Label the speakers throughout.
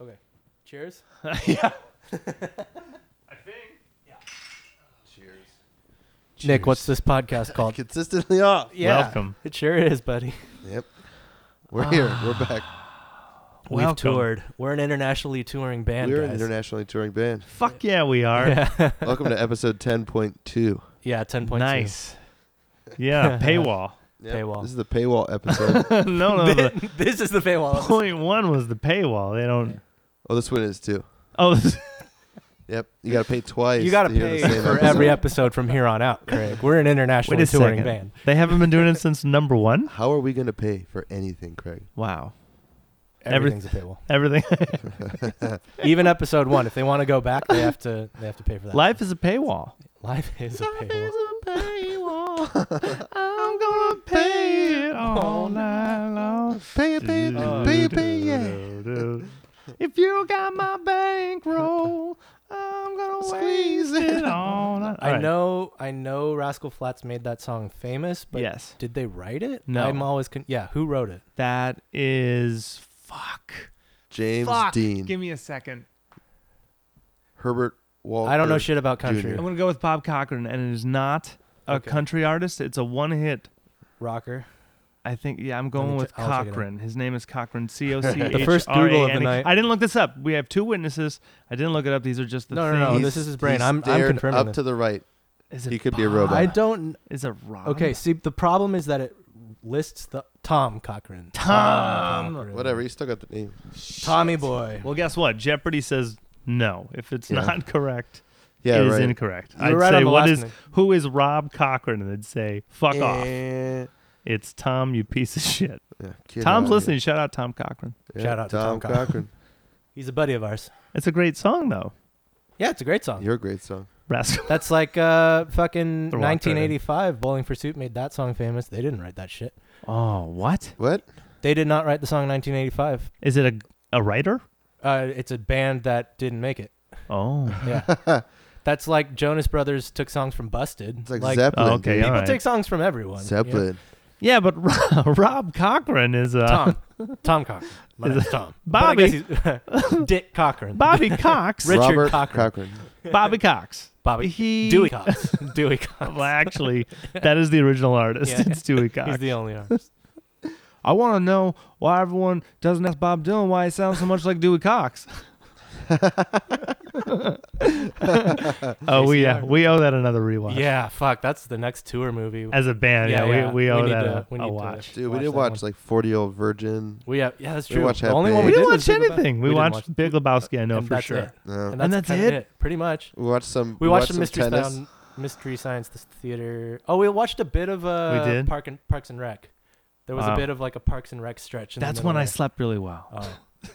Speaker 1: Okay. Cheers.
Speaker 2: yeah.
Speaker 3: I think.
Speaker 4: Cheers.
Speaker 1: Nick, what's this podcast called?
Speaker 4: Consistently off.
Speaker 2: Welcome.
Speaker 1: It sure is, buddy.
Speaker 4: Yep. We're here. We're
Speaker 1: Ah,
Speaker 4: back.
Speaker 1: We've
Speaker 2: Welcome.
Speaker 1: toured. We're an internationally touring band.
Speaker 4: We're an
Speaker 1: guys.
Speaker 4: internationally touring band.
Speaker 2: Fuck yeah, we are.
Speaker 1: Yeah.
Speaker 4: Welcome to episode 10.2.
Speaker 1: yeah, ten point
Speaker 2: Nice. Yeah, paywall.
Speaker 4: Yep.
Speaker 1: Paywall.
Speaker 4: This is the paywall episode.
Speaker 2: no, no, the
Speaker 1: this is the paywall.
Speaker 2: point one was the paywall. They don't.
Speaker 4: oh, this one is too.
Speaker 2: Oh, this-
Speaker 4: Yep. You got to pay twice.
Speaker 1: You got
Speaker 4: to
Speaker 1: to
Speaker 4: hear the
Speaker 1: pay
Speaker 4: same
Speaker 1: for
Speaker 4: episode.
Speaker 1: every episode from here on out, Craig. We're an internationally
Speaker 2: wait a
Speaker 1: touring
Speaker 2: second.
Speaker 1: band.
Speaker 2: They haven't been doing it since number one.
Speaker 4: How are we going to pay for anything, Craig?
Speaker 2: Wow. Every-
Speaker 1: Everything's a paywall.
Speaker 2: Everything.
Speaker 1: Even episode one, if they want to go back, they have to. They have to pay for that.
Speaker 2: Life is a paywall.
Speaker 1: Life is a paywall.
Speaker 2: a paywall. I'm gonna pay it all night long.
Speaker 4: Pay it, pay it, pay it, pay it, yeah.
Speaker 2: If you got my bankroll, I'm gonna
Speaker 4: Squeeze
Speaker 2: waste
Speaker 4: it.
Speaker 2: it all night.
Speaker 1: I know. I know. Rascal Flats made that song famous, but
Speaker 2: yes,
Speaker 1: did they write it?
Speaker 2: No.
Speaker 1: I'm always. Con- yeah. Who wrote it?
Speaker 2: that is fuck.
Speaker 4: James
Speaker 2: fuck.
Speaker 4: Dean.
Speaker 2: Give me a second.
Speaker 4: Herbert Walker.
Speaker 1: I don't know shit about country.
Speaker 4: Jr.
Speaker 2: I'm gonna go with Bob Cochran, and it is not a
Speaker 1: Okay.
Speaker 2: country artist. It's a one hit.
Speaker 1: Rocker.
Speaker 2: I think yeah, I'm
Speaker 1: me
Speaker 2: going with
Speaker 1: ch- I'll check it out.
Speaker 2: Cochran. His name is Cochran. C O C H R A N. E.
Speaker 1: The first Google of the night.
Speaker 2: I didn't look this up. We have two witnesses. I didn't look it up. These are just the
Speaker 1: No,
Speaker 2: things.
Speaker 1: no, no.
Speaker 4: He's-
Speaker 1: This is his brain.
Speaker 4: he
Speaker 1: I'm. I'm
Speaker 4: stared
Speaker 1: confirming
Speaker 4: up
Speaker 1: this.
Speaker 4: to the right.
Speaker 2: Is it
Speaker 4: He could be a
Speaker 2: Bob?
Speaker 4: robot.
Speaker 1: I don't.
Speaker 2: Is it Rob?
Speaker 1: Okay. See, the problem is that it lists the Tom Cochran.
Speaker 2: Tom.
Speaker 1: Cochran.
Speaker 4: Whatever. He still got the name.
Speaker 1: Tommy boy.
Speaker 2: Well, guess what? Jeopardy says no. If it's
Speaker 4: Yeah.
Speaker 2: not correct,
Speaker 4: Yeah,
Speaker 2: it is
Speaker 4: right.
Speaker 2: incorrect.
Speaker 1: You were right
Speaker 2: say
Speaker 1: on the
Speaker 2: what
Speaker 1: last
Speaker 2: is
Speaker 1: name.
Speaker 2: who is Rob Cochran, and they'd say fuck off.
Speaker 4: Eh,
Speaker 2: It's Tom, you piece of shit.
Speaker 4: yeah, get
Speaker 2: Tom's
Speaker 4: outta here.
Speaker 2: listening. Shout out Tom Cochran.
Speaker 4: Yeah,
Speaker 1: Shout out to Tom Cochran.
Speaker 4: Cochran.
Speaker 1: He's a buddy of ours.
Speaker 2: It's a great song though.
Speaker 1: Yeah, it's a great song.
Speaker 4: You're a great song.
Speaker 2: Rascal.
Speaker 1: That's like uh, fucking
Speaker 2: The Rock
Speaker 1: 1985. Bowling for Soup made that song famous. They didn't write that shit.
Speaker 2: Oh, what
Speaker 4: What?
Speaker 1: They did not write the song 1985.
Speaker 2: is it? A a writer?
Speaker 1: Uh, it's a band that didn't make it.
Speaker 2: Oh,
Speaker 1: Yeah. That's like Jonas Brothers took songs from Busted.
Speaker 4: It's like, Zeppelin.
Speaker 2: oh, okay,
Speaker 4: dude.
Speaker 2: all
Speaker 1: people
Speaker 2: right.
Speaker 1: take songs from everyone. you know?
Speaker 4: Zeppelin.
Speaker 2: yeah, but Ro- Rob Cochran is uh,
Speaker 1: Tom. Tom Cochran. My
Speaker 2: Is
Speaker 1: name's
Speaker 2: it-
Speaker 1: Tom.
Speaker 2: Bobby.
Speaker 1: But I guess he's- Dick Cochran.
Speaker 2: Bobby Cox.
Speaker 1: Richard
Speaker 4: Robert
Speaker 1: Cochran.
Speaker 2: Bobby Cox.
Speaker 1: Bobby.
Speaker 2: He
Speaker 1: Dewey Cox. Dewey Cox.
Speaker 2: Well, actually, that is the original artist.
Speaker 1: Yeah.
Speaker 2: It's Dewey Cox.
Speaker 1: He's the only artist.
Speaker 2: I want to know why everyone doesn't ask Bob Dylan why he sounds so much like Dewey Cox. oh, we yeah, we owe that another rewatch.
Speaker 1: Yeah, fuck. That's the next tour movie.
Speaker 2: as a band, yeah, we, we owe
Speaker 1: need
Speaker 2: that
Speaker 1: to-
Speaker 2: a,
Speaker 1: we
Speaker 2: a
Speaker 1: need to
Speaker 2: watch.
Speaker 4: Dude, we
Speaker 1: that
Speaker 4: didn't
Speaker 1: one.
Speaker 4: watch like 40 Year Old Virgin.
Speaker 1: We have, yeah, that's
Speaker 4: We
Speaker 1: true.
Speaker 4: watched
Speaker 1: the
Speaker 4: Half
Speaker 1: only one
Speaker 4: Baked.
Speaker 1: we,
Speaker 2: we
Speaker 1: did
Speaker 2: didn't
Speaker 1: was
Speaker 2: watch
Speaker 1: Big Lebowski.
Speaker 2: anything. We,
Speaker 1: didn't
Speaker 2: watched
Speaker 1: watch-
Speaker 2: Big Lebowski. I know
Speaker 1: and
Speaker 2: for
Speaker 1: that's
Speaker 2: sure.
Speaker 1: it.
Speaker 4: No.
Speaker 1: And
Speaker 2: And
Speaker 1: that's,
Speaker 2: that's
Speaker 1: kinda
Speaker 2: it?
Speaker 1: Pretty much.
Speaker 4: We watched some.
Speaker 1: We watched some
Speaker 4: some
Speaker 1: Mystery
Speaker 4: tennis.
Speaker 1: Science, Mystery Science Theater. Oh, we watched a bit of uh,
Speaker 2: did?
Speaker 1: Park and Parks and Rec. There was
Speaker 2: Wow.
Speaker 1: a bit of like a Parks and Rec stretch. In
Speaker 2: That's
Speaker 1: the middle
Speaker 2: when I
Speaker 1: there.
Speaker 2: slept really well.
Speaker 1: Oh,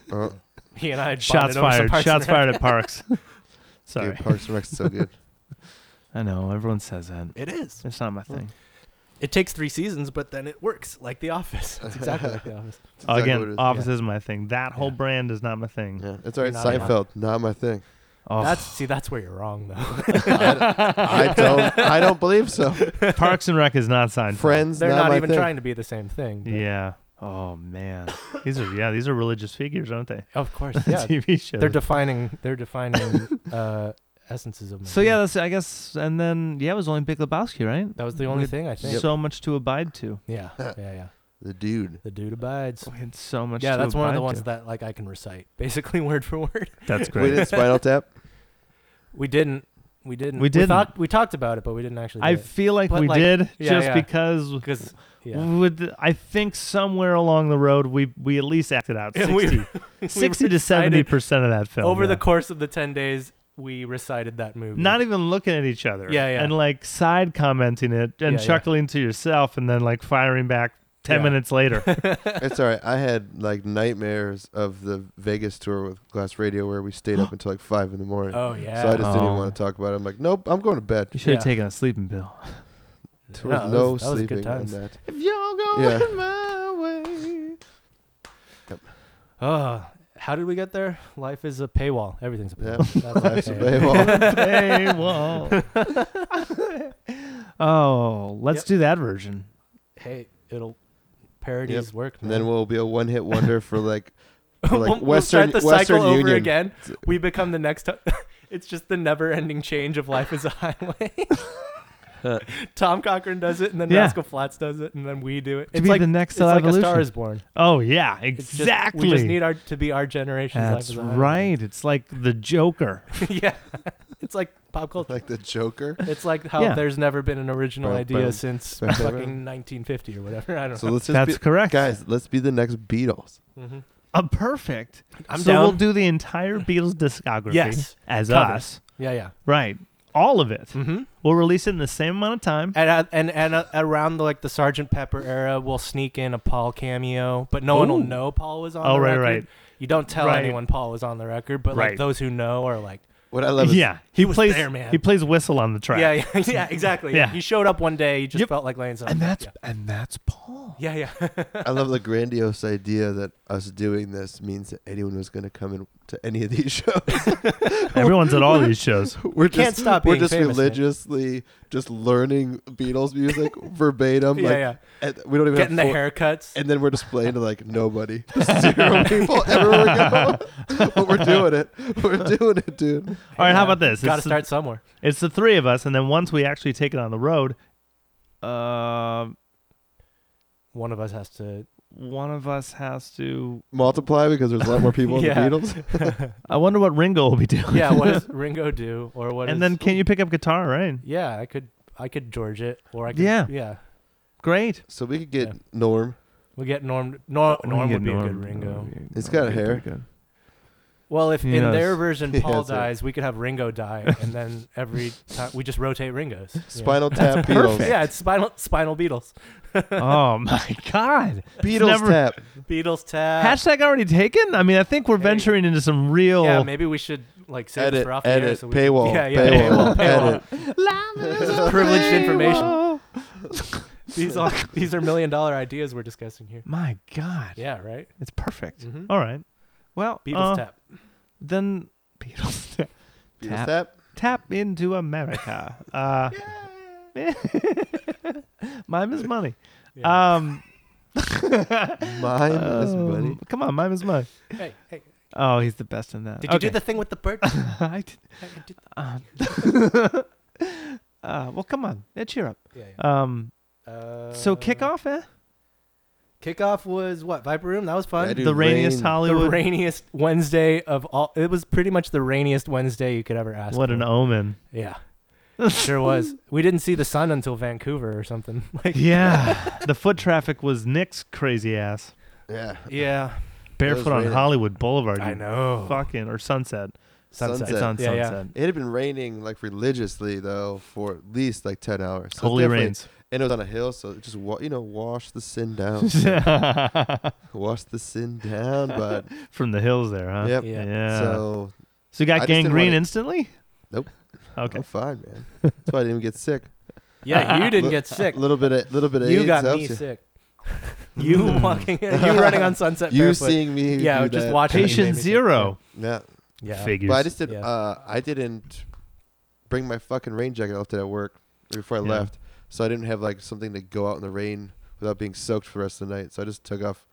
Speaker 4: Oh,
Speaker 1: he and I had
Speaker 2: Shots
Speaker 1: bonded over some
Speaker 2: fired.
Speaker 1: Parks and
Speaker 2: Shots
Speaker 1: Rec.
Speaker 2: fired at Parks. Sorry,
Speaker 4: dude, Parks and Rec's so good.
Speaker 2: I know everyone says that.
Speaker 1: It is.
Speaker 2: It's not my thing.
Speaker 1: It takes three seasons, but then it works like The Office. It's exactly like The Office.
Speaker 4: That's exactly what it
Speaker 2: Again,
Speaker 4: is.
Speaker 2: Office is my thing. That whole
Speaker 1: Yeah.
Speaker 2: brand is not my thing.
Speaker 4: Yeah, it's all right.
Speaker 1: Not
Speaker 4: Seinfeld, not my thing.
Speaker 2: Oh,
Speaker 1: That's see, that's where you're wrong though.
Speaker 4: I don't. I don't believe so.
Speaker 2: Parks and Rec is not Seinfeld.
Speaker 4: Friends,
Speaker 1: They're not
Speaker 4: my
Speaker 1: even
Speaker 4: thing.
Speaker 1: trying to be the same thing. but-
Speaker 2: Yeah. Oh man, these are yeah, these are religious figures, aren't they?
Speaker 1: Of course. Yeah.
Speaker 2: TV shows.
Speaker 1: they're defining. They're defining uh, essences of.
Speaker 2: so yeah, that's I guess, and then yeah, it was only Big Lebowski, right?
Speaker 1: that was the only thing I think.
Speaker 2: So much to abide to.
Speaker 1: Yeah, yeah, yeah.
Speaker 4: The dude.
Speaker 1: The dude abides.
Speaker 2: We had so much.
Speaker 1: yeah,
Speaker 2: to
Speaker 1: that's one of the
Speaker 2: abide
Speaker 1: ones
Speaker 2: to.
Speaker 1: that like I can recite basically word for word.
Speaker 2: That's
Speaker 4: We
Speaker 2: great.
Speaker 4: did Spinal Tap.
Speaker 1: We didn't. We didn't.
Speaker 2: We didn't.
Speaker 1: thought, we talked about it, but we didn't actually. Do
Speaker 2: I feel like
Speaker 1: But,
Speaker 2: we
Speaker 1: like,
Speaker 2: did
Speaker 1: yeah,
Speaker 2: just
Speaker 1: yeah.
Speaker 2: because.
Speaker 1: because yeah,
Speaker 2: With I think somewhere along the road we we at least acted out
Speaker 1: Yeah,
Speaker 2: 60,
Speaker 1: we-
Speaker 2: 60 to
Speaker 1: recited
Speaker 2: seventy percent of that film
Speaker 1: over the
Speaker 2: yeah.
Speaker 1: course of the ten days, we recited that movie.
Speaker 2: not even looking at each other.
Speaker 1: Yeah, yeah.
Speaker 2: And like side commenting it and
Speaker 1: Yeah, yeah.
Speaker 2: chuckling to yourself and then like firing back 10
Speaker 1: Yeah.
Speaker 2: minutes later.
Speaker 4: It's all right. I had like nightmares of the Vegas tour with Glass Radio, where we stayed up until like five in the morning.
Speaker 1: Oh yeah.
Speaker 4: So I just didn't
Speaker 2: Oh.
Speaker 4: even want to talk about it. I'm like, nope, I'm going to bed.
Speaker 2: you should
Speaker 1: should've
Speaker 2: have taken a sleeping pill.
Speaker 4: There was
Speaker 1: that
Speaker 4: no
Speaker 1: was- that was good
Speaker 4: sleeping on
Speaker 1: times.
Speaker 4: that.
Speaker 2: If you're going my way.
Speaker 1: Oh, how did we get there? Life is a paywall. Everything's a
Speaker 4: Yeah,
Speaker 1: paywall. That's
Speaker 4: life's a
Speaker 1: okay.
Speaker 4: paywall.
Speaker 2: Paywall. oh, let's
Speaker 1: Yep.
Speaker 2: do that version.
Speaker 1: Hey, it'll parodies work.
Speaker 4: And then
Speaker 1: man.
Speaker 4: we'll be a one-hit wonder for like Or,
Speaker 1: we'll,
Speaker 4: like
Speaker 1: we'll
Speaker 4: Western
Speaker 1: start the
Speaker 4: Western
Speaker 1: cycle
Speaker 4: Union.
Speaker 1: over again. We become the next. it's just the never-ending change of life is a highway. Tom Cochran does it, and then
Speaker 2: Yeah.
Speaker 1: Rascal Flats does it, and then we do it. It's
Speaker 2: be
Speaker 1: like
Speaker 2: the next
Speaker 1: It's like a
Speaker 2: evolution.
Speaker 1: Star is Born.
Speaker 2: Oh yeah,
Speaker 1: It's just- we just
Speaker 2: exactly.
Speaker 1: need our to be our generation's life
Speaker 2: That's
Speaker 1: is a highway.
Speaker 2: right. It's like the Joker.
Speaker 1: yeah, it's like pop culture.
Speaker 4: like the Joker.
Speaker 1: It's like how
Speaker 2: Yeah.
Speaker 1: there's never been an original
Speaker 4: Bum,
Speaker 1: idea
Speaker 4: bum,
Speaker 1: since
Speaker 4: bum, bum,
Speaker 1: fucking
Speaker 4: bum.
Speaker 1: 1950 or whatever. I don't
Speaker 4: So
Speaker 1: know.
Speaker 4: let's just be,
Speaker 2: That's correct,
Speaker 4: guys. Let's be the next Beatles.
Speaker 1: Mhm.
Speaker 2: A perfect.
Speaker 1: I'm
Speaker 2: so
Speaker 1: down.
Speaker 2: we'll do the entire Beatles discography
Speaker 1: Yes.
Speaker 2: as
Speaker 1: Covers.
Speaker 2: us.
Speaker 1: yeah, yeah.
Speaker 2: Right. All of it.
Speaker 1: Mhm.
Speaker 2: We'll release it in the same amount of time.
Speaker 1: And uh, and and uh, around the, like the Sergeant Pepper era, we'll sneak in a Paul cameo, but no one will
Speaker 2: Ooh.
Speaker 1: know Paul was on.
Speaker 2: Oh,
Speaker 1: the
Speaker 2: right,
Speaker 1: record.
Speaker 2: right.
Speaker 1: You don't tell
Speaker 2: Right.
Speaker 1: anyone Paul was on the record, but
Speaker 2: Right.
Speaker 1: like those who know are like,
Speaker 4: What I love is
Speaker 2: yeah. He,
Speaker 1: was
Speaker 2: plays
Speaker 1: there, man.
Speaker 2: he plays whistle on the track.
Speaker 1: yeah, yeah, yeah, exactly.
Speaker 2: Yeah.
Speaker 1: He showed up one day. He just
Speaker 2: Yep.
Speaker 1: felt like laying something.
Speaker 2: And
Speaker 1: down.
Speaker 2: that's and that's Paul.
Speaker 1: yeah, yeah, yeah.
Speaker 4: I love the grandiose idea that us doing this means that anyone was going to come in to any of these shows.
Speaker 2: Everyone's at all these shows.
Speaker 4: We're
Speaker 1: can't
Speaker 4: just,
Speaker 1: stop
Speaker 4: We're
Speaker 1: being
Speaker 4: just
Speaker 1: famous, man.
Speaker 4: religiously just learning Beatles music verbatim.
Speaker 1: Yeah,
Speaker 4: like,
Speaker 1: yeah.
Speaker 4: and we don't even
Speaker 1: Getting the
Speaker 4: have full-
Speaker 1: haircuts.
Speaker 4: And then we're just playing to like nobody, zero people everywhere we go. but we're doing it. We're doing it, dude.
Speaker 2: All right, how
Speaker 1: Yeah.
Speaker 2: about this?
Speaker 1: Got to
Speaker 2: It's-
Speaker 1: start somewhere.
Speaker 2: It's the three of us, and then once we actually take it on the road, uh,
Speaker 1: One of us has to.
Speaker 2: one of us has to.
Speaker 4: Multiply because there's a lot more people
Speaker 1: Yeah.
Speaker 4: in the Beatles.
Speaker 2: I wonder what Ringo will be doing.
Speaker 1: Yeah, what does Ringo do, or what?
Speaker 2: and
Speaker 1: is-
Speaker 2: then can you pick up guitar? Right.
Speaker 1: Yeah, I could. I could George it, or I could.
Speaker 2: Yeah.
Speaker 1: yeah.
Speaker 2: Great.
Speaker 4: So we could get
Speaker 1: Yeah.
Speaker 4: Norm.
Speaker 1: We get Norm. Norm,
Speaker 2: We
Speaker 1: Norm
Speaker 2: can
Speaker 1: would
Speaker 2: get
Speaker 1: be a
Speaker 2: Norm.
Speaker 1: good Ringo.
Speaker 4: He's got
Speaker 2: That'd be
Speaker 4: hair.
Speaker 2: pretty good.
Speaker 1: Well, if
Speaker 2: He
Speaker 1: in their
Speaker 2: does.
Speaker 1: version
Speaker 4: He
Speaker 1: Paul
Speaker 4: has it.
Speaker 1: dies, we could have Ringo die, and then every time we just rotate Ringos. Yeah.
Speaker 4: Spinal Tap Beatles.
Speaker 2: perfect.
Speaker 1: Yeah, it's spinal spinal Beatles.
Speaker 2: oh my God.
Speaker 4: Beatles
Speaker 2: Never-
Speaker 4: Tap.
Speaker 1: Beatles tab.
Speaker 2: Hashtag already taken. I mean, I think we're
Speaker 1: Hey.
Speaker 2: venturing into some real.
Speaker 1: Yeah, maybe we should like save this
Speaker 4: Edit,
Speaker 1: for off the air.
Speaker 4: edit,
Speaker 1: So we can-
Speaker 4: paywall,
Speaker 1: Yeah, yeah,
Speaker 4: paywall,
Speaker 1: paywall, paywall.
Speaker 4: edit.
Speaker 1: This is privileged information. These are these are million dollar ideas we're discussing here.
Speaker 2: My God.
Speaker 1: Yeah, right.
Speaker 2: It's perfect.
Speaker 1: Mhm.
Speaker 2: All right. Well,
Speaker 1: Beatles
Speaker 2: uh,
Speaker 1: tap.
Speaker 2: Then Beatles tap.
Speaker 4: Beatles
Speaker 2: Tap.
Speaker 4: Tap.
Speaker 2: Tap into America. Uh, mime is money.
Speaker 1: Yeah.
Speaker 2: Um,
Speaker 4: Mime
Speaker 1: Oh,
Speaker 4: is
Speaker 2: um,
Speaker 4: money.
Speaker 2: Come on, mime is money.
Speaker 1: hey, hey,
Speaker 2: Oh, he's the best in that.
Speaker 1: did you do the thing with the bird?
Speaker 2: the? I did,
Speaker 1: I did-
Speaker 2: uh, uh, well, come on, yeah, cheer up.
Speaker 1: yeah, yeah.
Speaker 2: Um, so
Speaker 1: Uh,
Speaker 2: kickoff, eh?
Speaker 1: Kickoff was what Viper Room. That was fun.
Speaker 4: Yeah, dude,
Speaker 2: the rainiest
Speaker 4: rain.
Speaker 1: the
Speaker 2: Hollywood.
Speaker 1: rainiest Wednesday of all. It was pretty much the rainiest Wednesday you could ever ask.
Speaker 2: What
Speaker 1: for.
Speaker 2: an omen.
Speaker 1: Yeah, sure was. We didn't see the sun until Vancouver or something. Like
Speaker 2: Yeah, the foot traffic was Nick's crazy ass.
Speaker 4: Yeah.
Speaker 1: yeah,
Speaker 2: Barefoot on
Speaker 4: raining.
Speaker 2: Hollywood Boulevard.
Speaker 1: I
Speaker 2: you
Speaker 1: know.
Speaker 2: Fucking or sunset.
Speaker 1: Sunset.
Speaker 2: It's on
Speaker 1: Yeah, yeah.
Speaker 2: sunset.
Speaker 4: It had been raining like religiously though for at least like ten hours. So
Speaker 2: Holy
Speaker 4: definitely-
Speaker 2: rains.
Speaker 4: And it was on a hill, so it just wa- you know wash the sin down, wash the sin down, bud.
Speaker 2: From the hills there, huh?
Speaker 4: Yep.
Speaker 1: Uh, Yeah.
Speaker 2: Yeah. So,
Speaker 4: So
Speaker 2: you
Speaker 4: I
Speaker 2: got
Speaker 4: just didn't
Speaker 2: gangrene
Speaker 4: wanna-
Speaker 2: instantly?
Speaker 4: Nope.
Speaker 2: Okay.
Speaker 4: I'm fine, man. That's why I didn't even get sick.
Speaker 1: Yeah, you didn't
Speaker 4: Look-
Speaker 1: get sick.
Speaker 4: A little bit, of, little bit of
Speaker 1: You
Speaker 4: AIDS
Speaker 1: got
Speaker 4: helps
Speaker 1: me
Speaker 4: you.
Speaker 1: sick. You walking, you running on sunset.
Speaker 4: You
Speaker 1: barefoot.
Speaker 4: seeing me?
Speaker 1: Yeah,
Speaker 4: do
Speaker 1: just
Speaker 4: that.
Speaker 1: watching.
Speaker 4: Patient.
Speaker 1: made
Speaker 2: Patient
Speaker 1: me
Speaker 2: zero.
Speaker 4: Yeah,
Speaker 1: Yeah.
Speaker 2: Figures.
Speaker 4: but I just did.
Speaker 1: Yeah.
Speaker 4: Uh, I didn't bring my fucking rain jacket out there at work before I
Speaker 2: Yeah.
Speaker 4: left, so I didn't have like something to go out in the rain without being soaked for the rest of the night. So I just took off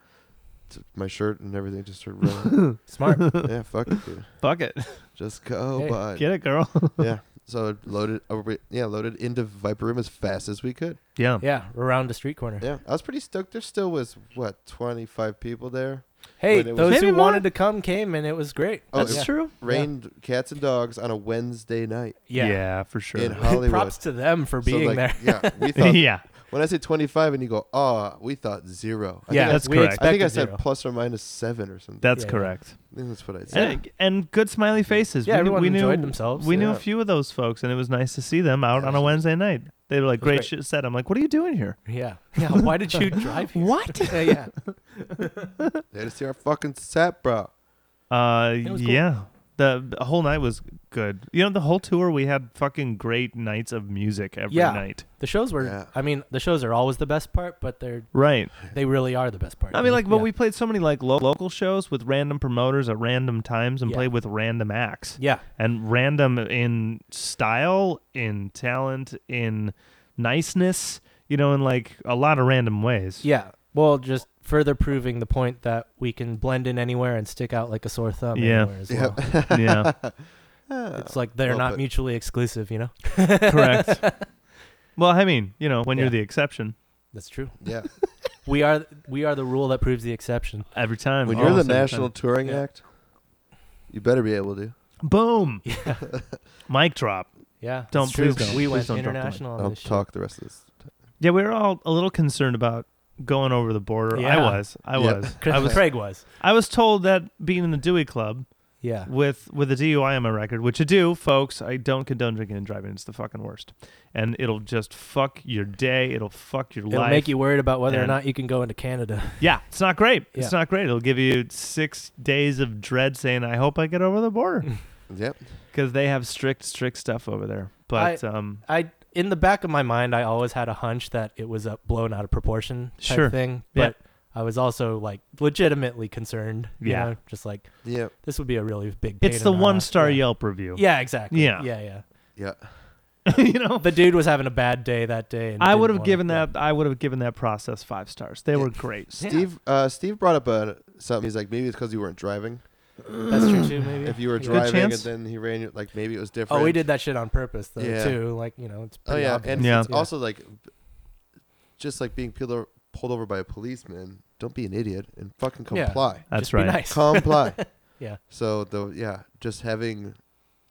Speaker 4: t- my shirt and everything, just started running.
Speaker 1: Smart.
Speaker 4: yeah, fuck it, dude.
Speaker 2: Fuck it.
Speaker 4: Just go,
Speaker 1: Hey,
Speaker 4: bud.
Speaker 2: Get it, girl.
Speaker 4: yeah. So I loaded, uh, we- yeah, loaded into Viper Room as fast as we could.
Speaker 2: Yeah.
Speaker 1: Yeah, around the street corner.
Speaker 4: Yeah, I was pretty stoked. There still was what twenty five people there.
Speaker 1: Hey,
Speaker 4: But it was-
Speaker 1: those who
Speaker 2: Maybe more.
Speaker 1: wanted to come came, and it was great.
Speaker 4: Oh,
Speaker 2: That's
Speaker 4: yeah.
Speaker 2: true.
Speaker 4: Rained cats and dogs on a Wednesday night
Speaker 1: Yeah.
Speaker 2: for sure.
Speaker 4: in Hollywood.
Speaker 1: Props to them for
Speaker 4: So,
Speaker 1: being
Speaker 4: like,
Speaker 1: there.
Speaker 4: yeah, we thought
Speaker 2: yeah.
Speaker 4: When I say 25 and you go, ah, we thought zero. I
Speaker 1: yeah,
Speaker 4: think
Speaker 2: that's
Speaker 1: we
Speaker 4: I,
Speaker 2: correct.
Speaker 4: I
Speaker 1: expected
Speaker 4: think I said
Speaker 1: zero.
Speaker 4: plus or minus seven or something.
Speaker 2: That's
Speaker 1: Yeah, yeah.
Speaker 2: correct.
Speaker 4: I think that's what I said.
Speaker 2: And, and good smiley faces.
Speaker 1: Yeah,
Speaker 2: we,
Speaker 1: everyone
Speaker 2: we knew,
Speaker 1: enjoyed themselves.
Speaker 2: We knew a
Speaker 4: Yeah.
Speaker 2: few of those folks, and it was nice to see them out on a
Speaker 4: Yeah.
Speaker 2: Wednesday night. They were like,
Speaker 1: It was
Speaker 2: great,
Speaker 1: great.
Speaker 2: shit set. I'm like, what are you doing here?
Speaker 1: Yeah. Yeah. Why did you drive here? What? yeah, yeah.
Speaker 4: They just see our fucking sap, bro.
Speaker 2: Uh,
Speaker 1: was cool.
Speaker 2: yeah. The, the whole night was good. You know, the whole tour we had fucking great nights of music every
Speaker 1: Yeah.
Speaker 2: night.
Speaker 1: The shows were
Speaker 4: Yeah.
Speaker 1: I mean, the shows are always the best part, but they're
Speaker 2: Right.
Speaker 1: they really are the best part.
Speaker 2: I mean, like, but
Speaker 1: Yeah.
Speaker 2: we played so many like lo- local shows with random promoters at random times and
Speaker 1: Yeah.
Speaker 2: played with random acts
Speaker 1: Yeah.
Speaker 2: and random in style, in talent, in niceness. You know, in like a lot of random ways.
Speaker 1: Yeah. Well, just further proving the point that we can blend in anywhere and stick out like a sore thumb
Speaker 2: Yeah.
Speaker 1: anywhere as well.
Speaker 2: Yeah.
Speaker 4: Ah,
Speaker 1: It's like they're
Speaker 4: Well,
Speaker 1: not
Speaker 4: but-
Speaker 1: mutually exclusive, you know?
Speaker 2: Correct. Well, I mean, you know, when
Speaker 1: Yeah.
Speaker 2: you're the exception
Speaker 1: That's true.
Speaker 4: yeah.
Speaker 1: We are we are the rule that proves the exception.
Speaker 2: every time.
Speaker 4: When you're the
Speaker 2: almost every
Speaker 4: national
Speaker 2: time.
Speaker 4: touring
Speaker 1: Yeah.
Speaker 4: act, you better be able to.
Speaker 2: boom,
Speaker 1: Yeah.
Speaker 2: mic drop.
Speaker 1: Yeah.
Speaker 2: Don't-
Speaker 1: it's true.
Speaker 2: please don't.
Speaker 1: We
Speaker 2: Please
Speaker 1: went
Speaker 2: don't drop the mic.
Speaker 1: international on
Speaker 4: I'll
Speaker 1: Oh, this shit.
Speaker 4: talk the rest of this.
Speaker 2: Yeah, we were all a little concerned about going over the border. I
Speaker 1: Yeah.
Speaker 2: was. I
Speaker 4: Yeah.
Speaker 2: was.
Speaker 1: Craig
Speaker 2: I
Speaker 1: was,
Speaker 2: was.
Speaker 1: Craig was.
Speaker 2: I was told that being in the Dewey Club
Speaker 1: Yeah.
Speaker 2: with with a DUI on my record, which I do, folks. I don't condone drinking and driving. It's the fucking worst, and it'll just fuck your day. It'll fuck your
Speaker 1: It'll
Speaker 2: life.
Speaker 1: make you worried about whether or
Speaker 2: and-
Speaker 1: not you can go into Canada.
Speaker 2: yeah, it's not great. It's
Speaker 1: Yeah.
Speaker 2: not great. It'll give you six days of dread, saying, "I hope I get over the border,"
Speaker 4: Yep.
Speaker 2: because they have strict, strict stuff over there. But um,
Speaker 1: I in the back of my mind I always had a hunch that it was a blown out of proportion type
Speaker 2: Sure.
Speaker 1: thing.
Speaker 2: Yeah.
Speaker 1: But I was also like legitimately concerned. You
Speaker 2: Yeah.
Speaker 1: know, just like
Speaker 4: Yep.
Speaker 1: this would be a really big pain
Speaker 2: it's
Speaker 1: in
Speaker 2: the
Speaker 1: our
Speaker 2: one
Speaker 1: ass.
Speaker 2: star
Speaker 1: yeah.
Speaker 2: Yelp review.
Speaker 1: Yeah, exactly.
Speaker 2: Yeah.
Speaker 1: Yeah, yeah.
Speaker 4: Yeah.
Speaker 2: you know,
Speaker 1: The dude was having a bad day that day. And
Speaker 2: I
Speaker 1: didn't
Speaker 2: would have
Speaker 1: wanna-
Speaker 2: given
Speaker 1: yeah.
Speaker 2: that. I would have given that process five stars. They were great.
Speaker 4: Steve. Uh, Steve brought up a, something. He's like, maybe it's because you weren't driving.
Speaker 1: That's true too. Maybe
Speaker 4: If you were
Speaker 1: Yeah.
Speaker 4: driving and
Speaker 2: chance.
Speaker 4: then he ran, you- like maybe it was different.
Speaker 1: Oh, we did that shit on purpose though
Speaker 4: Yeah.
Speaker 1: too. Like you know, it's
Speaker 4: Oh
Speaker 1: pretty
Speaker 4: yeah,
Speaker 1: obvious.
Speaker 4: and
Speaker 2: Yeah.
Speaker 4: it's also like, just like being pulled over, pulled over by a policeman. Don't be an idiot and fucking
Speaker 1: Yeah.
Speaker 4: comply.
Speaker 2: That's
Speaker 1: Just be
Speaker 2: right.
Speaker 1: nice.
Speaker 4: Comply.
Speaker 1: Yeah.
Speaker 4: So the yeah, just having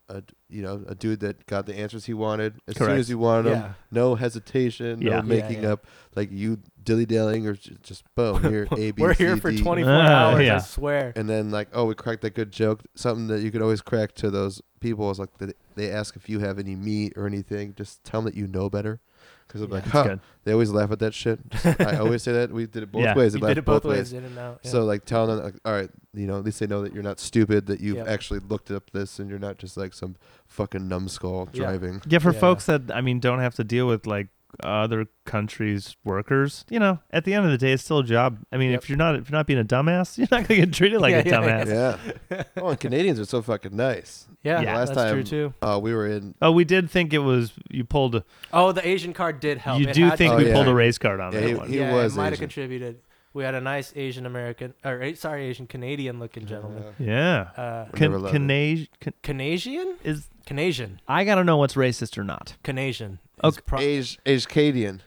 Speaker 4: a d- you know a dude that got the answers he wanted as soon
Speaker 2: Correct.
Speaker 4: as he wanted them,
Speaker 1: Yeah.
Speaker 4: no hesitation,
Speaker 2: Yeah.
Speaker 4: no
Speaker 2: Yeah,
Speaker 4: making
Speaker 1: yeah.
Speaker 4: up like you dilly dallying or j- just boom here A B
Speaker 1: We're
Speaker 4: C,
Speaker 1: here for
Speaker 4: D.
Speaker 1: 24
Speaker 2: Ah,
Speaker 1: hours.
Speaker 2: yeah.
Speaker 1: I swear.
Speaker 4: and then like oh we cracked that good joke something that you could always crack to those people is like they, they ask if you have any meat or anything just tell them that you know better because I'm
Speaker 1: Yeah.
Speaker 4: like
Speaker 1: That's
Speaker 4: huh
Speaker 2: good.
Speaker 4: they always laugh at that shit Just- I always say that we did it both
Speaker 2: Yeah.
Speaker 4: ways
Speaker 1: You
Speaker 4: laughed
Speaker 1: did it both ways, in and out. yeah.
Speaker 4: so like telling them like all right you know at least they know that you're not stupid that you've
Speaker 1: Yeah.
Speaker 4: actually looked up this and you're not just like some fucking numbskull
Speaker 1: Yeah.
Speaker 4: driving
Speaker 2: Yeah, for
Speaker 1: Yeah.
Speaker 2: folks that I mean don't have to deal with like other countries' workers, you know, at the end of the day, it's still a job. I mean,
Speaker 1: Yep.
Speaker 2: if you're not if you're not being a dumbass, you're not gonna get treated like
Speaker 1: Yeah,
Speaker 2: a
Speaker 1: yeah,
Speaker 2: dumbass.
Speaker 4: yeah oh and Canadians are so fucking nice
Speaker 1: yeah,
Speaker 2: yeah,
Speaker 4: last
Speaker 1: that's
Speaker 4: time-
Speaker 1: true too.
Speaker 4: uh we were in
Speaker 2: Oh, we did think it was you pulled. a-
Speaker 1: Oh, the Asian card did help.
Speaker 2: you
Speaker 1: It
Speaker 2: do
Speaker 1: had
Speaker 2: think
Speaker 1: to
Speaker 4: Oh,
Speaker 2: we
Speaker 1: be
Speaker 4: yeah.
Speaker 2: pulled a
Speaker 1: contributed.
Speaker 2: race card on
Speaker 4: Yeah,
Speaker 2: that
Speaker 4: he-
Speaker 2: one.
Speaker 4: he-
Speaker 1: yeah,
Speaker 4: was
Speaker 1: it might have
Speaker 4: Asian.
Speaker 1: contributed. We had a nice Asian American, or eh, sorry, Asian Canadian looking gentleman.
Speaker 2: yeah.
Speaker 1: Uh,
Speaker 4: I
Speaker 2: Can,
Speaker 4: never loved
Speaker 2: Canaj- can,
Speaker 1: Canadian,
Speaker 2: is
Speaker 1: Canadian,
Speaker 2: I gotta know what's racist or not.
Speaker 1: Canadian.
Speaker 2: Oh,
Speaker 1: It's pro-
Speaker 4: age age Cadian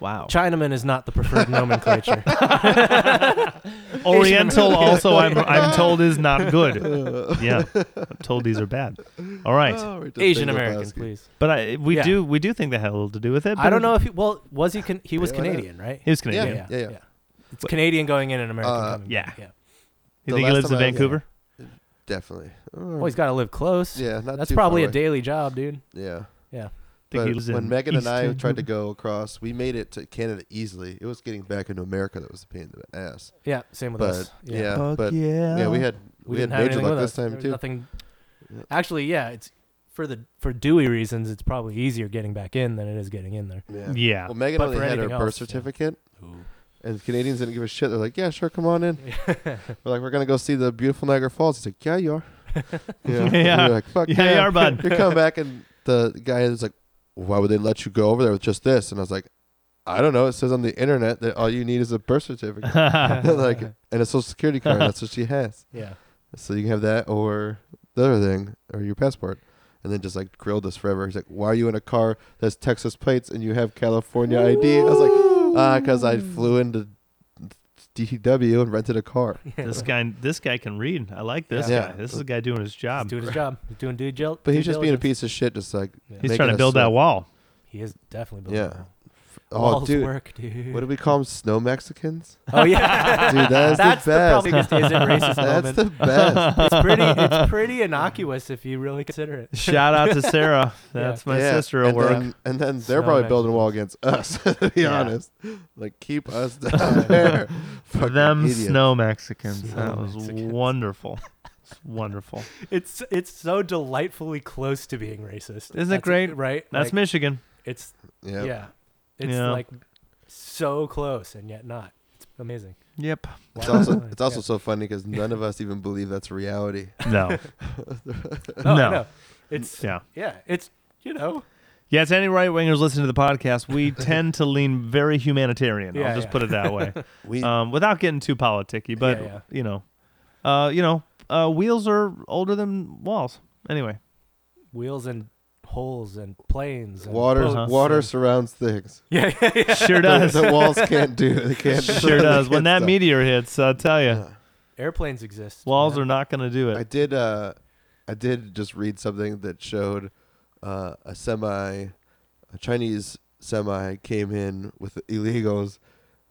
Speaker 2: Wow.
Speaker 1: Chinaman is not the preferred nomenclature.
Speaker 2: Oriental also I'm I'm told is not good. yeah, I'm told these are bad. All right,
Speaker 4: Oh, we did
Speaker 1: Asian
Speaker 4: Big
Speaker 1: American,
Speaker 4: Lebowski.
Speaker 1: please.
Speaker 2: but I, we
Speaker 1: Yeah.
Speaker 2: do we do think that had a little to do with it.
Speaker 1: I
Speaker 2: but
Speaker 1: don't know if he, well was he can he was
Speaker 4: Yeah, why not?
Speaker 1: Canadian right?
Speaker 2: he was Canadian.
Speaker 4: Yeah, yeah, yeah.
Speaker 1: It's Canadian going in and American
Speaker 4: Uh,
Speaker 1: coming.
Speaker 2: yeah.
Speaker 1: back, yeah.
Speaker 4: The
Speaker 2: You think he
Speaker 4: last
Speaker 2: lives in
Speaker 4: time I was-
Speaker 2: Vancouver?
Speaker 4: Definitely. Oh.
Speaker 1: Well, he's got to live close.
Speaker 4: yeah, not
Speaker 1: That's
Speaker 4: too
Speaker 1: probably
Speaker 4: far
Speaker 1: a
Speaker 4: away.
Speaker 1: daily job, dude.
Speaker 4: Yeah.
Speaker 2: Think
Speaker 4: But
Speaker 2: he lives
Speaker 4: when
Speaker 2: in
Speaker 4: Megan and
Speaker 2: East
Speaker 4: I tried
Speaker 2: Vancouver?
Speaker 4: to go across, we made it to Canada easily. It was getting back into America that was a pain in the ass.
Speaker 1: Yeah, same with us.
Speaker 4: But yeah, but yeah. we had we,
Speaker 1: didn't have
Speaker 4: had major
Speaker 1: anything
Speaker 4: luck
Speaker 1: with
Speaker 4: this
Speaker 1: us.
Speaker 4: time
Speaker 1: There was
Speaker 4: too.
Speaker 1: Nothing.
Speaker 4: Yeah.
Speaker 1: Actually, yeah, it's for the for Dewey reasons. It's probably easier getting back in than it is getting in there.
Speaker 4: Yeah.
Speaker 2: Yeah.
Speaker 4: Well, Megan
Speaker 1: But
Speaker 4: only
Speaker 1: for
Speaker 4: had her
Speaker 1: anything
Speaker 4: birth
Speaker 1: else, yeah.
Speaker 4: certificate, and the Canadians didn't give a shit. They're like, "Yeah, sure, come on in." We're like, "We're gonna go see the beautiful Niagara Falls." He's like, "Yeah, you are." yeah.
Speaker 2: Yeah.
Speaker 4: We're like, "Fuck
Speaker 2: yeah, you are, bud.
Speaker 4: you come back and the guy is like, "Why would they let you go over there with just this?" And I was like, "I don't know. It says on the internet that all you need is a birth certificate, like, and a social security card. That's what she has.
Speaker 1: yeah,
Speaker 4: So you can have that or the other thing or your passport." And then just like grilled us forever. He's like, "Why are you in a car that's Texas plates and you have California ID?" I was like, "Ah, because I flew into DW and rented a car."
Speaker 2: this guy this guy can read. I like this
Speaker 4: Yeah.
Speaker 2: guy. This is a guy doing his
Speaker 1: he's
Speaker 2: job.
Speaker 1: doing his job. He's doing due gil-
Speaker 4: But
Speaker 1: due
Speaker 4: he's just being a
Speaker 1: diligence.
Speaker 4: piece of shit, just like
Speaker 1: Yeah.
Speaker 2: He's
Speaker 4: making
Speaker 2: trying to
Speaker 4: us
Speaker 2: build that
Speaker 4: look-
Speaker 2: wall.
Speaker 1: He is definitely building.
Speaker 4: Yeah.
Speaker 1: a wall.
Speaker 4: Oh,
Speaker 1: Walls
Speaker 4: dude,
Speaker 1: work, dude.
Speaker 4: what do we call them? Snow Mexicans?
Speaker 1: oh yeah,
Speaker 4: Dude, that is the
Speaker 1: that's
Speaker 4: best.
Speaker 1: probably just isn't racist
Speaker 4: That's
Speaker 1: moment.
Speaker 4: the best.
Speaker 1: it's pretty. It's pretty innocuous if you really consider it.
Speaker 2: Shout out to Sarah. That's my
Speaker 4: Yeah,
Speaker 2: sister at
Speaker 4: and
Speaker 2: work.
Speaker 4: Then, and then they're
Speaker 1: Snow
Speaker 4: probably building a wall against us, to be
Speaker 2: Yeah.
Speaker 4: honest. Like, keep us down there. Fucking
Speaker 2: Them
Speaker 4: idiots.
Speaker 2: snow Mexicans.
Speaker 1: Snow
Speaker 2: that was
Speaker 1: Mexicans.
Speaker 2: wonderful. It's wonderful.
Speaker 1: It's it's so delightly close to being racist.
Speaker 2: Isn't it
Speaker 1: That's-
Speaker 2: great?
Speaker 1: Right?
Speaker 2: That's
Speaker 1: Like,
Speaker 2: Michigan.
Speaker 1: It's
Speaker 4: Yep.
Speaker 1: yeah. It's
Speaker 2: Yeah.
Speaker 1: like so close and yet not. It's amazing.
Speaker 2: Yep.
Speaker 4: It's
Speaker 1: Wow.
Speaker 4: also, it's also
Speaker 1: Yeah.
Speaker 4: so funny because none of us even believe that's reality.
Speaker 2: No.
Speaker 1: No, I
Speaker 2: no.
Speaker 1: know. It's yeah.
Speaker 2: Yeah.
Speaker 1: It's you know
Speaker 2: Yeah, to any right wingers listening to the podcast, we tend to lean very humanitarian.
Speaker 1: Yeah,
Speaker 2: I'll just
Speaker 1: yeah.
Speaker 2: put it that way,
Speaker 4: We
Speaker 2: um, without getting too politicky. But
Speaker 1: Yeah, yeah.
Speaker 2: you know, uh, you know, uh, wheels are older than walls. Anyway,
Speaker 1: Wheels and holes and planes. And
Speaker 4: water
Speaker 1: boats
Speaker 2: Uh-huh.
Speaker 4: water
Speaker 1: and-
Speaker 4: surrounds things.
Speaker 1: Yeah, yeah, yeah.
Speaker 2: sure
Speaker 4: The,
Speaker 2: does,
Speaker 4: the walls can't do. They can't.
Speaker 2: sure
Speaker 4: they
Speaker 2: does. When
Speaker 4: can't
Speaker 2: that
Speaker 4: stop.
Speaker 2: meteor hits, I'll tell you,
Speaker 4: Yeah.
Speaker 1: Airplanes exist.
Speaker 2: walls
Speaker 1: man.
Speaker 2: are not going to do
Speaker 4: I
Speaker 2: it.
Speaker 4: did. Uh, I did just read something that showed uh, a semi, a Chinese semi came in with illegals,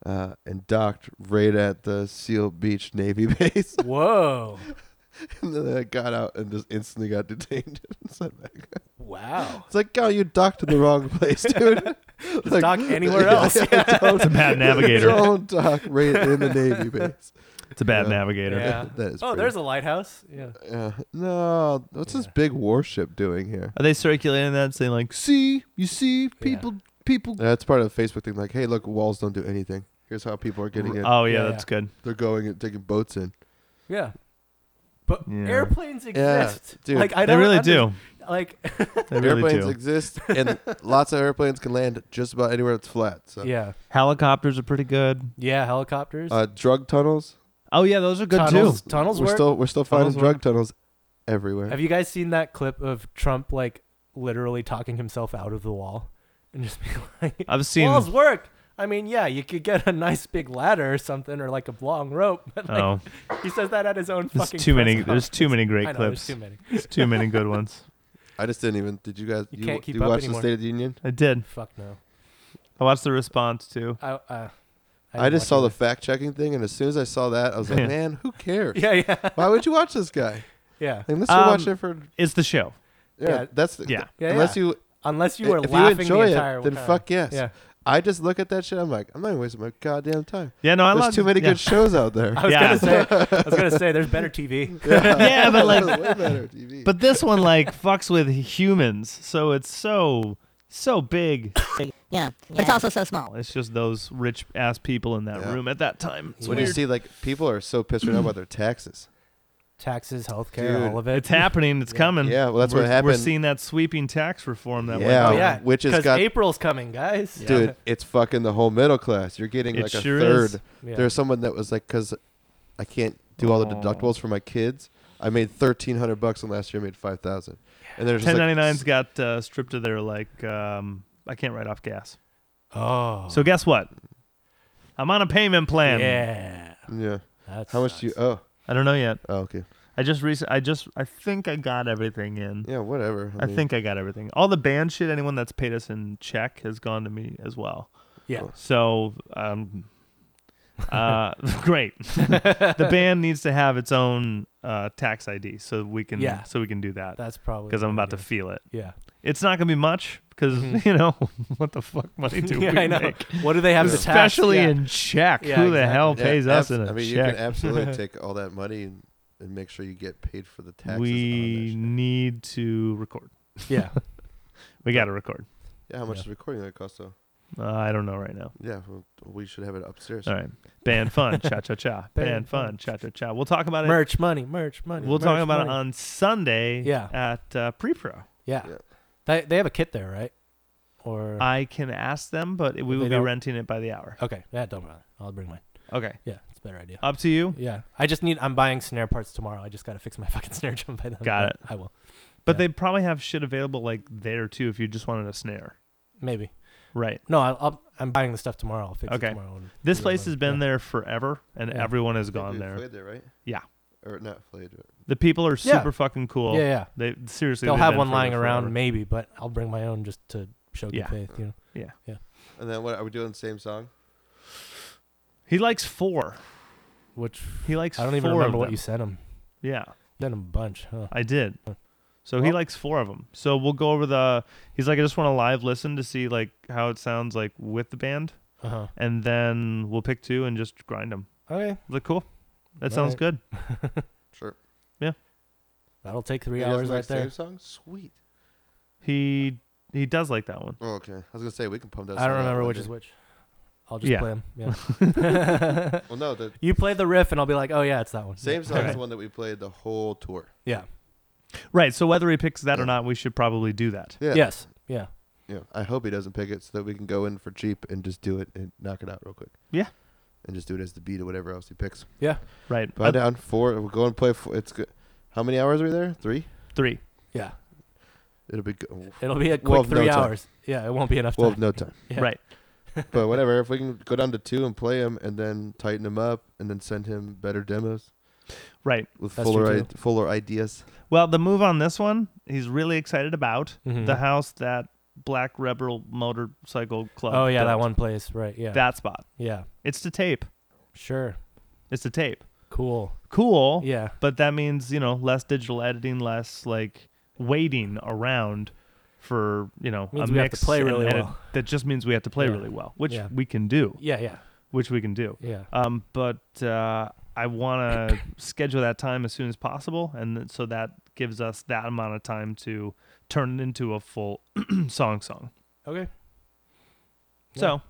Speaker 4: uh, and docked right at the Seal Beach Navy base,
Speaker 1: Whoa!
Speaker 4: and then they got out and just instantly got detained and sent back.
Speaker 1: Wow.
Speaker 4: It's like, oh, you docked in the wrong place, dude. Like,
Speaker 1: dock anywhere
Speaker 4: yeah,
Speaker 1: else.
Speaker 4: yeah, don't-
Speaker 2: It's a bad navigator.
Speaker 4: Don't dock right in the Navy base.
Speaker 2: It's a bad
Speaker 4: Yeah.
Speaker 2: navigator.
Speaker 1: Yeah.
Speaker 4: that is.
Speaker 1: Oh,
Speaker 4: pretty-
Speaker 1: there's a lighthouse. Yeah.
Speaker 4: Yeah. No, what's this
Speaker 1: Yeah.
Speaker 4: big warship doing here?
Speaker 2: Are they circulating that saying like, "See, you see, people, people"?
Speaker 4: That's part of the Facebook thing. Like, hey, look, walls don't do anything. Here's how people are getting in.
Speaker 2: Oh yeah,
Speaker 1: Yeah,
Speaker 2: that's good.
Speaker 4: They're going and taking boats in.
Speaker 1: Yeah. But
Speaker 2: Yeah.
Speaker 1: airplanes
Speaker 4: Yeah,
Speaker 1: exist.
Speaker 4: dude.
Speaker 1: Like I
Speaker 2: they
Speaker 1: don't
Speaker 2: really
Speaker 1: under-
Speaker 2: do.
Speaker 1: Like
Speaker 2: They really
Speaker 4: airplanes
Speaker 2: do.
Speaker 4: exist, and lots of airplanes can land just about anywhere that's flat. So,
Speaker 1: yeah.
Speaker 2: Helicopters are pretty good.
Speaker 1: Yeah, helicopters.
Speaker 4: uh, drug tunnels.
Speaker 2: Oh yeah, those are good
Speaker 1: tunnels,
Speaker 2: too.
Speaker 1: tunnels
Speaker 4: we're
Speaker 1: work.
Speaker 4: still we're still
Speaker 2: Tunnels
Speaker 4: finding drug
Speaker 2: work.
Speaker 4: tunnels everywhere.
Speaker 1: Have you guys seen that clip of Trump like literally talking himself out of the wall and just being like
Speaker 2: I've seen.
Speaker 1: walls work? I mean, yeah, you could get a nice big ladder or something or like a long rope, but like,
Speaker 2: oh,
Speaker 1: he says that at his own
Speaker 2: there's
Speaker 1: fucking
Speaker 2: too
Speaker 1: press
Speaker 2: many. There's too many great
Speaker 1: conference. I know, There's
Speaker 2: clips.
Speaker 1: too many.
Speaker 2: There's too many good ones.
Speaker 4: I just didn't even. Did you guys?
Speaker 1: You can't keep
Speaker 4: do you
Speaker 1: up
Speaker 4: watch
Speaker 1: anymore.
Speaker 4: the State of the Union?
Speaker 2: I did.
Speaker 1: Fuck no.
Speaker 2: I watched the response too.
Speaker 1: I uh,
Speaker 4: I,
Speaker 1: didn't
Speaker 4: just
Speaker 1: watch
Speaker 4: saw the
Speaker 1: it.
Speaker 4: fact checking thing, and as soon as I saw that, I was like,
Speaker 2: Yeah.
Speaker 4: man, who cares?
Speaker 1: Yeah, yeah,
Speaker 4: Why would you watch this guy?
Speaker 1: yeah.
Speaker 4: Unless you
Speaker 2: Um,
Speaker 4: watch it for
Speaker 2: It's the show.
Speaker 4: yeah,
Speaker 1: yeah.
Speaker 4: that's the,
Speaker 2: Yeah.
Speaker 1: Yeah,
Speaker 4: Unless
Speaker 1: yeah.
Speaker 4: you
Speaker 1: Unless you are
Speaker 4: if you
Speaker 1: laughing
Speaker 4: enjoy
Speaker 1: the entire
Speaker 4: it, then
Speaker 1: time.
Speaker 4: fuck yes.
Speaker 1: Yeah,
Speaker 4: I just look at that shit. I'm like, I'm not even wasting my goddamn time.
Speaker 2: Yeah, no, I love
Speaker 4: There's too many
Speaker 2: yeah.
Speaker 4: good shows out there.
Speaker 1: I was
Speaker 2: Yeah.
Speaker 1: gonna say. I was gonna say there's better TV.
Speaker 2: Yeah, but like-
Speaker 4: way better TV.
Speaker 2: But this one like fucks with humans, so it's so so big.
Speaker 5: Yeah. But it's also so small.
Speaker 2: It's just those rich ass people in that
Speaker 4: Yeah.
Speaker 2: room at that time. It's
Speaker 4: when you
Speaker 2: weird.
Speaker 4: see like people are so pissed right now about their taxes.
Speaker 1: Taxes, healthcare,
Speaker 4: Dude.
Speaker 1: all of it.
Speaker 2: It's happening. It's coming.
Speaker 4: Yeah, well, that's what
Speaker 2: We're- We're
Speaker 4: happened.
Speaker 2: seeing that sweeping tax reform that
Speaker 4: Yeah.
Speaker 1: Oh
Speaker 2: went.
Speaker 1: yeah,
Speaker 4: which has
Speaker 1: 'cause
Speaker 4: got-
Speaker 1: April's coming, guys.
Speaker 4: Dude, it's fucking the whole middle class. You're getting
Speaker 2: It
Speaker 4: like a
Speaker 2: sure
Speaker 4: third.
Speaker 2: is.
Speaker 1: Yeah.
Speaker 4: There's someone that was like, because I can't do all the
Speaker 2: Aw.
Speaker 4: deductibles for my kids. I made thirteen hundred bucks, and last year I made five thousand. And there's
Speaker 2: Ten
Speaker 4: just
Speaker 2: ninety
Speaker 4: like,
Speaker 2: nine's got uh, stripped of their like. Um, I can't write off gas.
Speaker 1: oh,
Speaker 2: So guess what? I'm on a payment plan.
Speaker 1: yeah.
Speaker 4: Yeah.
Speaker 1: That's
Speaker 4: How much do you? Oh,
Speaker 2: I don't know yet.
Speaker 4: oh, okay.
Speaker 2: I just recent. I just. I think I got everything in.
Speaker 4: Yeah, whatever.
Speaker 2: I think I got everything. All the band shit. Anyone that's paid us in check has gone to me as well.
Speaker 1: Yeah.
Speaker 4: Cool.
Speaker 2: So, um, uh, great. the band needs to have its own uh, tax ID, so we can.
Speaker 1: Yeah.
Speaker 2: So we can do that
Speaker 1: That's probably
Speaker 2: because I'm about to
Speaker 1: what
Speaker 2: feel it.
Speaker 1: it is. Yeah.
Speaker 2: It's not gonna be much because
Speaker 1: Mhm.
Speaker 2: you know what the fuck money do
Speaker 1: yeah,
Speaker 2: we
Speaker 1: I know.
Speaker 2: make?
Speaker 1: What do they have to tax?
Speaker 2: Especially
Speaker 1: Yeah.
Speaker 2: in check.
Speaker 1: Yeah,
Speaker 2: Who the
Speaker 1: exactly.
Speaker 2: hell
Speaker 4: Yeah,
Speaker 2: pays us
Speaker 4: abs-
Speaker 2: in a
Speaker 4: I mean, you
Speaker 2: check?
Speaker 4: can absolutely take all that money and, and make sure you get paid for the taxes.
Speaker 2: we
Speaker 4: on that shit.
Speaker 2: need to record.
Speaker 1: yeah.
Speaker 2: We got to record.
Speaker 4: yeah, how much
Speaker 1: yeah.
Speaker 4: is recording that cost though?
Speaker 2: Uh, I don't know right now.
Speaker 4: Yeah, well, we should have it upstairs.
Speaker 2: All right. Band fun, cha cha cha. Band
Speaker 1: Band
Speaker 2: fun,
Speaker 1: fun.
Speaker 2: cha cha cha. We'll talk about it.
Speaker 1: merch money, merch money.
Speaker 2: We'll talk
Speaker 1: merch
Speaker 2: about it
Speaker 1: money.
Speaker 2: on Sunday
Speaker 1: Yeah.
Speaker 2: at uh, Pre Pro.
Speaker 1: Yeah.
Speaker 4: Yeah.
Speaker 1: They, they have a kit there, right? Or
Speaker 2: I can ask them, but we
Speaker 1: They
Speaker 2: will be
Speaker 1: don't-
Speaker 2: renting it by the hour.
Speaker 1: okay, yeah, don't bother. I'll bring mine.
Speaker 2: Okay.
Speaker 1: Yeah, it's a better idea.
Speaker 2: Up to you.
Speaker 1: Yeah, I just need. I'm buying snare parts tomorrow. I just got to fix my fucking snare drum by then.
Speaker 2: Got it.
Speaker 1: I will.
Speaker 2: But
Speaker 1: Yeah.
Speaker 2: they probably have shit available like there too if you just wanted a snare.
Speaker 1: Maybe.
Speaker 2: Right.
Speaker 1: No, I, I'll, I'm buying the stuff tomorrow. I'll fix
Speaker 2: Okay.
Speaker 1: it tomorrow. and
Speaker 2: This
Speaker 1: do it
Speaker 2: place
Speaker 1: later.
Speaker 2: has been
Speaker 1: Yeah.
Speaker 2: there forever and
Speaker 1: Yeah.
Speaker 2: everyone has
Speaker 4: They
Speaker 2: gone
Speaker 4: do
Speaker 2: there.
Speaker 4: Flayed there, right?
Speaker 2: Yeah.
Speaker 4: Or not flayed. but-
Speaker 2: The people are
Speaker 1: Yeah.
Speaker 2: super fucking cool.
Speaker 1: Yeah, yeah.
Speaker 2: They seriously
Speaker 1: They'll
Speaker 2: they've
Speaker 1: have
Speaker 2: been
Speaker 1: one
Speaker 2: for
Speaker 1: lying
Speaker 2: forever.
Speaker 1: around, maybe, but I'll bring my own just to show good
Speaker 2: Yeah.
Speaker 1: faith. You know.
Speaker 4: And then what? Are we doing the same song?
Speaker 2: He likes four.
Speaker 1: Which
Speaker 2: He likes
Speaker 1: I don't
Speaker 2: four
Speaker 1: even
Speaker 2: of
Speaker 1: remember what
Speaker 2: them.
Speaker 1: you sent him.
Speaker 2: Yeah.
Speaker 1: Sent him a bunch. Huh.
Speaker 2: I did.
Speaker 1: Huh.
Speaker 2: So he
Speaker 1: Well-
Speaker 2: likes four of them. So we'll go over the. He's like, I just want to live listen to see like how it sounds like with the band,
Speaker 1: Uh huh.
Speaker 2: and then we'll pick two and just grind them.
Speaker 1: Okay.
Speaker 2: Is that cool? That
Speaker 1: All
Speaker 2: sounds
Speaker 1: right.
Speaker 2: good.
Speaker 4: Sure.
Speaker 1: That'll take three
Speaker 4: You guys
Speaker 1: hours
Speaker 4: like
Speaker 1: right there.
Speaker 4: Same song? Sweet.
Speaker 2: He he does like that one.
Speaker 4: Oh, okay. I was gonna say we can pump that.
Speaker 1: I don't
Speaker 4: song out
Speaker 1: remember
Speaker 4: one
Speaker 1: which
Speaker 4: day.
Speaker 1: is which. I'll just
Speaker 2: Yeah.
Speaker 1: play 'em. Yeah.
Speaker 4: Well, no, the
Speaker 1: you play the riff, and I'll be like, oh yeah, it's that one.
Speaker 4: same
Speaker 1: Yeah.
Speaker 4: song is
Speaker 2: Okay.
Speaker 4: the one that we played the whole tour.
Speaker 1: Yeah.
Speaker 2: Right. So whether he picks that or
Speaker 4: Yeah.
Speaker 2: not, we should probably do that.
Speaker 4: Yeah.
Speaker 1: Yes. Yeah.
Speaker 4: Yeah, I hope he doesn't pick it so that we can go in for cheap and just do it and knock it out real quick.
Speaker 2: Yeah.
Speaker 4: and just do it as the beat or whatever else he picks.
Speaker 1: Yeah.
Speaker 2: Right. uh,
Speaker 4: Buy down four. We'll go and play. Four. It's good. How many hours are we there? Three.
Speaker 2: three.
Speaker 1: Yeah.
Speaker 4: It'll be good.
Speaker 1: It'll be a
Speaker 4: We'll
Speaker 1: quick
Speaker 4: have no
Speaker 1: three
Speaker 4: time.
Speaker 1: hours. Yeah, it won't be enough
Speaker 4: We'll
Speaker 1: time.
Speaker 4: have no time.
Speaker 1: Yeah.
Speaker 2: Right.
Speaker 4: but whatever. If we can go down to two and play him, and then tighten him up, and then send him better demos
Speaker 2: Right.
Speaker 4: with
Speaker 1: That's
Speaker 4: fuller
Speaker 1: true,
Speaker 4: I- fuller ideas.
Speaker 2: Well, the move on this one, he's really excited about
Speaker 1: Mhm.
Speaker 2: the house that Black Rebel Motorcycle Club.
Speaker 1: Oh yeah, that
Speaker 2: built.
Speaker 1: one place. Right. Yeah.
Speaker 2: That spot.
Speaker 1: yeah.
Speaker 2: It's to tape.
Speaker 1: Sure.
Speaker 2: It's to tape.
Speaker 1: Cool.
Speaker 2: Cool.
Speaker 1: Yeah.
Speaker 2: But that means, you know, less digital editing, less like waiting around for, you know,
Speaker 1: Means
Speaker 2: a
Speaker 1: we have to
Speaker 2: mix.
Speaker 1: play
Speaker 2: and
Speaker 1: really
Speaker 2: edit.
Speaker 1: well.
Speaker 2: That just means we have to play
Speaker 1: Yeah.
Speaker 2: really well, which
Speaker 1: Yeah.
Speaker 2: we can do.
Speaker 1: Yeah. Yeah.
Speaker 2: Which we can do.
Speaker 1: Yeah.
Speaker 2: Um, but uh, I want to schedule that time as soon as possible, and th- so that gives us that amount of time to turn it into a full song song.
Speaker 1: Okay.
Speaker 2: So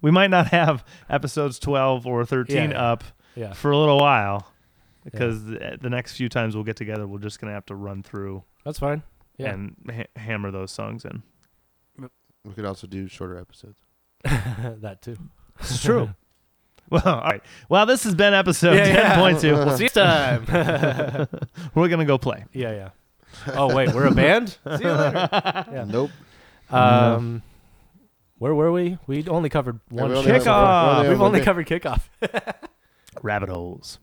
Speaker 2: we might not have episodes twelve or thirteen
Speaker 1: Yeah.
Speaker 2: up
Speaker 1: Yeah.
Speaker 2: for a little while because the, the next few times we'll get together, we're just gonna have to run through
Speaker 1: That's fine. Yeah.
Speaker 2: and ha- hammer those songs in.
Speaker 4: We could also do shorter episodes.
Speaker 1: that too.
Speaker 2: It's true. well, all right. Well, this has been episode
Speaker 1: Yeah, yeah.
Speaker 2: ten point two.
Speaker 1: We'll see you time. yeah.
Speaker 2: We're gonna go play.
Speaker 1: Yeah. Oh wait, we're a band. see you later. Yeah.
Speaker 4: Nope.
Speaker 1: Um, where were we? We only covered one.
Speaker 4: we only
Speaker 1: show.
Speaker 4: have-
Speaker 2: Kickoff.
Speaker 4: have
Speaker 1: We've
Speaker 4: one
Speaker 1: only
Speaker 4: bit.
Speaker 1: covered kickoff.
Speaker 2: rabbit holes.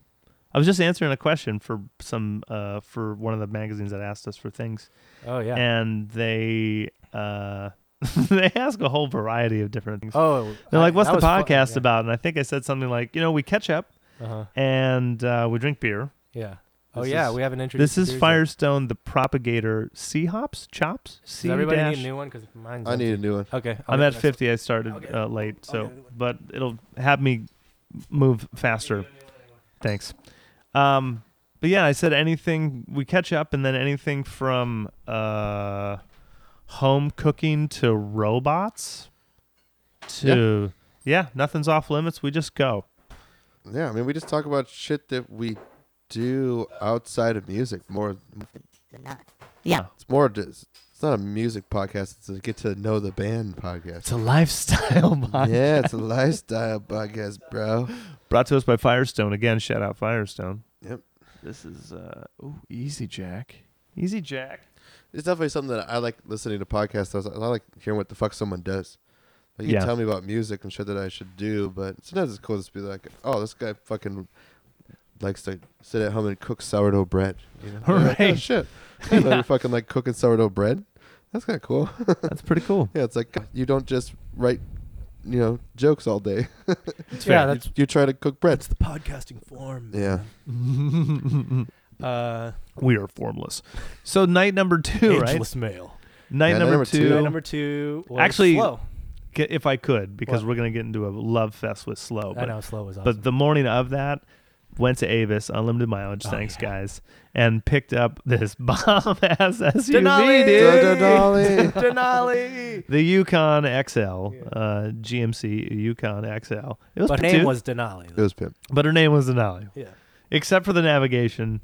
Speaker 2: I was just answering a question for some uh, for one of the magazines that asked us for things,
Speaker 1: Oh yeah.
Speaker 2: and they uh, they ask a whole variety of different things.
Speaker 1: oh,
Speaker 2: They're like,
Speaker 1: I-
Speaker 2: "What's
Speaker 1: that
Speaker 2: the
Speaker 1: was fun-
Speaker 2: podcast
Speaker 1: yeah.
Speaker 2: about?" And I think I said something like, "You know, we catch up
Speaker 1: Uh-huh.
Speaker 2: and uh, we drink beer.
Speaker 1: Yeah. Oh
Speaker 2: This
Speaker 1: yeah,
Speaker 2: is-
Speaker 1: we haven't introduced.
Speaker 2: This is
Speaker 1: the beers yet.
Speaker 2: Firestone, the propagator, sea hops, chops.
Speaker 1: Does everybody need a new one? Because mine's.
Speaker 4: I need a
Speaker 1: empty.
Speaker 4: new one.
Speaker 1: Okay. I'll
Speaker 2: I'm
Speaker 1: get
Speaker 2: at
Speaker 1: the next
Speaker 2: 50. I started
Speaker 1: Okay.
Speaker 2: uh, late, so
Speaker 1: Okay.
Speaker 2: but it'll have me move faster. Thanks. Um, but yeah, I said anything we catch up, and then anything from uh, home cooking to robots to yeah. nothing's off limits. We just go.
Speaker 4: Yeah, I mean, we just talk about shit that we do outside of music. More,
Speaker 5: But not.
Speaker 4: it's more. Just, it's not a music podcast. It's a get to know the band podcast.
Speaker 2: a lifestyle podcast.
Speaker 4: yeah, it's a lifestyle podcast, bro.
Speaker 2: Brought to us by Firestone again. Shout out Firestone.
Speaker 4: Yep.
Speaker 2: This is uh, ooh, Easy Jack. Easy Jack.
Speaker 4: It's definitely something that I like listening to podcasts. I, was, I like hearing what the fuck someone does. Like you
Speaker 2: Yeah.
Speaker 4: tell me about music and shit that I should do, but sometimes it's cool to just be like, oh, this guy fucking likes to sit at home and cook sourdough bread. You know? You're like, oh,
Speaker 2: Right.
Speaker 4: shit. I know you fucking like cooking sourdough bread. That's kind of cool.
Speaker 2: That's pretty cool.
Speaker 4: yeah, it's like God, you don't just write, you know, jokes all day.
Speaker 1: one.
Speaker 2: fair.
Speaker 1: Yeah, that's
Speaker 4: you try to cook bread.
Speaker 1: that's the podcasting form.
Speaker 4: Yeah.
Speaker 1: Uh,
Speaker 2: we are formless. So night number two, right?
Speaker 1: ageless male.
Speaker 2: Night
Speaker 4: Yeah, night
Speaker 2: number,
Speaker 4: number
Speaker 2: two.
Speaker 4: two.
Speaker 1: Night number two. Was
Speaker 2: Actually,
Speaker 1: slow.
Speaker 2: K- if I could, because
Speaker 1: What?
Speaker 2: we're gonna get into a love fest with slow.
Speaker 1: I
Speaker 2: But
Speaker 1: know slow was awesome.
Speaker 2: but the morning of that, went to Avis, unlimited mileage.
Speaker 1: Oh,
Speaker 2: thanks,
Speaker 1: yeah.
Speaker 2: guys, and picked up this bomb ass SUV,
Speaker 1: Denali,
Speaker 2: dude.
Speaker 1: dude.
Speaker 4: Denali.
Speaker 1: Denali.
Speaker 2: The Yukon XL,
Speaker 1: Yeah.
Speaker 2: uh, GMC Yukon XL. It was
Speaker 1: But her
Speaker 2: pretty-
Speaker 1: name was Denali.
Speaker 4: It was pimp.
Speaker 2: but her name was Denali,
Speaker 1: yeah.
Speaker 2: except for the navigation.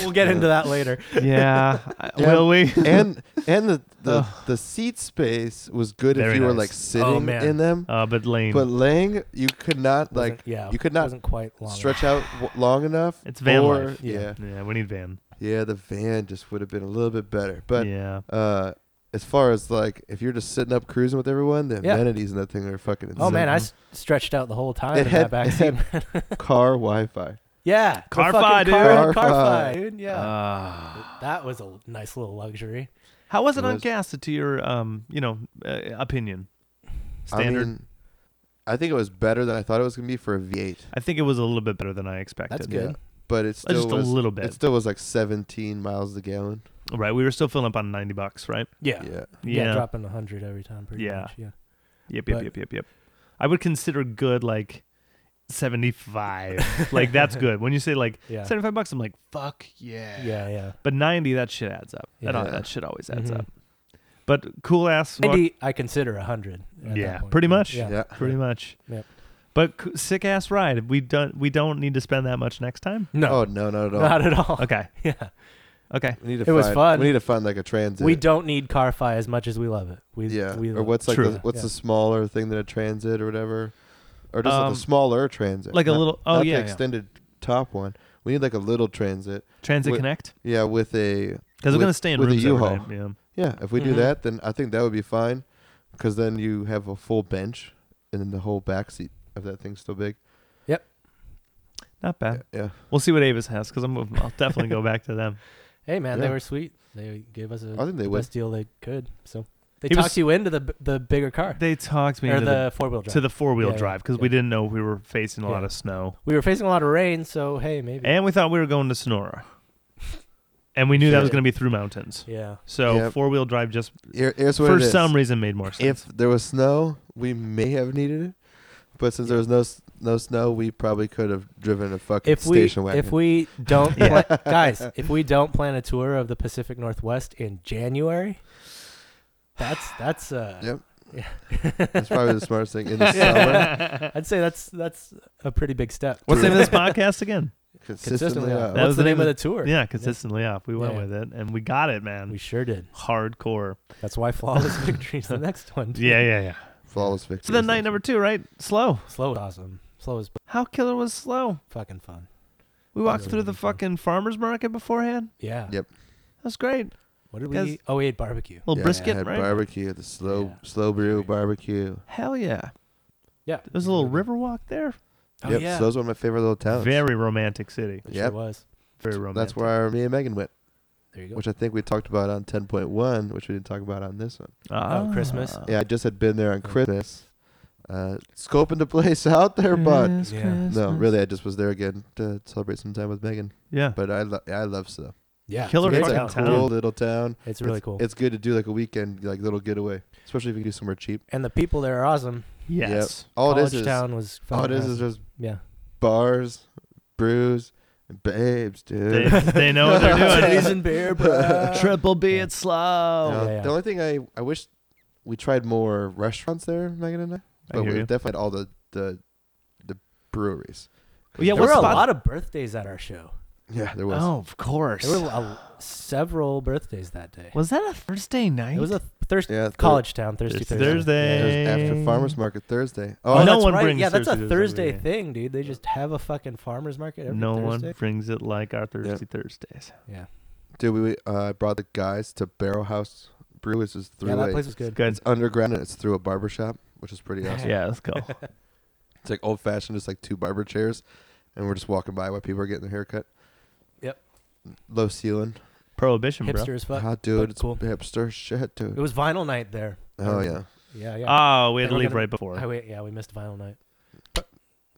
Speaker 1: We'll get into that later.
Speaker 2: Yeah, I-
Speaker 4: Yeah.
Speaker 2: will we?
Speaker 4: and and the the,
Speaker 2: Ugh.
Speaker 4: the seat space was good if
Speaker 2: Very
Speaker 4: you were
Speaker 2: nice.
Speaker 4: like
Speaker 2: Oh,
Speaker 4: sitting
Speaker 1: man.
Speaker 4: in them.
Speaker 2: Uh, but Lane,
Speaker 4: But laying, you could not
Speaker 1: Wasn't-
Speaker 4: like
Speaker 1: yeah,
Speaker 4: you could not
Speaker 1: wasn't quite long.
Speaker 4: stretch out w- long enough.
Speaker 2: It's van
Speaker 4: or-
Speaker 2: life.
Speaker 4: Yeah. yeah,
Speaker 2: yeah, we need van.
Speaker 4: The van just would have been a little bit better. But
Speaker 2: yeah,
Speaker 4: uh, as far as like if you're just sitting up cruising with everyone, the
Speaker 1: Yeah.
Speaker 4: amenities in that thing are fucking insane.
Speaker 1: Oh man, I s- stretched out the whole time
Speaker 4: It
Speaker 1: in that
Speaker 4: had-
Speaker 1: back
Speaker 4: it
Speaker 1: seat.
Speaker 4: car Wi-Fi.
Speaker 1: yeah, the
Speaker 2: Car
Speaker 1: fucking
Speaker 2: fi, dude.
Speaker 1: Car,
Speaker 4: Car
Speaker 1: car
Speaker 4: fi.
Speaker 1: fi, dude. Yeah,
Speaker 2: Ah.
Speaker 1: that was a nice little luxury.
Speaker 2: How was it
Speaker 4: It
Speaker 2: on
Speaker 4: was-
Speaker 2: gas to your um, you know, uh, opinion? Standard. I,
Speaker 4: I mean, I think it was better than I thought it was gonna be for a V8,
Speaker 2: think it was a little bit better than I expected.
Speaker 1: That's good.
Speaker 4: but it
Speaker 2: Uh,
Speaker 4: still
Speaker 2: Just a
Speaker 4: was.
Speaker 2: little bit.
Speaker 4: it still was like 17 miles a gallon.
Speaker 2: right, we were still filling up on 90 bucks, right?
Speaker 1: Yeah, yeah,
Speaker 4: Yeah.
Speaker 1: dropping a hundred every time, pretty
Speaker 2: Yeah.
Speaker 1: much. Yeah,
Speaker 2: Yep, yep,
Speaker 1: But-
Speaker 2: yep, yep, yep. I would consider good like 75. like that's good. When you say like
Speaker 1: yeah,
Speaker 2: 75 bucks, I'm like, "Fuck yeah."
Speaker 1: yeah, yeah.
Speaker 2: But 90, that shit adds up. That,
Speaker 4: Yeah.
Speaker 2: that shit always adds
Speaker 1: Mhm.
Speaker 2: up. But cool ass wa-
Speaker 1: Maybe I consider a hundred. at that
Speaker 2: Yeah,
Speaker 1: point.
Speaker 2: pretty much.
Speaker 1: Yeah,
Speaker 4: yeah.
Speaker 2: pretty much.
Speaker 1: Yep.
Speaker 2: But c- sick ass ride. We don't we don't need to spend that much next time.
Speaker 1: no,
Speaker 4: Oh no, not at all.
Speaker 1: not at all.
Speaker 2: Okay.
Speaker 1: Yeah,
Speaker 2: Okay.
Speaker 4: We need to
Speaker 1: It was
Speaker 4: find,
Speaker 1: fun.
Speaker 4: We need to find like a transit.
Speaker 1: We don't need Carfi as much as we love it. We,
Speaker 4: Yeah.
Speaker 1: we
Speaker 4: or what's like
Speaker 2: True.
Speaker 4: the, what's
Speaker 1: Yeah.
Speaker 4: the smaller thing than a transit or whatever, or just like
Speaker 2: Um,
Speaker 4: a smaller transit,
Speaker 2: Like a
Speaker 4: not-
Speaker 2: little. Oh
Speaker 4: not
Speaker 2: yeah.
Speaker 4: the
Speaker 2: yeah.
Speaker 4: extended top one. We need like a little transit.
Speaker 2: Transit
Speaker 4: with-
Speaker 2: Connect.
Speaker 4: Yeah, with a
Speaker 2: Because we're
Speaker 4: with-
Speaker 2: gonna stay in
Speaker 4: with a
Speaker 2: rooms every
Speaker 4: U-Haul.
Speaker 2: night, Yeah.
Speaker 4: yeah. If we do
Speaker 1: Mhm.
Speaker 4: that, then I think that would be fine, because then you have a full bench and then the whole back seat of that thing's still big.
Speaker 2: Not bad.
Speaker 4: Yeah.
Speaker 2: We'll see what Avis has because I'm. I'll definitely go back to them.
Speaker 1: Hey man,
Speaker 4: Yeah.
Speaker 1: they were sweet. They gave us a
Speaker 4: I think they
Speaker 1: the
Speaker 4: would.
Speaker 1: best deal they could. So they
Speaker 2: He
Speaker 1: talked
Speaker 2: was-
Speaker 1: you into the b- the bigger car
Speaker 2: They talked me
Speaker 1: or
Speaker 2: into the,
Speaker 1: the four wheel drive.
Speaker 2: to the four wheel
Speaker 1: Yeah,
Speaker 2: drive because
Speaker 1: yeah.
Speaker 2: we didn't know we were facing a lot
Speaker 1: Yeah.
Speaker 2: of snow,
Speaker 1: we were facing a lot of rain, so hey, maybe.
Speaker 2: and we thought we were going to Sonora, and we knew that was
Speaker 1: Sure.
Speaker 2: going to be through mountains.
Speaker 1: yeah.
Speaker 2: So
Speaker 4: Yep.
Speaker 2: four wheel drive just
Speaker 4: Here- here's what
Speaker 2: for
Speaker 4: it is.
Speaker 2: some reason made more sense.
Speaker 4: if there was snow, we may have needed it, but since there was no s- no snow, we probably could have driven a fucking
Speaker 1: If we
Speaker 4: station wagon.
Speaker 1: if we don't
Speaker 2: Yeah.
Speaker 1: pla- guys, if we don't plan a tour of the Pacific Northwest in January, that's that's uh
Speaker 4: Yep.
Speaker 1: yeah.
Speaker 4: That's probably the smartest thing in the summer.
Speaker 1: I'd say that's that's a pretty big step.
Speaker 2: What's the name of this podcast again?
Speaker 4: Consistently,
Speaker 1: off.
Speaker 4: up.
Speaker 2: That
Speaker 1: What's
Speaker 2: was
Speaker 1: the
Speaker 2: the
Speaker 1: name of
Speaker 2: name
Speaker 1: the tour?
Speaker 2: Yeah, consistently off. We went
Speaker 1: Yeah.
Speaker 2: with it and we got it, man.
Speaker 1: We sure did.
Speaker 2: Hardcore.
Speaker 1: That's why flawless victory is the next one.
Speaker 2: Yeah, yeah, yeah.
Speaker 4: flawless victory.
Speaker 2: So then night number two, right? Slow.
Speaker 1: Slow is awesome. Slow is
Speaker 2: How killer was slow?
Speaker 1: fucking fun.
Speaker 2: We walked
Speaker 1: Yeah.
Speaker 2: through the fucking farmer's market beforehand.
Speaker 1: Yeah.
Speaker 4: Yep.
Speaker 2: That was great.
Speaker 1: What did we?
Speaker 2: Guys-
Speaker 1: eat? Oh, we ate barbecue.
Speaker 2: little
Speaker 4: Yeah,
Speaker 2: brisket,
Speaker 4: had
Speaker 2: right?
Speaker 4: Barbecue, the slow
Speaker 1: Yeah.
Speaker 4: slow brew barbecue.
Speaker 2: Hell yeah.
Speaker 1: Yeah.
Speaker 2: There's a little river walk there.
Speaker 1: Oh
Speaker 4: yep,
Speaker 1: yeah.
Speaker 4: Slow's one of my favorite little towns.
Speaker 2: Very romantic city.
Speaker 1: It
Speaker 4: Yep.
Speaker 1: sure was.
Speaker 2: Very romantic.
Speaker 4: That's where me and Megan went,
Speaker 1: There you go.
Speaker 4: which I think we talked about on 10.1, which we didn't talk about on this one.
Speaker 2: Ah.
Speaker 1: Christmas.
Speaker 4: Yeah, I just had been there on
Speaker 1: Uh-huh.
Speaker 4: Christmas, uh, scoping the place out there, bud.
Speaker 2: Christmas,
Speaker 1: Yeah.
Speaker 4: No, really, I just was there again to celebrate some time with Megan.
Speaker 2: Yeah.
Speaker 4: But I lo- I love Slow.
Speaker 1: yeah.
Speaker 2: Killer
Speaker 1: it's a
Speaker 4: It's
Speaker 1: great
Speaker 4: a
Speaker 2: fucking
Speaker 1: town.
Speaker 4: cool little town.
Speaker 1: It's really
Speaker 4: it's,
Speaker 1: cool.
Speaker 4: It's good to do like a weekend like little getaway, especially if you can do somewhere cheap.
Speaker 1: and the people there are awesome.
Speaker 2: yes.
Speaker 4: All
Speaker 1: College
Speaker 4: Oh, it is is
Speaker 1: town was.
Speaker 4: all it
Speaker 1: fucking
Speaker 4: is is
Speaker 1: awesome.
Speaker 4: just
Speaker 1: yeah.
Speaker 4: bars, brews, and babes, dude.
Speaker 2: They, they know what they're doing.
Speaker 1: Titties and beer, bruh.
Speaker 2: Triple B, it's slow.
Speaker 4: Uh,
Speaker 1: yeah, yeah.
Speaker 4: The only thing I, I wish we tried more restaurants there, Megan and I.
Speaker 2: I
Speaker 4: But
Speaker 2: hear
Speaker 4: we
Speaker 2: you.
Speaker 4: definitely had all the the the breweries.
Speaker 2: Well, yeah,
Speaker 1: there
Speaker 2: what
Speaker 1: were a
Speaker 2: spot-
Speaker 1: lot of birthdays at our show.
Speaker 4: Yeah, there was.
Speaker 2: Oh, of course.
Speaker 1: There were a, several birthdays that day.
Speaker 2: Was that a Thursday night?
Speaker 1: It was a Thursday.
Speaker 4: Yeah, Thur-
Speaker 1: College town Thursday.
Speaker 2: It's
Speaker 1: Thursday.
Speaker 2: Thursday.
Speaker 1: Yeah.
Speaker 4: There's after farmers market Thursday. Oh,
Speaker 2: Oh,
Speaker 1: Oh,
Speaker 2: no
Speaker 1: that's
Speaker 2: one
Speaker 1: right.
Speaker 2: brings
Speaker 1: Yeah, that's
Speaker 2: Thursday
Speaker 1: a
Speaker 2: to
Speaker 1: Thursday
Speaker 2: Thursday.
Speaker 1: thing, dude. They just have a fucking farmers market every
Speaker 2: no
Speaker 1: Thursday.
Speaker 2: one brings it like our Thursday Thursdays.
Speaker 1: Yeah.
Speaker 4: dude, we- we uh, brought the guys to Barrel House Brew, which is through
Speaker 1: Yeah, that
Speaker 4: a-
Speaker 1: place was good.
Speaker 2: Good.
Speaker 4: it's underground and it's through a barber shop, which is pretty awesome.
Speaker 2: Yeah, let's go.
Speaker 4: It's like old fashioned, just like two barber chairs, and we're just walking by while people are getting their haircut.
Speaker 1: Yep.
Speaker 4: Low ceiling.
Speaker 2: Prohibition, bro.
Speaker 1: Hipster as fuck.
Speaker 4: Hot dude,
Speaker 1: but
Speaker 4: it's
Speaker 1: cool.
Speaker 4: hipster shit,
Speaker 1: It
Speaker 4: dude.
Speaker 1: was vinyl night there.
Speaker 4: Oh yeah.
Speaker 1: Yeah, yeah.
Speaker 2: Oh, we had
Speaker 1: They
Speaker 2: to
Speaker 1: were
Speaker 2: leave
Speaker 1: gonna-
Speaker 2: right before.
Speaker 1: I, wait, yeah, we missed vinyl night. But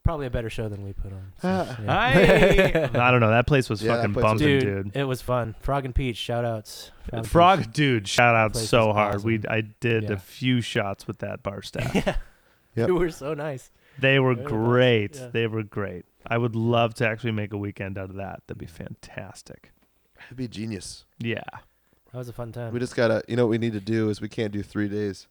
Speaker 1: probably a better show than we put on. so,
Speaker 4: Ah.
Speaker 1: yeah.
Speaker 2: I, I don't know. That place was
Speaker 4: Yeah, that
Speaker 2: fucking
Speaker 4: place was-
Speaker 2: bumping,
Speaker 1: dude,
Speaker 2: dude.
Speaker 1: it was fun. Frog and Peach, shout outs. and
Speaker 2: Frog, dude, shout out
Speaker 1: place
Speaker 2: so
Speaker 1: was
Speaker 2: hard. We
Speaker 1: awesome.
Speaker 2: I did
Speaker 1: Yeah.
Speaker 2: a few shots with that bar
Speaker 1: Peach.
Speaker 2: staff.
Speaker 1: yeah.
Speaker 4: Yep.
Speaker 1: You were so nice.
Speaker 2: They were
Speaker 1: They were nice,
Speaker 2: great.
Speaker 1: yeah.
Speaker 2: They were great. I would love to actually make a weekend out of that. That'd be fantastic.
Speaker 4: That'd be genius.
Speaker 2: Yeah.
Speaker 1: That was a fun
Speaker 4: We
Speaker 1: time.
Speaker 4: just gotta you know what we need to do is we can't do three days.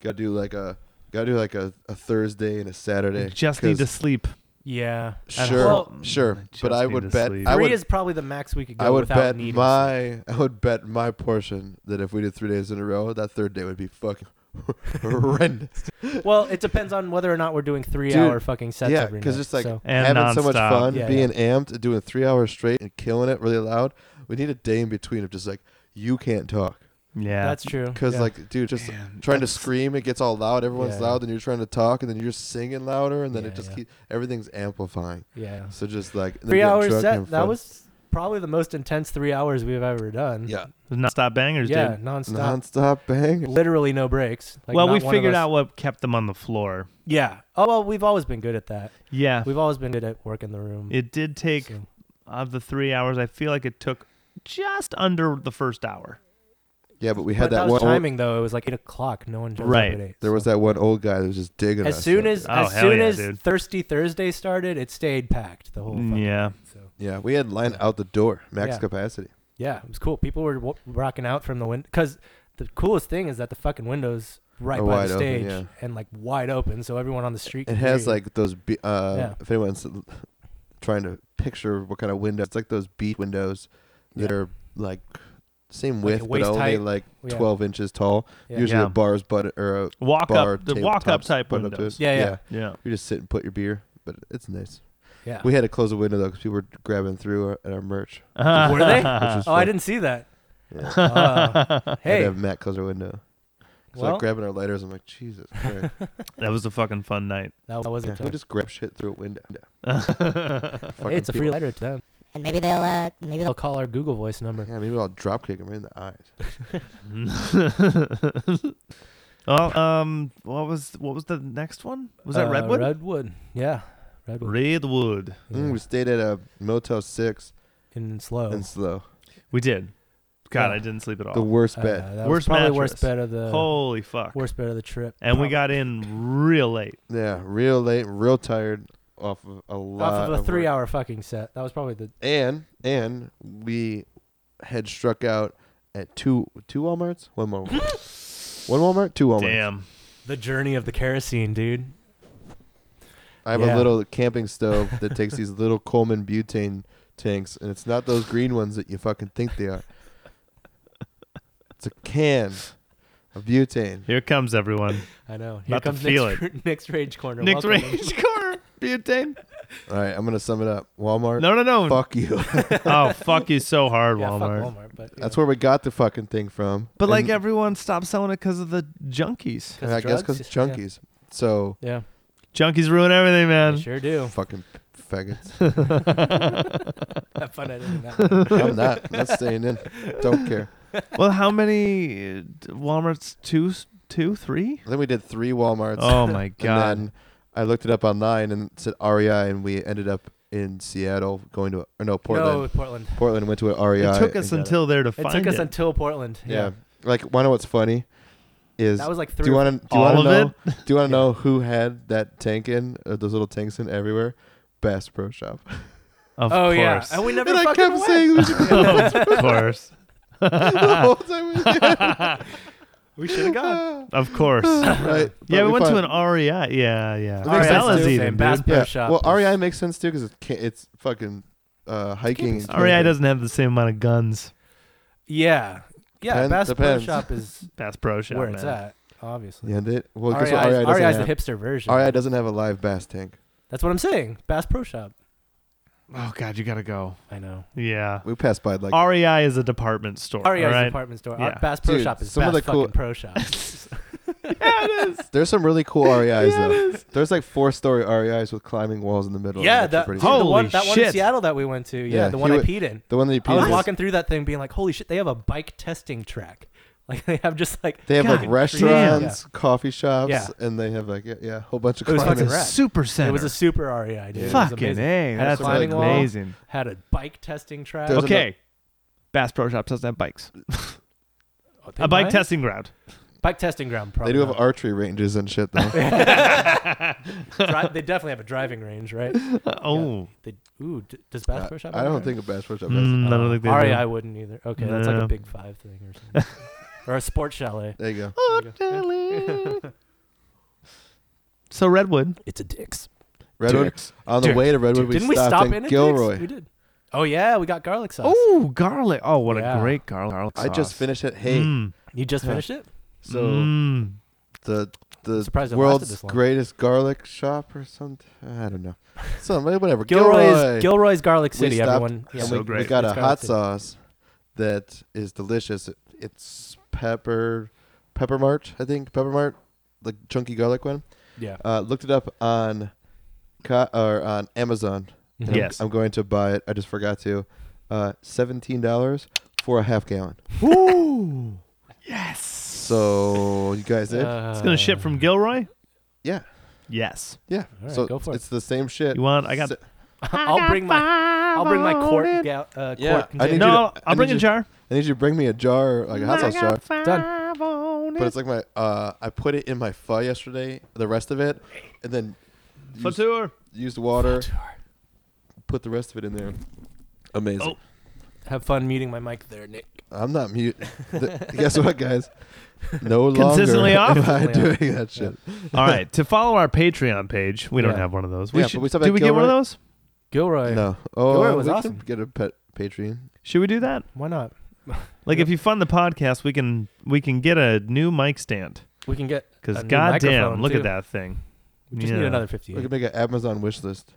Speaker 4: Gotta do like a gotta do like a, a Thursday and a Saturday.
Speaker 2: Just need to
Speaker 4: 'cause
Speaker 2: sleep.
Speaker 1: Yeah. at
Speaker 4: Sure,
Speaker 1: home.
Speaker 4: sure.
Speaker 2: I just
Speaker 4: but I
Speaker 2: need to
Speaker 4: would bet
Speaker 2: sleep.
Speaker 4: I
Speaker 1: Three
Speaker 4: would
Speaker 1: is probably the max we could go
Speaker 4: I would
Speaker 1: without
Speaker 4: bet
Speaker 1: needing.
Speaker 4: my I would bet my portion that if we did three days in a row, that third day would be fucking horrendous.
Speaker 1: Well, it depends on whether or not we're doing three
Speaker 4: Dude,
Speaker 1: hour fucking sets
Speaker 4: yeah,
Speaker 1: every night.
Speaker 4: because it's like
Speaker 1: so,
Speaker 2: And
Speaker 4: having so much
Speaker 2: nonstop.
Speaker 4: fun,
Speaker 1: Yeah,
Speaker 4: being amped, doing three hours straight and killing it really loud. We need a day in between of just like you can't talk
Speaker 2: Yeah.
Speaker 1: that's true.
Speaker 4: because
Speaker 1: yeah.
Speaker 4: like dude, just trying to scream, it gets all loud. Everyone's
Speaker 1: Yeah.
Speaker 4: loud, and you're trying to talk, and then you're singing louder, and then
Speaker 1: Yeah,
Speaker 4: it just
Speaker 1: yeah.
Speaker 4: keep everything's amplifying.
Speaker 1: yeah.
Speaker 4: So just like and then
Speaker 1: Three
Speaker 4: getting
Speaker 1: hours
Speaker 4: drunk,
Speaker 1: set.
Speaker 4: having
Speaker 1: That
Speaker 4: fun.
Speaker 1: was probably the most intense three hours we've ever done.
Speaker 4: yeah
Speaker 2: nonstop bangers,
Speaker 1: Yeah,
Speaker 2: dude.
Speaker 1: nonstop.
Speaker 4: nonstop bang.
Speaker 1: literally no breaks. Like,
Speaker 2: well,
Speaker 1: not
Speaker 2: we
Speaker 1: one of
Speaker 2: figured
Speaker 1: us-
Speaker 2: out what kept them on the floor.
Speaker 1: Yeah. Oh well, we've always been good at that.
Speaker 2: Yeah.
Speaker 1: We've always been good at working the room.
Speaker 2: It did take
Speaker 1: so.
Speaker 2: of the three hours. I feel like it took just under the first hour.
Speaker 4: Yeah, but we
Speaker 1: But
Speaker 4: had that
Speaker 1: was
Speaker 4: one. old-
Speaker 1: timing though. It was like eight o'clock. No one shows
Speaker 2: Right.
Speaker 1: up at eight.
Speaker 4: There was that one old guy that was just digging
Speaker 1: as
Speaker 4: us
Speaker 1: soon
Speaker 4: that
Speaker 1: as
Speaker 4: day.
Speaker 2: Oh,
Speaker 1: as
Speaker 2: hell
Speaker 1: soon
Speaker 2: yeah,
Speaker 1: as
Speaker 2: dude. Mm,
Speaker 1: Thirsty Thursday started, it stayed packed the whole.
Speaker 4: Mm,
Speaker 1: fucking
Speaker 2: Yeah.
Speaker 1: night, So.
Speaker 4: yeah, we had line out the door, max
Speaker 1: Yeah.
Speaker 4: capacity.
Speaker 1: Yeah, it was cool. People were w- rocking out from the window because the coolest thing is that the fucking windows right
Speaker 4: Are
Speaker 1: by
Speaker 4: wide
Speaker 1: the
Speaker 4: open,
Speaker 1: stage
Speaker 4: yeah.
Speaker 1: and like wide open, so everyone on the street.
Speaker 4: It
Speaker 1: can hear
Speaker 4: has
Speaker 1: you.
Speaker 4: like those. Be- uh,
Speaker 1: Yeah.
Speaker 4: If anyone's trying to picture what kind of window, it's like those beat windows that
Speaker 1: Yeah.
Speaker 4: are like same
Speaker 1: Like a
Speaker 4: width, but
Speaker 1: waist
Speaker 4: only
Speaker 1: height?
Speaker 4: like
Speaker 1: Yeah.
Speaker 4: twelve inches tall.
Speaker 1: Yeah.
Speaker 4: Usually
Speaker 2: Yeah.
Speaker 4: a bar's butt or a
Speaker 2: Walk
Speaker 4: bar
Speaker 2: up the
Speaker 4: tabletop's
Speaker 2: walk up type
Speaker 4: butt up to
Speaker 2: windows.
Speaker 4: us.
Speaker 1: Yeah, yeah.
Speaker 2: Yeah.
Speaker 4: You just sit and put your beer, but it's nice.
Speaker 1: Yeah.
Speaker 4: We had to close the window though because people were grabbing through our, at our merch.
Speaker 1: Were they?
Speaker 4: Which was
Speaker 1: oh, I
Speaker 4: fun.
Speaker 1: didn't see that.
Speaker 4: Yeah.
Speaker 1: Oh.
Speaker 4: I had to
Speaker 1: hey,
Speaker 4: have Matt close our window. So
Speaker 1: well,
Speaker 4: like grabbing our lighters, I'm like, Jesus Christ.
Speaker 2: That was a fucking fun night.
Speaker 1: that was
Speaker 4: yeah,
Speaker 1: a
Speaker 4: we
Speaker 1: time.
Speaker 4: just grab shit through a window.
Speaker 1: Hey,
Speaker 4: Yeah. Fucking
Speaker 1: it's a free
Speaker 4: people.
Speaker 1: letter to them.
Speaker 5: And maybe they'll uh maybe
Speaker 1: They'll
Speaker 5: they'll
Speaker 1: call our Google Voice number.
Speaker 4: Yeah, maybe I'll drop kick him right in the eyes.
Speaker 2: well, um, what was what was the next one? Was that
Speaker 1: Uh,
Speaker 2: Redwood?
Speaker 1: Redwood. Yeah. Redwood.
Speaker 2: Redwood.
Speaker 1: Yeah. Oh.
Speaker 4: Mm, we stayed at a Motel 6
Speaker 1: In slow. Uh,
Speaker 4: in Slow.
Speaker 2: We did. God,
Speaker 1: Yeah.
Speaker 2: I didn't sleep at all.
Speaker 4: The worst uh,
Speaker 1: Uh,
Speaker 4: bed.
Speaker 1: that was
Speaker 2: Worst
Speaker 1: probably
Speaker 2: mattress.
Speaker 1: worst bet of the
Speaker 2: Holy fuck!
Speaker 1: worst bet of the trip.
Speaker 2: And we got in real late.
Speaker 4: Yeah, real late, real tired off of a lot
Speaker 1: off of a
Speaker 4: work.
Speaker 1: three-hour fucking set. That was probably the
Speaker 4: And and we had struck out at two two Walmarts, one Walmart. one Walmart, two Walmarts.
Speaker 2: Damn.
Speaker 1: the journey of the kerosene, dude.
Speaker 4: I have
Speaker 1: Yeah.
Speaker 4: a little camping stove that takes these little Coleman butane tanks, and it's not those green ones that you fucking think they are. It's a can of butane.
Speaker 2: Here comes everyone.
Speaker 1: I know. Here
Speaker 2: About to
Speaker 1: comes
Speaker 2: feel
Speaker 1: Nick's, Nick's Rage Corner.
Speaker 2: Nick's
Speaker 1: Welcome.
Speaker 2: Rage Corner. Butane.
Speaker 4: All right, I'm gonna sum it up. Walmart,
Speaker 2: No, no, no.
Speaker 4: fuck you.
Speaker 2: Oh, fuck you so hard,
Speaker 1: Yeah, fuck
Speaker 2: Walmart.
Speaker 1: Walmart. But you
Speaker 4: That's
Speaker 1: know,
Speaker 4: where we got the fucking thing from.
Speaker 2: But like
Speaker 4: And-
Speaker 2: everyone stopped selling it because of the junkies.
Speaker 4: and I guess
Speaker 1: drugs?
Speaker 4: because junkies. So
Speaker 1: Yeah,
Speaker 2: Junkies ruin
Speaker 1: yeah
Speaker 2: everything, man.
Speaker 1: they sure do.
Speaker 4: fucking faggots.
Speaker 1: Have fun editing that. one.
Speaker 4: I'm not. I'm not staying in. Don't care.
Speaker 2: well, how many uh, WalMarts? Two, s- two, three?
Speaker 4: Then we did three WalMarts.
Speaker 2: Oh my god!
Speaker 4: And then I looked it up online and it said REI, and we ended up in Seattle going to or no
Speaker 1: No,
Speaker 4: Portland.
Speaker 1: Portland.
Speaker 4: Portland went to an REI.
Speaker 2: it took us
Speaker 4: and uh, got
Speaker 2: until there to
Speaker 1: It
Speaker 2: find
Speaker 1: took us
Speaker 2: it.
Speaker 1: until Portland.
Speaker 4: it. yeah. Like, wanna know what's funny? Is
Speaker 1: that was like three.
Speaker 4: do you want to do you
Speaker 2: All
Speaker 4: want to
Speaker 2: of
Speaker 4: know do you want to know who had that tank in or those little tanks in everywhere? Bass Pro Shop.
Speaker 2: Of
Speaker 1: oh yeah,
Speaker 2: course.
Speaker 1: and we never
Speaker 4: and I
Speaker 1: fucking
Speaker 4: kept
Speaker 1: went.
Speaker 4: saying we should go
Speaker 2: of course.
Speaker 4: the whole time. We did.
Speaker 1: we should have gone.
Speaker 2: Of course.
Speaker 4: right.
Speaker 2: yeah,
Speaker 4: But
Speaker 2: we, went
Speaker 4: fin-
Speaker 2: to an REI. Yeah, yeah. E
Speaker 4: REI 's
Speaker 2: Cabela's
Speaker 4: still the
Speaker 2: even,
Speaker 1: same. Bass
Speaker 2: dude.
Speaker 1: Pro
Speaker 4: yeah.
Speaker 1: Shop
Speaker 4: Well,
Speaker 1: is-
Speaker 4: REI makes sense too because it's, it's fucking uh, hiking. and
Speaker 2: REI
Speaker 4: camping.
Speaker 2: E doesn't have the same amount of guns.
Speaker 1: Yeah, yeah.
Speaker 4: Depends-
Speaker 1: Bass Pro
Speaker 4: depends.
Speaker 1: Shop is
Speaker 2: Bass Pro Shop.
Speaker 1: where
Speaker 2: man.
Speaker 1: it's at, obviously.
Speaker 4: Yeah, they, well, guess
Speaker 1: REI,
Speaker 4: what? REI doesn't
Speaker 1: REI E is the
Speaker 4: have.
Speaker 1: hipster version.
Speaker 4: REI doesn't have a live bass tank.
Speaker 1: That's what I'm saying. Bass Pro Shop.
Speaker 2: Oh god, you gotta go.
Speaker 1: I know.
Speaker 2: Yeah.
Speaker 4: We passed by like
Speaker 2: REI is a department store.
Speaker 1: REI's
Speaker 2: all
Speaker 1: is
Speaker 2: right?
Speaker 1: a department store.
Speaker 2: Yeah.
Speaker 1: Bass Pro
Speaker 4: Dude,
Speaker 1: Shop is
Speaker 4: some
Speaker 1: Bass
Speaker 4: of the cool-
Speaker 1: fucking Pro Shop.
Speaker 4: there's some really cool REIs though. There's like four story REIs with climbing walls in the middle.
Speaker 1: yeah,
Speaker 4: and they're
Speaker 1: that,
Speaker 4: pretty
Speaker 1: dude,
Speaker 4: cool.
Speaker 1: the one,
Speaker 2: Holy
Speaker 1: that one in
Speaker 2: shit.
Speaker 1: Seattle that we went to. Yeah,
Speaker 4: Yeah,
Speaker 1: the
Speaker 4: he
Speaker 1: one I
Speaker 4: wa-
Speaker 1: peed in.
Speaker 4: the one that you
Speaker 1: I was
Speaker 4: peed in.
Speaker 1: walking through that thing, being like, "Holy shit! They have a bike testing track. Like they have just like
Speaker 4: They have like
Speaker 2: God
Speaker 4: restaurants, coffee shops,
Speaker 1: Yeah.
Speaker 4: and they have like yeah, yeah a whole bunch of
Speaker 1: It was
Speaker 2: It's like
Speaker 4: climbing.
Speaker 1: fucking
Speaker 2: a
Speaker 1: rad.
Speaker 2: super center.
Speaker 1: it was a super REI, dude. It was
Speaker 2: fucking
Speaker 1: amazing.
Speaker 2: a.
Speaker 1: Had a
Speaker 2: That's
Speaker 1: climbing wall.
Speaker 2: amazing.
Speaker 1: Had a bike testing track.
Speaker 4: There's
Speaker 2: okay. Bass Pro Shop doesn't have bikes.
Speaker 1: Oh, they
Speaker 2: A bike
Speaker 1: might?
Speaker 2: testing ground.
Speaker 1: bike testing ground. Probably
Speaker 4: They do have
Speaker 1: not.
Speaker 4: archery ranges and shit though.
Speaker 1: Dri- they definitely have a driving range, right?
Speaker 2: oh.
Speaker 1: They, oow, d- does Bass Pro
Speaker 4: I,
Speaker 1: Shop?
Speaker 4: I
Speaker 1: have a
Speaker 4: don't
Speaker 1: driving
Speaker 4: think a bass pro shop has.
Speaker 2: Mm, I
Speaker 1: range?
Speaker 2: don't think they do.
Speaker 1: REI E wouldn't either. Okay, that's like
Speaker 2: No.
Speaker 1: a Big Five thing or something, or a sports chalet.
Speaker 4: There you go.
Speaker 2: so Redwood.
Speaker 1: It's a Dick's.
Speaker 4: Redwood. On the
Speaker 2: Dick.
Speaker 4: way to Redwood,
Speaker 1: Dude,
Speaker 4: we
Speaker 1: didn't
Speaker 4: stopped
Speaker 1: we stop in
Speaker 4: in
Speaker 1: at
Speaker 4: Gilroy.
Speaker 1: Dick's? We did. Oh yeah, we got garlic sauce.
Speaker 2: Oh, garlic. Oh, what
Speaker 1: Yeah.
Speaker 2: a great garlic. garlic
Speaker 4: I just
Speaker 2: sauce.
Speaker 4: finished at Hay.
Speaker 2: Mm.
Speaker 1: You just finished it?
Speaker 4: So
Speaker 2: Mm.
Speaker 4: the the
Speaker 1: Surprised it lasted
Speaker 4: world's
Speaker 1: this long.
Speaker 4: greatest garlic shop or something. I don't know. Some whatever.
Speaker 1: Gilroy's Gilroy's Garlic
Speaker 4: We
Speaker 1: City.
Speaker 4: stopped-
Speaker 1: Everyone, yeah,
Speaker 4: and
Speaker 2: so
Speaker 4: we,
Speaker 2: great.
Speaker 4: we got
Speaker 1: It's
Speaker 4: a
Speaker 1: Garlic
Speaker 4: hot
Speaker 1: City.
Speaker 4: sauce that is delicious. It- It's pepper pepper mart, I think pepper mart, the chunky garlic one.
Speaker 1: yeah.
Speaker 4: Uh, looked it up on co- or on Amazon. and I'm-
Speaker 2: Yes.
Speaker 4: I'm, going to buy it. I just forgot to. Uh, Seventeen dollars for a half gallon.
Speaker 2: Ooh. yes.
Speaker 4: So you guys
Speaker 1: Uh,
Speaker 4: did?
Speaker 2: It's gonna ship from Gilroy.
Speaker 4: Uh, yeah,
Speaker 2: Yes.
Speaker 4: yeah.
Speaker 1: all right,
Speaker 4: so
Speaker 1: go for it.
Speaker 4: it's the same shit.
Speaker 2: You want? I got.
Speaker 4: So-
Speaker 1: I'll bring my I'll bring my quart ga- uh,
Speaker 4: Yeah,
Speaker 1: quart
Speaker 4: I
Speaker 1: container.
Speaker 4: need you
Speaker 2: no,
Speaker 4: to- I
Speaker 2: I'll bring
Speaker 4: need
Speaker 2: a
Speaker 4: you-
Speaker 2: jar.
Speaker 4: I need you to bring me a jar, like a hot sauce jar.
Speaker 1: Done.
Speaker 4: But it's like my uh, I put it in my pho yesterday, the rest of it, and then used,
Speaker 2: Fatour.
Speaker 4: used water, put the rest of it in there. Amazing.
Speaker 2: Oh.
Speaker 1: Have fun muting my mic there, Nick.
Speaker 4: I'm not mute. Th- Guess what, guys? No longer
Speaker 2: Consistently off?
Speaker 4: am I
Speaker 1: Consistently
Speaker 4: doing
Speaker 1: off.
Speaker 4: that shit.
Speaker 2: All right. To follow our Patreon page, we don't
Speaker 1: Yeah.
Speaker 2: have one of those. We
Speaker 4: Yeah, but
Speaker 2: should.
Speaker 4: we still have
Speaker 2: do we get one of
Speaker 4: Gilroy.
Speaker 2: those?
Speaker 1: Gilroy.
Speaker 4: No. Oh,
Speaker 1: it was
Speaker 4: we
Speaker 1: awesome.
Speaker 4: can get a pet Patreon.
Speaker 2: Should we do that?
Speaker 1: Why not?
Speaker 2: Like if you fund the podcast, we can we can get a new mic stand
Speaker 1: We can get a
Speaker 2: because
Speaker 1: new
Speaker 2: goddamn,
Speaker 1: microphone,
Speaker 2: look
Speaker 1: too.
Speaker 2: at that thing.
Speaker 1: We just need
Speaker 2: Yeah.
Speaker 1: another
Speaker 4: We
Speaker 1: fifty.
Speaker 4: could make an Amazon wish list.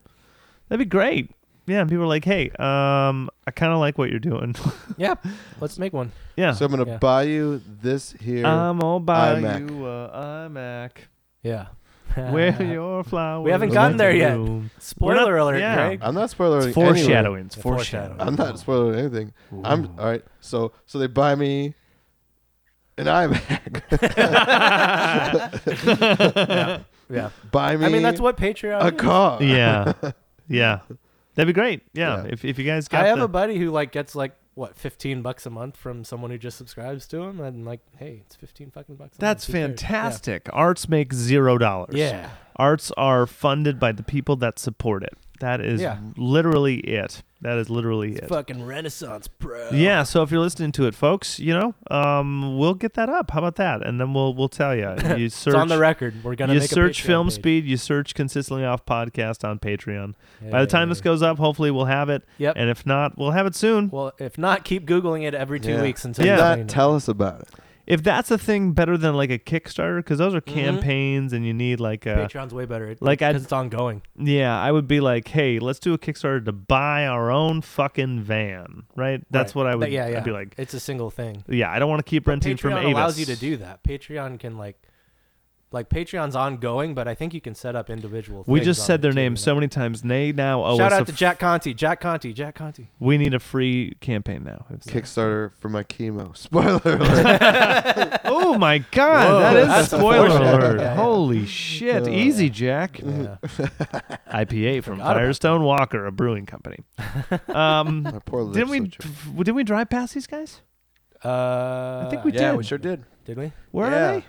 Speaker 2: That'd be great. Yeah, and people are like, "Hey, um, I kind of like what you're doing."
Speaker 1: Yeah, let's make one.
Speaker 2: yeah, Um,
Speaker 4: So I'm gonna
Speaker 1: Yeah.
Speaker 4: buy you this here.
Speaker 2: I'm all by
Speaker 4: iMac.
Speaker 2: you, uh, iMac.
Speaker 1: Yeah.
Speaker 2: Where your flowers?
Speaker 1: Uh, haven't
Speaker 4: gotten
Speaker 1: there yet.
Speaker 2: bloom.
Speaker 1: Spoiler
Speaker 2: We're not-
Speaker 1: alert,
Speaker 2: yeah.
Speaker 1: Greg.
Speaker 4: I'm not spoiling.
Speaker 2: It's foreshadowing. It's
Speaker 1: Yeah,
Speaker 2: foreshadowing.
Speaker 1: foreshadowing.
Speaker 4: I'm not spoiling anything. I'm all right. So so they buy me an iMac.
Speaker 1: Yeah.
Speaker 4: buy me.
Speaker 1: I mean, that's what Patreon.
Speaker 4: a
Speaker 1: is.
Speaker 4: car.
Speaker 2: yeah, yeah. That'd be great. Yeah,
Speaker 4: Yeah.
Speaker 2: if if you guys got
Speaker 1: I have
Speaker 2: the-
Speaker 1: a buddy who like gets like what fifteen bucks a month from someone who just subscribes to him, and like, hey, it's fifteen fucking bucks. A
Speaker 2: That's
Speaker 1: month. Who cares?
Speaker 2: fantastic. Arts make zero dollars.
Speaker 1: Yeah. yeah.
Speaker 2: Arts are funded by the people that support it. That is
Speaker 1: Yeah.
Speaker 2: literally it. That is literally it.
Speaker 1: Fucking Renaissance, bro.
Speaker 2: Yeah, so if you're listening to it, folks, you know, um, we'll get that up. How about that? And then we'll we'll tell you. You search,
Speaker 1: it's on the record. We're gonna
Speaker 2: you
Speaker 1: make a
Speaker 2: search
Speaker 1: Patreon
Speaker 2: film
Speaker 1: page.
Speaker 2: speed. You search consistently off podcast on Patreon. By the time this
Speaker 1: Hey.
Speaker 2: goes up, hopefully we'll have it.
Speaker 1: Yep.
Speaker 2: And if not, we'll have it soon.
Speaker 1: well, if not, keep googling it every two
Speaker 4: Yeah.
Speaker 1: weeks until
Speaker 4: And
Speaker 2: Yeah.
Speaker 1: you
Speaker 4: not
Speaker 1: find it.
Speaker 4: tell us about it.
Speaker 2: if that's a thing, better than like a Kickstarter, because those are
Speaker 1: Mhm.
Speaker 2: campaigns, and you need like a
Speaker 1: Patreon's way better. It, like,
Speaker 2: Like, I'd-
Speaker 1: because it's ongoing.
Speaker 2: Yeah, I would be like, hey, let's do a Kickstarter to buy our own fucking van, right? That's
Speaker 1: Right.
Speaker 2: what I
Speaker 1: But
Speaker 2: would.
Speaker 1: yeah, yeah.
Speaker 2: I'd be like,
Speaker 1: it's a single thing.
Speaker 2: yeah, I don't want to keep renting
Speaker 1: Patreon
Speaker 2: from Avis.
Speaker 1: allows you to do that. Patreon can like, like Patreon's ongoing, but I think you can set up individual.
Speaker 2: We
Speaker 1: things
Speaker 2: just
Speaker 1: on
Speaker 2: said
Speaker 1: it,
Speaker 2: their
Speaker 1: too,
Speaker 2: name oh,
Speaker 1: you
Speaker 2: so
Speaker 1: know.
Speaker 2: many times. They now owe
Speaker 1: Shout
Speaker 2: us.
Speaker 1: out
Speaker 2: a
Speaker 1: to Jack Conti, Jack Conti, Jack Conti.
Speaker 2: we need a free campaign now.
Speaker 4: Kickstarter for my chemo. Spoiler alert.
Speaker 2: oh my god,
Speaker 1: Whoa,
Speaker 2: that is
Speaker 1: that's
Speaker 2: a spoiler
Speaker 1: unfortunate.
Speaker 2: alert!
Speaker 1: Yeah, yeah.
Speaker 2: Holy shit, easy, Jack.
Speaker 1: Yeah.
Speaker 2: IPA from
Speaker 1: Forgot about
Speaker 2: Firestone Walker, a brewing company. Um,
Speaker 4: my poor lips.
Speaker 2: didn't we?
Speaker 4: so dry.
Speaker 2: f- Didn't we drive past these guys?
Speaker 1: Uh,
Speaker 2: I think we
Speaker 4: yeah,
Speaker 2: did.
Speaker 4: we sure did.
Speaker 1: did we?
Speaker 2: Where
Speaker 4: Yeah.
Speaker 2: are they?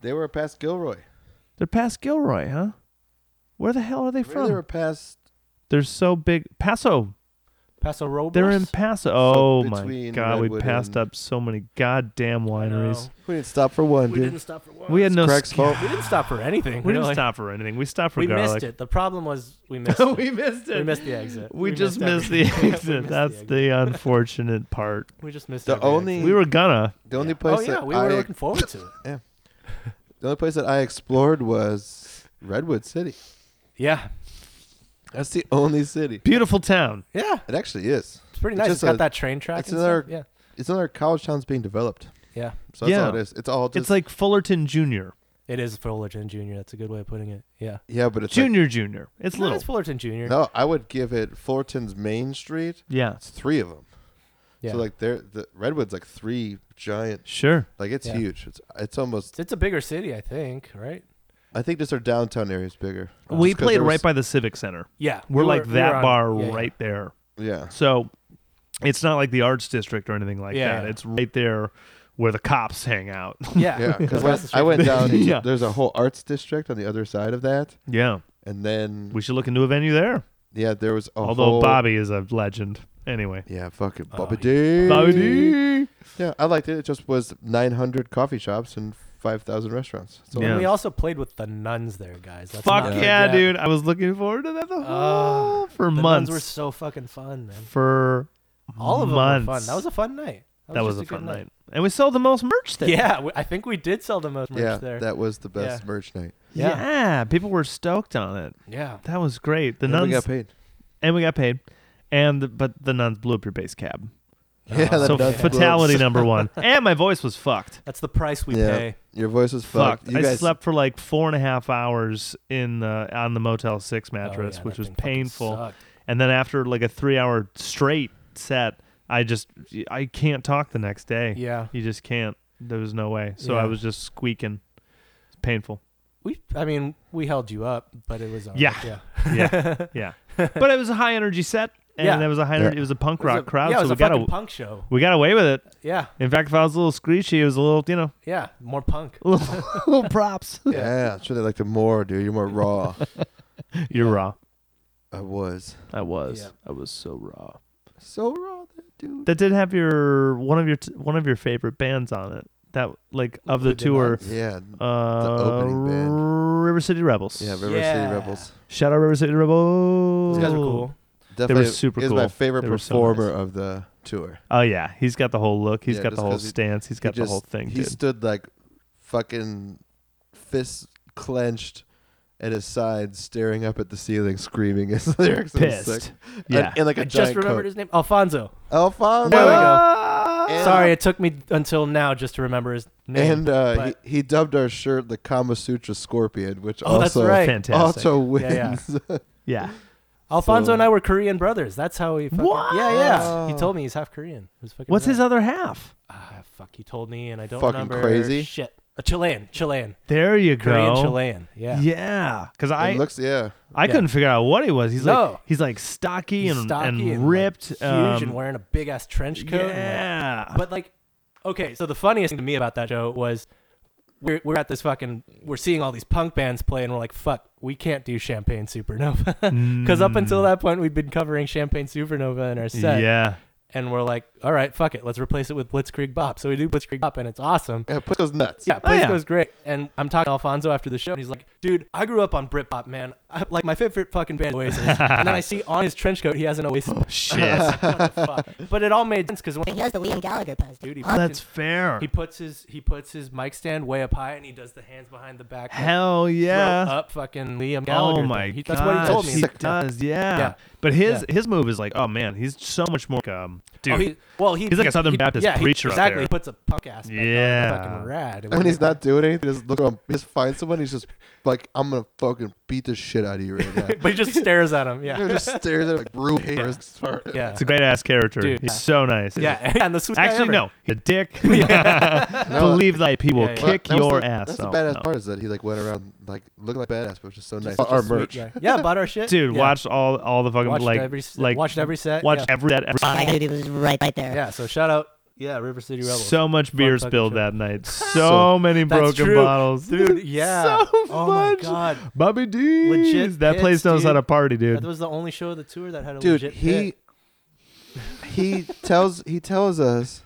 Speaker 4: They were past Gilroy.
Speaker 2: They're past Gilroy, huh? Where the hell are they
Speaker 4: Maybe
Speaker 2: from?
Speaker 4: they were past.
Speaker 2: They're so big. Paso.
Speaker 1: Paso Robles.
Speaker 2: They're in Paso. Oh my
Speaker 4: between
Speaker 2: god, we
Speaker 4: Redwood
Speaker 2: passed
Speaker 4: and-
Speaker 2: up so many goddamn wineries.
Speaker 4: We didn't stop for one,
Speaker 1: We
Speaker 4: dude.
Speaker 1: didn't stop for one.
Speaker 2: We had no.
Speaker 4: Craig's
Speaker 2: sc-
Speaker 4: fault.
Speaker 1: We didn't stop for anything.
Speaker 2: We didn't
Speaker 1: really.
Speaker 2: stop for anything. We stopped for
Speaker 1: We
Speaker 2: garlic.
Speaker 1: missed it. The problem was we missed. it.
Speaker 2: we missed it.
Speaker 1: We missed the exit.
Speaker 2: We just missed,
Speaker 1: everything.
Speaker 2: the
Speaker 1: We
Speaker 2: exit.
Speaker 1: missed the
Speaker 2: That's
Speaker 1: exit.
Speaker 2: the unfortunate part.
Speaker 1: We just missed
Speaker 4: The
Speaker 1: every
Speaker 4: only-
Speaker 1: exit.
Speaker 2: We were gonna.
Speaker 4: The only
Speaker 1: Yeah.
Speaker 4: place
Speaker 1: Oh yeah,
Speaker 4: that
Speaker 1: we
Speaker 4: I
Speaker 1: were looking forward to it.
Speaker 4: the only place that I explored was Redwood City.
Speaker 1: Yeah,
Speaker 4: That's the only city.
Speaker 2: Beautiful town.
Speaker 1: yeah,
Speaker 4: It actually is.
Speaker 1: it's pretty
Speaker 4: It's
Speaker 1: nice.
Speaker 4: just
Speaker 1: it's got
Speaker 4: a-
Speaker 1: that train track.
Speaker 4: it's
Speaker 1: and
Speaker 4: another-
Speaker 1: stuff. Yeah,
Speaker 4: It's another college town's being developed.
Speaker 1: yeah.
Speaker 4: So that's
Speaker 2: Yeah.
Speaker 4: all it is. It's all just
Speaker 2: It's like Fullerton Junior,
Speaker 1: It is Fullerton Junior. That's a good way of putting it. Yeah,
Speaker 4: yeah, but it's like-
Speaker 2: Junior Junior. It's
Speaker 1: no,
Speaker 2: little.
Speaker 1: it's Fullerton Junior.
Speaker 4: no. I would give it Fullerton's Main Street.
Speaker 2: yeah.
Speaker 4: It's three of them.
Speaker 1: yeah.
Speaker 4: So like there, the Redwood's like three giant.
Speaker 2: Sure.
Speaker 4: Like it's
Speaker 1: Yeah.
Speaker 4: huge. It's it's almost.
Speaker 1: It's- it's a bigger city, I think. Right?
Speaker 4: I think just our downtown area is bigger.
Speaker 2: we
Speaker 4: Just 'cause
Speaker 2: played
Speaker 4: there
Speaker 2: right
Speaker 4: was-
Speaker 2: by the Civic Center.
Speaker 1: Yeah,
Speaker 2: We're
Speaker 1: we
Speaker 2: like
Speaker 1: we
Speaker 2: that
Speaker 1: were on-
Speaker 2: bar
Speaker 1: yeah, yeah.
Speaker 2: right there.
Speaker 4: Yeah.
Speaker 2: So it's not like the arts district or anything like
Speaker 1: Yeah.
Speaker 2: that. It's right there where the cops hang out.
Speaker 1: Yeah,
Speaker 4: Yeah,
Speaker 1: Across the
Speaker 4: because
Speaker 1: street
Speaker 4: I went
Speaker 1: from-
Speaker 4: down.
Speaker 2: Yeah.
Speaker 4: There's a whole arts district on the other side of that,
Speaker 2: yeah.
Speaker 4: and then
Speaker 2: We should look into a venue there.
Speaker 4: yeah, there was a
Speaker 2: Although
Speaker 4: whole-
Speaker 2: Bobby is a legend. Anyway.
Speaker 4: Yeah, fucking
Speaker 1: Oh,
Speaker 4: Bobby
Speaker 1: yeah.
Speaker 4: D.
Speaker 2: Bobby D.
Speaker 4: Yeah, I liked it. It just was 900 coffee shops and 5,000 restaurants. So
Speaker 1: And
Speaker 2: Yeah.
Speaker 1: we also played with the nuns there, guys. That's
Speaker 2: Fuck
Speaker 1: not-
Speaker 2: yeah, dude. I was looking forward to that the whole
Speaker 1: Ah,
Speaker 2: for
Speaker 1: The
Speaker 2: months.
Speaker 1: nuns were so fucking fun, man.
Speaker 2: for
Speaker 1: All of them
Speaker 2: months.
Speaker 1: were fun. That was a fun night.
Speaker 2: That was
Speaker 1: just
Speaker 2: a
Speaker 1: good
Speaker 2: fun night. And we sold the most merch there.
Speaker 1: Yeah, we, I think we did sell the most merch
Speaker 4: yeah,
Speaker 1: there.
Speaker 4: that was the best
Speaker 1: Yeah.
Speaker 4: merch night.
Speaker 2: Yeah.
Speaker 1: Yeah.
Speaker 2: People were stoked on it.
Speaker 1: yeah.
Speaker 2: That was great. The
Speaker 4: and
Speaker 2: nuns
Speaker 4: we got paid.
Speaker 2: and we got paid. And the, but the nuns blew up your base cab.
Speaker 4: Yeah,
Speaker 1: Oh,
Speaker 4: the
Speaker 2: so
Speaker 4: nuns
Speaker 2: fatality
Speaker 4: blows.
Speaker 2: number one. And my voice was fucked.
Speaker 1: That's the price we
Speaker 4: Yeah.
Speaker 1: pay.
Speaker 4: Your voice was fucked.
Speaker 2: Fucked.
Speaker 4: You
Speaker 2: I
Speaker 4: guys,
Speaker 2: slept for like four and a half hours in the on the Motel Six
Speaker 1: Oh,
Speaker 2: mattress,
Speaker 1: yeah,
Speaker 2: which
Speaker 1: that
Speaker 2: was
Speaker 1: thing fucking
Speaker 2: painful.
Speaker 1: sucked.
Speaker 2: And then after like a three hour straight set, I just I can't talk the next day.
Speaker 1: Yeah.
Speaker 2: You just can't. There was no way. So I
Speaker 1: Yeah.
Speaker 2: was just squeaking. It's painful.
Speaker 1: We, I mean, we held you up, but it was. all
Speaker 2: Yeah.
Speaker 1: right, Yeah.
Speaker 2: Yeah. yeah. But it was a high energy set and
Speaker 1: Yeah.
Speaker 2: it was a high
Speaker 4: Yeah.
Speaker 2: energy, it was a punk
Speaker 1: It was
Speaker 2: rock
Speaker 1: a-
Speaker 2: crowd,
Speaker 1: Yeah, it was
Speaker 2: so
Speaker 1: a
Speaker 2: we got
Speaker 1: fucking
Speaker 2: a,
Speaker 1: punk show.
Speaker 2: we got away with it.
Speaker 1: Yeah.
Speaker 2: In fact, if I was a little screechy, it was a little, you know,
Speaker 1: Yeah. More punk.
Speaker 2: little, little props.
Speaker 4: Yeah, I'm sure they liked it more, dude. You're more raw.
Speaker 2: You're raw.
Speaker 4: I was.
Speaker 2: I was.
Speaker 1: Yeah.
Speaker 2: I was so raw.
Speaker 4: So raw, that dude.
Speaker 2: that did have your one of your t- one of your favorite bands on it. That like of the
Speaker 1: Who did
Speaker 2: tour,
Speaker 4: Yeah.
Speaker 2: uh,
Speaker 4: opening band.
Speaker 2: River City Rebels.
Speaker 4: Yeah, River
Speaker 1: Yeah.
Speaker 4: City Rebels.
Speaker 2: shout out River City Rebels.
Speaker 1: Those guys were cool.
Speaker 4: Definitely
Speaker 2: super
Speaker 4: is
Speaker 2: cool.
Speaker 4: my favorite
Speaker 2: They were so
Speaker 4: performer of the tour.
Speaker 2: Oh yeah, he's got the whole look. He's
Speaker 4: Yeah,
Speaker 2: got the
Speaker 4: just
Speaker 2: whole
Speaker 4: 'cause he-
Speaker 2: stance. he's got
Speaker 4: he
Speaker 2: the whole
Speaker 4: just-
Speaker 2: thing,
Speaker 4: He
Speaker 2: dude.
Speaker 4: stood like fucking fists clenched at his side, staring up at the ceiling, screaming his lyrics. It was sick.
Speaker 2: Pissed.
Speaker 4: And-
Speaker 2: Yeah.
Speaker 4: and, like a
Speaker 1: I
Speaker 4: giant
Speaker 1: just remembered
Speaker 4: coat.
Speaker 1: his name, Alfonso.
Speaker 4: Alfonso.
Speaker 1: There we go.
Speaker 4: And-
Speaker 1: Sorry, it took me until now just to remember his name.
Speaker 4: And uh,
Speaker 1: but-
Speaker 4: he, he dubbed our shirt the Kama Sutra Scorpion, which
Speaker 1: Oh, that's
Speaker 4: also
Speaker 1: right.
Speaker 2: Fantastic.
Speaker 4: also wins.
Speaker 1: Yeah, yeah.
Speaker 2: Yeah.
Speaker 1: Alfonso
Speaker 4: So-
Speaker 1: and I were Korean brothers. That's how he. Fucking,
Speaker 2: What?
Speaker 1: Yeah, yeah. He told me he's half Korean. It was fucking
Speaker 2: What's
Speaker 1: rad.
Speaker 2: his other half?
Speaker 1: Ah, fuck. He told me, and I don't
Speaker 4: Fucking
Speaker 1: remember.
Speaker 4: crazy.
Speaker 1: Shit. A Chilean. Chilean.
Speaker 2: There you go.
Speaker 1: Korean. Chilean. Yeah.
Speaker 2: Yeah, because I
Speaker 4: it looks yeah.
Speaker 2: I
Speaker 1: yeah.
Speaker 2: couldn't figure out what he was. He's
Speaker 1: No.
Speaker 2: like he's like stocky,
Speaker 1: He's
Speaker 2: and,
Speaker 1: stocky
Speaker 2: and,
Speaker 1: like,
Speaker 2: ripped,
Speaker 1: huge,
Speaker 2: um,
Speaker 1: and wearing a big ass trench coat. and, like,
Speaker 2: Yeah,
Speaker 1: but like, okay. So the funniest thing to me about that show was. We're, we're at this fucking we're seeing all these punk bands play and we're like fuck we can't do champagne supernova because up until that point we'd been covering champagne supernova in our set
Speaker 2: Mm. yeah,
Speaker 1: and we're like, all right, fuck it, let's replace it with Blitzkrieg Bop. So we do Blitzkrieg Bop, and it's awesome.
Speaker 4: Yeah, put those nuts.
Speaker 1: Yeah,
Speaker 2: Oh,
Speaker 1: Blitzkrieg
Speaker 2: yeah.
Speaker 1: was great. And I'm talking to Alfonso after the show, and he's like, dude, I grew up on Britpop, man. I, like my favorite fucking band, Oasis. and then I see on his trench coat he has an Oasis.
Speaker 2: shit.
Speaker 1: What the fuck? But it all made sense because
Speaker 5: He does the Liam Gallagher pose.
Speaker 1: dude, he,
Speaker 2: That's
Speaker 1: fucking-
Speaker 2: fair.
Speaker 1: he puts his he puts his mic stand way up high, and he does the hands behind the back. like,
Speaker 2: Hell
Speaker 1: throw
Speaker 2: yeah.
Speaker 1: Up fucking Liam Gallagher.
Speaker 2: Oh
Speaker 1: thing.
Speaker 2: my
Speaker 1: He-
Speaker 2: god,
Speaker 1: That's what he told me.
Speaker 4: gosh,
Speaker 1: He's
Speaker 2: he
Speaker 1: like, "Oh, "Dude,
Speaker 2: does. Yeah.
Speaker 1: Yeah.
Speaker 2: but his
Speaker 1: Yeah.
Speaker 2: his move is like, oh man, he's so much more. Um, dude,
Speaker 1: oh, he- well, he,
Speaker 2: he's like a Southern
Speaker 1: he-
Speaker 2: Baptist
Speaker 1: yeah, he-
Speaker 2: preacher up
Speaker 1: Exactly.
Speaker 2: there.
Speaker 1: He puts a punk ass. back on.
Speaker 2: Yeah.
Speaker 1: Fucking rad.
Speaker 4: And when he's not doing anything, just look on, just find someone. He's just like, I'm gonna fucking beat the shit out of you right now.
Speaker 1: but he just stares at him.
Speaker 4: He
Speaker 1: Yeah.
Speaker 4: just stares at him like rude haters.
Speaker 1: Yeah.
Speaker 2: it's a great ass character.
Speaker 1: Dude.
Speaker 2: he's so nice.
Speaker 1: yeah. And the sweet guy
Speaker 2: Actually,
Speaker 1: ever.
Speaker 2: no. He's a dick.
Speaker 4: No,
Speaker 2: Believe thy he will
Speaker 1: Yeah, yeah.
Speaker 4: well,
Speaker 2: kick
Speaker 4: that was
Speaker 2: your
Speaker 4: the,
Speaker 2: ass.
Speaker 4: That's
Speaker 2: Oh,
Speaker 4: the badass
Speaker 2: no.
Speaker 4: part is that he like went around like looking like badass, but just so nice.
Speaker 1: Such a
Speaker 4: Our
Speaker 1: sweet
Speaker 4: merch.
Speaker 1: guy. Yeah, bought our shit.
Speaker 2: Dude,
Speaker 1: yeah.
Speaker 2: watched all all the fucking
Speaker 1: Watched
Speaker 2: like
Speaker 1: every s-
Speaker 2: like
Speaker 1: watched every set,
Speaker 2: Watched
Speaker 1: yeah.
Speaker 2: every that every
Speaker 5: Like, dude, he was right, right there.
Speaker 1: Yeah. So shout out. Yeah, River City Rebels.
Speaker 2: so much beer
Speaker 1: fucking
Speaker 2: spilled
Speaker 1: show.
Speaker 2: that night. So,
Speaker 4: So-
Speaker 2: many
Speaker 1: That's
Speaker 2: broken
Speaker 1: true.
Speaker 2: bottles.
Speaker 1: dude. Yeah.
Speaker 2: So
Speaker 1: oh
Speaker 2: much.
Speaker 1: my god.
Speaker 2: Bobby D.
Speaker 1: Legit
Speaker 2: that place
Speaker 1: pits,
Speaker 2: knows how
Speaker 1: dude.
Speaker 2: to party,
Speaker 1: That
Speaker 2: dude.
Speaker 1: was the only show of the tour that had a
Speaker 4: dude
Speaker 1: legit
Speaker 4: he
Speaker 1: pit.
Speaker 4: he tells he tells us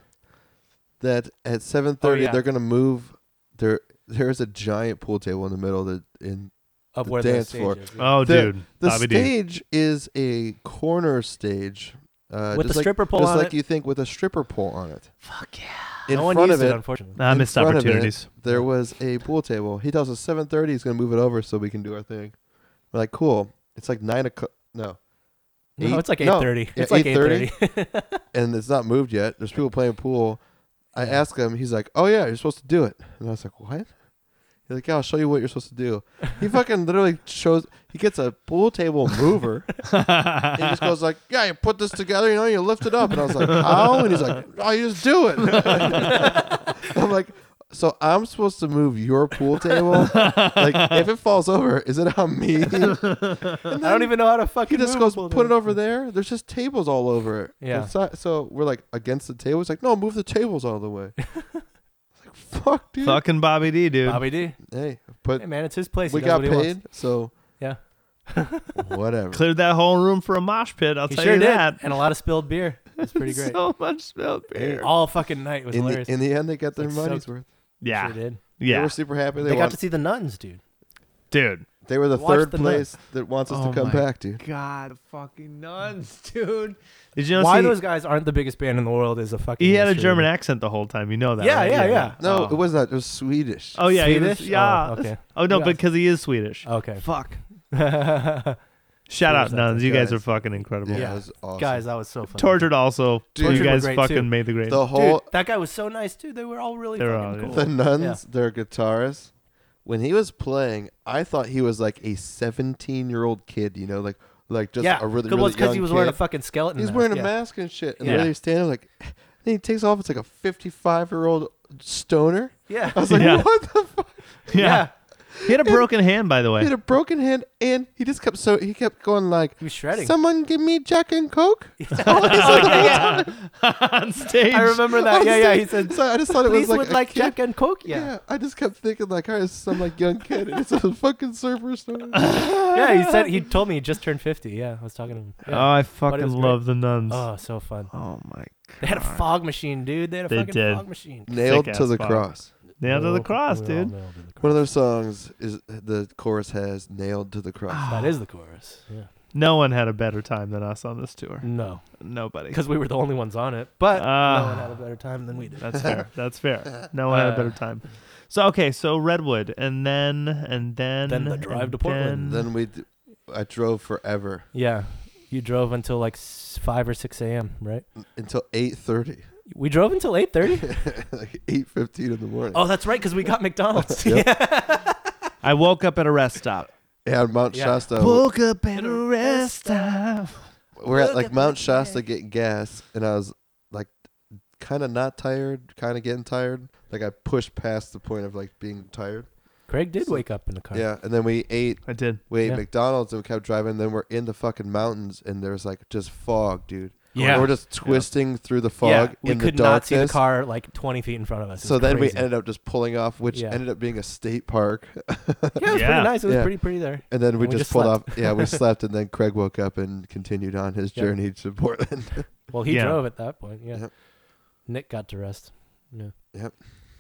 Speaker 4: that at 7.30
Speaker 1: Oh, yeah.
Speaker 4: they're gonna move there there's a giant pool table in the middle that in
Speaker 1: of
Speaker 4: the
Speaker 1: where
Speaker 4: dance
Speaker 1: the
Speaker 4: floor.
Speaker 1: stage is, yeah.
Speaker 2: Oh,
Speaker 4: The-
Speaker 2: dude.
Speaker 4: the
Speaker 2: Bobby D.
Speaker 4: stage is a corner stage uh,
Speaker 1: With
Speaker 4: just
Speaker 1: a
Speaker 4: like,
Speaker 1: stripper pole
Speaker 4: just
Speaker 1: on
Speaker 4: like
Speaker 1: it.
Speaker 4: you think with a stripper pole on it fuck yeah in
Speaker 1: no one
Speaker 4: front
Speaker 1: used
Speaker 4: of
Speaker 1: it,
Speaker 4: it,
Speaker 1: unfortunately.
Speaker 2: I
Speaker 4: in
Speaker 2: missed
Speaker 4: front of it,
Speaker 2: opportunities.
Speaker 4: there was a pool table he tells us 7.30 he's gonna move it over so we can do our thing we're like cool it's like 9 o'clock no
Speaker 1: no,
Speaker 4: Eight-
Speaker 1: it's like eight
Speaker 4: no,
Speaker 1: thirty.
Speaker 4: yeah,
Speaker 1: it's like eight
Speaker 4: 8:30.
Speaker 1: thirty.
Speaker 4: and it's not moved yet. There's people playing pool. I ask him, he's like, "Oh yeah, you're supposed to do it." And I was like, "What?" He's like, "Yeah, I'll show you what you're supposed to do." He fucking literally shows. He gets a pool table mover. and he just goes like, "Yeah, you put this together, you know, you lift it up." And I was like, "How?" And he's like, "Oh, you just do it." I'm like. So I'm supposed to move your pool table? like if it falls over, is it on me?
Speaker 1: I don't even know how to
Speaker 4: He
Speaker 1: fucking.
Speaker 4: just
Speaker 1: move
Speaker 4: goes,
Speaker 1: a pool
Speaker 4: put it
Speaker 1: table."
Speaker 4: over there. There's just tables all over it.
Speaker 1: Yeah.
Speaker 4: It's not- so we're like against the table. He's like, no, move the tables all the way. It's like, fuck, dude.
Speaker 2: Fucking Bobby D, dude.
Speaker 1: Bobby D.
Speaker 4: Hey, but
Speaker 1: Hey man, it's his place.
Speaker 4: we
Speaker 1: he does
Speaker 4: got
Speaker 1: what he wants.
Speaker 4: paid, so
Speaker 1: Yeah.
Speaker 4: whatever.
Speaker 2: Cleared that whole room for a mosh pit. I'll
Speaker 1: He
Speaker 2: tell
Speaker 1: sure
Speaker 2: you
Speaker 1: did,
Speaker 2: that.
Speaker 1: and a lot of spilled beer. It's pretty great.
Speaker 2: so much spilled beer.
Speaker 1: All fucking night was
Speaker 4: in, the,
Speaker 1: hilarious.
Speaker 4: in the end, they got their
Speaker 1: Like,
Speaker 4: money's
Speaker 1: so-
Speaker 4: worth.
Speaker 2: yeah,
Speaker 1: Sure did.
Speaker 4: They
Speaker 2: yeah,
Speaker 4: were super happy. They,
Speaker 1: They got
Speaker 4: want-
Speaker 1: to see the nuns, dude.
Speaker 2: dude.
Speaker 4: they were the
Speaker 1: watch
Speaker 4: third
Speaker 1: the
Speaker 4: place that wants us
Speaker 2: Oh
Speaker 4: to come
Speaker 2: my
Speaker 4: back, dude.
Speaker 2: God, the fucking nuns, dude. Did you know
Speaker 1: Why
Speaker 2: see,
Speaker 1: those guys aren't the biggest band in the world is a fucking.
Speaker 2: He had a
Speaker 1: mystery.
Speaker 2: German accent the whole time. You know that.
Speaker 1: Yeah,
Speaker 2: right?
Speaker 1: yeah, yeah.
Speaker 4: No,
Speaker 2: Oh.
Speaker 4: it was not. It was Swedish.
Speaker 2: Oh yeah, he was-
Speaker 1: Swedish?
Speaker 2: yeah.
Speaker 1: Oh, okay.
Speaker 2: Oh no,
Speaker 1: You guys-
Speaker 2: because he is Swedish.
Speaker 1: Okay.
Speaker 2: Fuck.
Speaker 1: Guys,
Speaker 2: Shout
Speaker 1: Swedish
Speaker 2: out nuns.
Speaker 1: accent,
Speaker 2: You guys
Speaker 4: guys.
Speaker 2: are fucking incredible.
Speaker 4: yeah,
Speaker 1: yeah.
Speaker 4: It was awesome.
Speaker 1: that was so funny.
Speaker 2: Tortured also.
Speaker 4: Dude.
Speaker 2: you
Speaker 1: Tortured
Speaker 2: guys
Speaker 1: were great,
Speaker 2: fucking
Speaker 1: too.
Speaker 2: made the grade.
Speaker 4: the
Speaker 1: Dude,
Speaker 4: whole
Speaker 1: that guy was so nice too. They were all really
Speaker 2: They were
Speaker 1: fucking cool.
Speaker 2: all-
Speaker 4: the nuns, their guitarist. When he was playing, I thought he was like a 17 year old kid. You know, like like just
Speaker 1: yeah,
Speaker 4: a really
Speaker 1: well,
Speaker 4: really
Speaker 1: because he
Speaker 4: young
Speaker 1: was wearing a
Speaker 4: kid.
Speaker 1: fucking skeleton.
Speaker 4: He's
Speaker 1: mask,
Speaker 4: wearing a
Speaker 1: yeah.
Speaker 4: mask and shit. And
Speaker 2: Yeah.
Speaker 4: the way he's standing, like, then he takes off. It's like a 55 year old stoner.
Speaker 1: Yeah.
Speaker 4: I was like,
Speaker 2: Yeah.
Speaker 4: what the fuck?
Speaker 2: yeah.
Speaker 1: yeah.
Speaker 2: He had a broken hand, by the
Speaker 4: He
Speaker 2: way.
Speaker 4: had a broken hand, and he just kept so he kept going like,
Speaker 1: He was shredding.
Speaker 4: someone give me Jack and Coke.
Speaker 2: yeah. On stage.
Speaker 1: I remember that. Uh, Yeah, yeah. He said,
Speaker 4: So I just thought it
Speaker 1: "Please
Speaker 4: was like,
Speaker 1: would
Speaker 4: a
Speaker 1: like
Speaker 4: kid.
Speaker 1: Jack and Coke."
Speaker 4: Yeah.
Speaker 1: Yeah.
Speaker 4: I just kept thinking like, all right, some like young kid, and it's a fucking surfer stoner.
Speaker 1: Yeah. He said he told me he just turned fifty. Yeah, I was talking to him. Yeah.
Speaker 2: Oh, I
Speaker 1: But it
Speaker 2: fucking
Speaker 1: was great.
Speaker 2: love the nuns.
Speaker 1: oh, so fun.
Speaker 2: Oh my god.
Speaker 1: They had a fog machine, dude. They had a
Speaker 2: They
Speaker 1: fucking
Speaker 2: did.
Speaker 1: fog machine. Oh,
Speaker 4: Nailed
Speaker 2: Sick
Speaker 4: to
Speaker 2: ass
Speaker 4: the
Speaker 2: fuck.
Speaker 4: cross.
Speaker 2: Nailed to the cross,
Speaker 1: We all
Speaker 2: dude.
Speaker 1: nailed to the
Speaker 4: One of their songs is the chorus has nailed to the cross.
Speaker 1: Ah. cross. That is the chorus. Yeah.
Speaker 2: No one had a better time than us on this tour.
Speaker 1: No,
Speaker 2: Nobody.
Speaker 1: because we were the only ones on it, but
Speaker 2: Ah.
Speaker 1: no one had a better time than we did.
Speaker 2: That's fair. That's fair. No one had a
Speaker 1: Uh,
Speaker 2: better time. So okay, so Redwood, and then and then
Speaker 1: Then the drive
Speaker 2: and
Speaker 1: to Portland.
Speaker 2: Then,
Speaker 4: Then we, d- I drove forever
Speaker 1: Yeah, you drove until like s- five or six a.m. Right?
Speaker 4: until eight thirty,
Speaker 1: We drove until eight thirty.
Speaker 4: like eight fifteen in the morning.
Speaker 1: Oh, that's right, because we got McDonald's.
Speaker 4: Yep.
Speaker 1: yeah.
Speaker 2: I woke up at a rest stop.
Speaker 4: Yeah, on Mount
Speaker 1: Yeah.
Speaker 4: Shasta.
Speaker 2: woke up at a rest stop.
Speaker 4: we're at like Mount Shasta getting gas, and I was like, kind of not tired, kind of getting tired. Like I pushed past the point of like being tired.
Speaker 1: Craig did wake up in the car.
Speaker 4: Yeah, and then we ate.
Speaker 2: I did.
Speaker 4: We ate
Speaker 1: Yeah.
Speaker 4: McDonald's and we kept driving. Then we're in the fucking mountains, and there's like just fog, dude.
Speaker 1: Yeah.
Speaker 4: And we're just twisting through the fog
Speaker 1: Yeah, we
Speaker 4: in
Speaker 1: could
Speaker 4: the
Speaker 1: not
Speaker 4: darkness.
Speaker 1: see the car like 20 feet in front of us. It
Speaker 4: So
Speaker 1: was
Speaker 4: then we
Speaker 1: crazy.
Speaker 4: ended up just pulling off, which
Speaker 1: Yeah.
Speaker 4: ended up being a state park.
Speaker 1: Yeah, it was pretty
Speaker 2: Yeah.
Speaker 1: nice. It was
Speaker 4: Yeah.
Speaker 1: pretty pretty there.
Speaker 4: And then we,
Speaker 1: We
Speaker 4: just,
Speaker 1: just
Speaker 4: pulled off. Yeah, we slept, and then Craig woke up and continued on his
Speaker 1: Yeah.
Speaker 4: journey to Portland.
Speaker 1: Well, he
Speaker 2: Yeah.
Speaker 1: drove at that point. Yeah.
Speaker 4: Yep.
Speaker 1: Nick got to rest. Yeah.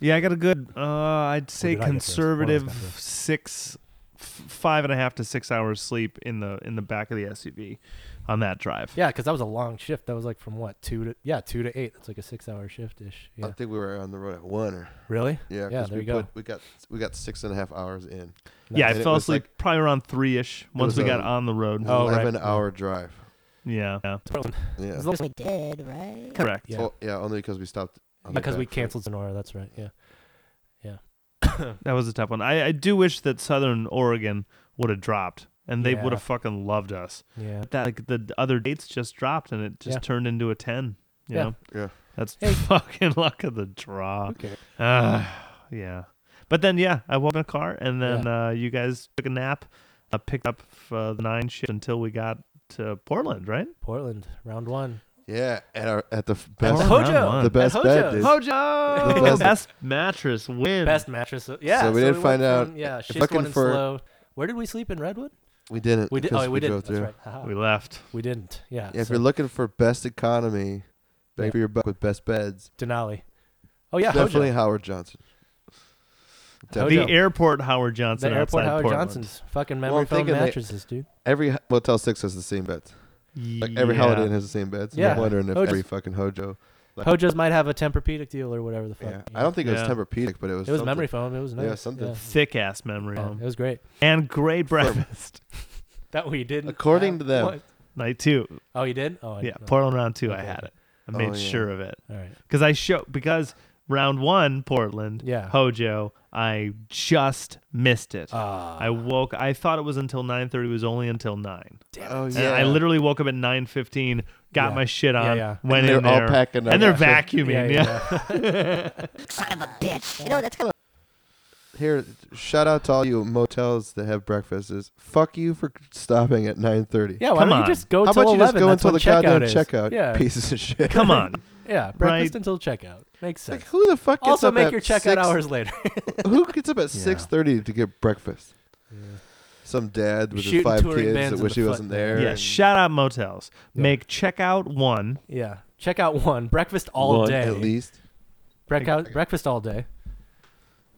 Speaker 2: Yeah, I got a good. Uh, I'd say
Speaker 1: did I get first?
Speaker 2: conservative
Speaker 1: One of us got first.
Speaker 2: six, f- five and a half to six hours sleep in the in the back of the SUV, on that drive.
Speaker 1: Yeah, because that was a long shift. That was like from what two to yeah two to eight. That's like a six hour shift ish.
Speaker 4: I
Speaker 1: Yeah.
Speaker 4: think we were on the road at one or
Speaker 1: Really?
Speaker 4: yeah.
Speaker 1: Yeah,
Speaker 4: 'cause
Speaker 1: there
Speaker 4: we
Speaker 1: you go.
Speaker 4: put- we got we got six and a half hours in.
Speaker 2: Yeah, I
Speaker 4: And it
Speaker 2: fell
Speaker 4: was
Speaker 2: asleep probably around three ish once
Speaker 4: was
Speaker 2: we
Speaker 4: a-
Speaker 2: got on the road.
Speaker 1: Oh, right.
Speaker 4: Eleven hour drive.
Speaker 2: Yeah, yeah,
Speaker 4: Yeah.
Speaker 1: As
Speaker 4: So-
Speaker 1: long as-
Speaker 5: Because we did, right?
Speaker 2: correct.
Speaker 1: yeah.
Speaker 4: Yeah. only because we stopped. on the
Speaker 1: because we
Speaker 4: back foot.
Speaker 1: canceled Sonora. That's right. Yeah.
Speaker 2: That was a tough one. I, I do wish that Southern Oregon would have dropped, and they
Speaker 1: Yeah.
Speaker 2: would have fucking loved us.
Speaker 1: Yeah.
Speaker 2: But that like the other dates just dropped, and it just
Speaker 1: Yeah.
Speaker 2: turned into a ten. You
Speaker 1: Yeah.
Speaker 2: know,
Speaker 4: Yeah.
Speaker 2: that's
Speaker 1: Hey.
Speaker 2: fucking luck of the draw.
Speaker 1: Okay.
Speaker 2: Ah, yeah. But then, yeah, I woke up in a car, and then uh, you guys took a nap, uh, picked up uh, the nine shift until we got to Portland, right?
Speaker 1: Portland round one.
Speaker 4: Yeah, at our at the f-
Speaker 2: That's
Speaker 4: best
Speaker 2: round
Speaker 1: Hojo.
Speaker 2: one.
Speaker 4: the best
Speaker 1: Hojo.
Speaker 4: bed. Dude.
Speaker 2: Hojo,
Speaker 4: The
Speaker 2: best,
Speaker 4: best-
Speaker 2: mattress win.
Speaker 1: Best mattress. uh, Yeah.
Speaker 4: So we did
Speaker 1: went
Speaker 4: find
Speaker 1: from-
Speaker 4: out
Speaker 1: Yeah.
Speaker 4: if
Speaker 1: Shift
Speaker 4: looking
Speaker 1: one and
Speaker 4: for-
Speaker 1: slow. Where did we sleep in Redwood?
Speaker 4: We didn't.
Speaker 1: We did.
Speaker 4: because
Speaker 1: Oh, we didn't.
Speaker 4: drove
Speaker 1: That's
Speaker 4: through.
Speaker 1: right. Haha.
Speaker 2: We left.
Speaker 1: We didn't. Yeah.
Speaker 4: Yeah, if
Speaker 1: so
Speaker 4: you're looking for best economy, bang
Speaker 1: Yeah.
Speaker 4: for your buck with best beds,
Speaker 1: Denali. Oh yeah. Hojo.
Speaker 4: definitely Howard Johnson.
Speaker 1: Hojo.
Speaker 2: The airport Howard Johnson.
Speaker 1: The airport
Speaker 2: outside
Speaker 1: Howard
Speaker 2: Portland.
Speaker 1: Johnson's fucking
Speaker 4: Well,
Speaker 1: memory
Speaker 4: I'm
Speaker 1: foam
Speaker 4: thinking they-
Speaker 1: mattresses, dude.
Speaker 4: Every h- Motel Six has the same beds. Like every
Speaker 2: Yeah.
Speaker 4: Holiday Inn has the same beds. Yeah.
Speaker 1: Yeah.
Speaker 4: I'm wondering if
Speaker 1: Hojo's-
Speaker 4: every fucking Hojo. Like-
Speaker 1: Hojo's might have a Tempur-Pedic deal or whatever the fuck.
Speaker 4: Yeah. I don't think it was
Speaker 2: Yeah.
Speaker 4: Tempur-Pedic, but it was.
Speaker 1: It was
Speaker 4: something.
Speaker 1: memory foam. It was nice.
Speaker 4: Yeah, something.
Speaker 2: Thick ass memory.
Speaker 1: Yeah,
Speaker 2: home.
Speaker 1: it was great.
Speaker 2: And great breakfast.
Speaker 1: That we didn't.
Speaker 4: According
Speaker 1: have
Speaker 4: to them.
Speaker 1: one.
Speaker 2: Night two.
Speaker 1: Oh, you did? Oh, I
Speaker 2: Yeah,
Speaker 1: didn't know.
Speaker 2: Portland round two. I
Speaker 1: Okay.
Speaker 2: had it. I
Speaker 4: Oh, yeah.
Speaker 2: made sure of it
Speaker 1: All right.
Speaker 2: because I show because round one Portland.
Speaker 1: Yeah.
Speaker 2: Hojo. I just missed it.
Speaker 4: Uh,
Speaker 1: Ah,
Speaker 2: I woke. I thought it was until nine thirty. It was only until nine.
Speaker 4: Oh
Speaker 2: And
Speaker 4: yeah.
Speaker 2: I literally woke up at nine fifteen. Got
Speaker 1: Yeah.
Speaker 2: my shit
Speaker 1: Yeah,
Speaker 2: on.
Speaker 1: yeah.
Speaker 2: Went
Speaker 4: they're
Speaker 2: in
Speaker 4: all
Speaker 2: there.
Speaker 4: packing up.
Speaker 2: and they're
Speaker 4: Yeah.
Speaker 2: vacuuming. Yeah.
Speaker 5: Son of a bitch. You know, that's kind of
Speaker 4: Here, shout out to all you motels that have breakfast. Is Fuck you for stopping at 9:30.
Speaker 1: Yeah, why
Speaker 2: Come
Speaker 1: don't
Speaker 2: on.
Speaker 1: you just go
Speaker 4: How
Speaker 1: till
Speaker 4: about you
Speaker 1: 11?
Speaker 4: just go
Speaker 1: That's
Speaker 4: until the
Speaker 1: when
Speaker 4: goddamn
Speaker 1: checkout is.
Speaker 4: checkout?
Speaker 1: Yeah.
Speaker 4: Pieces of shit.
Speaker 2: Come on.
Speaker 1: Yeah, breakfast until checkout. Makes
Speaker 4: Like,
Speaker 1: sense.
Speaker 4: who the fuck gets
Speaker 1: also,
Speaker 4: up
Speaker 1: make
Speaker 4: at
Speaker 1: your checkout
Speaker 4: six-
Speaker 1: hours later.
Speaker 4: Who gets up at 6:30 to get breakfast? Some dad with
Speaker 1: Shooting
Speaker 4: his five
Speaker 1: touring
Speaker 4: kids
Speaker 1: bands
Speaker 4: that
Speaker 1: in
Speaker 4: wish
Speaker 1: the
Speaker 4: he
Speaker 1: foot.
Speaker 4: wasn't there.
Speaker 2: Yeah.
Speaker 4: and-
Speaker 2: Shout out motels.
Speaker 1: Yeah.
Speaker 2: Make checkout one.
Speaker 1: yeah. Checkout one. Breakfast all
Speaker 4: One
Speaker 1: day.
Speaker 4: at least.
Speaker 1: Breakout, breakfast all day.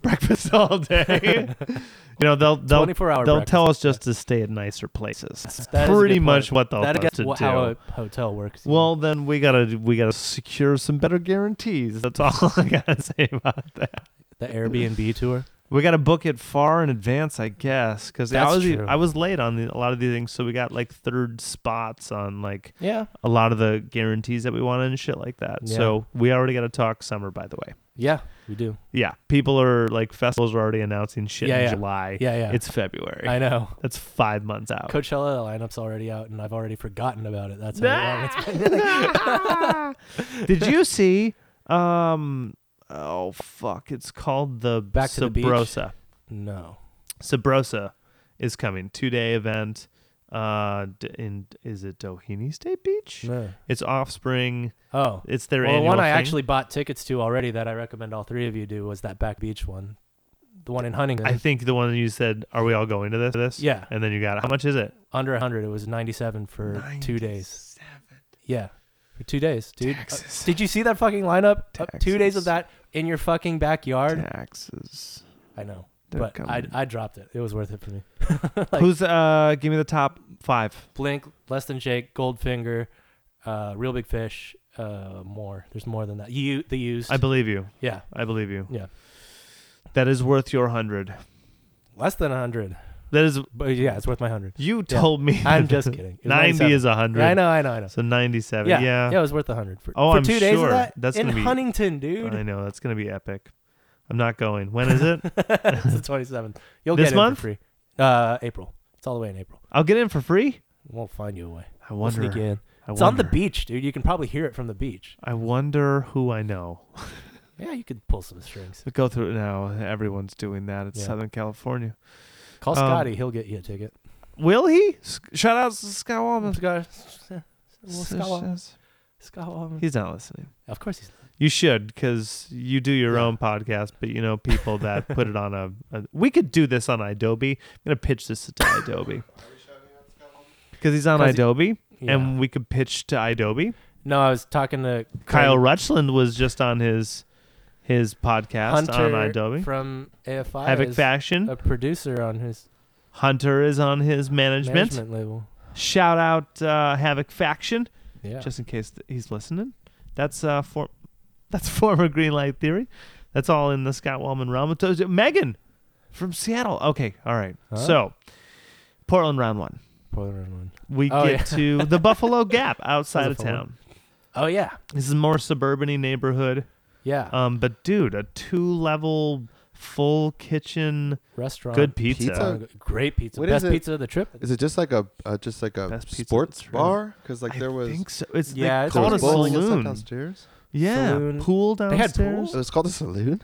Speaker 2: breakfast all day. you know, they'll they'll
Speaker 1: 24 hour
Speaker 2: they'll
Speaker 1: breakfast.
Speaker 2: tell us just to stay at nicer places. That's
Speaker 1: That is a
Speaker 2: pretty
Speaker 1: good
Speaker 2: much
Speaker 1: point.
Speaker 2: what they'll
Speaker 1: That
Speaker 2: tell us
Speaker 1: against
Speaker 2: to
Speaker 1: wha-
Speaker 2: do.
Speaker 1: how a hotel works.
Speaker 2: well, then we gotta we gotta secure some better guarantees. That's all I gotta say about that.
Speaker 1: the Airbnb tour.
Speaker 2: We gotta book it far in advance, I guess, because I
Speaker 1: That's
Speaker 2: was
Speaker 1: true.
Speaker 2: I was late on the, a lot of these things, so we got like third spots on like
Speaker 1: Yeah.
Speaker 2: a lot of the guarantees that we wanted and shit like that.
Speaker 1: Yeah.
Speaker 2: So we already gotta talk summer, by the way.
Speaker 1: Yeah, we do.
Speaker 2: Yeah, people are like festivals are already announcing shit
Speaker 1: Yeah,
Speaker 2: in
Speaker 1: yeah.
Speaker 2: July.
Speaker 1: Yeah, yeah.
Speaker 2: It's February.
Speaker 1: I know.
Speaker 2: That's five months out.
Speaker 1: Coachella the lineup's already out, and I've already forgotten about it. That's how long it's been.
Speaker 2: Did you see? Um, oh fuck! It's called the
Speaker 1: Back to the Beach?
Speaker 2: Sabrosa.
Speaker 1: No.
Speaker 2: Sabrosa is coming two day event. Uh, d- in is it Doheny State Beach?
Speaker 1: No.
Speaker 2: It's Offspring.
Speaker 1: Oh.
Speaker 2: It's their
Speaker 1: Well, the
Speaker 2: annual
Speaker 1: one I
Speaker 2: thing.
Speaker 1: actually bought tickets to already that I recommend all three of you do was that Back Beach one, the one in Huntington.
Speaker 2: I think the one that you said, "Are we all going to this?" this?
Speaker 1: Yeah.
Speaker 2: And then you got how much is it?
Speaker 1: Under 100, it was 97 for two days. Yeah, for two days, dude. Uh,
Speaker 2: Taxes.
Speaker 1: did you see that fucking lineup? Uh, two days
Speaker 2: Taxes.
Speaker 1: of that in your fucking backyard.
Speaker 2: Taxes.
Speaker 1: I know.
Speaker 2: They're
Speaker 1: but I,
Speaker 2: coming.
Speaker 1: I dropped it. It was worth it for me.
Speaker 2: Who's uh? Give me the top five.
Speaker 1: Blink, Less Than Jake, Goldfinger, uh, Real Big Fish, uh, more. There's more than that. You, the used.
Speaker 2: I believe you.
Speaker 1: yeah,
Speaker 2: I believe you.
Speaker 1: Yeah.
Speaker 2: That is worth your hundred.
Speaker 1: less than hundred.
Speaker 2: That is.
Speaker 1: But yeah, it's worth my hundred.
Speaker 2: You
Speaker 1: Yeah.
Speaker 2: told me.
Speaker 1: I'm just kidding. It was
Speaker 2: Ninety is hundred.
Speaker 1: Yeah, I know, I know, I know.
Speaker 2: So ninety-seven.
Speaker 1: yeah,
Speaker 2: yeah.
Speaker 1: it was worth a hundred for,
Speaker 2: Oh,
Speaker 1: for
Speaker 2: I'm
Speaker 1: two days
Speaker 2: sure.
Speaker 1: of that
Speaker 2: That's
Speaker 1: in
Speaker 2: gonna be-
Speaker 1: Huntington, dude.
Speaker 2: I know that's gonna be epic. I'm not going. When is it?
Speaker 1: it's the 27th. You'll
Speaker 2: This
Speaker 1: get it
Speaker 2: month?
Speaker 1: for free. Uh, April. It's all the way in April.
Speaker 2: I'll get in for free.
Speaker 1: Won't find you away.
Speaker 2: I
Speaker 1: We'll
Speaker 2: wonder.
Speaker 1: sneak in.
Speaker 2: I
Speaker 1: It's on the
Speaker 2: wonder.
Speaker 1: beach, dude. You can probably hear it from the beach.
Speaker 2: I wonder who I know.
Speaker 1: Yeah, you could pull some strings.
Speaker 2: We go through it now. Everyone's doing that. It's
Speaker 1: Yeah.
Speaker 2: Southern California.
Speaker 1: Call
Speaker 2: Um,
Speaker 1: Scotty. He'll get you a ticket.
Speaker 2: Will he? S- Shout out to Scott Wallman.
Speaker 1: Scott, Scott, Scott.
Speaker 2: He's not listening.
Speaker 1: Of course he's.
Speaker 2: You should, because you do your own podcast, but you know people that put it on a, a. We could do this on Adobe. I'm gonna pitch this to Adobe because he's on
Speaker 1: 'Cause he-
Speaker 2: Adobe,
Speaker 1: Yeah.
Speaker 2: and we could pitch to Adobe.
Speaker 1: no, I was talking to
Speaker 2: Kyle Rutschland was just on his his podcast
Speaker 1: Hunter
Speaker 2: on Adobe.
Speaker 1: from AFI.
Speaker 2: Havoc
Speaker 1: is
Speaker 2: Fashion.
Speaker 1: a producer on his
Speaker 2: Hunter is on his management.
Speaker 1: management, label.
Speaker 2: Shout out uh, Havoc Faction.
Speaker 1: Yeah,
Speaker 2: just in case th- he's listening. That's uh for that's former Green Light Theory. That's all in the Scott Wallman realm. It's- it's Megan from Seattle. Okay, all right.
Speaker 1: Huh?
Speaker 2: So Portland round one.
Speaker 1: Probably the wrong one.
Speaker 2: We
Speaker 1: Oh,
Speaker 2: get to the Buffalo Gap outside
Speaker 1: a
Speaker 2: of
Speaker 1: fun one.
Speaker 2: town.
Speaker 1: Oh yeah,
Speaker 2: This is more suburban neighborhood.
Speaker 1: yeah.
Speaker 2: Um, but dude, a two level full kitchen
Speaker 1: Restaurant.
Speaker 2: good pizza.
Speaker 4: Pizza?
Speaker 1: Uh, Great pizza.
Speaker 4: What is
Speaker 1: Best
Speaker 4: it?
Speaker 1: pizza of the trip.
Speaker 4: Is it just like a uh, just like a
Speaker 2: Best pizza
Speaker 4: sports
Speaker 2: that's around.
Speaker 4: bar? Because like
Speaker 2: I
Speaker 4: there was
Speaker 2: think so. It's
Speaker 1: Yeah,
Speaker 2: yeah,
Speaker 1: it's
Speaker 4: there
Speaker 2: called
Speaker 1: on
Speaker 4: was
Speaker 2: a
Speaker 4: bowling and stuff
Speaker 2: saloon.
Speaker 4: downstairs.
Speaker 2: Yeah,
Speaker 1: Saloon.
Speaker 2: pool
Speaker 1: They had
Speaker 2: downstairs.
Speaker 4: It was called a saloon.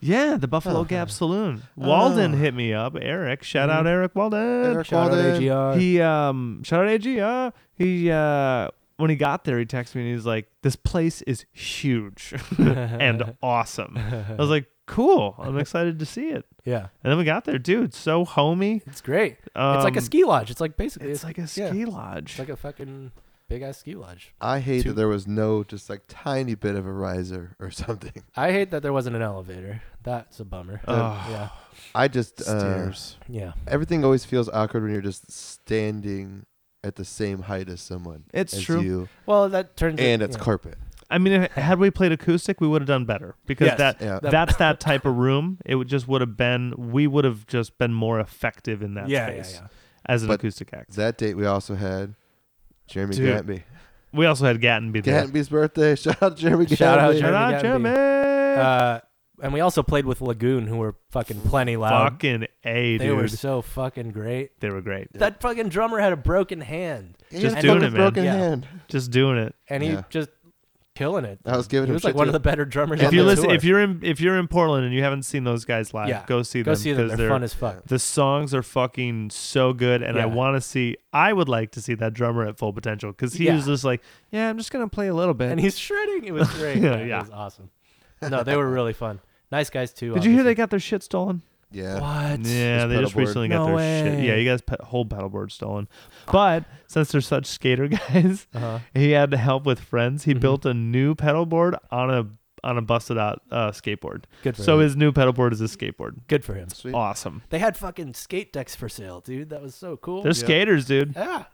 Speaker 2: Yeah, the Buffalo
Speaker 4: Oh.
Speaker 2: Gap Saloon. Walden
Speaker 4: Oh.
Speaker 2: hit me up. Eric, shout out
Speaker 1: Mhm.
Speaker 2: Eric Walden.
Speaker 4: Eric
Speaker 1: Shout out
Speaker 4: Walden.
Speaker 1: AGR.
Speaker 2: He um shout out AG. Uh, he uh when he got there, he texted me and he's like, "This place is huge and awesome." I was like, "Cool, I'm excited to see it."
Speaker 1: yeah,
Speaker 2: And then we got there, dude. So homey.
Speaker 1: it's great.
Speaker 2: Um,
Speaker 1: it's like a ski lodge. It's like basically
Speaker 2: It's
Speaker 1: it's,
Speaker 2: like a ski
Speaker 1: yeah.
Speaker 2: lodge.
Speaker 1: it's like a fucking big ass ski lodge.
Speaker 4: I hate
Speaker 2: Two-
Speaker 4: that there was no just like tiny bit of a riser or something.
Speaker 1: I hate that there wasn't an elevator. That's a bummer.
Speaker 2: Ugh.
Speaker 1: yeah,
Speaker 4: I just uh,
Speaker 2: stairs.
Speaker 1: yeah.
Speaker 4: everything always feels awkward when you're just standing at the same height as someone.
Speaker 2: It's
Speaker 4: as
Speaker 2: true.
Speaker 4: You,
Speaker 1: Well, that turns
Speaker 4: and
Speaker 1: it,
Speaker 4: it's
Speaker 1: yeah.
Speaker 4: carpet.
Speaker 2: I mean, h- had we played acoustic, we would have done better because
Speaker 1: Yes.
Speaker 2: that
Speaker 4: Yeah.
Speaker 1: That-
Speaker 2: that's that type of room. It would just would have been we would have just been more effective in that
Speaker 1: yeah,
Speaker 2: space
Speaker 1: yeah, yeah.
Speaker 2: as an
Speaker 4: But
Speaker 2: acoustic act.
Speaker 4: That date we also had Jeremy
Speaker 2: Dude.
Speaker 4: Gatby.
Speaker 2: we also had Gatton there.
Speaker 4: Gatby's birthday. Shout out Jeremy
Speaker 1: Shout out
Speaker 4: Gatby.
Speaker 2: Shout
Speaker 1: Jeremy
Speaker 2: out
Speaker 1: Gatton
Speaker 2: Jeremy.
Speaker 1: B. Uh, and we also played with Lagoon, who were fucking plenty loud.
Speaker 2: Fucking a
Speaker 1: they
Speaker 2: dude.
Speaker 1: were so fucking great.
Speaker 2: they were great.
Speaker 1: That fucking drummer had a broken hand,
Speaker 4: He
Speaker 2: Just
Speaker 4: had a
Speaker 2: doing
Speaker 4: fucking
Speaker 2: it, man.
Speaker 4: Broken
Speaker 1: Yeah.
Speaker 4: hand.
Speaker 2: Just doing it.
Speaker 1: and he
Speaker 4: Yeah.
Speaker 1: just killing it.
Speaker 4: I was giving
Speaker 1: He
Speaker 4: him
Speaker 1: was like
Speaker 4: shit,
Speaker 1: one
Speaker 4: too.
Speaker 1: of the better drummers.
Speaker 4: Yeah,
Speaker 1: on
Speaker 2: if you
Speaker 1: the
Speaker 2: listen,
Speaker 1: tour.
Speaker 2: if you're in if you're in Portland and you haven't seen those guys live,
Speaker 1: Yeah.
Speaker 2: go see
Speaker 1: go
Speaker 2: them.
Speaker 1: see them,
Speaker 2: 'cause
Speaker 1: they're, fun as fuck.
Speaker 2: the songs are fucking so good, and I
Speaker 1: Yeah.
Speaker 2: want to see. I would like to see that drummer at full potential because he
Speaker 1: Yeah.
Speaker 2: was just like, "Yeah, I'm just gonna play a little bit."
Speaker 1: and he's shredding. It was great.
Speaker 2: Yeah,
Speaker 1: yeah,
Speaker 2: yeah.
Speaker 1: It was awesome. No, they were really fun. Nice guys too.
Speaker 2: Did you hear they
Speaker 1: obviously.
Speaker 2: got their shit stolen?
Speaker 4: Yeah.
Speaker 1: What?
Speaker 2: yeah,
Speaker 4: His
Speaker 2: they just
Speaker 4: pedal board.
Speaker 2: recently got
Speaker 1: No
Speaker 2: their shit. Yeah,
Speaker 1: way.
Speaker 2: you guys pe- whole pedal board stolen. But since they're such skater guys,
Speaker 1: Uh-huh.
Speaker 2: he had help with friends. He
Speaker 1: Mhm.
Speaker 2: built a new pedal board on a on a busted out uh, skateboard.
Speaker 1: Good for
Speaker 2: So
Speaker 1: him.
Speaker 2: his new pedal board is a skateboard.
Speaker 1: Good for him.
Speaker 4: Sweet.
Speaker 2: Awesome.
Speaker 1: They had fucking skate decks for sale, dude. That was so cool.
Speaker 2: They're skaters, dude.
Speaker 1: yeah,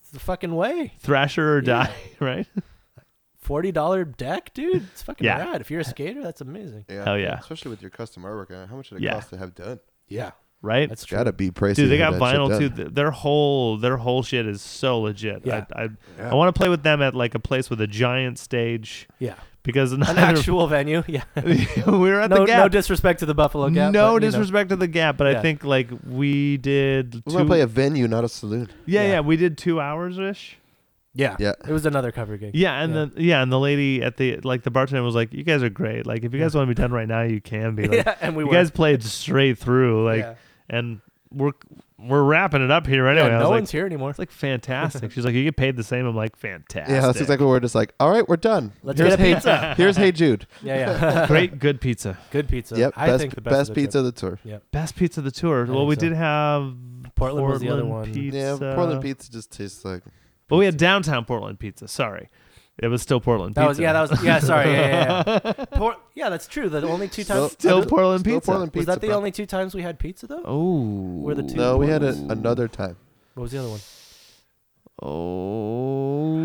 Speaker 1: it's the fucking way.
Speaker 2: Thrasher or
Speaker 1: Yeah.
Speaker 2: die, right?
Speaker 1: Forty dollar deck, dude. It's fucking
Speaker 2: Yeah.
Speaker 1: rad. If you're a skater, that's amazing.
Speaker 4: Yeah.
Speaker 2: Hell yeah.
Speaker 4: Especially with your custom artwork. uh, How much did it
Speaker 2: Yeah.
Speaker 4: cost to have done?
Speaker 1: Yeah,
Speaker 2: Right?
Speaker 1: that's true.
Speaker 4: Gotta be pricey.
Speaker 2: Dude,
Speaker 4: to
Speaker 2: they got
Speaker 4: have that shit
Speaker 2: vinyl
Speaker 4: done.
Speaker 2: too. Th- Their whole their whole shit is so legit.
Speaker 1: Yeah.
Speaker 2: I I,
Speaker 4: Yeah.
Speaker 2: I want to play with them at like a place with a giant stage
Speaker 1: Yeah,
Speaker 2: because
Speaker 1: an
Speaker 2: neither-
Speaker 1: actual venue. Yeah,
Speaker 2: we were at
Speaker 1: no,
Speaker 2: the gap.
Speaker 1: no disrespect to the Buffalo Gap.
Speaker 2: no
Speaker 1: but, you know,
Speaker 2: disrespect to the gap, but I
Speaker 1: Yeah.
Speaker 2: think like we did.
Speaker 4: We
Speaker 2: two,
Speaker 4: want to play a venue, not a saloon.
Speaker 2: yeah, yeah,
Speaker 1: yeah.
Speaker 2: we did two hours ish.
Speaker 1: Yeah,
Speaker 4: Yeah.
Speaker 1: It was another cover gig.
Speaker 2: Yeah, and
Speaker 1: Yeah.
Speaker 2: then yeah, and the lady at the like the bartender was like, "You guys are great. Like, if you guys want to be done right now, you can be. Like,
Speaker 1: yeah, and we
Speaker 2: you
Speaker 1: were.
Speaker 2: guys played straight through. Like,
Speaker 1: yeah.
Speaker 2: and we're we're wrapping it up here
Speaker 1: Yeah,
Speaker 2: anyway.
Speaker 1: no
Speaker 2: I was
Speaker 1: one's
Speaker 2: like,
Speaker 1: here anymore.
Speaker 2: it's like fantastic. She's like, you get paid the same. I'm like, fantastic.
Speaker 4: Yeah, that's exactly where we're just like, all right, we're done.
Speaker 1: Let's
Speaker 4: here's
Speaker 1: get a
Speaker 4: hey,
Speaker 1: pizza.
Speaker 4: Here's Hey Jude.
Speaker 1: yeah, yeah.
Speaker 2: great. Good pizza.
Speaker 1: Good pizza.
Speaker 4: yep,
Speaker 1: I
Speaker 4: best,
Speaker 1: think the best, of
Speaker 4: best,
Speaker 1: the trip.
Speaker 4: pizza of the tour.
Speaker 2: Best pizza of the tour. well,
Speaker 1: think
Speaker 2: we
Speaker 1: so.
Speaker 2: did have
Speaker 1: Portland was the other
Speaker 2: Portland
Speaker 1: one.
Speaker 2: Pizza.
Speaker 4: Yeah, Portland pizza just tastes like
Speaker 2: But we had downtown Portland pizza. Sorry. It was still Portland.
Speaker 1: That was
Speaker 2: pizza.
Speaker 1: yeah. That was yeah. Sorry. Yeah, yeah, yeah. Por- yeah that's true. The only two times
Speaker 2: still
Speaker 1: was,
Speaker 2: Portland
Speaker 4: Still
Speaker 2: pizza.
Speaker 4: Portland
Speaker 1: was that the
Speaker 4: bro.
Speaker 1: only two times we had pizza though?
Speaker 2: Oh.
Speaker 1: Were the two-
Speaker 4: No, we had a, another time.
Speaker 1: What was the other one?
Speaker 2: Oh.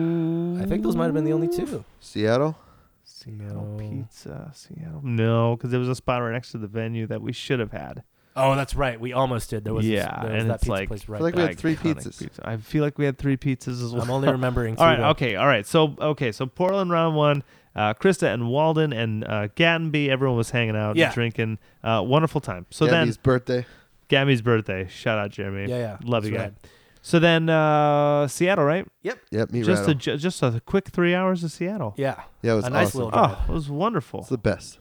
Speaker 1: I think those might have been the only two.
Speaker 4: Seattle.
Speaker 2: Seattle
Speaker 1: No.
Speaker 2: pizza. Seattle. No, because there was a spot right next to the venue that we should have had.
Speaker 1: Oh, that's right. We almost did. There was
Speaker 2: Yeah,
Speaker 1: there was
Speaker 2: and
Speaker 1: that
Speaker 2: it's
Speaker 1: pizza
Speaker 2: like-
Speaker 1: place
Speaker 4: I
Speaker 1: right.
Speaker 4: feel like we
Speaker 1: there.
Speaker 4: had three
Speaker 2: Iconic
Speaker 4: pizzas.
Speaker 2: Pizza. I feel like we had three pizzas as well.
Speaker 1: I'm only remembering.
Speaker 2: All right.
Speaker 1: three, though.
Speaker 2: Okay. All right. So okay. So Portland round one. Uh, Krista and Walden and uh, Gattenby. Everyone was hanging out,
Speaker 1: Yeah.
Speaker 2: drinking. Uh, wonderful time. So
Speaker 4: Gabby's birthday.
Speaker 2: then Gammy's birthday. Shout out Jeremy.
Speaker 1: Yeah, yeah.
Speaker 2: Love you
Speaker 1: That's
Speaker 2: guy.
Speaker 1: right.
Speaker 2: So then uh, Seattle, right?
Speaker 4: Yep, me
Speaker 2: just
Speaker 4: rattle.
Speaker 2: a ju- just a quick three hours of Seattle.
Speaker 1: Yeah.
Speaker 4: yeah, it was
Speaker 1: a nice
Speaker 4: awesome.
Speaker 1: little drive.
Speaker 2: Oh, it was wonderful.
Speaker 4: It's the best.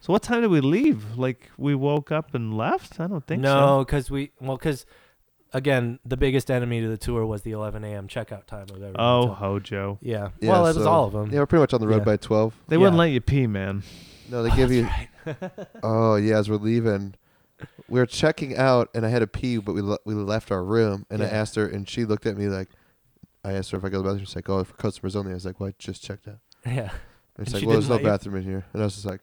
Speaker 2: So what time did we leave? Like we woke up and left? I don't think
Speaker 1: no, because we well, because again, the biggest enemy to the tour was the 11 a.m. checkout time of everyone.
Speaker 2: so. Oh,
Speaker 1: so-
Speaker 2: Hojo.
Speaker 1: yeah.
Speaker 4: Yeah,
Speaker 1: Well, it was
Speaker 4: so-
Speaker 1: all of them.
Speaker 4: Yeah, we're pretty much on the road
Speaker 1: Um, Yeah.
Speaker 4: by twelve.
Speaker 2: They wouldn't
Speaker 1: Yeah.
Speaker 2: let you pee, man.
Speaker 4: No, they give you. oh yeah, as we're leaving, we were checking out, and I had a pee, but we le- we left our room, and I
Speaker 1: Yeah.
Speaker 4: asked her, and she looked at me like, I asked her if I go to the bathroom. She's like, Oh, for customers only. I was like, Well, I just checked out.
Speaker 1: Yeah. And
Speaker 4: And she's
Speaker 1: she
Speaker 4: like, Well,
Speaker 1: didn't
Speaker 4: there's no
Speaker 1: let you-
Speaker 4: bathroom in here, and I was just like.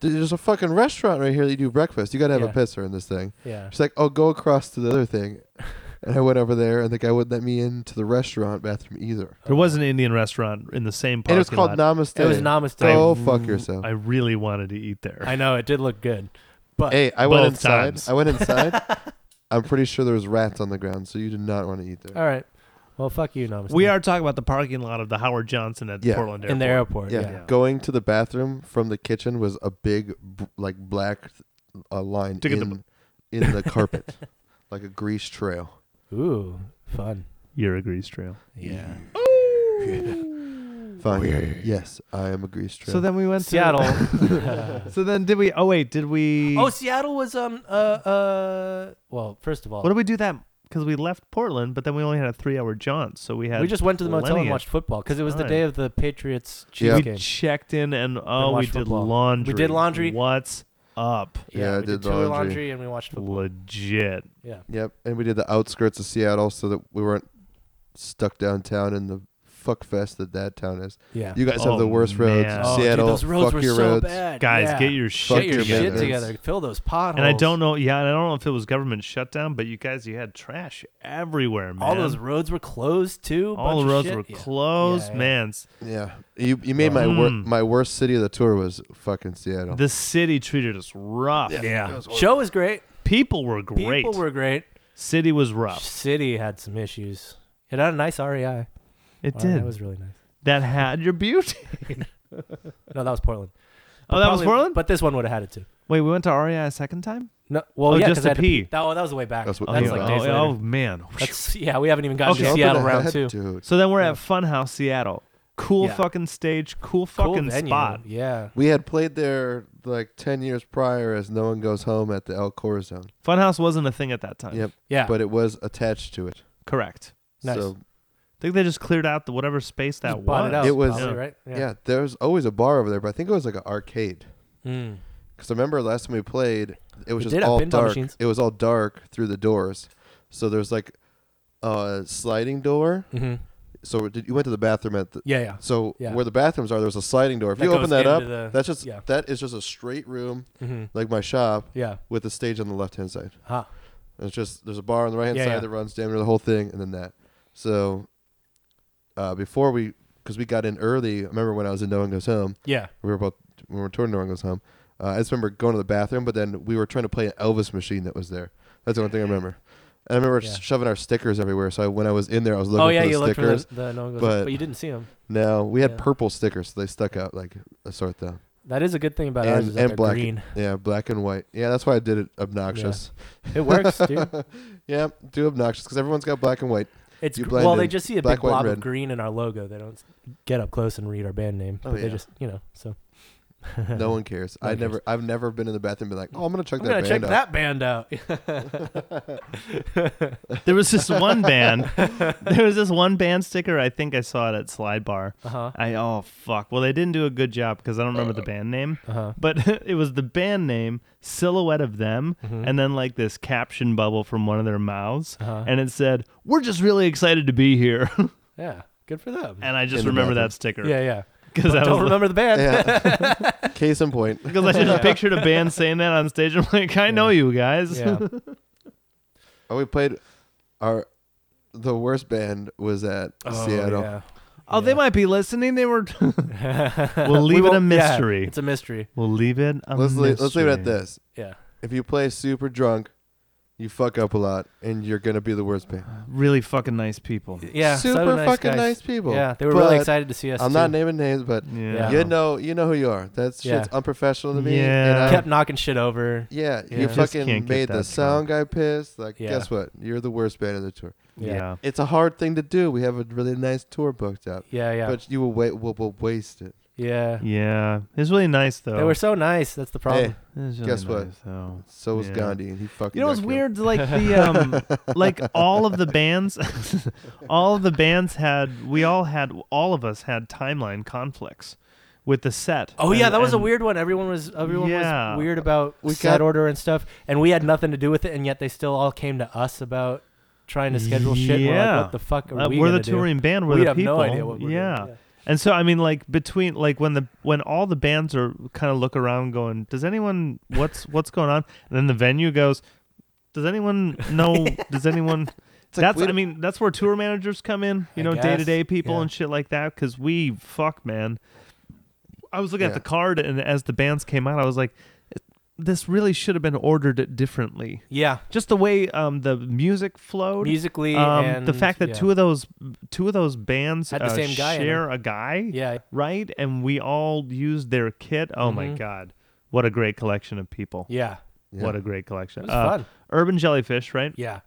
Speaker 4: "Dude, There's a fucking restaurant right here that you do breakfast. You gotta have
Speaker 1: Yeah.
Speaker 4: a pisser in this thing.
Speaker 1: Yeah.
Speaker 4: She's like, "Oh, go across to the other thing," and I went over there, and the guy wouldn't let me into the restaurant bathroom either.
Speaker 1: Oh.
Speaker 2: There was an Indian restaurant in the same parking
Speaker 4: And it was called
Speaker 2: lot.
Speaker 4: Namaste.
Speaker 1: It was namaste.
Speaker 4: Go fuck yourself.
Speaker 2: I really wanted to eat there.
Speaker 1: I know it did look good, but
Speaker 4: hey, I went
Speaker 2: Both
Speaker 4: inside.
Speaker 2: times.
Speaker 4: I went inside. I'm pretty sure there was rats on the ground, so you did not want to eat there.
Speaker 1: all right. Well, fuck you, namaste.
Speaker 2: we are talking about the parking lot of the Howard Johnson at
Speaker 4: Yeah.
Speaker 2: Portland Airport.
Speaker 1: in the airport.
Speaker 4: Yeah.
Speaker 1: Yeah.
Speaker 2: Yeah.
Speaker 4: going to the bathroom from the kitchen was a big, b- like black, uh, line
Speaker 2: Dig it
Speaker 4: in, in the carpet, like a grease trail.
Speaker 1: Ooh, fun.
Speaker 2: You're a grease trail.
Speaker 1: Yeah.
Speaker 4: Fine. Yes, I am a grease trail.
Speaker 2: So then we went
Speaker 1: Seattle.
Speaker 2: to So then did we? Oh wait, did we?
Speaker 1: oh, Seattle was um uh uh. Well, first of all,
Speaker 2: what did we do that? Because we left Portland, but then we only had a three-hour jaunt, so we had.
Speaker 1: we just went to the motel
Speaker 2: plenty
Speaker 1: and
Speaker 2: of
Speaker 1: watched football because it was the
Speaker 2: time.
Speaker 1: day of the Patriots Chiefs
Speaker 4: Yeah.
Speaker 2: We
Speaker 1: game.
Speaker 2: checked in and oh, we
Speaker 1: watched
Speaker 2: did
Speaker 1: football.
Speaker 2: laundry.
Speaker 1: We did laundry.
Speaker 2: What's up?
Speaker 4: Yeah, I
Speaker 1: we
Speaker 4: did
Speaker 1: did tour
Speaker 4: laundry.
Speaker 1: laundry and we watched football.
Speaker 2: Legit.
Speaker 1: Yeah.
Speaker 4: Yep, and we did the outskirts of Seattle so that we weren't stuck downtown in the fuck fest that that town is.
Speaker 1: Yeah.
Speaker 4: You guys have
Speaker 2: Oh,
Speaker 4: the worst roads.
Speaker 2: man.
Speaker 1: Oh, dude,
Speaker 4: Seattle,
Speaker 1: those roads
Speaker 4: fuck
Speaker 1: were
Speaker 4: your
Speaker 1: so
Speaker 4: roads.
Speaker 1: bad.
Speaker 2: Guys,
Speaker 1: Yeah.
Speaker 2: get your
Speaker 1: Get
Speaker 2: shit
Speaker 4: Fuck
Speaker 1: your
Speaker 4: your
Speaker 1: shit
Speaker 4: maintenance.
Speaker 1: together. Oh. Fill those potholes.
Speaker 2: And I don't know, yeah, and I don't know if it was government shutdown, but you guys, you had trash everywhere, man.
Speaker 1: All those roads were closed too.
Speaker 2: all
Speaker 1: Bunch
Speaker 2: the
Speaker 1: of
Speaker 2: roads
Speaker 1: shit.
Speaker 2: were
Speaker 1: Yeah.
Speaker 2: closed,
Speaker 1: Yeah, yeah.
Speaker 2: man. S-
Speaker 4: Yeah, you you made my wor-
Speaker 2: Mm.
Speaker 4: my worst city of the tour was fucking Seattle.
Speaker 2: The city treated us rough.
Speaker 1: Yeah. Show was great.
Speaker 2: People were great.
Speaker 1: People were great.
Speaker 2: city was rough.
Speaker 1: City had some issues. It had a nice E REI.
Speaker 2: It
Speaker 1: Wow,
Speaker 2: did.
Speaker 1: That was really nice.
Speaker 2: that had your beauty.
Speaker 1: No, that was Portland.
Speaker 2: oh, that was
Speaker 1: Probably-
Speaker 2: Portland.
Speaker 1: But this one would have had it too.
Speaker 2: Wait, we went to REI a second time.
Speaker 1: No, well,
Speaker 2: Oh,
Speaker 1: yeah,
Speaker 2: just
Speaker 1: 'cause
Speaker 2: to
Speaker 1: I had
Speaker 2: pee.
Speaker 1: That, oh, that was the way back.
Speaker 4: That's
Speaker 1: That's,
Speaker 4: what-
Speaker 2: oh,
Speaker 1: like
Speaker 2: yeah.
Speaker 1: days
Speaker 2: oh,
Speaker 1: later.
Speaker 2: oh, man.
Speaker 1: That's, yeah, we haven't even gotten
Speaker 4: Jump
Speaker 1: to
Speaker 4: in
Speaker 1: Seattle
Speaker 4: the
Speaker 1: round
Speaker 4: head,
Speaker 1: two.
Speaker 4: dude.
Speaker 2: So then we're
Speaker 1: Yeah.
Speaker 2: at Funhouse Seattle. Cool
Speaker 1: Yeah.
Speaker 2: fucking stage,
Speaker 1: Cool
Speaker 2: cool fucking
Speaker 1: venue.
Speaker 2: spot.
Speaker 1: Yeah.
Speaker 4: We had played there like ten years prior as No One Goes Home at the El Corazon.
Speaker 2: Funhouse wasn't a thing at that time.
Speaker 4: Yep,
Speaker 1: Yeah.
Speaker 4: but it was attached to it.
Speaker 2: Correct.
Speaker 1: Nice.
Speaker 4: So
Speaker 2: I think they just cleared out the whatever space that
Speaker 1: Just bought
Speaker 2: was.
Speaker 1: it out.
Speaker 4: It was-
Speaker 1: probably,
Speaker 2: Yeah.
Speaker 1: right.
Speaker 4: yeah. there was always a bar over there, but I think it was like an arcade.
Speaker 1: Mm.
Speaker 4: Because I remember last time we played, it was
Speaker 1: It did
Speaker 4: just
Speaker 1: have
Speaker 4: all
Speaker 1: pinball
Speaker 4: dark.
Speaker 1: machines.
Speaker 4: It was all dark through the doors. So there's like a sliding door.
Speaker 1: Mhm.
Speaker 4: So did, you went to the bathroom at the,
Speaker 1: Yeah. Yeah.
Speaker 4: So
Speaker 1: Yeah.
Speaker 4: where the bathrooms are, there's a sliding door. If
Speaker 1: That
Speaker 4: you open
Speaker 1: goes
Speaker 4: that
Speaker 1: into
Speaker 4: up,
Speaker 1: the-
Speaker 4: that's just
Speaker 1: yeah.
Speaker 4: that is just a straight room
Speaker 1: Mm-hmm.
Speaker 4: like my shop
Speaker 1: Yeah.
Speaker 4: with a stage on the left hand side.
Speaker 1: Huh.
Speaker 4: And it's just there's a bar on the right hand
Speaker 1: Yeah,
Speaker 4: side
Speaker 1: yeah.
Speaker 4: that runs damn near the whole thing, and then that. So uh, before we, because we got in early, I remember when I was in No One Goes Home,
Speaker 1: Yeah.
Speaker 4: we were both when we were touring No One Goes Home. Uh, I just remember going to the bathroom, but then we were trying to play an Elvis machine that was there. That's the only thing I remember. And I remember
Speaker 1: Yeah.
Speaker 4: shoving our stickers everywhere. So I, when I was in there, I was looking
Speaker 1: Oh yeah,
Speaker 4: for the
Speaker 1: you looked
Speaker 4: stickers.
Speaker 1: for the, the no one goes,
Speaker 4: but-
Speaker 1: but, you didn't see them.
Speaker 4: No, we had
Speaker 1: Yeah.
Speaker 4: purple stickers, so they stuck out like a sore thumb.
Speaker 1: That is a good thing about ours
Speaker 4: And,
Speaker 1: is
Speaker 4: and
Speaker 1: that they're
Speaker 4: black,
Speaker 1: green.
Speaker 4: yeah, black and white. Yeah, that's why I did it obnoxious.
Speaker 1: It works, dude.
Speaker 4: Yeah, do obnoxious because everyone's got black and white.
Speaker 1: It's
Speaker 4: You
Speaker 1: gr- well,
Speaker 4: blend
Speaker 1: they
Speaker 4: in
Speaker 1: just see a
Speaker 4: black,
Speaker 1: big
Speaker 4: white,
Speaker 1: blob
Speaker 4: red.
Speaker 1: of green in our logo. They don't s- get up close and read our band name,
Speaker 4: Oh,
Speaker 1: but they
Speaker 4: yeah.
Speaker 1: just you know. So
Speaker 4: No one cares.
Speaker 1: No
Speaker 4: I
Speaker 1: one
Speaker 4: never, I've never been in the bathroom and been like, oh, I'm gonna check
Speaker 1: I'm
Speaker 4: that
Speaker 1: gonna
Speaker 4: band
Speaker 1: check
Speaker 4: out.
Speaker 1: that band out.
Speaker 2: There was this one band. there was this one band sticker. I think I saw it at Slide Bar.
Speaker 1: Uh huh.
Speaker 2: I oh fuck. Well, they didn't do a good job because I don't remember the band name.
Speaker 1: Uh huh.
Speaker 2: But it was the band name, silhouette of them, and then like this caption bubble from one of their mouths,
Speaker 1: Mm-hmm. Uh-huh.
Speaker 2: and it said, "We're just really excited to be here."
Speaker 1: Yeah. Good for them.
Speaker 2: and I just
Speaker 4: In the
Speaker 2: remember
Speaker 4: bathroom.
Speaker 2: that sticker.
Speaker 1: yeah, yeah.
Speaker 2: because
Speaker 1: But
Speaker 2: I
Speaker 1: don't
Speaker 2: was
Speaker 1: remember the band.
Speaker 4: Yeah. Case in point.
Speaker 2: because I just pictured a band saying that on stage. I'm like, I know you guys.
Speaker 1: yeah.
Speaker 4: Oh, we played our the worst band was at
Speaker 1: Oh,
Speaker 4: Seattle.
Speaker 1: yeah.
Speaker 2: Oh, they
Speaker 1: Yeah.
Speaker 2: might be listening. They were. we'll leave it a
Speaker 1: won't- yeah,
Speaker 2: mystery.
Speaker 1: it's a mystery.
Speaker 2: We'll leave it. A
Speaker 4: Let's leave, let's leave it at
Speaker 2: mystery.
Speaker 4: this.
Speaker 1: Yeah.
Speaker 4: If you play super drunk, you fuck up a lot, and you're gonna be the worst band.
Speaker 2: Really fucking nice people.
Speaker 1: Yeah. so
Speaker 4: super
Speaker 1: nice
Speaker 4: fucking
Speaker 1: guys.
Speaker 4: nice people.
Speaker 1: Yeah, they were really
Speaker 4: But
Speaker 1: excited to see us.
Speaker 4: I'm
Speaker 1: too.
Speaker 4: not naming names, but
Speaker 2: Yeah.
Speaker 4: you know, you know who you are. That shit's
Speaker 1: Yeah.
Speaker 4: unprofessional to me.
Speaker 2: Yeah.
Speaker 4: and I-
Speaker 1: kept knocking shit over.
Speaker 4: yeah,
Speaker 1: Yeah.
Speaker 4: you
Speaker 1: Just
Speaker 2: can't get
Speaker 4: fucking made
Speaker 2: that
Speaker 4: the sound guy pissed. Like,
Speaker 1: Yeah.
Speaker 4: guess what? You're the worst band in the tour.
Speaker 1: Yeah.
Speaker 2: Yeah.
Speaker 4: It's a hard thing to do. We have a really nice tour booked up,
Speaker 1: Yeah, yeah,
Speaker 4: but you will wait. Will, will waste it.
Speaker 1: yeah.
Speaker 2: Yeah. It was really nice though.
Speaker 1: They were so nice. That's the problem.
Speaker 4: Hey, guess what? Eh, so was
Speaker 2: Yeah.
Speaker 4: Gandhi, and he fucking.
Speaker 2: You know what's
Speaker 4: got killed.
Speaker 2: weird? Like the um, like all of the bands, all of the bands had. We all had. All of us had timeline conflicts with the set.
Speaker 1: Oh yeah,
Speaker 2: And-
Speaker 1: that was a
Speaker 2: and-
Speaker 1: weird one. Everyone was everyone
Speaker 2: Yeah.
Speaker 1: was weird about
Speaker 4: We
Speaker 1: set
Speaker 4: got-
Speaker 1: order and stuff, and we had nothing to do with it, and yet they still all came to us about trying to schedule shit. and We're
Speaker 2: Yeah.
Speaker 1: like, what the fuck are
Speaker 2: Uh,
Speaker 1: we?
Speaker 2: we're the
Speaker 1: gonna do?
Speaker 2: touring band. We're
Speaker 1: we
Speaker 2: the
Speaker 1: have
Speaker 2: people.
Speaker 1: no idea what we're
Speaker 2: yeah.
Speaker 1: doing.
Speaker 2: And so I mean, like between like when the when all the bands are kind of look around, going, "Does anyone what's what's going on?" And then the venue goes, "Does anyone know? Does anyone?"
Speaker 4: like
Speaker 2: that's
Speaker 4: we-
Speaker 2: I mean, that's where tour managers come in,
Speaker 1: I
Speaker 2: you know, day to day
Speaker 1: guess,
Speaker 2: people
Speaker 1: yeah.
Speaker 2: and shit like that. Because we fuck, man. I was looking at
Speaker 4: Yeah.
Speaker 2: the card, and as the bands came out, I was like, "This really should have been ordered differently."
Speaker 1: Yeah.
Speaker 2: Just the way um, the music flowed,
Speaker 1: Musically,
Speaker 2: um,
Speaker 1: and
Speaker 2: the fact that
Speaker 1: yeah.
Speaker 2: two of those two of those bands
Speaker 1: Had the
Speaker 2: uh,
Speaker 1: same guy in
Speaker 2: share a guy,
Speaker 1: yeah,
Speaker 2: right? And we all used their kit. Oh my
Speaker 1: Mhm.
Speaker 2: god, what a great collection of people!
Speaker 1: yeah,
Speaker 4: Yeah.
Speaker 2: What a great collection.
Speaker 1: it was
Speaker 2: Uh,
Speaker 1: fun.
Speaker 2: Urban Jellyfish, right?
Speaker 1: Yeah,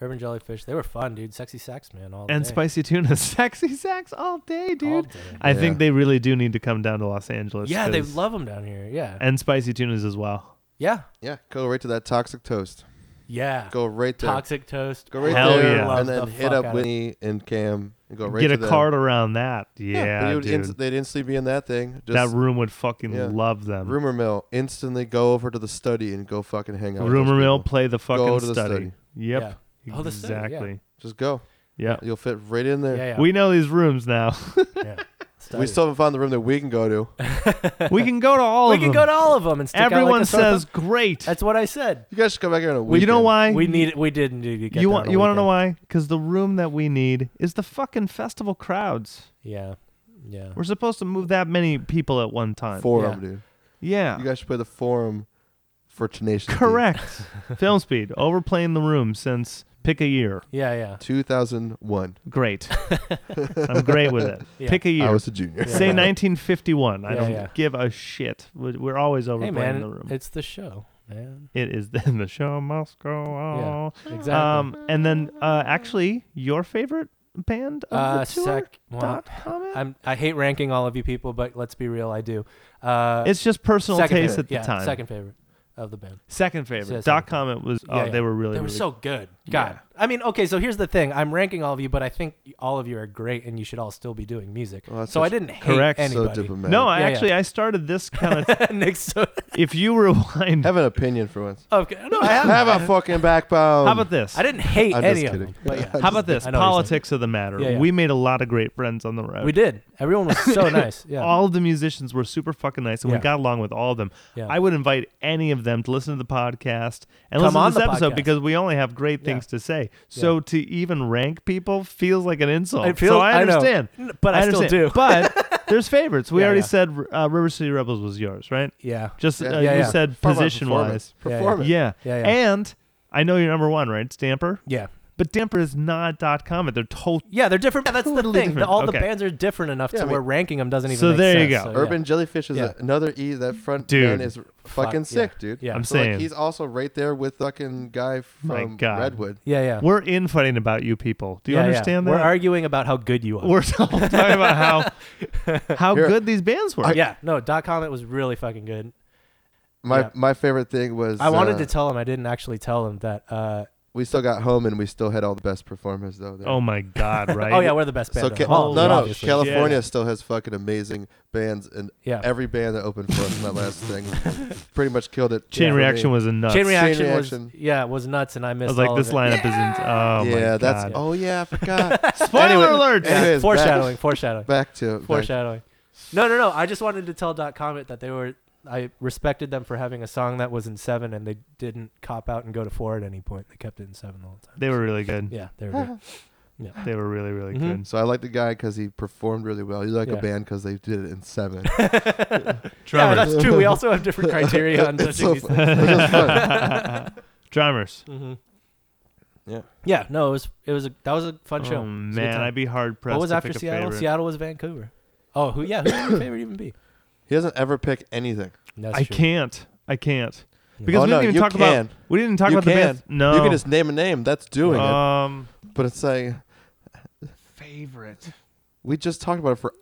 Speaker 1: Urban Jellyfish, they were fun, dude. Sexy Sax Man, all
Speaker 2: and
Speaker 1: day.
Speaker 2: Spicy Tuna, sexy sax all day, dude.
Speaker 1: All day.
Speaker 2: I
Speaker 4: Yeah.
Speaker 2: think they really do need to come down to Los Angeles.
Speaker 1: Yeah, they
Speaker 2: 'cause-
Speaker 1: love them down here. Yeah,
Speaker 2: and Spicy Tunas as well.
Speaker 1: yeah,
Speaker 4: Yeah, go right to that toxic toast.
Speaker 1: yeah.
Speaker 4: Go right there.
Speaker 1: Toxic Toast.
Speaker 4: Go right
Speaker 2: Hell
Speaker 4: there,
Speaker 2: yeah.
Speaker 1: Love
Speaker 4: and then
Speaker 1: the
Speaker 4: hit
Speaker 1: fuck out
Speaker 4: up
Speaker 1: of-
Speaker 4: Whitney and Cam and go right
Speaker 2: Get
Speaker 4: to
Speaker 2: a
Speaker 4: them.
Speaker 2: card around that. Yeah,
Speaker 4: they would
Speaker 2: dude.
Speaker 4: inst- they'd instantly be in that thing. Just
Speaker 2: that room would fucking
Speaker 4: Yeah.
Speaker 2: love them.
Speaker 4: rumor mill. Instantly go over to the study and go fucking hang out. with
Speaker 2: Rumor
Speaker 4: those
Speaker 2: mill,
Speaker 4: people.
Speaker 2: play the fucking
Speaker 4: to the study.
Speaker 2: Yep.
Speaker 1: Yeah. Oh, the study, yeah.
Speaker 2: exactly.
Speaker 4: Just go.
Speaker 2: Yeah.
Speaker 4: You'll fit right in there.
Speaker 1: Yeah, yeah.
Speaker 2: We know these rooms now.
Speaker 1: yeah.
Speaker 4: We still haven't found the room that we can go to.
Speaker 2: we can go to all
Speaker 1: we
Speaker 2: of
Speaker 1: can
Speaker 2: them.
Speaker 1: go to all of them and stick out like
Speaker 2: Everyone
Speaker 1: a sore
Speaker 2: says
Speaker 1: thumb.
Speaker 2: great.
Speaker 1: that's what I said.
Speaker 4: You guys should come back here in a week.
Speaker 2: you know why?
Speaker 1: We need we did need to get that
Speaker 2: you want
Speaker 1: on
Speaker 2: you
Speaker 1: a
Speaker 2: want to know
Speaker 1: weekend.
Speaker 2: why? Because the room that we need is the fucking festival crowds.
Speaker 1: Yeah, yeah.
Speaker 2: We're supposed to move that many people at one time.
Speaker 4: Forum,
Speaker 1: Yeah.
Speaker 4: dude.
Speaker 2: Yeah,
Speaker 4: You guys should play the forum for Tenacious. D.
Speaker 2: correct. Film speed overplaying the room since pick a year.
Speaker 1: Yeah, yeah.
Speaker 4: 2001.
Speaker 2: Great, I'm great with it.
Speaker 1: Yeah.
Speaker 2: Pick a year.
Speaker 4: I was a junior.
Speaker 1: Yeah.
Speaker 2: Say 1951. I
Speaker 1: Yeah,
Speaker 2: don't
Speaker 1: yeah.
Speaker 2: give a shit. We- We're always overplaying
Speaker 1: Hey
Speaker 2: the
Speaker 1: man,
Speaker 2: room.
Speaker 1: it's the show, man.
Speaker 2: it is then the show must go on.
Speaker 1: Exactly.
Speaker 2: Um, and then uh, actually, your favorite band of
Speaker 1: uh,
Speaker 2: the tour?
Speaker 1: sec- well,
Speaker 2: Dot comment?
Speaker 1: I'm I hate ranking all of you people, but let's be real, I do. Uh,
Speaker 2: it's just personal
Speaker 1: second
Speaker 2: taste
Speaker 1: favorite,
Speaker 2: at the
Speaker 1: yeah,
Speaker 2: time.
Speaker 1: Second favorite of the band.
Speaker 2: Second favorite.
Speaker 1: Yeah,
Speaker 2: Dot
Speaker 1: second
Speaker 2: comment was. Oh,
Speaker 1: Yeah, yeah.
Speaker 2: they were really.
Speaker 1: they were
Speaker 2: really-
Speaker 1: so good. God,
Speaker 2: Yeah.
Speaker 1: I mean, okay. So here's the thing: I'm ranking all of you, but I think all of you are great, and you should all still be doing music.
Speaker 4: Well, that's
Speaker 1: so I
Speaker 4: just
Speaker 1: didn't hate
Speaker 2: correct. So
Speaker 4: So
Speaker 1: anybody.
Speaker 4: diplomatic.
Speaker 2: No, I
Speaker 1: Yeah, yeah.
Speaker 2: actually I started this kind of.
Speaker 1: Nick's so
Speaker 2: if you rewind,
Speaker 4: have an opinion for once.
Speaker 1: okay. No, I haven't.
Speaker 4: Have a fucking backbone.
Speaker 2: how about this?
Speaker 1: I didn't hate
Speaker 4: I'm just
Speaker 1: any of
Speaker 4: kidding.
Speaker 1: them. But yeah.
Speaker 2: How about this?
Speaker 1: I know what you're saying.
Speaker 2: Politics of the matter.
Speaker 1: Yeah, yeah.
Speaker 2: We made a lot of great friends on the road.
Speaker 1: We did. Everyone was so nice. Yeah.
Speaker 2: All of the musicians were super fucking nice, and we
Speaker 1: Yeah.
Speaker 2: got along with all of them.
Speaker 1: Yeah.
Speaker 2: I would invite any of them to listen to the podcast and
Speaker 1: Come
Speaker 2: listen
Speaker 1: on
Speaker 2: to this
Speaker 1: the
Speaker 2: episode
Speaker 1: podcast.
Speaker 2: because we only have great things to say. So to even rank people feels like an insult.
Speaker 1: It feels-
Speaker 2: so I
Speaker 1: I know.
Speaker 2: understand,
Speaker 1: N- but I still
Speaker 2: understand.
Speaker 1: do.
Speaker 2: but there's favorites. We
Speaker 1: Yeah,
Speaker 2: already
Speaker 1: yeah.
Speaker 2: said uh, River City Rebels was yours, right?
Speaker 1: yeah.
Speaker 2: Just
Speaker 4: Yeah.
Speaker 2: uh,
Speaker 1: Yeah,
Speaker 2: you
Speaker 1: yeah.
Speaker 2: said
Speaker 4: How about
Speaker 2: position wise.
Speaker 4: performance?
Speaker 1: Yeah, yeah.
Speaker 4: Performance.
Speaker 2: Yeah.
Speaker 1: Yeah, yeah.
Speaker 2: and I know you're number one, right? Stamper,
Speaker 1: Yeah.
Speaker 2: but Damper is not dot comment. They're total.
Speaker 1: Yeah, they're different. Yeah, that's
Speaker 2: Totally
Speaker 1: the thing.
Speaker 2: different.
Speaker 1: All
Speaker 2: Okay.
Speaker 1: the bands are different enough
Speaker 4: Yeah,
Speaker 1: to
Speaker 4: I mean-
Speaker 1: where ranking them doesn't even.
Speaker 2: So
Speaker 1: make
Speaker 2: there you
Speaker 1: sense,
Speaker 2: go.
Speaker 1: so yeah.
Speaker 4: Urban Jellyfish is
Speaker 1: Yeah.
Speaker 4: a- another E. That front
Speaker 2: Dude.
Speaker 4: man is fucking
Speaker 1: yeah.
Speaker 4: sick, dude.
Speaker 1: Yeah.
Speaker 2: I'm
Speaker 4: So, like,
Speaker 2: saying.
Speaker 4: he's also right there with fucking guy
Speaker 2: My
Speaker 4: from
Speaker 2: God.
Speaker 4: Redwood.
Speaker 1: Yeah, yeah.
Speaker 2: We're infighting about you people. Do you
Speaker 1: Yeah, yeah.
Speaker 2: understand that?
Speaker 1: We're arguing about how good you are.
Speaker 2: We're still talking about how how
Speaker 4: Here-
Speaker 2: good these bands were.
Speaker 1: yeah. No, dot comment was really fucking good.
Speaker 4: My
Speaker 1: Yeah.
Speaker 4: my favorite thing was
Speaker 1: I wanted
Speaker 4: uh,
Speaker 1: to tell him. I didn't actually tell him that. Uh,
Speaker 4: we still got home and we still had all the best performers though. there.
Speaker 2: Oh my god, right?
Speaker 1: Oh yeah, we're the best band.
Speaker 4: so
Speaker 1: in
Speaker 4: ca-
Speaker 1: the whole
Speaker 2: Holy
Speaker 4: no,
Speaker 1: world,
Speaker 4: no,
Speaker 1: obviously.
Speaker 4: California
Speaker 2: Yeah.
Speaker 4: still has fucking amazing bands, and
Speaker 1: Yeah.
Speaker 4: every band that opened for us in that last thing pretty much killed it.
Speaker 2: Chain
Speaker 4: for
Speaker 2: reaction
Speaker 4: me.
Speaker 2: was enough.
Speaker 1: Chain reaction,
Speaker 4: reaction.
Speaker 1: was yeah, it was nuts, and I
Speaker 2: I
Speaker 1: missed.
Speaker 2: was like,
Speaker 1: all
Speaker 2: this
Speaker 1: of it.
Speaker 2: lineup is in. Oh my
Speaker 4: yeah,
Speaker 2: god.
Speaker 4: that's. Oh yeah, I forgot.
Speaker 2: Spoiler
Speaker 4: Anyway,
Speaker 2: alert!
Speaker 1: Yeah,
Speaker 4: Anyways,
Speaker 1: foreshadowing, foreshadowing,
Speaker 4: back to back,
Speaker 1: foreshadowing. No, no, no. I just wanted to tell Dot Comet that they were. I respected them for having a song that was in seven, and they didn't cop out and go to four at any point. They kept it in seven the whole time.
Speaker 2: They were really good.
Speaker 1: Yeah, they were. Great.
Speaker 2: They were really really
Speaker 1: Mhm.
Speaker 2: good.
Speaker 4: So I like the guy because he performed really well. You like
Speaker 1: Yeah.
Speaker 4: a band because they did it in seven.
Speaker 1: Yeah,
Speaker 2: Drummers.
Speaker 1: that's true. We also have different criteria on judging
Speaker 4: so
Speaker 1: these.
Speaker 4: fun. It was just fun.
Speaker 2: Drummers.
Speaker 1: Mm-hmm.
Speaker 4: Yeah.
Speaker 1: Yeah. No, it was. It was. A, that was a fun show.
Speaker 2: Oh
Speaker 1: It was a good
Speaker 2: man,
Speaker 1: time.
Speaker 2: I'd be hard pressed.
Speaker 1: what was
Speaker 2: to
Speaker 1: after
Speaker 2: pick a
Speaker 1: Seattle?
Speaker 2: favorite.
Speaker 1: Seattle was Vancouver. Oh, who? Yeah. Who would your favorite even be?
Speaker 4: He doesn't ever pick anything.
Speaker 1: That's
Speaker 2: I
Speaker 1: true.
Speaker 2: can't. I can't. Because
Speaker 4: oh,
Speaker 2: we
Speaker 4: no,
Speaker 2: didn't even
Speaker 4: you
Speaker 2: talk
Speaker 4: can.
Speaker 2: about Oh. we didn't talk
Speaker 4: You
Speaker 2: about the
Speaker 4: can.
Speaker 2: band. No.
Speaker 4: You can just name a name. That's doing
Speaker 2: um
Speaker 4: it. But it's like
Speaker 2: favorite.
Speaker 4: we just talked about it for.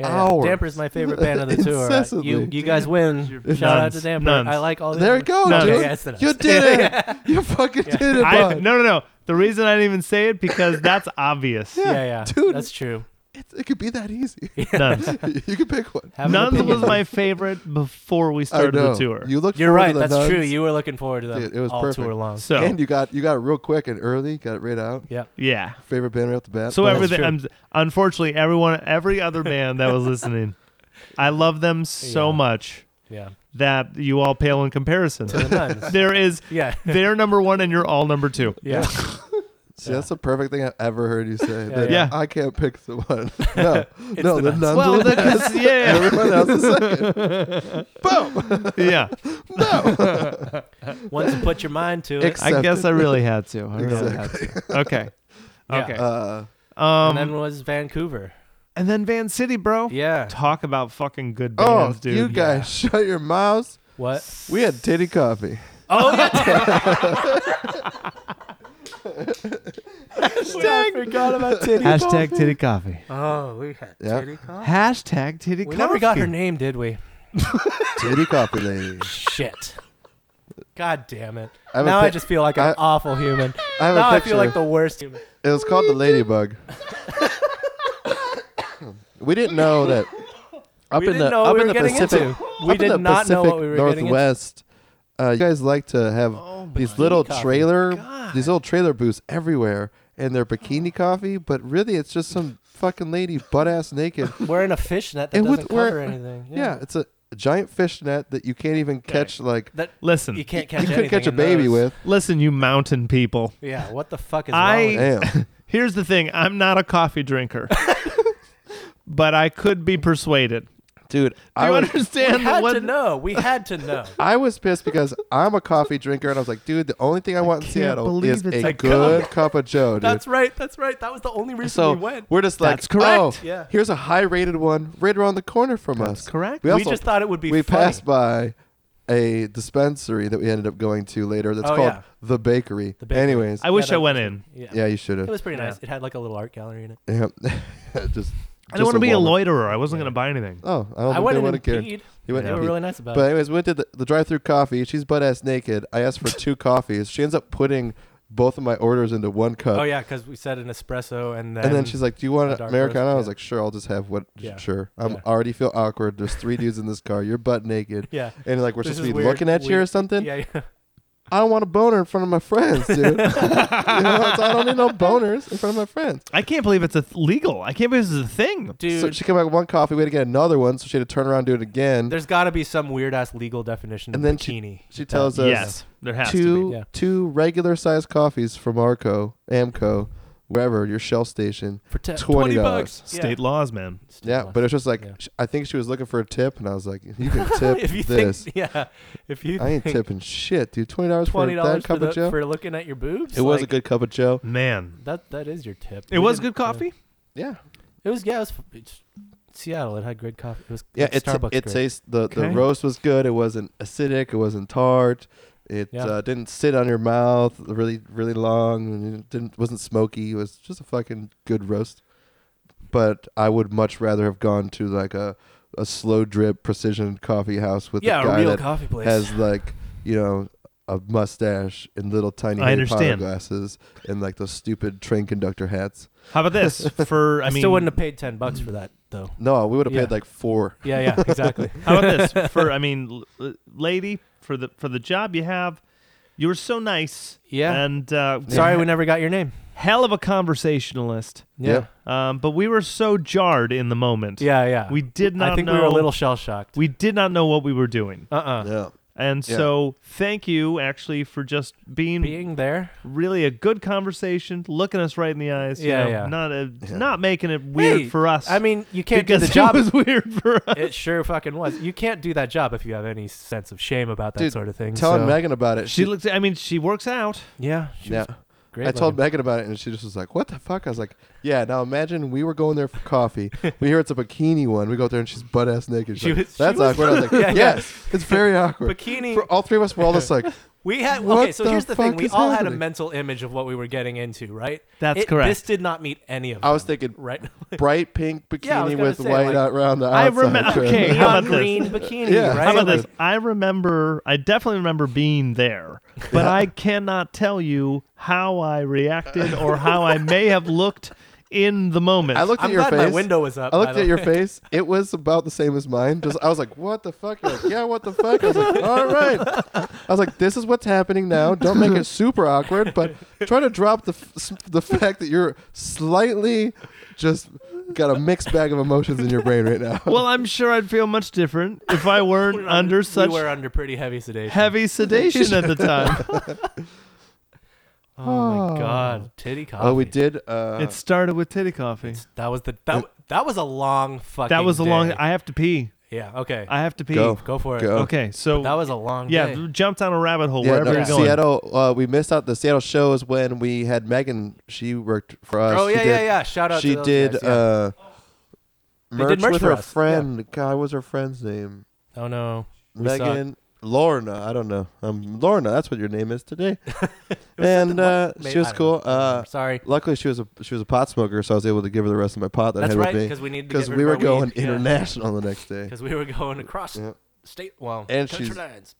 Speaker 1: Yeah,
Speaker 4: Hours.
Speaker 1: Damper's my favorite band of the two. all right. You,
Speaker 4: Incessantly.
Speaker 1: you guys win.
Speaker 2: Your-
Speaker 1: Shout out
Speaker 2: Nuns.
Speaker 1: to Damper.
Speaker 2: Nuns.
Speaker 1: I like all. the
Speaker 4: There you go,
Speaker 2: No,
Speaker 4: dude.
Speaker 1: Okay, that's the nuns.
Speaker 4: You did it. You fucking
Speaker 1: Yeah.
Speaker 4: did it,
Speaker 2: I,
Speaker 4: bud.
Speaker 2: no, no, no. The reason I didn't even say it because that's obvious.
Speaker 1: yeah,
Speaker 4: Yeah,
Speaker 1: yeah,
Speaker 4: dude.
Speaker 1: That's true.
Speaker 4: It's, it could be that easy.
Speaker 2: Nuns.
Speaker 4: you can pick one.
Speaker 1: Have an
Speaker 2: Nuns
Speaker 1: opinion.
Speaker 2: was my favorite before we
Speaker 4: I
Speaker 2: started
Speaker 4: know.
Speaker 2: the tour.
Speaker 4: You look.
Speaker 1: You're
Speaker 4: forward
Speaker 1: right.
Speaker 4: to the
Speaker 1: That's
Speaker 4: nuns,
Speaker 1: true. You were looking forward to them
Speaker 4: Dude, it was
Speaker 1: all
Speaker 4: perfect.
Speaker 1: tour long.
Speaker 2: so
Speaker 4: And you got you got it real quick and early. Got it right out.
Speaker 2: yeah.
Speaker 4: Favorite band right off the bat.
Speaker 2: So
Speaker 4: Boom.
Speaker 2: everything.
Speaker 1: true.
Speaker 2: I'm, unfortunately, everyone, every other band that was listening, I love them so
Speaker 1: Yeah.
Speaker 2: much
Speaker 1: yeah.
Speaker 2: that you all pale in comparison.
Speaker 1: To the nuns.
Speaker 2: there is
Speaker 1: yeah.
Speaker 2: they're number one and you're all number two.
Speaker 1: Yeah.
Speaker 4: See, that's the perfect thing I've ever heard you say.
Speaker 1: Yeah,
Speaker 4: that
Speaker 2: yeah.
Speaker 4: I can't pick the one. No, no,
Speaker 1: the
Speaker 4: the
Speaker 1: nuns.
Speaker 4: nuns.
Speaker 2: Well,
Speaker 4: are the
Speaker 2: that-
Speaker 4: best.
Speaker 2: that's- yeah, yeah.
Speaker 4: Everyone else is second.
Speaker 2: Yeah,
Speaker 1: Once you put your mind to it.
Speaker 4: Ex-
Speaker 2: I guess I really had to. I really had to. Okay,
Speaker 1: Yeah.
Speaker 2: okay.
Speaker 4: Uh,
Speaker 2: um,
Speaker 1: and then was Vancouver.
Speaker 2: and then Van City, bro.
Speaker 1: Yeah.
Speaker 2: Talk about fucking good
Speaker 4: oh,
Speaker 2: bands, dude.
Speaker 4: you guys, shut your mouths.
Speaker 1: What?
Speaker 4: We had titty coffee.
Speaker 1: Oh, yeah.
Speaker 2: Hashtag,
Speaker 1: forgot about titty.
Speaker 2: hashtag titty coffee.
Speaker 1: Oh, we had
Speaker 4: Yeah.
Speaker 1: titty coffee.
Speaker 2: Hashtag titty
Speaker 1: We
Speaker 2: coffee.
Speaker 1: never got her name, did we?
Speaker 4: titty coffee, lady.
Speaker 1: Shit. God damn it.
Speaker 4: I have a
Speaker 1: now I
Speaker 4: pic-
Speaker 1: just feel like an
Speaker 4: I-
Speaker 1: awful human.
Speaker 4: I have a
Speaker 1: Now I
Speaker 4: picture.
Speaker 1: feel like the worst human.
Speaker 4: It was called the ladybug. we didn't know that up
Speaker 1: We
Speaker 4: in
Speaker 1: didn't
Speaker 4: the
Speaker 1: know what
Speaker 4: up
Speaker 1: we
Speaker 4: in
Speaker 1: were
Speaker 4: the
Speaker 1: getting
Speaker 4: Pacific,
Speaker 1: into.
Speaker 4: up
Speaker 1: We
Speaker 4: in
Speaker 1: did
Speaker 4: the
Speaker 1: not know what
Speaker 4: Pacific
Speaker 1: we were getting into.
Speaker 4: Northwest. Uh, you guys like to have these little
Speaker 1: coffee.
Speaker 4: trailer,
Speaker 1: God. Oh.
Speaker 4: these little trailer booths everywhere, and they're bikini coffee, but really it's just some fucking lady butt ass naked.
Speaker 1: Wearing a fishnet that
Speaker 4: And with-
Speaker 1: doesn't
Speaker 4: we're-
Speaker 1: cover anything.
Speaker 4: Yeah, it's a giant fish net that you can't even catch. Like
Speaker 1: That
Speaker 2: Listen,
Speaker 1: you can't catch
Speaker 4: you couldn't
Speaker 1: anything
Speaker 4: catch a
Speaker 1: in
Speaker 4: baby
Speaker 1: those.
Speaker 4: with.
Speaker 2: listen, you mountain people.
Speaker 1: Yeah, what the fuck is
Speaker 2: I-
Speaker 1: wrong with
Speaker 4: Damn.
Speaker 2: Here's the thing: I'm not a coffee drinker, but I could be persuaded.
Speaker 4: dude,
Speaker 2: Do
Speaker 4: I
Speaker 2: you
Speaker 4: would.
Speaker 1: We
Speaker 2: understand
Speaker 1: had
Speaker 2: what?
Speaker 1: to know. We had to know.
Speaker 4: I was pissed because I'm a coffee drinker, and I was like, dude, the only thing I want in
Speaker 2: can't
Speaker 4: Seattle
Speaker 2: believe
Speaker 4: is
Speaker 2: it's
Speaker 4: a
Speaker 2: a
Speaker 4: good cup of Joe, dude.
Speaker 1: That's right. That's right. That was the only reason
Speaker 4: so
Speaker 1: we went.
Speaker 4: are just like,
Speaker 2: That's correct.
Speaker 4: oh,
Speaker 1: Yeah.
Speaker 4: here's a high-rated one right around the corner from us.
Speaker 2: That's correct.
Speaker 4: We
Speaker 1: We
Speaker 4: also
Speaker 1: just thought it would be
Speaker 4: we
Speaker 1: funny.
Speaker 4: passed by a dispensary that we ended up going to later. That's
Speaker 1: Oh,
Speaker 4: called
Speaker 1: yeah.
Speaker 4: the bakery.
Speaker 1: The Bakery.
Speaker 4: Anyways,
Speaker 2: I wish
Speaker 1: Yeah,
Speaker 2: I went
Speaker 1: that-
Speaker 2: in.
Speaker 1: Yeah.
Speaker 4: yeah, you should
Speaker 1: It
Speaker 4: have.
Speaker 1: was pretty
Speaker 2: Yeah.
Speaker 1: nice. It had like a little art gallery in it.
Speaker 4: Yeah. just.
Speaker 2: I don't
Speaker 4: want to
Speaker 2: be a loiterer. I wasn't gonna buy anything.
Speaker 4: Oh, I don't
Speaker 1: I
Speaker 4: think
Speaker 1: went
Speaker 4: they
Speaker 1: in
Speaker 4: would
Speaker 1: and
Speaker 4: have cared.
Speaker 1: peed.
Speaker 4: He went
Speaker 1: They
Speaker 4: and
Speaker 1: were
Speaker 4: peed.
Speaker 1: really nice about
Speaker 4: But
Speaker 1: it.
Speaker 4: anyways, we went to the, the drive-through coffee. She's butt ass naked. I asked for two coffees. She ends up putting both of my orders into one cup.
Speaker 1: Oh yeah, because we said an espresso and then
Speaker 4: uh, And then she's like, "Do you want
Speaker 1: a
Speaker 4: an
Speaker 1: dark
Speaker 4: americano?"
Speaker 1: roast,
Speaker 4: I was
Speaker 1: yeah.
Speaker 4: like, "Sure, I'll just have what."
Speaker 1: Yeah.
Speaker 4: Sure, I'm
Speaker 1: Yeah.
Speaker 4: already feel awkward. There's three dudes in this car. You're butt naked,
Speaker 1: yeah,
Speaker 4: and like we're
Speaker 1: This
Speaker 4: supposed
Speaker 1: is
Speaker 4: to be
Speaker 1: weird.
Speaker 4: looking at you or
Speaker 1: We-
Speaker 4: something.
Speaker 1: yeah, yeah.
Speaker 4: I don't want a boner in front of my friends, dude. You know, it's- I don't need no boners in front of my friends.
Speaker 2: I can't believe it's a th- legal. I can't believe this is a thing.
Speaker 1: dude.
Speaker 4: So she came out with one coffee. We had to get another one, so she had to turn around and do it again.
Speaker 1: there's got to be some weird ass legal definition.
Speaker 4: And
Speaker 1: of
Speaker 4: then she-
Speaker 1: bikini.
Speaker 4: she tells us
Speaker 2: yes, there has to
Speaker 4: two
Speaker 1: Yeah.
Speaker 4: two regular sized coffees from Arco, Amco, wherever your Shell station.
Speaker 1: for te-
Speaker 4: $20.
Speaker 1: bucks.
Speaker 2: be state laws, man.
Speaker 4: Yeah, but it's just like
Speaker 1: Yeah.
Speaker 4: sh I think she was looking for a tip, and I was like, "You can tip
Speaker 1: if you
Speaker 4: this."
Speaker 1: think, yeah, if you
Speaker 4: I ain't
Speaker 1: think
Speaker 4: tipping shit, dude. Twenty dollars for
Speaker 1: twenty
Speaker 4: that
Speaker 1: dollars for,
Speaker 4: cup of
Speaker 1: the-
Speaker 4: Joe.
Speaker 1: for looking at your boobs,
Speaker 4: it was a
Speaker 1: like,
Speaker 4: good cup of Joe.
Speaker 2: Man,
Speaker 1: that that is your tip. We
Speaker 2: it was
Speaker 1: didn't-
Speaker 2: good coffee.
Speaker 4: Yeah,
Speaker 1: It was yeah. It was, it's Seattle. It had great coffee. It was
Speaker 4: yeah.
Speaker 1: it's
Speaker 4: It, ta-
Speaker 1: Starbucks.
Speaker 4: it
Speaker 1: great.
Speaker 4: tastes the the
Speaker 2: Okay.
Speaker 4: roast was good. It wasn't acidic. It wasn't tart. It
Speaker 1: Yeah.
Speaker 4: uh, didn't sit on your mouth really really long. And it didn't wasn't smoky. It was just a fucking good roast. But I would much rather have gone to like a a slow drip precision coffee house with
Speaker 1: yeah,
Speaker 4: the guy
Speaker 1: a real
Speaker 4: that
Speaker 1: coffee place.
Speaker 4: has like you know a mustache and little tiny
Speaker 2: I
Speaker 4: Harry Potter
Speaker 2: understand.
Speaker 4: glasses and like those stupid train conductor hats.
Speaker 2: How about this for? I
Speaker 1: I
Speaker 2: mean,
Speaker 1: still wouldn't have paid ten bucks for that though.
Speaker 4: No, we would have
Speaker 1: Yeah.
Speaker 4: paid like four.
Speaker 1: Yeah, yeah, exactly.
Speaker 2: How about this for? I mean, l- l- lady, for the for the job you have, you were so nice.
Speaker 1: Yeah.
Speaker 2: And uh,
Speaker 1: Sorry, we never got your name.
Speaker 2: hell of a conversationalist.
Speaker 1: Yeah,
Speaker 2: Um, but we were so jarred in the moment.
Speaker 1: yeah, yeah.
Speaker 2: We did not.
Speaker 1: I think
Speaker 2: know,
Speaker 1: we were a little shell shocked.
Speaker 2: We did not know what we were doing,
Speaker 1: Uh uh
Speaker 4: Yeah.
Speaker 2: and
Speaker 4: Yeah.
Speaker 2: so thank you actually for just being,
Speaker 1: Being there.
Speaker 2: really a good conversation, looking us right in the eyes. you
Speaker 1: Yeah,
Speaker 2: know,
Speaker 1: yeah.
Speaker 2: Not a,
Speaker 4: Yeah.
Speaker 2: not making it weird
Speaker 1: Hey,
Speaker 2: for us.
Speaker 1: I mean, you can't
Speaker 2: because
Speaker 1: do the job.
Speaker 2: it was weird for us.
Speaker 1: it sure fucking was. You can't do that job if you have any sense of shame about that
Speaker 4: Dude,
Speaker 1: sort of thing.
Speaker 4: Telling
Speaker 1: so-
Speaker 4: Megan about it.
Speaker 2: She looks. I mean, she works out.
Speaker 1: Yeah. She
Speaker 4: Yeah.
Speaker 1: was Great
Speaker 4: I told
Speaker 1: looking.
Speaker 4: Megan about it, and she just was like, "What the fuck?" I was like, "Yeah." Now imagine we were going there for coffee. we hear it's a bikini one. We go there, and she's butt ass naked. She's
Speaker 1: She
Speaker 4: like,
Speaker 1: was- she
Speaker 4: That's
Speaker 1: was-
Speaker 4: awkward. I was like,
Speaker 1: Yeah, yeah.
Speaker 4: "Yes, it's very awkward."
Speaker 1: Bikini.
Speaker 4: For all three of us, we're all just like,
Speaker 1: we had okay.
Speaker 4: What
Speaker 1: So
Speaker 4: the
Speaker 1: here's the thing:
Speaker 4: fuck
Speaker 1: we
Speaker 4: is
Speaker 1: all had a
Speaker 4: happening?
Speaker 1: mental image of what we were getting into, right?
Speaker 2: That's
Speaker 1: It-
Speaker 2: correct.
Speaker 1: This did not meet any of.
Speaker 4: I was
Speaker 1: them,
Speaker 4: thinking
Speaker 1: right.
Speaker 4: bright pink bikini
Speaker 1: Yeah, I was gonna
Speaker 4: with
Speaker 1: say,
Speaker 4: white
Speaker 1: like-
Speaker 4: out around the
Speaker 2: I
Speaker 4: outside.
Speaker 2: remem-
Speaker 4: trim.
Speaker 2: okay, how
Speaker 1: Neon
Speaker 2: about this?
Speaker 1: green bikini,
Speaker 4: Yeah.
Speaker 1: right?
Speaker 4: How
Speaker 2: How about this?
Speaker 4: Exactly.
Speaker 2: I remember. I definitely remember being there, but I cannot tell you how I reacted or how I may have looked in the moment.
Speaker 4: I looked at
Speaker 1: I'm
Speaker 4: your
Speaker 1: glad
Speaker 4: face.
Speaker 1: my window was up. by
Speaker 4: I looked
Speaker 1: the
Speaker 4: at your
Speaker 1: way.
Speaker 4: face. It was about the same as mine. Just I was like, "What the fuck?" You're like, yeah, what the fuck? I was like, "All right." I was like, "This is what's happening now. Don't make it super awkward, but try to drop the f- s- the fact that you're slightly just got a mixed bag of emotions in your brain right now."
Speaker 2: well, I'm sure I'd feel much different if I weren't under such
Speaker 1: we were under pretty heavy sedation.
Speaker 2: heavy sedation at the time.
Speaker 4: Uh-huh.
Speaker 1: Oh my god, titty coffee.
Speaker 4: oh, we did. Uh,
Speaker 2: it started with titty coffee.
Speaker 1: That was the that that was a long fucking.
Speaker 2: That was a long.
Speaker 1: day.
Speaker 2: I have to pee.
Speaker 1: yeah. Okay.
Speaker 2: I have to pee.
Speaker 4: Go.
Speaker 1: Go for it.
Speaker 4: Go.
Speaker 2: Okay, so
Speaker 1: That was a long.
Speaker 2: yeah,
Speaker 1: Day.
Speaker 2: jump down a rabbit hole
Speaker 4: yeah,
Speaker 2: wherever
Speaker 4: no,
Speaker 2: you're going.
Speaker 4: Seattle. Uh, we missed out the Seattle shows when we had Megan. She worked for us.
Speaker 1: Oh
Speaker 4: Uh, She
Speaker 1: yeah,
Speaker 4: did-
Speaker 1: yeah, yeah. Shout out.
Speaker 4: she
Speaker 1: to those
Speaker 4: did
Speaker 1: guys, yeah.
Speaker 4: uh
Speaker 1: They did
Speaker 4: merch,
Speaker 1: merch
Speaker 4: with
Speaker 1: for
Speaker 4: her
Speaker 1: us, yeah.
Speaker 4: friend god what was her friend's name
Speaker 1: oh no. We saw it.
Speaker 4: megan lorna i don't know um lorna that's what your name is today and uh
Speaker 1: Maybe-
Speaker 4: she was
Speaker 1: I don't
Speaker 4: cool
Speaker 1: know.
Speaker 4: uh
Speaker 1: Sorry.
Speaker 4: luckily she was a she was a pot smoker so i was able to give her the rest of my pot that
Speaker 1: That's
Speaker 4: i had
Speaker 1: right,
Speaker 4: with me
Speaker 1: because we needed to
Speaker 4: because
Speaker 1: get rid
Speaker 4: we
Speaker 1: of
Speaker 4: were
Speaker 1: our
Speaker 4: going
Speaker 1: weed. Yeah.
Speaker 4: international the next day
Speaker 1: Because we were going across
Speaker 4: Yeah.
Speaker 1: state, well,
Speaker 4: And
Speaker 1: country
Speaker 4: she's-
Speaker 1: lines.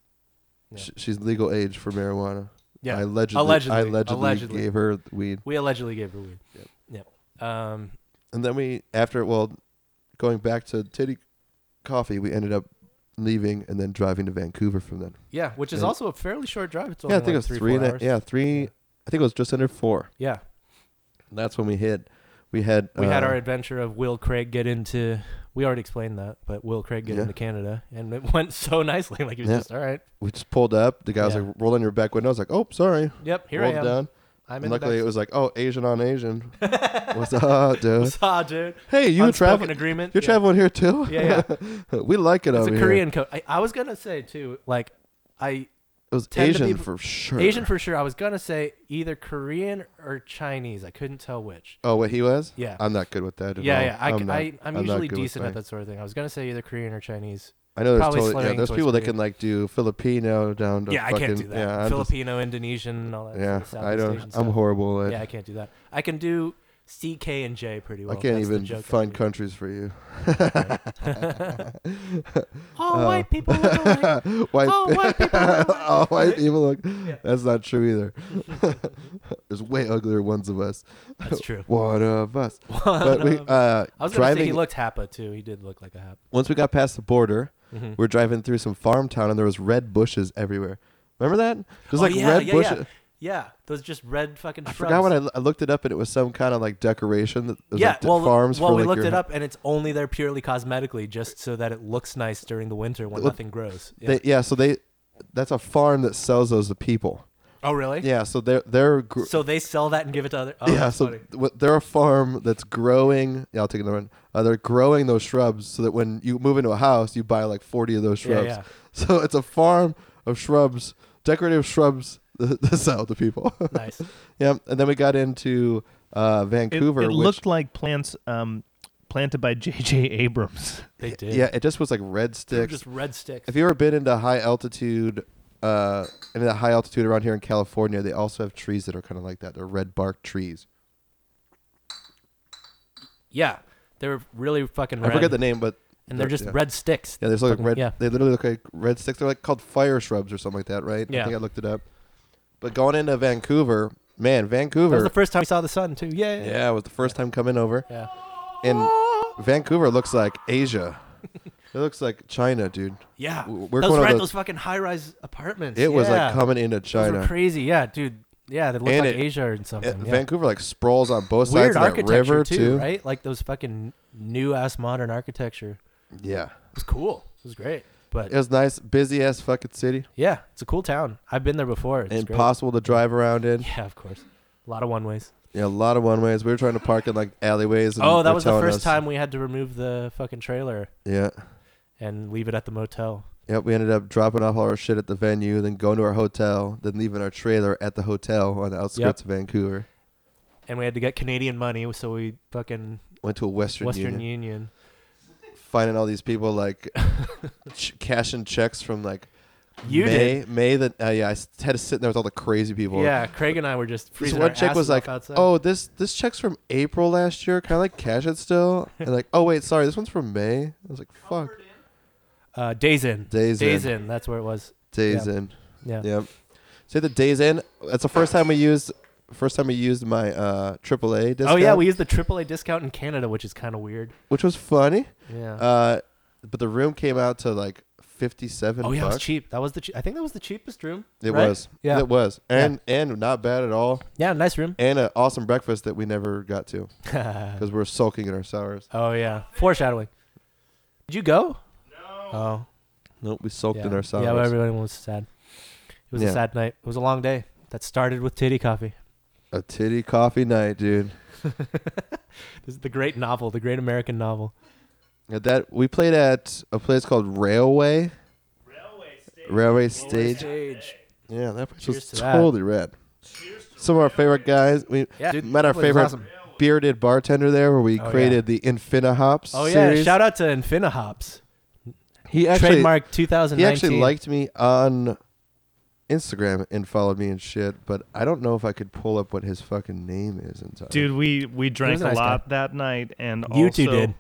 Speaker 1: Yeah.
Speaker 4: Sh- she's legal age for marijuana
Speaker 1: Yeah,
Speaker 4: i allegedly,
Speaker 1: Allegedly.
Speaker 4: I allegedly,
Speaker 1: Allegedly.
Speaker 4: gave her the weed
Speaker 1: we allegedly gave her weed. Yep. Um,
Speaker 4: and then we after well going back to titty coffee we ended up leaving and then driving to vancouver from then
Speaker 1: yeah, which is
Speaker 4: Yeah.
Speaker 1: also a fairly short drive. It's only
Speaker 4: Yeah, I think
Speaker 1: like
Speaker 4: it was three,
Speaker 1: four
Speaker 4: and a,
Speaker 1: hours.
Speaker 4: yeah three. I think it was just under four.
Speaker 1: yeah.
Speaker 4: And that's when we hit. We had
Speaker 1: We had
Speaker 4: uh,
Speaker 1: our adventure of Will Craig get into. We already explained that, but Will Craig get
Speaker 4: Yeah.
Speaker 1: into Canada, and it went so nicely. Like he was
Speaker 4: Yeah.
Speaker 1: just all right.
Speaker 4: we just pulled up. The guy was
Speaker 1: Yeah.
Speaker 4: like rolling your back window. I was like, oh sorry.
Speaker 1: Yep, here
Speaker 4: Rolled
Speaker 1: I am.
Speaker 4: down.
Speaker 1: I'm
Speaker 4: And
Speaker 1: in
Speaker 4: luckily it
Speaker 1: the
Speaker 4: was like, oh Asian on Asian. What's up, dude?
Speaker 1: Saw, dude.
Speaker 4: Hey, you
Speaker 1: Unspoken
Speaker 4: travel?
Speaker 1: agreement.
Speaker 4: You're
Speaker 1: yeah.
Speaker 4: traveling here too?
Speaker 1: Yeah,
Speaker 4: we like it
Speaker 1: It's
Speaker 4: over
Speaker 1: a
Speaker 4: here.
Speaker 1: Korean coat. I, I was gonna say too, like I
Speaker 4: It was
Speaker 1: Tend to
Speaker 4: Asian
Speaker 1: be-
Speaker 4: for sure.
Speaker 1: Asian for sure. I was gonna say either Korean or Chinese. I couldn't tell which.
Speaker 4: Oh, what he was?
Speaker 1: Yeah.
Speaker 4: I'm not good with that. At
Speaker 1: yeah,
Speaker 4: all.
Speaker 1: yeah. I,
Speaker 4: I'm
Speaker 1: am
Speaker 4: not-
Speaker 1: I, I'm
Speaker 4: not
Speaker 1: usually
Speaker 4: good with
Speaker 1: decent at
Speaker 4: things.
Speaker 1: that sort of thing. I was gonna say either Korean or Chinese.
Speaker 4: I know there's
Speaker 1: Probably
Speaker 4: totally yeah.
Speaker 1: slurring
Speaker 4: There's
Speaker 1: towards
Speaker 4: people that
Speaker 1: Korean.
Speaker 4: can like do Filipino down to
Speaker 1: yeah,
Speaker 4: fucking
Speaker 1: I can't do that.
Speaker 4: yeah. I'm just-
Speaker 1: Filipino, Indonesian, and all that.
Speaker 4: yeah,
Speaker 1: sort of
Speaker 4: I
Speaker 1: Southeast
Speaker 4: don't.
Speaker 1: Asian
Speaker 4: I'm
Speaker 1: stuff.
Speaker 4: horrible at
Speaker 1: Yeah, I can't do that. I can do C, K, and J pretty well.
Speaker 4: I can't
Speaker 1: That's the
Speaker 4: even
Speaker 1: joke I
Speaker 4: find
Speaker 1: do.
Speaker 4: countries for you.
Speaker 1: All white people look alike.
Speaker 4: White,
Speaker 1: All white people look alike.
Speaker 4: all white people look. That's not true either. There's way uglier ones of us.
Speaker 1: That's true.
Speaker 4: One of us. but we uh,
Speaker 1: I was gonna say he
Speaker 4: driving.
Speaker 1: looked Hapa too. He did look like a Hapa.
Speaker 4: once we got past the border,
Speaker 1: Mm-hmm.
Speaker 4: we're driving through some farm town and there was red bushes everywhere. Remember that? There's
Speaker 1: Oh,
Speaker 4: like
Speaker 1: yeah,
Speaker 4: red
Speaker 1: yeah,
Speaker 4: bushes.
Speaker 1: Yeah. yeah, those just red fucking.
Speaker 4: I
Speaker 1: Shrubs.
Speaker 4: forgot what I, I looked it up and it was some kind of like decoration that was
Speaker 1: yeah,
Speaker 4: like d-
Speaker 1: well,
Speaker 4: farms
Speaker 1: well,
Speaker 4: for
Speaker 1: we
Speaker 4: like
Speaker 1: looked
Speaker 4: your
Speaker 1: it up, and it's only there purely cosmetically, just so that it looks nice during the winter when
Speaker 4: Well,
Speaker 1: nothing grows. Yeah.
Speaker 4: They, yeah, so they that's a farm that sells those to people.
Speaker 1: oh, really?
Speaker 4: Yeah, so they're they're gr-
Speaker 1: So they sell that and give it to other. Oh,
Speaker 4: yeah,
Speaker 1: that's
Speaker 4: so
Speaker 1: funny.
Speaker 4: what- they're a farm that's growing. Yeah, I'll take another one. Uh, they're growing those shrubs so that when you move into a house, you buy like forty of those
Speaker 1: Yeah,
Speaker 4: shrubs.
Speaker 1: yeah.
Speaker 4: So it's a farm of shrubs, decorative shrubs that that sell to people.
Speaker 1: nice.
Speaker 4: yeah, and then we got into uh,
Speaker 2: It,
Speaker 4: Vancouver.
Speaker 2: it
Speaker 4: which,
Speaker 2: looked like plants um, planted by J.J. Abrams.
Speaker 1: They did.
Speaker 4: yeah, it just was like red
Speaker 1: They were
Speaker 4: sticks.
Speaker 1: just red sticks.
Speaker 4: Have you ever been into high altitude? Uh, in the high altitude around here in California, they also have trees that are kind of like that. They're red bark trees.
Speaker 1: yeah, they were really fucking.
Speaker 4: I
Speaker 1: Red.
Speaker 4: forget the name, but
Speaker 1: and they're
Speaker 4: They're-
Speaker 1: just
Speaker 4: yeah.
Speaker 1: red sticks.
Speaker 4: Yeah, there's like
Speaker 1: Fucking-
Speaker 4: red.
Speaker 1: yeah.
Speaker 4: They literally look like red sticks. They're like called fire shrubs or something like that, right?
Speaker 1: Yeah.
Speaker 4: I think I looked it up. But going into Vancouver, man,
Speaker 1: That
Speaker 4: Vancouver.
Speaker 1: was the first time we saw the sun too. Yay.
Speaker 4: yeah, it was the first time coming over,
Speaker 1: Yeah. Ah.
Speaker 4: and Vancouver looks like Asia. it looks like China, dude.
Speaker 1: Yeah.
Speaker 4: W- We're
Speaker 1: those
Speaker 4: going
Speaker 1: right,
Speaker 4: to
Speaker 1: those fucking high-rise apartments.
Speaker 4: It was
Speaker 1: Yeah.
Speaker 4: like coming into
Speaker 1: Those were
Speaker 4: China.
Speaker 1: crazy. Yeah, dude. Yeah, they look
Speaker 4: And
Speaker 1: like
Speaker 4: it-
Speaker 1: Asia or
Speaker 4: Uh,
Speaker 1: something. yeah.
Speaker 4: Vancouver like sprawls on both
Speaker 1: Weird
Speaker 4: sides of that
Speaker 1: architecture
Speaker 4: river
Speaker 1: too,
Speaker 4: too.
Speaker 1: right? Like those fucking new ass modern architecture.
Speaker 4: Yeah,
Speaker 1: It was cool. It was great. But
Speaker 4: it was nice, busy ass fucking city.
Speaker 1: yeah, it's a cool town. I've been there before. It's great.
Speaker 4: Impossible to drive around in.
Speaker 1: Yeah, of course. A lot of one ways.
Speaker 4: Yeah, a lot of one ways. We were trying to park in like alleyways. And
Speaker 1: Oh,
Speaker 4: they're
Speaker 1: that was the
Speaker 4: telling
Speaker 1: first
Speaker 4: us-
Speaker 1: time we had to remove the fucking trailer
Speaker 4: Yeah.
Speaker 1: and leave it at the motel.
Speaker 4: Yep, we ended up dropping off all our shit at the venue, then going to our hotel, then leaving our trailer at the hotel on the outskirts of Vancouver.
Speaker 1: And we had to get Canadian money, so we fucking
Speaker 4: Went to a Western,
Speaker 1: Western
Speaker 4: Union,
Speaker 1: Union.
Speaker 4: finding all these people like ch- cashing checks from like
Speaker 1: You
Speaker 4: May. May that uh, yeah, I s- had to sit there with all the crazy people.
Speaker 1: did. Yeah, Craig and I were just
Speaker 4: This
Speaker 1: freezing
Speaker 4: one
Speaker 1: our
Speaker 4: check was
Speaker 1: asses off
Speaker 4: like,
Speaker 1: outside.
Speaker 4: "Oh, this this check's from April last year. Can I like cash it still?" And like, "Oh wait, sorry, this one's from May." I was like, "Fuck,
Speaker 1: uh, days in.
Speaker 4: Days
Speaker 1: days
Speaker 4: in.
Speaker 1: in. That's where it was.
Speaker 4: days
Speaker 1: Yeah.
Speaker 4: in."
Speaker 1: Yeah.
Speaker 4: Yep. So the days in. That's the first time we used. First time we used my uh, AAA discount.
Speaker 1: Oh yeah, we used the AAA discount in Canada, which is kind of weird.
Speaker 4: which was funny.
Speaker 1: Yeah.
Speaker 4: Uh, but the room came out to like fifty-seven.
Speaker 1: oh yeah, it was
Speaker 4: bucks.
Speaker 1: cheap. That was the. Che- I think that was the cheapest room.
Speaker 4: It
Speaker 1: right?
Speaker 4: was.
Speaker 1: Yeah.
Speaker 4: It was, and and not bad at all,
Speaker 1: Yeah. Nice room.
Speaker 4: and an awesome breakfast that we never got to
Speaker 1: oh
Speaker 4: because we were sulking in our sours.
Speaker 1: yeah. Foreshadowing. Did you go? No. Oh.
Speaker 4: Nope, we sulked
Speaker 1: Yeah.
Speaker 4: in our sours.
Speaker 1: yeah. well, Everyone was sad. It was
Speaker 4: Yeah.
Speaker 1: a sad night. It was a long day that started with titty coffee.
Speaker 4: A titty coffee night, dude.
Speaker 1: This is the great novel, the great American novel.
Speaker 4: At that we played at a place called Railway
Speaker 3: Railway station.
Speaker 4: Railway Stage.
Speaker 1: Stage.
Speaker 4: Yeah, that place
Speaker 1: Cheers
Speaker 4: was
Speaker 1: to that.
Speaker 4: totally rad. Some of our favorite guys. We
Speaker 1: Yeah, dude,
Speaker 4: met our
Speaker 1: that place is
Speaker 4: favorite
Speaker 1: awesome.
Speaker 4: bearded bartender there, where we
Speaker 1: Oh, yeah.
Speaker 4: created the Infina Hops.
Speaker 1: Oh yeah!
Speaker 4: series.
Speaker 1: Shout out to Infinihops.
Speaker 4: He actually
Speaker 1: Trademark
Speaker 4: he
Speaker 1: 2019.
Speaker 4: actually liked me on Instagram and followed me and shit, but I don't know if I could pull up what his fucking name is in time.
Speaker 2: Dude, we we drank
Speaker 1: a nice
Speaker 2: a
Speaker 1: guy.
Speaker 2: lot that night, and
Speaker 1: You two
Speaker 2: also
Speaker 1: did.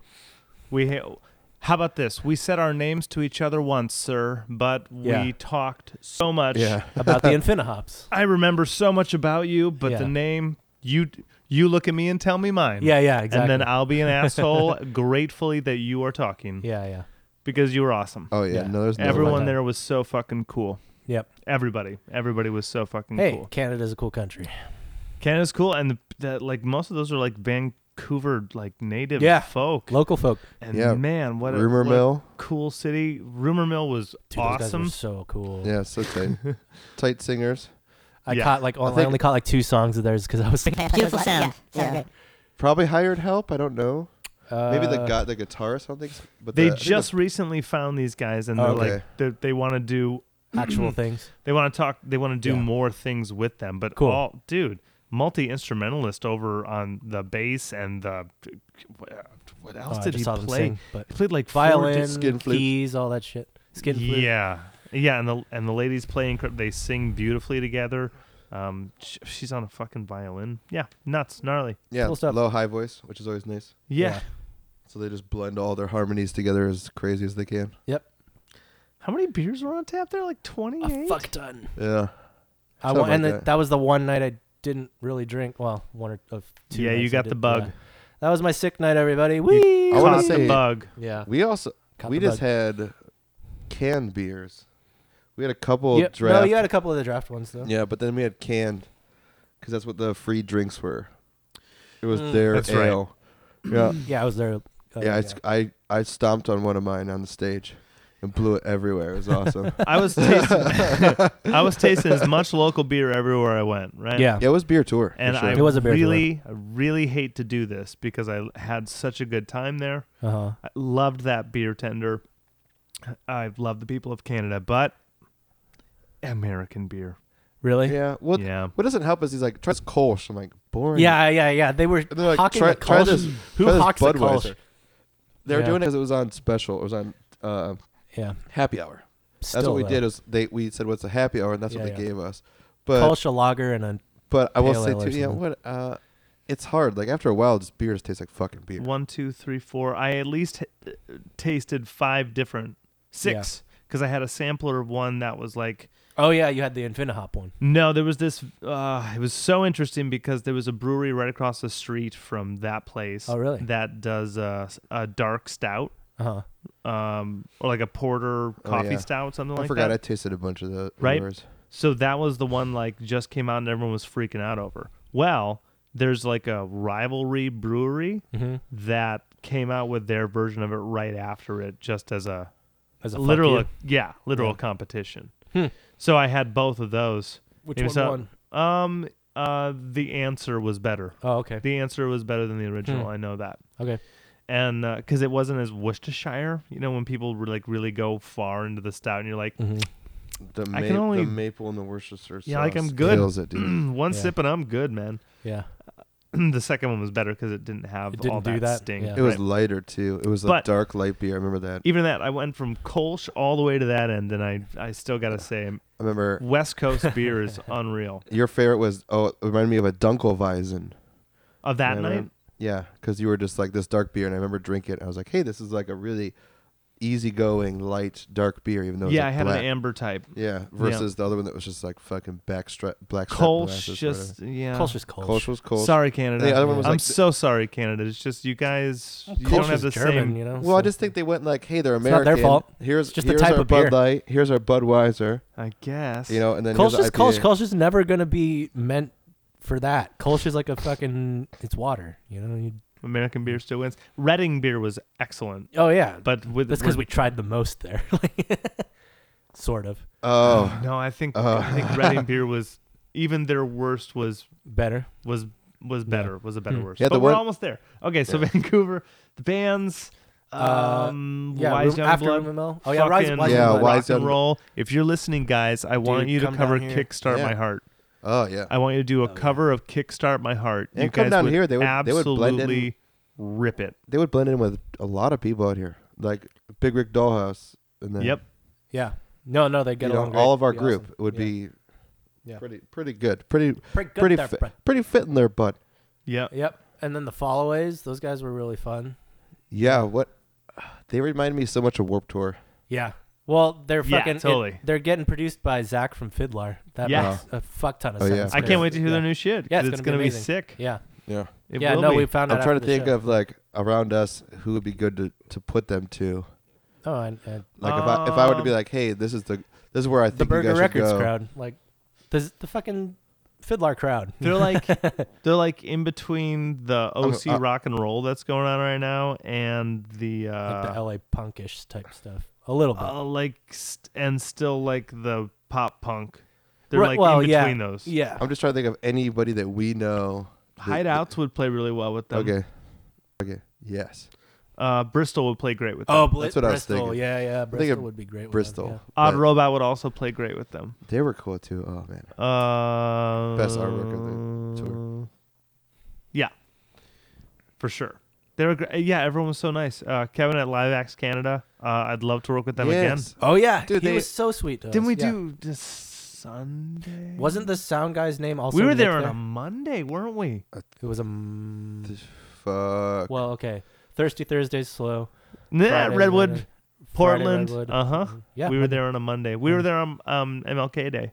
Speaker 2: We ha- how about this? We said our names to each other once, sir, but
Speaker 1: Yeah.
Speaker 2: we talked so much.
Speaker 4: yeah,
Speaker 1: about the Infinihops.
Speaker 2: I remember so much about you, but
Speaker 1: Yeah.
Speaker 2: the name you you look at me and tell me mine.
Speaker 1: Yeah, yeah, exactly.
Speaker 2: And then I'll be an asshole, gratefully that you are talking
Speaker 1: yeah, yeah.
Speaker 2: because you were awesome.
Speaker 4: oh yeah,
Speaker 1: Yeah.
Speaker 4: no, there's no
Speaker 2: Everyone
Speaker 1: way.
Speaker 2: there was so fucking cool.
Speaker 1: Yep.
Speaker 2: Everybody, everybody was so fucking
Speaker 1: Hey,
Speaker 2: cool.
Speaker 1: Canada's a cool country.
Speaker 2: Canada's cool, and the, that like most of those are like Vancouver like native
Speaker 1: Yeah.
Speaker 2: folk.
Speaker 1: Local folk.
Speaker 2: And
Speaker 4: Yeah.
Speaker 2: man, what a,
Speaker 4: rumor
Speaker 2: what a
Speaker 4: mill.
Speaker 2: cool city. Rumor Mill was
Speaker 1: Dude, Those guys
Speaker 2: awesome.
Speaker 1: were so cool.
Speaker 4: Yeah, so tight, tight singers.
Speaker 1: I
Speaker 2: Yeah.
Speaker 1: caught like
Speaker 4: I
Speaker 1: on- I,
Speaker 4: think-
Speaker 1: only caught like two songs of theirs because I was thinking
Speaker 5: Beautiful sound. Yeah, sound good.
Speaker 4: Probably hired help. I don't know.
Speaker 1: uh,
Speaker 4: Maybe the guy, the guitarist. I don't think. so, But
Speaker 2: They
Speaker 4: the- I think the-
Speaker 2: just recently found these guys, and
Speaker 1: Oh,
Speaker 2: they're
Speaker 4: okay.
Speaker 2: like they they want to do
Speaker 1: actual things.
Speaker 2: they want to talk they want to do
Speaker 1: Yeah.
Speaker 2: more things with them. But
Speaker 1: Cool.
Speaker 2: all dude, multi instrumentalist over on the bass and the what
Speaker 1: Oh,
Speaker 2: else
Speaker 1: I
Speaker 2: did
Speaker 1: just
Speaker 2: he
Speaker 1: saw them
Speaker 2: play?
Speaker 1: sing, but
Speaker 2: He played like four
Speaker 1: violin,
Speaker 2: dis-
Speaker 4: skin flute.
Speaker 1: keys, all that shit. Skin flute.
Speaker 2: Yeah, yeah, and the and the ladies play incredible. They sing beautifully together. Um, sh- she's on a fucking violin. Yeah, nuts, gnarly.
Speaker 4: yeah,
Speaker 1: cool stuff.
Speaker 4: low high voice, which is always nice.
Speaker 2: Yeah.
Speaker 1: Yeah.
Speaker 4: So they just blend all their harmonies together as crazy as they can.
Speaker 2: How many beers were on tap there? Like twenty
Speaker 1: A
Speaker 2: eight.
Speaker 1: fuck ton.
Speaker 4: Yeah,
Speaker 1: I
Speaker 4: Something
Speaker 1: wa- and
Speaker 4: like
Speaker 1: the,
Speaker 4: that.
Speaker 1: that was the one night I didn't really drink. Well, one or of two.
Speaker 2: Yeah, you
Speaker 1: nights I
Speaker 2: got
Speaker 1: did-
Speaker 2: the bug.
Speaker 1: yeah. That was my sick night, everybody. Wee.
Speaker 4: I wanna
Speaker 2: Caught the
Speaker 4: say-
Speaker 2: bug.
Speaker 1: yeah.
Speaker 4: we also
Speaker 1: Caught
Speaker 4: we
Speaker 1: the
Speaker 4: just
Speaker 1: bug.
Speaker 4: had canned beers. We had a couple
Speaker 1: Yeah,
Speaker 4: draft.
Speaker 1: No, you had a couple of the draft ones though.
Speaker 4: Yeah, but then we had canned because that's what the free drinks were. It was
Speaker 1: Mm.
Speaker 4: their
Speaker 2: That's right.
Speaker 4: ale. Yeah,
Speaker 1: Yeah, I was there. uh,
Speaker 4: yeah. I s I I I, stomped on one of mine on the stage and blew it everywhere. It was awesome.
Speaker 2: I was tasting. I was tasting as much local beer everywhere I went. Right.
Speaker 1: yeah.
Speaker 4: yeah, it was beer tour. for
Speaker 2: And
Speaker 4: sure.
Speaker 2: I
Speaker 1: It was a beer tour.
Speaker 2: really, I really hate to do this because I had such a good time there.
Speaker 1: Uh-huh.
Speaker 2: I loved that beer tender. I love the people of Canada, but American beer.
Speaker 1: Really?
Speaker 4: yeah. What
Speaker 2: yeah.
Speaker 4: what doesn't help is he's like try this Kolsch. I'm like boring.
Speaker 1: Yeah, yeah, yeah. They were
Speaker 4: And they're like,
Speaker 1: hawking
Speaker 4: try,
Speaker 1: the
Speaker 4: try
Speaker 1: Kolsch.
Speaker 4: this.
Speaker 1: Who
Speaker 4: try this
Speaker 1: hawks the
Speaker 4: Budweiser.
Speaker 1: Kolsch?
Speaker 4: They were
Speaker 1: Yeah.
Speaker 4: doing it because it was on special. It was on uh,
Speaker 1: Yeah.
Speaker 4: happy hour. That's
Speaker 1: Still,
Speaker 4: what we
Speaker 1: though.
Speaker 4: did. Is they we said what's a happy hour, and that's
Speaker 1: Yeah,
Speaker 4: what they
Speaker 1: yeah.
Speaker 4: gave us. But
Speaker 1: Kolsch, a lager, and a
Speaker 4: but I will
Speaker 1: pale
Speaker 4: say
Speaker 1: ale or
Speaker 4: too, yeah.
Speaker 1: something.
Speaker 4: What uh, it's hard. Like after a while, just beer just tastes like fucking beer.
Speaker 2: One, two, three, four. I at least h- tasted five different, six, because I had a sampler of one that was like
Speaker 1: Oh yeah, you had the Infinihop one.
Speaker 2: No, there was this. Uh, it was so interesting because there was a brewery right across the street from that place.
Speaker 1: Oh, really?
Speaker 2: That does uh, a dark stout,
Speaker 1: Uh huh.
Speaker 2: um, or like a porter
Speaker 1: Oh,
Speaker 2: coffee
Speaker 4: yeah.
Speaker 2: stout, something
Speaker 4: I
Speaker 2: like
Speaker 4: forgot I
Speaker 2: that.
Speaker 4: tasted a bunch of the
Speaker 2: Right?
Speaker 4: yours.
Speaker 2: So that was the one like just came out and everyone was freaking out over. Well, there's like a rivalry brewery
Speaker 1: Mm-hmm.
Speaker 2: that came out with their version of it right after it, just as a
Speaker 1: As a fuck
Speaker 2: literal,
Speaker 1: you.
Speaker 2: yeah, literal
Speaker 1: Yeah.
Speaker 2: competition.
Speaker 1: Hmm.
Speaker 2: So I had both of those.
Speaker 1: Which
Speaker 2: Maybe
Speaker 1: one
Speaker 2: so-
Speaker 1: won?
Speaker 2: Um, uh, the answer was better.
Speaker 1: Oh okay.
Speaker 2: The answer was better than the original.
Speaker 1: Hmm.
Speaker 2: I know that,
Speaker 1: Okay.
Speaker 2: and because it wasn't as Worcestershire, you know, when people were like really go far into the stout, and you're like,
Speaker 1: Mm-hmm.
Speaker 4: The,
Speaker 2: I
Speaker 4: ma-
Speaker 2: can only-
Speaker 4: the maple and the Worcestershire
Speaker 2: Yeah, like,
Speaker 4: sauce
Speaker 2: I'm good.
Speaker 4: kills it, dude.
Speaker 2: "Hmm, one
Speaker 1: Yeah.
Speaker 2: sip and I'm good, man.
Speaker 1: Yeah.
Speaker 2: the second one was better because it didn't have
Speaker 1: It didn't
Speaker 2: all
Speaker 1: do
Speaker 2: that,
Speaker 1: that,
Speaker 2: sting.
Speaker 1: yeah.
Speaker 4: It was
Speaker 2: Right.
Speaker 4: lighter too. It was a
Speaker 2: But-
Speaker 4: dark light beer. I remember that.
Speaker 2: even that. I went from Kolsch all the way to that end, and I I still gotta say,
Speaker 4: I remember
Speaker 2: West Coast beer is unreal.
Speaker 4: your favorite was oh, it reminded me of a Dunkelweizen.
Speaker 2: Of that
Speaker 4: And I
Speaker 2: night,
Speaker 4: remem- yeah, because you were just like this dark beer, and I remember drinking it. And I was like, hey, this is like a really easygoing light dark beer, even though it was,
Speaker 2: yeah,
Speaker 4: like,
Speaker 2: I had
Speaker 4: black.
Speaker 2: an amber type.
Speaker 4: Yeah, versus the other one that was just like fucking backstrap, black
Speaker 2: Kolsch, just yeah.
Speaker 1: Kolsch is Kolsch.
Speaker 4: Kolsch was Kolsch.
Speaker 2: Sorry, Canada.
Speaker 4: The other one was
Speaker 2: I'm
Speaker 4: like-
Speaker 2: so sorry, Canada. It's just you guys. You don't
Speaker 1: Kolsch
Speaker 2: have
Speaker 1: is
Speaker 2: the
Speaker 1: German,
Speaker 2: same.
Speaker 1: you know.
Speaker 4: Well, I
Speaker 1: so-
Speaker 4: just think they went like, hey, they're American.
Speaker 1: not their fault.
Speaker 4: Here's
Speaker 1: It's just the
Speaker 4: here's
Speaker 1: type
Speaker 4: our
Speaker 1: of
Speaker 4: Bud
Speaker 1: beer.
Speaker 4: Light. Here's our Budweiser.
Speaker 2: I guess.
Speaker 4: You know, and then
Speaker 1: Kolsch
Speaker 4: here's
Speaker 1: is Kolsch.
Speaker 4: IPA.
Speaker 1: Kolsch is never gonna be meant for that. Kolsch is like a fucking it's water. You know. You,
Speaker 2: American beer still wins. Reading beer was excellent,
Speaker 1: oh yeah.
Speaker 2: but with
Speaker 1: that's because we
Speaker 2: with-
Speaker 1: tried the most there. Like, sort of
Speaker 4: Oh,
Speaker 2: No, I think
Speaker 4: Oh.
Speaker 2: I think Reading beer was even their worst was
Speaker 1: better.
Speaker 2: was was better was a better
Speaker 1: Hmm.
Speaker 2: worst.
Speaker 4: Yeah, the
Speaker 2: but we're
Speaker 4: one-
Speaker 2: almost there. Okay, so Vancouver, the bands.
Speaker 1: Uh,
Speaker 2: Um,
Speaker 1: Yeah.
Speaker 2: Wise
Speaker 1: Room- after
Speaker 2: Youngblood,
Speaker 1: Room Oh yeah. Rise,
Speaker 2: fucking
Speaker 1: Rise
Speaker 4: Yeah,
Speaker 1: Youngblood.
Speaker 4: Wise
Speaker 2: rock and
Speaker 4: Young-
Speaker 2: roll. If you're listening, guys, I want
Speaker 1: Dude,
Speaker 2: you to
Speaker 1: come
Speaker 2: cover
Speaker 1: down here.
Speaker 2: Kickstart
Speaker 4: Yeah.
Speaker 2: My Heart.
Speaker 4: oh yeah.
Speaker 2: I want you to do a
Speaker 1: Oh, yeah.
Speaker 2: cover of Kickstart My Heart.
Speaker 4: And
Speaker 2: you
Speaker 4: come
Speaker 2: guys
Speaker 4: down
Speaker 2: would
Speaker 4: here, they would- they would
Speaker 2: absolutely
Speaker 4: blend in.
Speaker 2: rip it.
Speaker 4: They would blend in with a lot of people out here, like Big Rick Dollhouse, and then
Speaker 2: Yep.
Speaker 1: Yeah. No, no, they
Speaker 4: you
Speaker 1: get
Speaker 4: know,
Speaker 1: along. great.
Speaker 4: all of our
Speaker 1: Be
Speaker 4: group
Speaker 1: awesome.
Speaker 4: would
Speaker 1: Yeah.
Speaker 4: be
Speaker 1: Yeah.
Speaker 4: pretty pretty good, pretty
Speaker 1: pretty good
Speaker 4: pretty
Speaker 1: there,
Speaker 4: fit,
Speaker 1: bro.
Speaker 4: pretty fit in their butt.
Speaker 2: Yep.
Speaker 1: Yep. And then the followaways, those guys were really fun.
Speaker 4: Yeah, what they remind me so much of Warp Tour.
Speaker 1: Yeah. Well, they're
Speaker 2: Yeah,
Speaker 1: fucking it-
Speaker 2: totally.
Speaker 1: they're getting produced by Zach from Fiddler. That
Speaker 2: Yeah.
Speaker 1: makes a fuck ton of
Speaker 4: Oh, yeah.
Speaker 1: sense.
Speaker 2: I
Speaker 1: because-
Speaker 2: can't wait to hear
Speaker 1: yeah.
Speaker 2: their new shit.
Speaker 1: Yeah,
Speaker 2: 'cause
Speaker 1: it's
Speaker 2: it's
Speaker 1: gonna be
Speaker 2: be
Speaker 1: amazing.
Speaker 2: sick.
Speaker 1: Yeah.
Speaker 4: Yeah,
Speaker 2: It
Speaker 1: yeah.
Speaker 2: will
Speaker 1: No,
Speaker 2: be.
Speaker 1: we found out.
Speaker 4: I'm trying to
Speaker 1: after the
Speaker 4: think
Speaker 1: show.
Speaker 4: of like around us who would be good to, to put them to.
Speaker 1: oh, and, and
Speaker 4: Like if I if I were to be
Speaker 2: Um,
Speaker 4: like, hey, this is the this is where I think
Speaker 1: Oh. the
Speaker 4: you
Speaker 1: Burger
Speaker 4: guys
Speaker 1: Records
Speaker 4: should go.
Speaker 1: crowd, like the the fucking Fiddler crowd.
Speaker 2: They're like they're like in between the OC
Speaker 4: uh,
Speaker 2: rock and roll that's going on right now and the
Speaker 1: like the
Speaker 2: uh
Speaker 1: LA punkish type stuff. A little bit.
Speaker 2: uh, like st- and still like the pop punk. They're
Speaker 1: Right,
Speaker 2: like
Speaker 1: well,
Speaker 2: in
Speaker 1: yeah.
Speaker 2: between those.
Speaker 1: yeah.
Speaker 4: I'm just trying to think of anybody that we know. that-
Speaker 2: Hideouts would play really well with them.
Speaker 4: Okay. Okay. Yes.
Speaker 2: Uh, Bristol would play great with them.
Speaker 1: Oh, Bl-
Speaker 4: That's what I was
Speaker 1: Bristol.
Speaker 4: thinking.
Speaker 1: Yeah, yeah.
Speaker 4: thinking
Speaker 1: Bristol
Speaker 4: of
Speaker 1: would be great. with them,
Speaker 4: Bristol.
Speaker 1: yeah.
Speaker 2: Odd
Speaker 4: But
Speaker 2: Robot would also play great with them.
Speaker 4: They were cool too. Oh man.
Speaker 2: Uh,
Speaker 4: artwork of the tour.
Speaker 2: Yeah, for sure. They were gr- yeah. Everyone was so nice. Uh, Kevin at Live Acts Canada. Uh, I'd love to work with them
Speaker 4: Yes.
Speaker 1: Oh yeah,
Speaker 4: Dude,
Speaker 1: he
Speaker 4: they-
Speaker 1: was so sweet. To
Speaker 2: again. Didn't
Speaker 1: us,
Speaker 2: we
Speaker 1: yeah.
Speaker 2: do this Sunday?
Speaker 1: Wasn't the sound guy's name also?
Speaker 2: we were
Speaker 1: Nick
Speaker 2: there on a Monday, weren't we?
Speaker 1: It was a. m-
Speaker 4: Fuck.
Speaker 1: Well, okay. Thirsty Thursday's slow.
Speaker 2: Nah,
Speaker 1: Friday,
Speaker 2: Redwood,
Speaker 1: Friday,
Speaker 2: Portland.
Speaker 1: Redwood. Mm-hmm.
Speaker 2: Uh
Speaker 4: Uh-huh.
Speaker 2: huh.
Speaker 1: Yeah,
Speaker 2: we were there on a Monday. We were
Speaker 1: Mhm.
Speaker 2: there on um, MLK Day.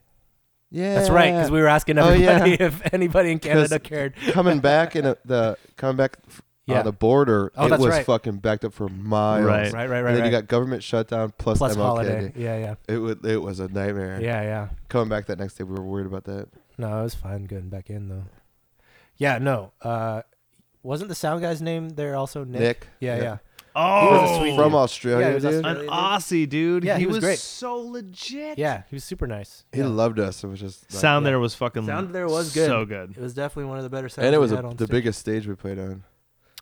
Speaker 4: Yeah.
Speaker 1: That's right, because we were asking
Speaker 4: Oh, yeah.
Speaker 1: everybody if anybody in Canada
Speaker 4: 'Cause-
Speaker 1: cared.
Speaker 4: coming back in a, the coming back f-
Speaker 1: Yeah.
Speaker 4: on the border.
Speaker 1: Oh,
Speaker 4: it
Speaker 1: that's
Speaker 4: was
Speaker 1: right.
Speaker 4: fucking backed up for miles.
Speaker 1: right,
Speaker 2: Right.
Speaker 1: right, right,
Speaker 4: And then
Speaker 1: right.
Speaker 4: you got government shutdown plus,
Speaker 1: Plus
Speaker 4: MLK
Speaker 1: holiday.
Speaker 4: Day.
Speaker 1: Yeah, yeah,
Speaker 4: It would it was a nightmare.
Speaker 1: yeah, yeah.
Speaker 4: Coming back that next day, we were worried about that.
Speaker 1: No, it was fine getting back in though. Yeah, no. Uh, wasn't the sound guy's name there also Nick?
Speaker 4: Nick.
Speaker 1: Yeah, yeah.
Speaker 2: Oh,
Speaker 1: was a sweet
Speaker 4: From
Speaker 1: dude.
Speaker 4: Australia,
Speaker 1: Yeah, he was
Speaker 4: dude.
Speaker 1: Australian.
Speaker 2: an Aussie dude.
Speaker 1: Yeah,
Speaker 2: he,
Speaker 1: he was
Speaker 2: was
Speaker 1: great.
Speaker 2: so legit.
Speaker 1: Yeah, he was super nice.
Speaker 4: He
Speaker 1: yeah.
Speaker 4: loved us. It was just like,
Speaker 2: Sound
Speaker 1: Yeah.
Speaker 2: there was fucking
Speaker 1: Sound there was good.
Speaker 2: So good.
Speaker 1: It was definitely one of the better sounds.
Speaker 4: and it
Speaker 1: we
Speaker 4: was
Speaker 1: had
Speaker 4: a,
Speaker 1: on
Speaker 4: the
Speaker 1: stage.
Speaker 4: biggest stage we played on.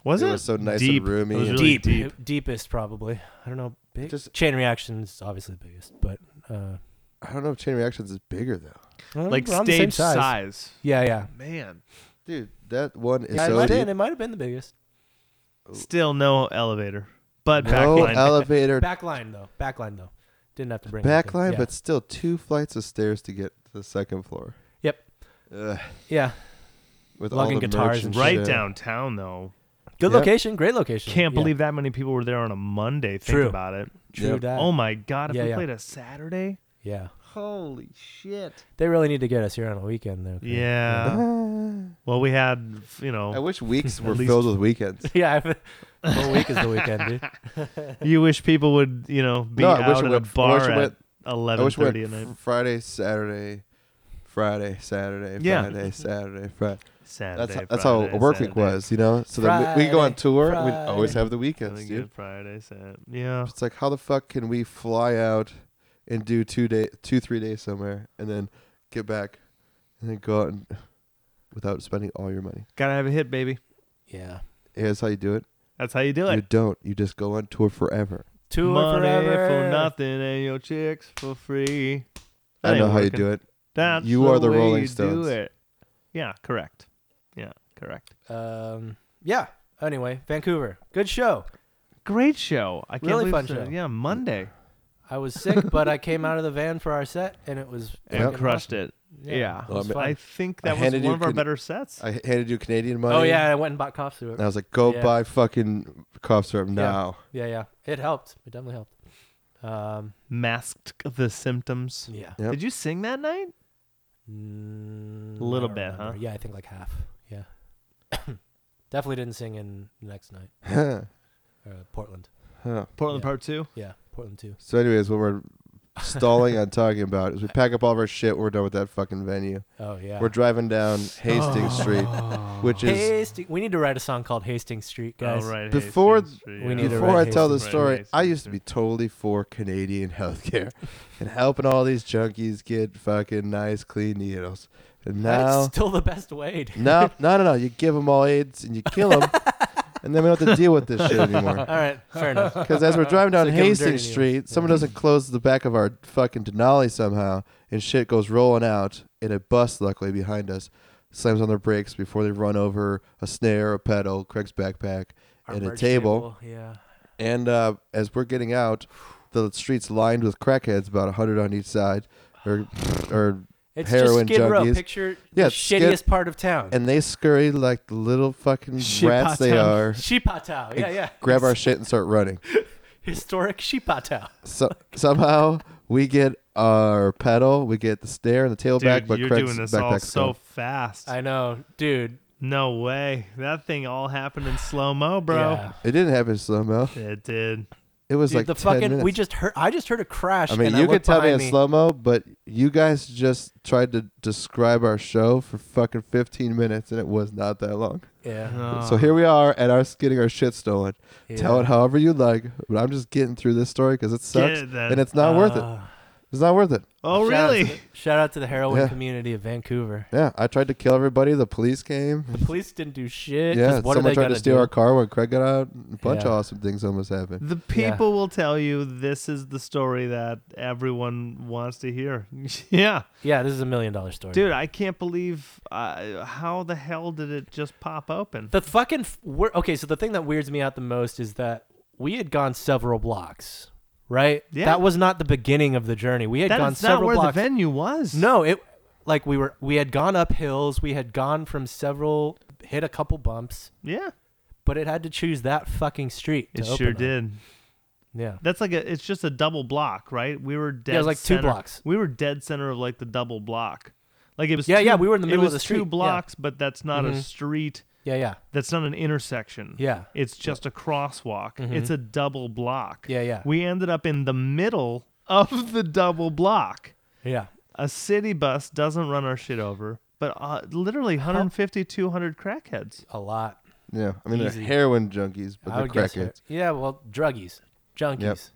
Speaker 2: Was
Speaker 4: it
Speaker 2: it?
Speaker 4: was so nice
Speaker 2: deep.
Speaker 4: and roomy.
Speaker 2: It was
Speaker 4: and-
Speaker 2: really
Speaker 1: deep,
Speaker 2: deep.
Speaker 1: deepest probably. I don't know. Big
Speaker 4: Just-
Speaker 1: chain reactions obviously the biggest, but uh,
Speaker 4: I don't know if Chain Reactions is bigger though.
Speaker 2: Like
Speaker 1: we're on the same
Speaker 2: stage size.
Speaker 1: Yeah, yeah.
Speaker 2: Man.
Speaker 4: Dude, that one is
Speaker 1: yeah it,
Speaker 4: so e
Speaker 1: might
Speaker 4: deep.
Speaker 1: it might have been the biggest.
Speaker 2: Still no elevator. But
Speaker 4: No
Speaker 2: backline.
Speaker 4: elevator,
Speaker 1: Backline though. Backline though. Didn't have to bring anything.
Speaker 4: backline,
Speaker 1: yeah.
Speaker 4: but still two flights of stairs to get to the second floor.
Speaker 1: Yep.
Speaker 4: Ugh.
Speaker 1: yeah.
Speaker 4: with
Speaker 1: Lugging
Speaker 4: all the merch
Speaker 1: guitars and
Speaker 4: and
Speaker 2: Right
Speaker 4: shit.
Speaker 2: downtown though.
Speaker 1: Good
Speaker 4: Yep.
Speaker 1: location, great location.
Speaker 2: Can't
Speaker 1: Yeah.
Speaker 2: believe that many people were there on a Monday. Think
Speaker 1: True.
Speaker 2: about it.
Speaker 1: True
Speaker 4: Yep.
Speaker 1: that.
Speaker 2: Oh my god, if
Speaker 1: Yeah,
Speaker 2: we
Speaker 1: yeah.
Speaker 2: played a Saturday.
Speaker 1: yeah.
Speaker 2: Holy shit.
Speaker 1: They really need to get us here on a weekend though.
Speaker 2: Yeah. Well, we had, you know,
Speaker 4: I wish weeks
Speaker 2: uh, At
Speaker 4: were
Speaker 2: least-
Speaker 4: filled with weekends.
Speaker 1: yeah. The whole week is the weekend, dude.
Speaker 2: you wish people would, you know, be
Speaker 4: No, I
Speaker 2: out
Speaker 4: wish it
Speaker 2: at a
Speaker 4: went- I
Speaker 2: bar
Speaker 4: wish it
Speaker 2: at
Speaker 4: went- I
Speaker 2: eleven
Speaker 4: wish we
Speaker 2: thirty
Speaker 4: went
Speaker 2: at night.
Speaker 4: fr- Friday, Saturday, Friday, Saturday,
Speaker 2: Yeah.
Speaker 4: Friday, Saturday, Friday.
Speaker 2: Saturday.
Speaker 4: That's that's how a
Speaker 2: Friday,
Speaker 4: work week
Speaker 2: Saturday.
Speaker 4: was, you know. So then we, we go on
Speaker 1: Friday,
Speaker 4: tour, we would always
Speaker 1: Friday.
Speaker 4: have the
Speaker 2: Really
Speaker 4: weekends, dude.
Speaker 2: good Friday, Saturday. Yeah.
Speaker 4: It's like how the fuck can we fly out and do two day, two three days somewhere, and then get back, and then go out and without spending all your money.
Speaker 2: Gotta have a hit, baby.
Speaker 1: Yeah.
Speaker 4: Yeah, that's how you do it.
Speaker 2: That's how you do it.
Speaker 4: You don't. You just go on tour forever.
Speaker 1: Tour
Speaker 2: Money
Speaker 1: forever.
Speaker 2: for nothing and your chicks for free. That
Speaker 4: I know
Speaker 2: ain't
Speaker 4: how you
Speaker 2: working.
Speaker 4: do it.
Speaker 2: That's
Speaker 4: You are the
Speaker 2: way
Speaker 4: Rolling
Speaker 2: you
Speaker 4: Stones.
Speaker 2: Do it. Yeah, correct. Yeah, correct.
Speaker 1: Um. Yeah. Anyway, Vancouver. Good show.
Speaker 2: Great show. I can't
Speaker 1: Really
Speaker 2: believe
Speaker 1: fun
Speaker 2: it's, uh,
Speaker 1: show.
Speaker 2: Yeah, Monday.
Speaker 1: I was sick, but I came out of the van for our set, and it was
Speaker 2: And
Speaker 1: fucking
Speaker 2: crushed it.
Speaker 1: awesome.
Speaker 2: Yeah.
Speaker 4: Well, I mean-
Speaker 2: Um, I think that
Speaker 4: I
Speaker 2: was
Speaker 4: handed you
Speaker 2: one of our
Speaker 4: con-
Speaker 2: better sets.
Speaker 4: I handed you Canadian money.
Speaker 1: Oh yeah, I went and bought cough syrup.
Speaker 4: And I was like, go
Speaker 1: Yeah.
Speaker 4: buy fucking cough syrup now.
Speaker 1: Yeah, yeah, it helped. It definitely helped. Um.
Speaker 2: Masked the symptoms.
Speaker 1: Yeah.
Speaker 4: Yep.
Speaker 2: Did you sing that night?
Speaker 1: Mm,
Speaker 2: Little
Speaker 1: I don't
Speaker 2: bit, huh?
Speaker 1: Yeah, I think like half. Yeah. Definitely didn't sing in the next night.
Speaker 4: Huh.
Speaker 1: Uh, Portland.
Speaker 4: Huh.
Speaker 2: Portland
Speaker 1: Yeah.
Speaker 2: Part Two.
Speaker 1: Yeah, Portland too.
Speaker 4: So, anyways, what we're stalling on talking about is we pack up all of our shit. We're done with that fucking venue.
Speaker 1: Oh yeah.
Speaker 4: We're driving down Hastings Street, which is
Speaker 1: Hastings. We need to write a song called Hastings Street, guys.
Speaker 2: oh, right.
Speaker 4: Before-
Speaker 2: Hastings Street,
Speaker 1: We
Speaker 2: yeah.
Speaker 1: need to
Speaker 4: before I
Speaker 1: write
Speaker 4: tell this
Speaker 2: Hastings.
Speaker 4: story,
Speaker 2: Right,
Speaker 4: I
Speaker 2: Hastings,
Speaker 4: used to
Speaker 2: yeah.
Speaker 4: be totally for Canadian healthcare and helping all these junkies get fucking nice, clean needles. And
Speaker 1: That's
Speaker 4: now,
Speaker 1: still the best way. dude.
Speaker 4: no, no, no, no. You give them all AIDS and you kill them, and then we don't have to deal with this shit
Speaker 1: All
Speaker 4: anymore.
Speaker 1: right, fair enough.
Speaker 4: Because as we're driving
Speaker 1: So
Speaker 4: down
Speaker 1: give 'em dirty
Speaker 4: Hastings
Speaker 1: needles.
Speaker 4: Street, someone doesn't close the back of our fucking Denali somehow, and shit goes rolling out, and a bus, luckily behind us, slams on their brakes before they run over a snare, a pedal, Craig's backpack,
Speaker 1: Our
Speaker 4: and a
Speaker 1: merch
Speaker 4: table.
Speaker 1: Yeah.
Speaker 4: And uh, as we're getting out, the street's lined with crackheads, about 100 on each side, or, or
Speaker 1: It's
Speaker 4: Heroin
Speaker 1: just Skid Row.
Speaker 4: junkies.
Speaker 1: Picture
Speaker 4: Yeah,
Speaker 1: the
Speaker 4: it's Skid-
Speaker 1: shittiest part of town.
Speaker 4: and they scurry like the little fucking rats they
Speaker 2: Shit-pa-town.
Speaker 4: are,
Speaker 1: Shipatao. Yeah, yeah.
Speaker 4: grab our shit and start running.
Speaker 1: Historic Shipatao.
Speaker 4: So, somehow we get our pedal, we get the snare and the
Speaker 2: Dude,
Speaker 4: tailback, but
Speaker 2: you're
Speaker 4: Craig's
Speaker 2: doing this all
Speaker 4: backpack's
Speaker 2: so
Speaker 4: gone.
Speaker 2: fast.
Speaker 1: I know, dude.
Speaker 2: no way. That thing all happened in slow mo, bro.
Speaker 1: Yeah.
Speaker 4: It didn't happen slow mo.
Speaker 2: It did.
Speaker 4: It was
Speaker 1: Dude,
Speaker 4: like
Speaker 1: the
Speaker 4: 10
Speaker 1: fucking
Speaker 4: minutes.
Speaker 1: we just heard. I just heard a crash.
Speaker 4: I mean,
Speaker 1: and
Speaker 4: you could
Speaker 1: looked
Speaker 4: tell me
Speaker 1: behind
Speaker 4: in slow mo, but you guys just tried to describe our show for fucking 15 minutes, and it was not that long.
Speaker 1: Yeah.
Speaker 4: So
Speaker 2: Oh,
Speaker 4: here we are at us getting our shit stolen.
Speaker 1: yeah.
Speaker 4: Tell it however you like, but I'm just getting through this story because it sucks
Speaker 2: it then.
Speaker 4: and it's not worth it.
Speaker 1: Uh,
Speaker 4: It's not worth it.
Speaker 2: Oh,
Speaker 1: shout out to
Speaker 2: really?
Speaker 1: the- Shout out to the heroin
Speaker 4: Yeah.
Speaker 1: community of Vancouver.
Speaker 4: Yeah, I tried to kill everybody. The police came.
Speaker 1: The police didn't do shit. 'cause
Speaker 4: Yeah,
Speaker 1: what are
Speaker 4: someone
Speaker 1: they
Speaker 4: tried to
Speaker 1: gonna
Speaker 4: steal
Speaker 1: do?
Speaker 4: our car when Craig got out. A bunch
Speaker 1: Yeah.
Speaker 4: of awesome things almost happened.
Speaker 2: The people will tell you this is the story that everyone wants to hear. yeah.
Speaker 1: Yeah, this is a million dollar story,
Speaker 2: Dude, I can't believe uh, how the hell did it just pop open?
Speaker 1: The fucking f- we're, okay. So the thing that weirds me out the most is that we had gone several blocks, right?
Speaker 2: Yeah.
Speaker 1: That was not the beginning of the journey. We had
Speaker 2: That
Speaker 1: gone
Speaker 2: is not
Speaker 1: several
Speaker 2: where
Speaker 1: blocks.
Speaker 2: the venue was.
Speaker 1: no, it like we were we had gone up hills. We had gone from several hit a couple bumps,
Speaker 2: Yeah.
Speaker 1: but it had to choose that fucking street. to
Speaker 2: It
Speaker 1: open
Speaker 2: sure
Speaker 1: on.
Speaker 2: did.
Speaker 1: Yeah.
Speaker 2: That's like a. It's just a double block, right? We were dead.
Speaker 1: Yeah, it was like two
Speaker 2: center-
Speaker 1: blocks.
Speaker 2: We were dead center of like the double block. Like it was.
Speaker 1: Yeah,
Speaker 2: two-
Speaker 1: yeah, we were in the
Speaker 2: it
Speaker 1: middle of
Speaker 2: was
Speaker 1: the
Speaker 2: Two
Speaker 1: street, yeah.
Speaker 2: blocks, but that's not a
Speaker 1: Mhm.
Speaker 2: street.
Speaker 1: Yeah. Yeah.
Speaker 2: That's not an intersection.
Speaker 1: Yeah. Mm-hmm.
Speaker 2: It's just a crosswalk. It's a double block.
Speaker 1: Yeah, yeah.
Speaker 2: We ended up in the middle of the double block.
Speaker 1: Yeah.
Speaker 2: A city bus doesn't run our shit over, but uh, literally 150, 200 crackheads.
Speaker 1: A lot.
Speaker 4: Yeah, I mean
Speaker 1: Easy.
Speaker 4: they're heroin junkies, but
Speaker 1: I
Speaker 4: they're
Speaker 1: would guess. her-
Speaker 4: crackheads.
Speaker 1: Yeah. Well, druggies, junkies,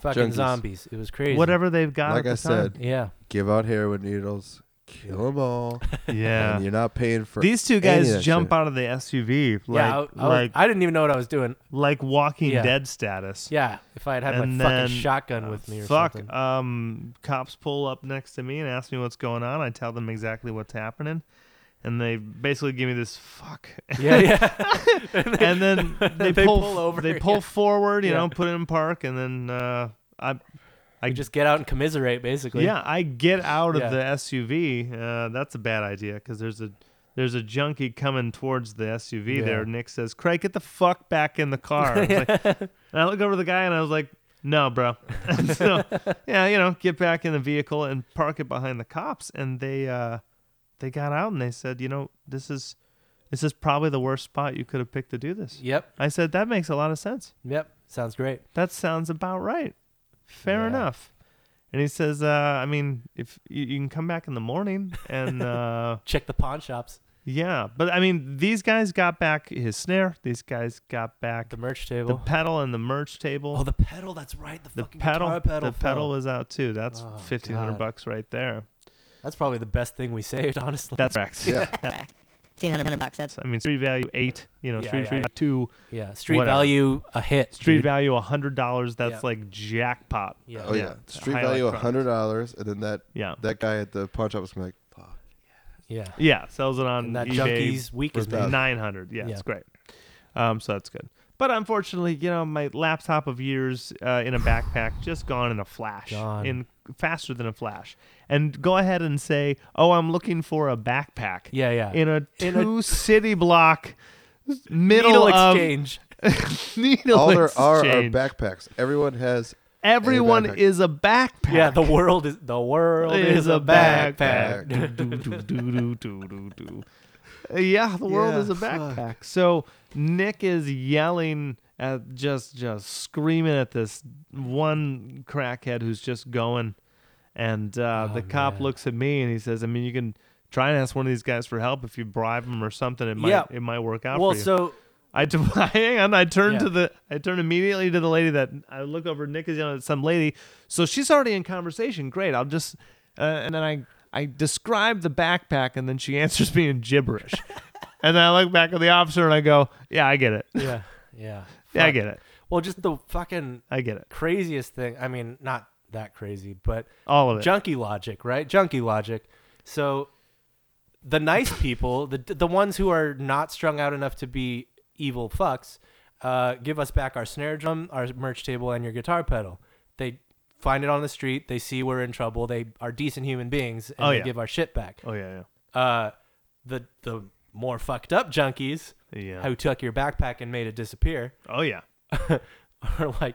Speaker 1: fucking
Speaker 4: Junkies.
Speaker 1: zombies. It was crazy.
Speaker 2: Whatever they've got.
Speaker 4: Like
Speaker 2: at
Speaker 4: I
Speaker 2: the time.
Speaker 4: said,
Speaker 1: Yeah.
Speaker 4: give out heroin needles, kill them all, and
Speaker 2: Yeah.
Speaker 4: you're not paying for
Speaker 2: These two
Speaker 4: any of
Speaker 2: guys
Speaker 4: that
Speaker 2: jump
Speaker 4: shit.
Speaker 2: out of the SUV like
Speaker 1: yeah. I, I, was-
Speaker 2: like
Speaker 1: I didn't even know what I was doing.
Speaker 2: like Walking
Speaker 1: Yeah.
Speaker 2: Dead status.
Speaker 1: Yeah, if I had had
Speaker 2: And
Speaker 1: my
Speaker 2: then- uh,
Speaker 1: fucking shotgun with me or
Speaker 2: Fuck.
Speaker 1: something.
Speaker 2: Um, cops pull up next to me and ask me what's going on. I tell them exactly what's happening, and they basically give me this fuck.
Speaker 1: Yeah, yeah.
Speaker 2: and then they,
Speaker 1: They
Speaker 2: pull,
Speaker 1: pull over,
Speaker 2: over. They
Speaker 1: yeah.
Speaker 2: pull forward. You
Speaker 1: Yeah.
Speaker 2: know, put it in park, and then uh, I.
Speaker 1: I just get out and commiserate, basically.
Speaker 2: Yeah, I get out of
Speaker 1: Yeah.
Speaker 2: the SUV. Uh, that's a bad idea because there's a There's a junkie coming towards the SUV
Speaker 1: Yeah.
Speaker 2: there. Nick says, Craig, get the fuck back in the car. I was like- and I look over to the guy and I was like, no, bro. so, yeah, you know, get back in the vehicle and park it behind the cops. And they uh, they got out and they said, you know, this is this is probably the worst spot you could have picked to do this.
Speaker 1: Yep.
Speaker 2: I said, that makes a lot of sense.
Speaker 1: Yep. Sounds great.
Speaker 2: That sounds about right. Fair
Speaker 1: Yeah.
Speaker 2: enough. And he says, uh, I mean, if you, you can come back in the morning and uh,
Speaker 1: Check the pawn shops,
Speaker 2: yeah, but I mean, these guys got back his snare. These guys got back
Speaker 1: the merch
Speaker 2: the
Speaker 1: table.
Speaker 2: pedal and the merch table.
Speaker 1: oh, the pedal. That's right. The,
Speaker 2: the
Speaker 1: fucking
Speaker 2: pedal,
Speaker 1: guitar pedal.
Speaker 2: the pedal
Speaker 1: fell.
Speaker 2: was out too. That's
Speaker 1: Oh,
Speaker 2: fifteen hundred
Speaker 1: God.
Speaker 2: bucks right there.
Speaker 1: That's probably the best thing we saved, honestly.
Speaker 2: That's correct.
Speaker 4: Yeah.
Speaker 5: Two hundred bucks. That's
Speaker 2: I mean, street value eight. You know,
Speaker 1: Yeah,
Speaker 2: street
Speaker 1: yeah,
Speaker 2: value
Speaker 1: yeah.
Speaker 2: two.
Speaker 1: yeah. Street
Speaker 2: Whatever.
Speaker 1: value, a hit.
Speaker 2: Street
Speaker 1: dude.
Speaker 2: value a hundred dollars. That's
Speaker 1: Yeah.
Speaker 2: like jackpot.
Speaker 1: Yeah.
Speaker 4: Oh yeah,
Speaker 2: Yeah,
Speaker 4: street
Speaker 2: high
Speaker 4: value
Speaker 2: electronics.
Speaker 4: hundred dollars, and then that
Speaker 2: Yeah,
Speaker 4: that guy at the pawn shop was gonna be like, "Fuck."
Speaker 1: Yeah.
Speaker 2: yeah. Sells it on
Speaker 1: And that
Speaker 2: eBay.
Speaker 1: junkie's weak as
Speaker 4: was bad.
Speaker 1: man.
Speaker 2: Nine hundred. Yeah,
Speaker 1: Yeah.
Speaker 2: it's great. Um, so that's good. But unfortunately, you know, my laptop of years uh, in a backpack just gone in a flash,
Speaker 1: Gone.
Speaker 2: in faster than a flash. And go ahead and say, "Oh, I'm looking for a backpack."
Speaker 1: Yeah. Yeah.
Speaker 2: In a
Speaker 1: In a-
Speaker 2: two city block, middle
Speaker 1: Needle
Speaker 2: of
Speaker 1: exchange.
Speaker 2: needle
Speaker 4: All there are are
Speaker 2: exchange.
Speaker 4: backpacks. Everyone has
Speaker 2: Everyone
Speaker 4: backpack.
Speaker 2: is a backpack.
Speaker 1: Yeah. The world is the world is, a backpack.
Speaker 2: Do, do, do, do, do, do, do. Uh, Yeah, the world
Speaker 4: Yeah,
Speaker 2: is a backpack. So Nick is yelling at just just screaming at this one crackhead who's just going, and uh,
Speaker 1: Oh,
Speaker 2: the cop
Speaker 1: man.
Speaker 2: looks at me and he says, "I mean, you can try and ask one of these guys for help if you bribe him or something. It might
Speaker 1: Yeah.
Speaker 2: it might work out
Speaker 1: Well,
Speaker 2: for you."
Speaker 1: so
Speaker 2: I t- hang on. I turned
Speaker 1: Yeah.
Speaker 2: to the. I turned immediately to the lady that I look over. Nick is yelling at some lady, so she's already in conversation. Great. I'll just uh, and then I I describe the backpack, and then she answers me in gibberish, and then I look back at the officer and I go, Yeah, I get it.
Speaker 1: yeah. Yeah.
Speaker 2: Yeah, I
Speaker 1: Fuck.
Speaker 2: get it.
Speaker 1: Well, just the fucking
Speaker 2: I get it.
Speaker 1: craziest thing. I mean, not that crazy, but
Speaker 2: All of it.
Speaker 1: junkie logic, right? Junkie logic. So the nice people, the the ones who are not strung out enough to be evil fucks, uh, give us back our snare drum, our merch table, and your guitar pedal. They find it on the street. They see we're in trouble. They are decent human beings, and
Speaker 2: Oh,
Speaker 1: they
Speaker 2: yeah.
Speaker 1: give our shit back.
Speaker 2: oh yeah,
Speaker 1: Uh, the the more fucked up junkies
Speaker 2: yeah, yeah.
Speaker 1: who took your backpack and made it disappear
Speaker 2: oh yeah.
Speaker 1: are like.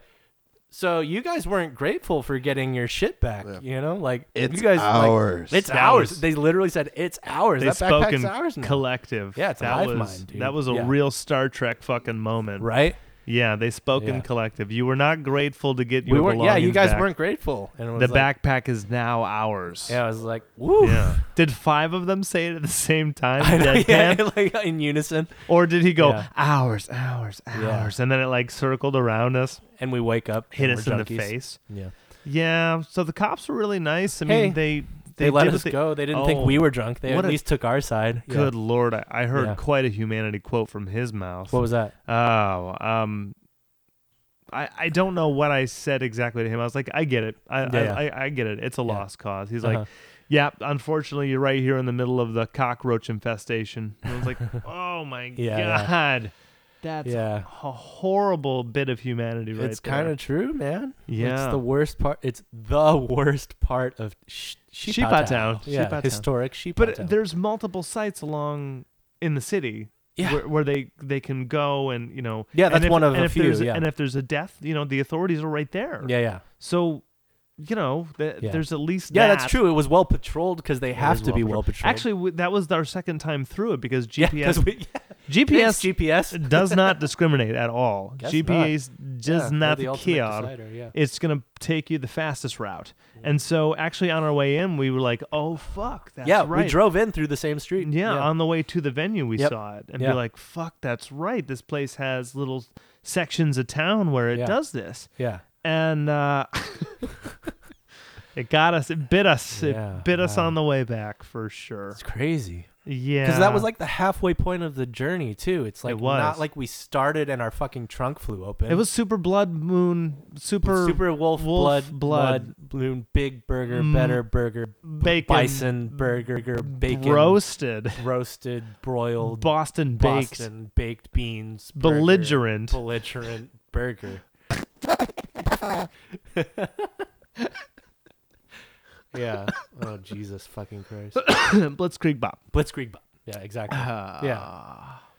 Speaker 1: So you guys weren't grateful for getting your shit back,
Speaker 4: Yeah.
Speaker 1: you know? Like
Speaker 4: it's
Speaker 1: you guys like,
Speaker 4: ours.
Speaker 1: it's
Speaker 2: That
Speaker 1: ours.
Speaker 2: was-
Speaker 1: They literally said it's ours.
Speaker 2: They
Speaker 1: that
Speaker 2: spoke
Speaker 1: backpack's
Speaker 2: in
Speaker 1: ours now.
Speaker 2: collective.
Speaker 1: Yeah, it's a
Speaker 2: that
Speaker 1: hive
Speaker 2: was
Speaker 1: mind, dude.
Speaker 2: that was a
Speaker 1: Yeah.
Speaker 2: real Star Trek fucking moment.
Speaker 1: right?
Speaker 2: Yeah, they spoke in
Speaker 1: Yeah.
Speaker 2: collective. You were not grateful to get your
Speaker 1: We weren't. Yeah, you
Speaker 2: belongings
Speaker 1: guys
Speaker 2: back.
Speaker 1: weren't grateful. And it was
Speaker 2: The
Speaker 1: like,
Speaker 2: backpack is now ours.
Speaker 1: Yeah, I was like, woo.
Speaker 2: Yeah. Did five of them say it at the same time?
Speaker 1: I know,
Speaker 2: deadpan?
Speaker 1: yeah, like in unison,
Speaker 2: Or did he go
Speaker 1: Yeah.
Speaker 2: hours, hours,
Speaker 1: Yeah.
Speaker 2: hours, and then it like circled around us,
Speaker 1: and we wake up,
Speaker 2: hit
Speaker 1: and
Speaker 2: us
Speaker 1: we're
Speaker 2: in the
Speaker 1: junkies.
Speaker 2: face?
Speaker 1: Yeah,
Speaker 2: Yeah. So the cops were really nice. I
Speaker 1: Hey,
Speaker 2: mean, they
Speaker 1: they,
Speaker 2: they,
Speaker 1: let us
Speaker 2: did what they-
Speaker 1: go. They didn't think
Speaker 2: Oh,
Speaker 1: we were drunk. They
Speaker 2: what
Speaker 1: at
Speaker 2: a-
Speaker 1: least took our side. Yeah.
Speaker 2: Good lord, I, I heard
Speaker 1: Yeah.
Speaker 2: quite a humanity quote from his mouth.
Speaker 1: What was that?
Speaker 2: Oh, um, I I don't know what I said exactly to him. I was like, I get it. I I,
Speaker 1: Yeah.
Speaker 2: I, I get it. It's a
Speaker 1: Yeah.
Speaker 2: lost cause. He's
Speaker 1: Uh-huh.
Speaker 2: like, Yeah, unfortunately, you're right here in the middle of the cockroach infestation. And I was like, Oh my
Speaker 1: Yeah, yeah.
Speaker 2: god, that's
Speaker 1: Yeah.
Speaker 2: a horrible bit of humanity, right?
Speaker 1: it's kind
Speaker 2: there.
Speaker 1: of true, man.
Speaker 2: Yeah.
Speaker 1: it's the worst part. It's the worst part of Sh- Sheepaw,
Speaker 2: Sheepaw Town.
Speaker 1: Yeah,
Speaker 2: Sheepaw Town.
Speaker 1: historic Sheepaw
Speaker 2: But
Speaker 1: Town.
Speaker 2: there's multiple sites along in the city
Speaker 1: Yeah.
Speaker 2: where, where they they can go and you know
Speaker 1: Yeah, that's
Speaker 2: and if-
Speaker 1: one of
Speaker 2: and
Speaker 1: a
Speaker 2: if
Speaker 1: few,
Speaker 2: there's-
Speaker 1: yeah.
Speaker 2: and if there's a death you know the authorities are right there
Speaker 1: Yeah, yeah.
Speaker 2: So, you know, th-
Speaker 1: Yeah.
Speaker 2: there's at least
Speaker 1: Yeah,
Speaker 2: that.
Speaker 1: that's true. It was well patrolled because they have
Speaker 2: is
Speaker 1: to be
Speaker 2: well
Speaker 1: well patrolled.
Speaker 2: Actually, w- that was our second time through it because
Speaker 1: yeah,
Speaker 2: GPS
Speaker 1: 'cause we- yeah. Thanks,
Speaker 2: GPS
Speaker 1: GPS
Speaker 2: does not discriminate at all.
Speaker 1: Guess
Speaker 2: GPS does
Speaker 1: Yeah,
Speaker 2: not
Speaker 1: they're the ultimate
Speaker 2: care.
Speaker 1: decider, yeah.
Speaker 2: It's gonna take you the fastest route. And so, actually, on our way in, we were like, "Oh fuck, that's
Speaker 1: yeah,
Speaker 2: right."
Speaker 1: we drove in through the same street.
Speaker 2: Yeah, on the way to the venue, we
Speaker 1: Yep.
Speaker 2: saw it and
Speaker 1: Yeah.
Speaker 2: be like, "Fuck, that's right. This place has little sections of town where it
Speaker 1: Yeah.
Speaker 2: does this."
Speaker 1: yeah,
Speaker 2: and uh, it got us. It bit us.
Speaker 1: Yeah,
Speaker 2: it bit us
Speaker 1: wow.
Speaker 2: on the way back for sure.
Speaker 1: it's crazy
Speaker 2: Yeah,
Speaker 1: because that was like the halfway point of the journey too. It's like
Speaker 2: It was.
Speaker 1: not like we started and our fucking trunk flew open.
Speaker 2: it was super blood moon, super
Speaker 1: super wolf,
Speaker 2: wolf
Speaker 1: blood,
Speaker 2: blood,
Speaker 1: blood bloom, big burger,
Speaker 2: Mm,
Speaker 1: better burger, b-
Speaker 2: bacon,
Speaker 1: bison burger, bacon,
Speaker 2: roasted,
Speaker 1: roasted, broiled,
Speaker 2: Boston baked,
Speaker 1: Boston baked beans, burger,
Speaker 2: belligerent.
Speaker 1: belligerent burger. yeah. Oh Jesus fucking Christ.
Speaker 2: Blitzkrieg Bob.
Speaker 1: Blitzkrieg Bob. Yeah, exactly.
Speaker 2: yeah.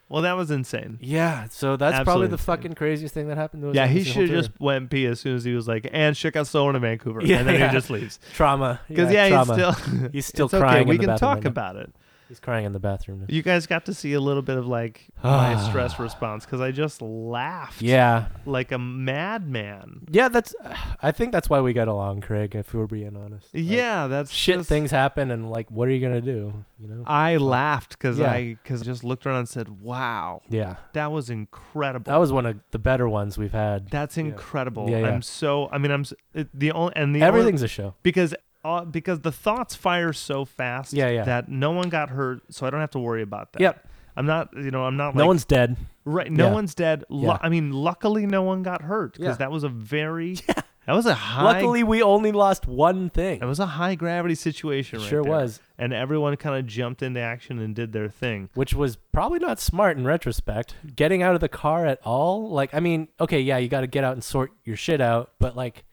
Speaker 2: Well, that was insane.
Speaker 1: Yeah, so that's probably
Speaker 2: Absolutely
Speaker 1: the
Speaker 2: insane.
Speaker 1: fucking craziest thing that happened to us.
Speaker 2: Yeah,
Speaker 1: on
Speaker 2: he
Speaker 1: this whole
Speaker 2: should
Speaker 1: tour.
Speaker 2: have just went pee as soon as he was like, and shit got stolen in Vancouver.
Speaker 1: Yeah,
Speaker 2: and then
Speaker 1: yeah.
Speaker 2: he just leaves.
Speaker 1: trauma.
Speaker 2: Because, yeah,
Speaker 1: trauma.
Speaker 2: he's still,
Speaker 1: He's still
Speaker 2: it's okay,
Speaker 1: crying in
Speaker 2: We
Speaker 1: the
Speaker 2: can
Speaker 1: bathroom
Speaker 2: talk
Speaker 1: right now.
Speaker 2: about it.
Speaker 1: he's crying in the bathroom.
Speaker 2: You guys got to see a little bit of like my stress response because I just laughed
Speaker 1: Yeah,
Speaker 2: like a madman.
Speaker 1: yeah. That's. I think that's why we got along, Craig. If we're being honest. Like,
Speaker 2: yeah, that's
Speaker 1: shit
Speaker 2: just-
Speaker 1: things happen, and like, what are you gonna do? You know.
Speaker 2: I laughed because
Speaker 1: Yeah.
Speaker 2: I because just looked around and said, "Wow,
Speaker 1: yeah,
Speaker 2: that was incredible.
Speaker 1: that was one of the better ones we've had.
Speaker 2: that's incredible.
Speaker 1: Yeah, yeah.
Speaker 2: I'm so. I mean, I'm s- it, the only and the only-
Speaker 1: Everything's a show.
Speaker 2: because uh, because the thoughts fire so fast.
Speaker 1: Yeah, yeah.
Speaker 2: That no one got hurt, so I don't have to worry about that.
Speaker 1: Yep.
Speaker 2: I'm not. You know, I'm not.
Speaker 1: no
Speaker 2: like,
Speaker 1: one's dead.
Speaker 2: right. No
Speaker 1: yeah.
Speaker 2: one's dead. Lu-
Speaker 1: Yeah.
Speaker 2: I mean, luckily, no one got hurt because
Speaker 1: Yeah.
Speaker 2: that was a very that was a high.
Speaker 1: Luckily, we only lost one thing.
Speaker 2: It was a high gravity situation. Right
Speaker 1: sure
Speaker 2: there.
Speaker 1: was,
Speaker 2: And everyone kind of jumped into action and did their thing.
Speaker 1: which was probably not smart in retrospect. Getting out of the car at all, like, I mean, okay, yeah, you got to get out and sort your shit out, but like,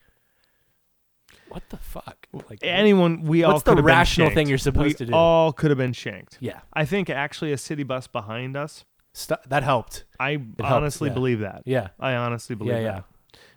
Speaker 1: what the fuck? Like,
Speaker 2: Anyone, we all.
Speaker 1: what's the
Speaker 2: could have been
Speaker 1: rational thing
Speaker 2: shanked.
Speaker 1: you're supposed
Speaker 2: We
Speaker 1: to do?
Speaker 2: All could have been shanked.
Speaker 1: yeah,
Speaker 2: I think actually a city bus behind us.
Speaker 1: stu- that helped.
Speaker 2: I
Speaker 1: helped,
Speaker 2: honestly
Speaker 1: yeah.
Speaker 2: believe that.
Speaker 1: Yeah,
Speaker 2: I honestly believe
Speaker 1: Yeah,
Speaker 2: that. Yeah.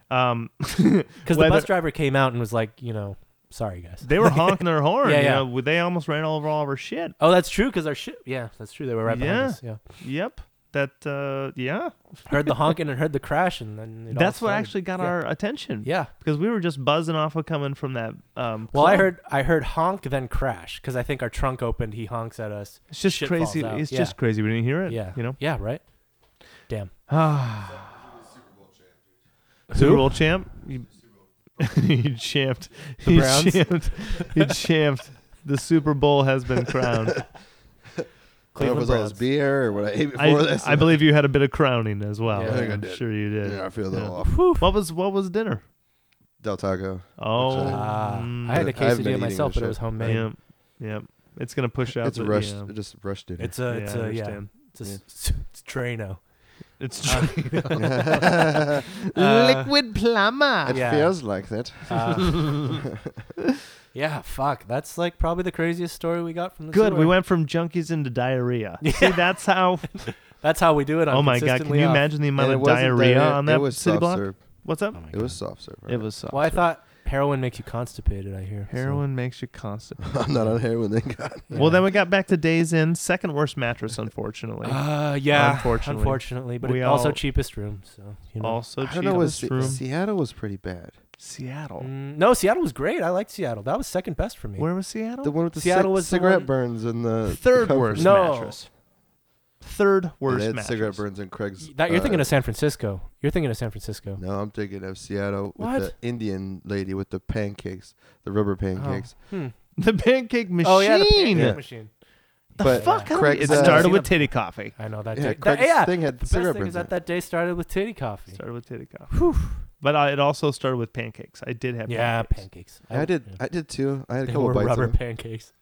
Speaker 2: Um,
Speaker 1: because the
Speaker 2: Whether-
Speaker 1: bus driver came out and was like, you know, sorry guys.
Speaker 2: they were honking their horn.
Speaker 1: Yeah,
Speaker 2: you
Speaker 1: yeah.
Speaker 2: know, they almost ran over all of our shit.
Speaker 1: Oh, that's true. Because our shit. Yeah, that's true. They were right behind
Speaker 2: Yeah.
Speaker 1: us. Yeah,
Speaker 2: Yep. That. Uh, yeah.
Speaker 1: heard the honking and heard the crash, and then it all
Speaker 2: That's what
Speaker 1: started.
Speaker 2: actually got
Speaker 1: Yeah.
Speaker 2: our attention.
Speaker 1: Yeah.
Speaker 2: Because we were just buzzing off of coming from that. Um,
Speaker 1: Well, I
Speaker 2: club.
Speaker 1: heard I heard honk then crash because I think our trunk opened. He honks at us.
Speaker 2: It's just
Speaker 1: shit
Speaker 2: crazy.
Speaker 1: falls out.
Speaker 2: It's
Speaker 1: Yeah.
Speaker 2: just crazy. We didn't hear it.
Speaker 1: Yeah.
Speaker 2: You know.
Speaker 1: Yeah. Right. Damn.
Speaker 2: Super Bowl champ. You, you champed.
Speaker 1: The
Speaker 2: you
Speaker 1: Browns?
Speaker 2: champed. You champed. The Super Bowl has been crowned.
Speaker 4: I don't know if it was all this beer or what I ate before
Speaker 2: I,
Speaker 4: this.
Speaker 2: I believe you had a bit of crowning as well.
Speaker 1: Yeah, I
Speaker 4: think I
Speaker 2: I'm
Speaker 4: did.
Speaker 2: sure you did.
Speaker 4: Yeah, I feel a little
Speaker 1: Oh,
Speaker 2: Yeah.
Speaker 4: off.
Speaker 2: What was what was dinner?
Speaker 4: Del Taco.
Speaker 2: Oh,
Speaker 1: Ah,
Speaker 2: mm,
Speaker 1: I had a
Speaker 4: I haven't been
Speaker 1: quesadilla
Speaker 4: eating
Speaker 1: myself,
Speaker 4: this
Speaker 1: but it
Speaker 4: shit.
Speaker 1: was homemade.
Speaker 2: Yep, yep. It's gonna push out.
Speaker 4: It's
Speaker 2: the,
Speaker 4: rushed.
Speaker 2: yeah.
Speaker 4: Just rushed dinner.
Speaker 1: It's a it's
Speaker 2: Yeah, I
Speaker 1: a yeah.
Speaker 2: understand.
Speaker 1: It's a s- it's Trano.
Speaker 2: It's
Speaker 4: Uh,
Speaker 2: tr-
Speaker 4: liquid plumber. It
Speaker 1: Yeah.
Speaker 4: feels like that.
Speaker 1: Uh, yeah. Fuck. That's like probably the craziest story we got from the
Speaker 2: good.
Speaker 1: Sewer.
Speaker 2: We went from junkies into diarrhea. See, that's how.
Speaker 1: That's how we do it. On
Speaker 2: oh my god! Can
Speaker 1: consistently
Speaker 2: you
Speaker 1: off.
Speaker 2: imagine the amount
Speaker 4: And it
Speaker 2: of
Speaker 4: wasn't
Speaker 2: diarrhea
Speaker 4: diarrhea,
Speaker 2: on
Speaker 4: it
Speaker 2: that
Speaker 4: was
Speaker 2: city
Speaker 4: soft
Speaker 2: block?
Speaker 4: serve.
Speaker 2: What's up?
Speaker 1: Oh my
Speaker 4: It was
Speaker 1: God.
Speaker 4: soft serve.
Speaker 2: It was soft.
Speaker 1: Well, I
Speaker 2: serve.
Speaker 1: thought heroin makes you constipated. I hear so-
Speaker 2: heroin makes you constant.
Speaker 4: I'm not on heroin. Thank God.
Speaker 2: Well, then we got back to days in second worst mattress, unfortunately.
Speaker 1: Uh, yeah.
Speaker 2: Unfortunately.
Speaker 1: Unfortunately, but
Speaker 2: We
Speaker 1: it, also
Speaker 2: all-
Speaker 1: cheapest room. So you know.
Speaker 2: also,
Speaker 4: I don't know. Was
Speaker 2: cheapest
Speaker 4: Se-
Speaker 2: room
Speaker 4: Seattle was pretty bad.
Speaker 2: Seattle.
Speaker 1: Mm, no, Seattle was great. I liked Seattle. That was second best for me.
Speaker 2: Where was Seattle?
Speaker 4: The one with the
Speaker 1: Seattle
Speaker 4: cig-
Speaker 1: was the
Speaker 4: cigarette
Speaker 1: one-
Speaker 4: burns and the
Speaker 2: third
Speaker 4: comfort-
Speaker 2: worst
Speaker 1: No.
Speaker 2: mattress. Third worst
Speaker 4: They had
Speaker 2: mattress.
Speaker 4: cigarette burns and Craig's.
Speaker 1: That you're
Speaker 4: uh,
Speaker 1: thinking of San Francisco. You're thinking of San Francisco.
Speaker 4: No, I'm thinking of Seattle
Speaker 1: What?
Speaker 4: with the Indian lady with the pancakes, the rubber pancakes.
Speaker 1: Hmm.
Speaker 2: The pancake machine.
Speaker 1: Oh yeah, the pancake
Speaker 4: Yeah.
Speaker 1: machine.
Speaker 2: The
Speaker 4: But
Speaker 2: fuck? How do we-
Speaker 4: Craig's,
Speaker 2: It
Speaker 4: uh,
Speaker 2: started with titty coffee.
Speaker 1: I know that.
Speaker 4: Yeah,
Speaker 1: day.
Speaker 4: Craig's
Speaker 1: that, yeah.
Speaker 4: thing had
Speaker 1: the best
Speaker 4: cigarette
Speaker 1: thing is
Speaker 4: burns. in
Speaker 1: that that day started with titty coffee.
Speaker 2: Started with titty coffee. But uh, it also started with pancakes. I did have
Speaker 1: yeah,
Speaker 2: pancakes.
Speaker 1: pancakes.
Speaker 4: it. I did. I did too. I had a
Speaker 1: They
Speaker 4: couple
Speaker 1: were
Speaker 4: bites. of
Speaker 1: rubber
Speaker 4: them.
Speaker 1: pancakes.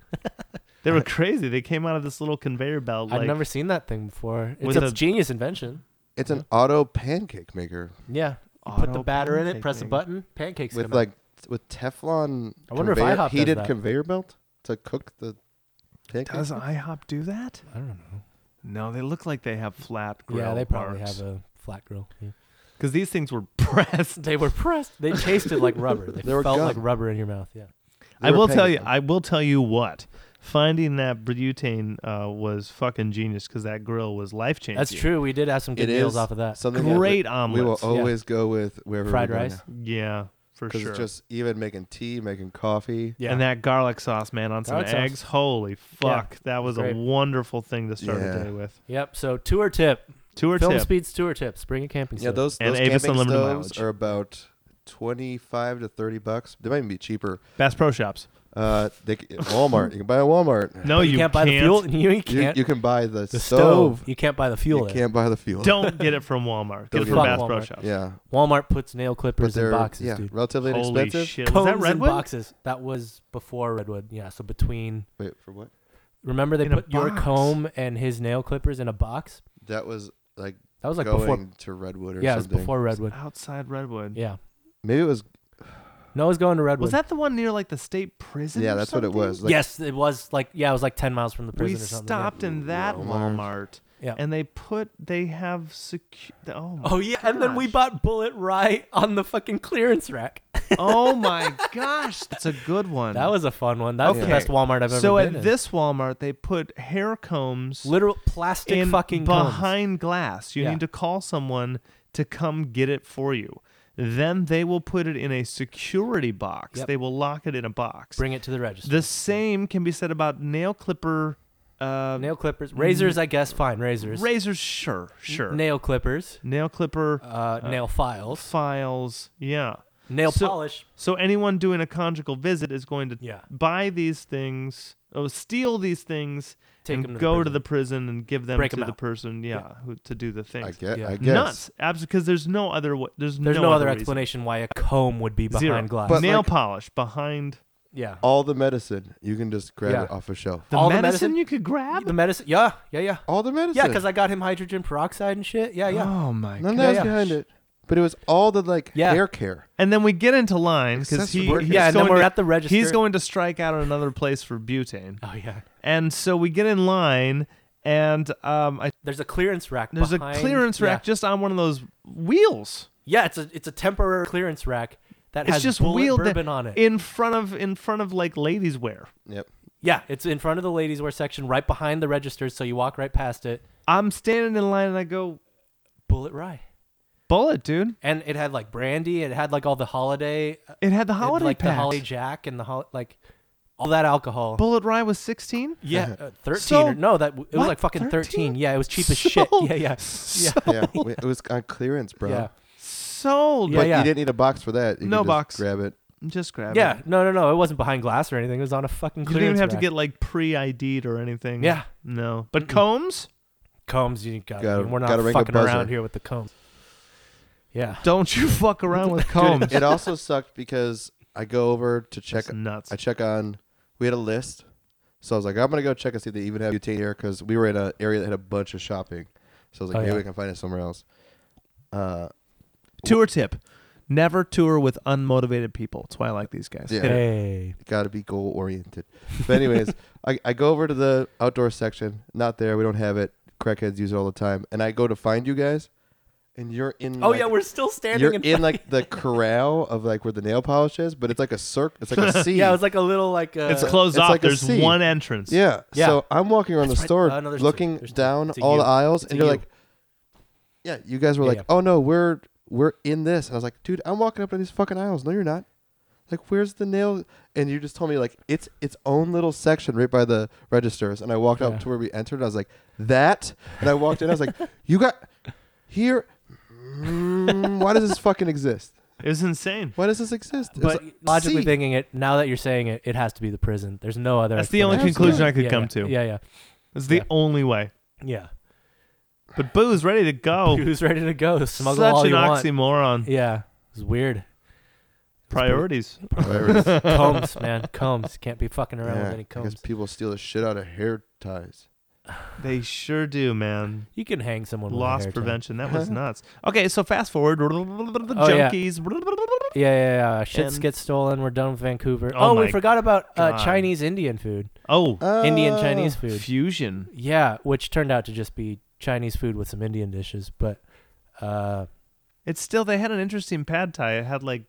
Speaker 2: They were crazy. They came out of this little conveyor belt. Like,
Speaker 1: I've never seen that thing before. It's
Speaker 2: With
Speaker 1: a
Speaker 2: a-
Speaker 1: genius invention.
Speaker 4: It's an auto pancake maker
Speaker 1: Yeah. You put the
Speaker 2: Auto
Speaker 1: batter in it,
Speaker 2: pancake
Speaker 1: press a
Speaker 2: maker.
Speaker 1: button, pancakes
Speaker 4: with
Speaker 1: come out.
Speaker 4: like with Teflon
Speaker 1: I wonder if
Speaker 4: conveyor-
Speaker 1: IHOP does
Speaker 4: heated
Speaker 1: that.
Speaker 4: conveyor belt to cook the pancakes.
Speaker 2: Does IHOP do that?
Speaker 1: I don't know.
Speaker 2: No, they look like they have flat grill
Speaker 1: Yeah, they probably have a flat grill. Yeah.
Speaker 2: Because these things were pressed.
Speaker 1: They were pressed. They tasted like rubber. They,
Speaker 4: They were
Speaker 1: felt like
Speaker 4: gum.
Speaker 1: rubber in your mouth. Yeah.
Speaker 4: They
Speaker 2: I
Speaker 4: were
Speaker 2: will tell you.
Speaker 4: pancakes.
Speaker 2: I will tell you what. Finding that butane uh, was fucking genius because that grill was life changing.
Speaker 1: That's true. We did have some good
Speaker 4: It
Speaker 1: deals
Speaker 4: is
Speaker 1: off of that.
Speaker 4: something that we-
Speaker 2: Great
Speaker 4: We will
Speaker 2: omelets.
Speaker 1: yeah.
Speaker 4: always go with wherever
Speaker 1: Fried
Speaker 4: we're going
Speaker 1: rice?
Speaker 2: yeah, for
Speaker 4: because
Speaker 2: sure.
Speaker 4: it's just even making tea, making coffee.
Speaker 1: Yeah.
Speaker 2: And that garlic sauce, man, on
Speaker 1: Garlic
Speaker 2: some
Speaker 1: sauce.
Speaker 2: eggs. Holy fuck. That was
Speaker 1: Great.
Speaker 2: a wonderful thing to start
Speaker 4: Yeah.
Speaker 2: a day with.
Speaker 1: Yep. So tour tip.
Speaker 2: Tour
Speaker 1: Film
Speaker 2: tip.
Speaker 1: speeds tour tips. Bring a camping.
Speaker 4: Yeah,
Speaker 1: stove.
Speaker 4: those
Speaker 2: And
Speaker 4: those
Speaker 2: Avis
Speaker 4: camping
Speaker 2: Unlimited
Speaker 4: stoves
Speaker 2: mileage.
Speaker 4: are about twenty five to thirty bucks. They might even be cheaper.
Speaker 2: Bass Pro Shops.
Speaker 4: Uh, they, c- Walmart. You can buy a Walmart.
Speaker 2: No,
Speaker 1: Oh, you,
Speaker 2: you,
Speaker 1: can't, buy the fuel. You, you
Speaker 4: you,
Speaker 1: can't.
Speaker 4: you can buy the,
Speaker 1: the
Speaker 4: stove.
Speaker 1: stove. You can't buy the
Speaker 4: You
Speaker 1: fuel. there.
Speaker 4: can't buy the fuel.
Speaker 2: Don't get it from Walmart. Get
Speaker 4: Don't
Speaker 2: it
Speaker 4: get
Speaker 2: from
Speaker 4: it.
Speaker 2: Bass
Speaker 1: Fuck
Speaker 2: Pro
Speaker 1: Walmart.
Speaker 2: Shops.
Speaker 4: Yeah,
Speaker 1: Walmart puts nail
Speaker 4: but
Speaker 1: clippers
Speaker 4: they're
Speaker 1: in boxes,
Speaker 4: yeah
Speaker 1: dude.
Speaker 4: relatively
Speaker 2: Holy
Speaker 4: inexpensive.
Speaker 2: shit.
Speaker 1: Cones
Speaker 2: Was that
Speaker 1: in
Speaker 2: Redwood?
Speaker 1: boxes. That was before Redwood. Yeah. So between.
Speaker 4: Wait for what?
Speaker 1: Remember they
Speaker 2: In a
Speaker 1: put your
Speaker 2: box.
Speaker 1: comb and his nail clippers in a box.
Speaker 4: That was like
Speaker 1: That was like
Speaker 4: going
Speaker 1: before.
Speaker 4: to Redwood or
Speaker 1: Yeah, it was
Speaker 4: something.
Speaker 1: before Redwood.
Speaker 2: Outside Redwood.
Speaker 1: Yeah.
Speaker 4: Maybe it was.
Speaker 1: Noah's going to Redwood.
Speaker 2: Was that the one near like the state prison?
Speaker 4: yeah,
Speaker 2: or
Speaker 4: that's what it
Speaker 2: something?
Speaker 4: was. Like,
Speaker 1: yes, it was like yeah, it was like ten miles from the prison
Speaker 2: we
Speaker 1: or something. yeah.
Speaker 2: stopped in that
Speaker 4: Walmart.
Speaker 2: Walmart.
Speaker 1: Yeah.
Speaker 2: And they put they have secu- oh, my
Speaker 1: Oh yeah, and then we
Speaker 2: gosh.
Speaker 1: bought Bullet Rye on the fucking clearance rack.
Speaker 2: oh my gosh, that's a good one.
Speaker 1: That was a fun one. That was the
Speaker 2: Okay.
Speaker 1: best Walmart I've ever
Speaker 2: so
Speaker 1: been
Speaker 2: at
Speaker 1: in.
Speaker 2: this Walmart they put hair combs
Speaker 1: literal plastic
Speaker 2: in
Speaker 1: fucking cones.
Speaker 2: behind glass. You
Speaker 1: Yeah.
Speaker 2: need to call someone to come get it for you. Then they will put it in a security box.
Speaker 1: Yep.
Speaker 2: They will lock it in a box.
Speaker 1: Bring it to the register.
Speaker 2: the same can be said about nail clipper uh,
Speaker 1: nail clippers, razors, I guess. Fine, razors.
Speaker 2: razors. Sure, sure.
Speaker 1: Nail clippers,
Speaker 2: nail clipper
Speaker 1: uh, nail files,
Speaker 2: files. Yeah.
Speaker 1: nail
Speaker 2: so-
Speaker 1: polish.
Speaker 2: So anyone doing a conjugal visit is going to
Speaker 1: Yeah.
Speaker 2: buy these things, oh, steal these things,
Speaker 1: Take
Speaker 2: and
Speaker 1: 'em to the
Speaker 2: go to
Speaker 1: prison.
Speaker 2: the prison and give them
Speaker 1: Break
Speaker 2: to
Speaker 1: 'em
Speaker 2: the
Speaker 1: out.
Speaker 2: person, yeah, Who, to do the things.
Speaker 4: I get.
Speaker 1: Yeah.
Speaker 4: I guess.
Speaker 2: Nuts, absolutely, because there's no other. wa- There's,
Speaker 1: There's no, other
Speaker 2: reason.
Speaker 1: explanation why a comb would be behind
Speaker 2: Zero.
Speaker 1: glass.
Speaker 4: But-
Speaker 2: Nail
Speaker 4: like-
Speaker 2: polish behind
Speaker 1: yeah.
Speaker 4: All the medicine you can just grab
Speaker 1: Yeah.
Speaker 4: it off a shelf.
Speaker 2: the
Speaker 1: All the
Speaker 2: medicine,
Speaker 1: medicine-
Speaker 2: you could grab.
Speaker 1: The medicine. Yeah, yeah, yeah.
Speaker 4: All the medicine.
Speaker 1: Yeah, because I got him hydrogen peroxide and shit. Yeah, yeah.
Speaker 2: Oh my
Speaker 4: none
Speaker 2: god!
Speaker 4: of that was
Speaker 1: gosh.
Speaker 4: behind it. But it was all the like
Speaker 1: Yeah.
Speaker 4: hair care.
Speaker 2: And then we get into line because he,
Speaker 4: Accessory.
Speaker 2: he's
Speaker 1: yeah, and then
Speaker 2: going
Speaker 1: we're
Speaker 2: to-
Speaker 1: at the register.
Speaker 2: He's going to strike out another place for butane,
Speaker 1: Oh yeah.
Speaker 2: and so we get in line, and um, I
Speaker 1: There's a clearance rack.
Speaker 2: There's
Speaker 1: behind-
Speaker 2: a clearance
Speaker 1: yeah.
Speaker 2: rack just on one of those wheels.
Speaker 1: Yeah, it's a it's a temporary clearance rack that
Speaker 2: It's
Speaker 1: has
Speaker 2: just
Speaker 1: bullet
Speaker 2: wheeled
Speaker 1: bourbon on it.
Speaker 2: in front of in front of like ladies wear.
Speaker 4: Yep.
Speaker 1: Yeah, it's in front of the ladies' wear section, right behind the registers. So you walk right past it.
Speaker 2: I'm standing in line and I go,
Speaker 1: Bullet Rye,
Speaker 2: "Bullet, dude!"
Speaker 1: and it had like brandy. It had like all the holiday, uh,
Speaker 2: It had the holiday
Speaker 1: like
Speaker 2: pack.
Speaker 1: the holiday jack and the hol- like all that alcohol.
Speaker 2: Bullet Rye was 16.
Speaker 1: yeah, uh, thirteen.
Speaker 2: uh-huh. So-
Speaker 1: or, no, that it was
Speaker 2: what?
Speaker 1: like fucking
Speaker 2: 13?
Speaker 1: thirteen. Yeah, it was cheap as shit.
Speaker 2: Sold.
Speaker 1: Yeah, yeah,
Speaker 2: So-
Speaker 4: Yeah. we- it was on clearance, bro.
Speaker 1: yeah,
Speaker 2: Sold.
Speaker 1: Yeah,
Speaker 4: But
Speaker 1: yeah.
Speaker 4: you didn't need a box for that. You
Speaker 2: No
Speaker 4: could just
Speaker 2: box.
Speaker 4: Grab it.
Speaker 2: Just grab
Speaker 1: yeah.
Speaker 2: it.
Speaker 1: No, no, no. It wasn't behind glass or anything. It was on a fucking
Speaker 2: You didn't even
Speaker 1: clearance
Speaker 2: have to
Speaker 1: rack.
Speaker 2: get like pre-ID'd or anything.
Speaker 1: Yeah.
Speaker 2: No. But combs?
Speaker 1: combs. You got.
Speaker 4: Gotta-
Speaker 1: We're not
Speaker 4: gotta ring the
Speaker 1: fucking around
Speaker 4: buzzer.
Speaker 1: here with the combs. Yeah.
Speaker 2: Don't you fuck around with combs.
Speaker 4: It also sucked because I go over to check.
Speaker 2: That's nuts.
Speaker 4: I check on. We had a list, so I was like, I'm gonna go check and see if they even have butane here because we were in an area that had a bunch of shopping. So I was like,
Speaker 1: Oh,
Speaker 4: maybe
Speaker 1: yeah.
Speaker 4: we can find it somewhere else. Uh,
Speaker 2: Tour tip. Never tour with unmotivated people. That's why I like these guys.
Speaker 4: Yeah.
Speaker 2: Hit it.
Speaker 1: Hey.
Speaker 4: got to be goal oriented. But anyways, I, I go over to the outdoor section. Not there. We don't have it. Crackheads use it all the time. And I go to find you guys, and you're in.
Speaker 1: Oh
Speaker 4: Mm, like,
Speaker 1: yeah, we're still standing.
Speaker 4: You're
Speaker 1: in,
Speaker 4: in like the corral of like where the nail polish is, but it's like a circle. It's like a sea.
Speaker 1: Yeah, it was like a little like. Uh,
Speaker 2: It's closed
Speaker 4: it's
Speaker 2: off.
Speaker 4: like a
Speaker 2: There's
Speaker 4: C.
Speaker 2: one entrance.
Speaker 4: Yeah.
Speaker 1: Yeah.
Speaker 4: So I'm walking around
Speaker 1: That's
Speaker 4: the
Speaker 1: right.
Speaker 4: store
Speaker 1: Uh, no, there's two.
Speaker 4: looking
Speaker 1: There's two.
Speaker 4: down
Speaker 1: It's a
Speaker 4: all
Speaker 1: U.
Speaker 4: the aisles
Speaker 1: It's a
Speaker 4: and you're
Speaker 1: U.
Speaker 4: like Yeah, you guys were
Speaker 1: Yeah,
Speaker 4: like,
Speaker 1: yeah.
Speaker 4: "Oh no, we're we're in this." And I was like, "Dude, I'm walking up in these fucking aisles. No, you're not." Like, "Where's the nail?" And you just told me like it's its own little section right by the registers. And I walked
Speaker 1: Yeah.
Speaker 4: up to where we entered. And I was like, "That?" And I walked in. I was like, "You got here Mm, why does this fucking exist?
Speaker 2: It was insane.
Speaker 4: Why does this exist?" It was
Speaker 1: but
Speaker 4: like,
Speaker 1: logically
Speaker 4: "See."
Speaker 1: thinking it, now that you're saying it, it has to be the prison. There's no other.
Speaker 2: That's the only
Speaker 1: explanation.
Speaker 2: conclusion I could
Speaker 1: yeah,
Speaker 2: come
Speaker 1: yeah,
Speaker 2: to.
Speaker 1: Yeah, yeah,
Speaker 2: It's the
Speaker 1: Yeah.
Speaker 2: only way.
Speaker 1: yeah.
Speaker 2: But Boo's ready to go.
Speaker 1: Who's ready to go? Smuggle
Speaker 2: Oh. Such
Speaker 1: all
Speaker 2: an
Speaker 1: you want.
Speaker 2: oxymoron.
Speaker 1: Yeah, it's weird.
Speaker 2: Priorities.
Speaker 1: combs, man, combs. Can't be fucking around
Speaker 4: Yeah,
Speaker 1: with any
Speaker 4: I guess
Speaker 1: combs.
Speaker 4: people steal the shit out of hair ties.
Speaker 2: They sure do, man.
Speaker 1: You can hang someone. with a
Speaker 2: Loss
Speaker 1: hair tie.
Speaker 2: prevention. That was nuts. Okay, so fast forward.
Speaker 1: yeah.
Speaker 2: junkies.
Speaker 1: Yeah, yeah, yeah. Shit
Speaker 2: And-
Speaker 1: gets stolen. We're done with Vancouver.
Speaker 2: Oh
Speaker 1: Oh,
Speaker 2: my
Speaker 1: we forgot about uh,
Speaker 2: God.
Speaker 1: Chinese Indian food,
Speaker 2: Oh,
Speaker 1: Indian
Speaker 4: Oh.
Speaker 1: Chinese food.
Speaker 2: fusion.
Speaker 1: Yeah, which turned out to just be Chinese food with some Indian dishes, but uh,
Speaker 2: It's still, they had an interesting pad thai. It had like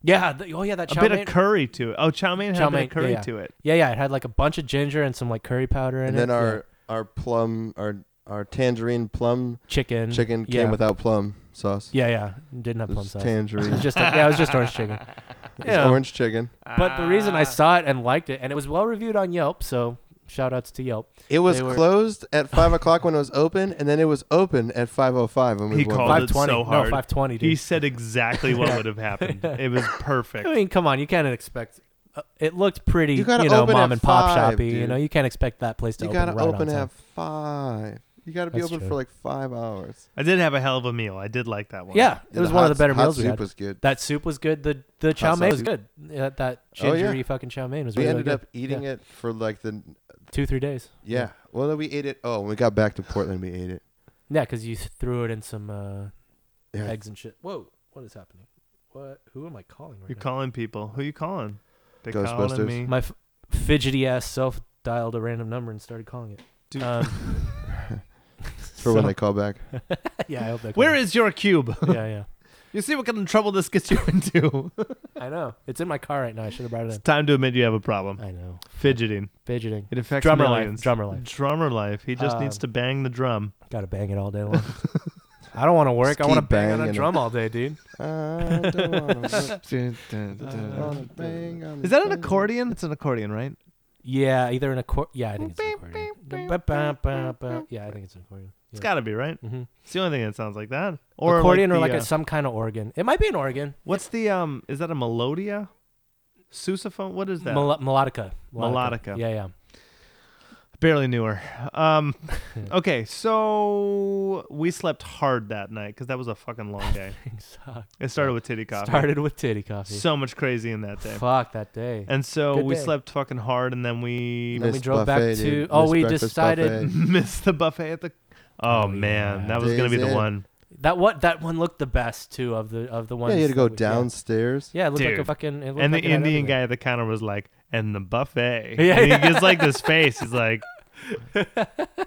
Speaker 1: yeah, the, oh yeah, that
Speaker 2: a
Speaker 1: chow
Speaker 2: bit
Speaker 1: mein.
Speaker 2: of curry to it. Oh, chow mein had
Speaker 1: Chow
Speaker 2: a bit
Speaker 1: mein,
Speaker 2: of curry
Speaker 1: yeah.
Speaker 2: to it.
Speaker 1: yeah, yeah, it had like a bunch of ginger and some like curry powder in
Speaker 4: Oh. and
Speaker 1: it.
Speaker 4: then our
Speaker 1: yeah.
Speaker 4: our plum our our tangerine plum
Speaker 1: chicken,
Speaker 4: chicken
Speaker 1: Mm-hmm. yeah.
Speaker 4: came without plum sauce.
Speaker 1: yeah, yeah, didn't have
Speaker 4: It
Speaker 1: plum
Speaker 4: was
Speaker 1: sauce. It
Speaker 4: tangerine.
Speaker 1: was just yeah, it was just orange chicken.
Speaker 4: It was
Speaker 1: Yeah,
Speaker 4: orange chicken.
Speaker 1: but the reason I saw it and liked it, and it was well reviewed on Yelp, so shout outs to Yelp.
Speaker 4: It was
Speaker 1: They were-
Speaker 4: closed at five o'clock when it was open, and then it was open at five o five when we
Speaker 2: He
Speaker 4: went
Speaker 2: called
Speaker 4: back.
Speaker 2: it.
Speaker 1: Five twenty,
Speaker 2: Oh, so
Speaker 1: no,
Speaker 2: hard.
Speaker 1: five twenty.
Speaker 2: He said exactly what would have happened. It was
Speaker 1: I
Speaker 2: perfect.
Speaker 1: mean, come on, you can't expect. Uh, it looked pretty,
Speaker 4: You
Speaker 1: you,
Speaker 4: gotta
Speaker 1: know,
Speaker 4: open
Speaker 1: mom
Speaker 4: at
Speaker 1: and pop
Speaker 4: five,
Speaker 1: shoppy. You
Speaker 4: dude.
Speaker 1: know, you can't expect that place to
Speaker 4: You
Speaker 1: open
Speaker 4: gotta
Speaker 1: right on
Speaker 4: open
Speaker 1: time.
Speaker 4: at five. You gotta be
Speaker 1: That's
Speaker 4: open
Speaker 1: true.
Speaker 4: for like five hours.
Speaker 2: I did have a hell of a meal. I did like that one.
Speaker 1: Yeah, it
Speaker 4: The
Speaker 1: was one
Speaker 4: hot-
Speaker 1: of the better
Speaker 4: hot
Speaker 1: meals we
Speaker 4: soup
Speaker 1: had.
Speaker 4: was good.
Speaker 1: That soup was good. The the chow
Speaker 4: Hot
Speaker 1: mein
Speaker 4: sauce.
Speaker 1: was good. Yeah, that
Speaker 4: Oh, yeah.
Speaker 1: gingery fucking chow mein was
Speaker 4: We
Speaker 1: really
Speaker 4: ended
Speaker 1: good.
Speaker 4: up eating it for like the
Speaker 1: two three days.
Speaker 4: yeah. Well, we ate it. Oh, when we got back to Portland, we ate it.
Speaker 1: Yeah, because you threw it in some uh,
Speaker 4: Yeah,
Speaker 1: eggs and shit. Whoa, what is happening? what? Who am I calling right
Speaker 2: You're
Speaker 1: now?
Speaker 2: calling people. Who you calling? They calling
Speaker 4: Ghostbusters.
Speaker 2: me.
Speaker 1: My f- fidgety ass self dialed a random number and started calling it.
Speaker 2: Dude.
Speaker 1: Um,
Speaker 4: for when they call back.
Speaker 1: yeah, I hope that.
Speaker 2: Where is your cube?
Speaker 1: Yeah, yeah.
Speaker 2: you see what kind of trouble this gets you into.
Speaker 1: I know. It's in my car right now. I should have brought it
Speaker 2: it's time to admit you have a problem.
Speaker 1: in. I know.
Speaker 2: Fidgeting.
Speaker 1: Fidgeting.
Speaker 2: It affects
Speaker 1: Drummer life,
Speaker 2: millions.
Speaker 1: drummer life.
Speaker 2: Drummer life. He just needs
Speaker 1: Um,
Speaker 2: to bang the drum.
Speaker 1: Got to bang it all day long. I don't want to work.
Speaker 4: Just
Speaker 1: I want to
Speaker 4: keep
Speaker 1: bang on
Speaker 4: banging
Speaker 1: a
Speaker 4: it.
Speaker 1: drum all day, dude.
Speaker 4: I don't wanna- Dun, dun,
Speaker 2: I
Speaker 4: dun, bang on
Speaker 2: Is that an
Speaker 4: the-
Speaker 2: accordion? It's an accordion, right?
Speaker 1: Yeah, either an accord. Yeah, I think it's an accordion. Ba-ba-ba-ba. Yeah, I think it's an accordion.
Speaker 2: It's
Speaker 1: Yeah.
Speaker 2: got to be, right?
Speaker 1: Mhm.
Speaker 2: It's the only thing that sounds like that.
Speaker 1: accordion or
Speaker 2: the,
Speaker 1: like
Speaker 2: uh,
Speaker 1: a, some kind of organ. It might be an organ.
Speaker 2: What's the um? Is that a melodia? Sousaphone? What is that?
Speaker 1: Mel- melodica.
Speaker 2: Melodica.
Speaker 1: Yeah, yeah.
Speaker 2: Barely knew her. Um, okay, so we slept hard that night because that was a fucking long day.
Speaker 1: Things suck.
Speaker 2: It started with titty coffee.
Speaker 1: Started with titty coffee.
Speaker 2: so much crazy in that day,
Speaker 1: Fuck that day.
Speaker 2: and so
Speaker 1: Good
Speaker 2: we
Speaker 1: day.
Speaker 2: slept fucking hard, and then we
Speaker 1: Then we
Speaker 4: Miss
Speaker 1: drove back
Speaker 4: Buffet,
Speaker 1: to-
Speaker 4: dude.
Speaker 1: oh,
Speaker 4: Miss
Speaker 1: we
Speaker 4: Breakfast
Speaker 1: decided-
Speaker 4: Buffet.
Speaker 2: missed the buffet at the. Oh,
Speaker 1: Oh,
Speaker 2: man,
Speaker 1: yeah.
Speaker 2: that was gonna be the
Speaker 4: Days in.
Speaker 2: one.
Speaker 1: That what that one looked the best too of the of the ones.
Speaker 4: Yeah, you had to
Speaker 1: that we-
Speaker 4: go
Speaker 1: yeah.
Speaker 4: downstairs.
Speaker 1: Yeah, it looked like a
Speaker 2: Dude.
Speaker 1: fucking. It looked
Speaker 2: And the
Speaker 1: like it had
Speaker 2: Indian
Speaker 1: everything.
Speaker 2: guy at the counter was like, "And the buffet."
Speaker 1: Yeah,
Speaker 2: and
Speaker 1: yeah.
Speaker 2: he gets like this face. He's like,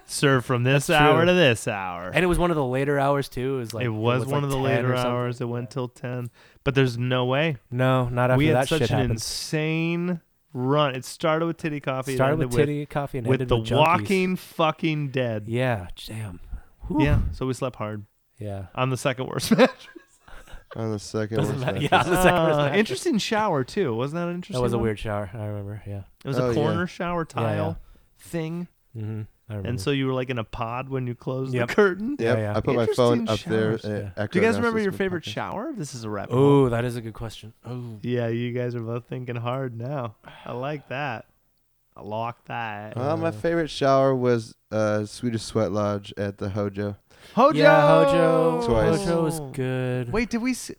Speaker 2: "Serve from this hour
Speaker 1: true.
Speaker 2: to this hour."
Speaker 1: And it was one of the later hours too. It was like
Speaker 2: it was,
Speaker 1: like,
Speaker 2: one of the
Speaker 1: 10 or
Speaker 2: later
Speaker 1: something.
Speaker 2: hours. It went till ten. But there's no way.
Speaker 1: No, not after
Speaker 2: we had
Speaker 1: that
Speaker 2: such
Speaker 1: shit
Speaker 2: an
Speaker 1: happened.
Speaker 2: insane run. It started with titty coffee. it
Speaker 1: Started
Speaker 2: ended
Speaker 1: with titty coffee and
Speaker 2: with,
Speaker 1: ended
Speaker 2: the
Speaker 1: with junkies.
Speaker 2: walking fucking dead.
Speaker 1: Yeah, damn. Whew.
Speaker 2: Yeah. So we slept hard
Speaker 1: yeah.
Speaker 2: on the second worst match.
Speaker 4: On the second
Speaker 1: Doesn't
Speaker 4: worst
Speaker 1: matter.
Speaker 4: mattress.
Speaker 1: Yeah, on the second worst
Speaker 2: Uh,
Speaker 1: match.
Speaker 2: interesting shower too. Wasn't that an interesting?
Speaker 1: That was a
Speaker 2: one?
Speaker 1: weird shower. I remember. Yeah.
Speaker 2: It was
Speaker 4: Oh,
Speaker 2: a
Speaker 4: yeah.
Speaker 2: corner shower tile thing,
Speaker 1: Mm-hmm. I remember.
Speaker 2: and so you were like in a pod when you closed
Speaker 1: Yep.
Speaker 2: the curtain.
Speaker 4: Yep,
Speaker 1: yeah.
Speaker 4: I put my phone up
Speaker 2: Interesting
Speaker 4: there.
Speaker 2: showers,
Speaker 4: and it
Speaker 1: yeah.
Speaker 4: echoed
Speaker 2: Do you guys
Speaker 4: us
Speaker 2: remember
Speaker 4: as
Speaker 2: your
Speaker 4: we
Speaker 2: favorite
Speaker 4: podcast.
Speaker 2: shower? This is a rabbit hole.
Speaker 1: Oh, that is a good question. Oh.
Speaker 2: Yeah, you guys are both thinking hard now. I like that. I like that.
Speaker 4: Uh, my favorite shower was uh, Swedish Sweat Lodge at the Hojo.
Speaker 2: Hojo.
Speaker 1: Yeah, Hojo.
Speaker 4: Twice.
Speaker 1: Hojo was good.
Speaker 2: Wait, did we? s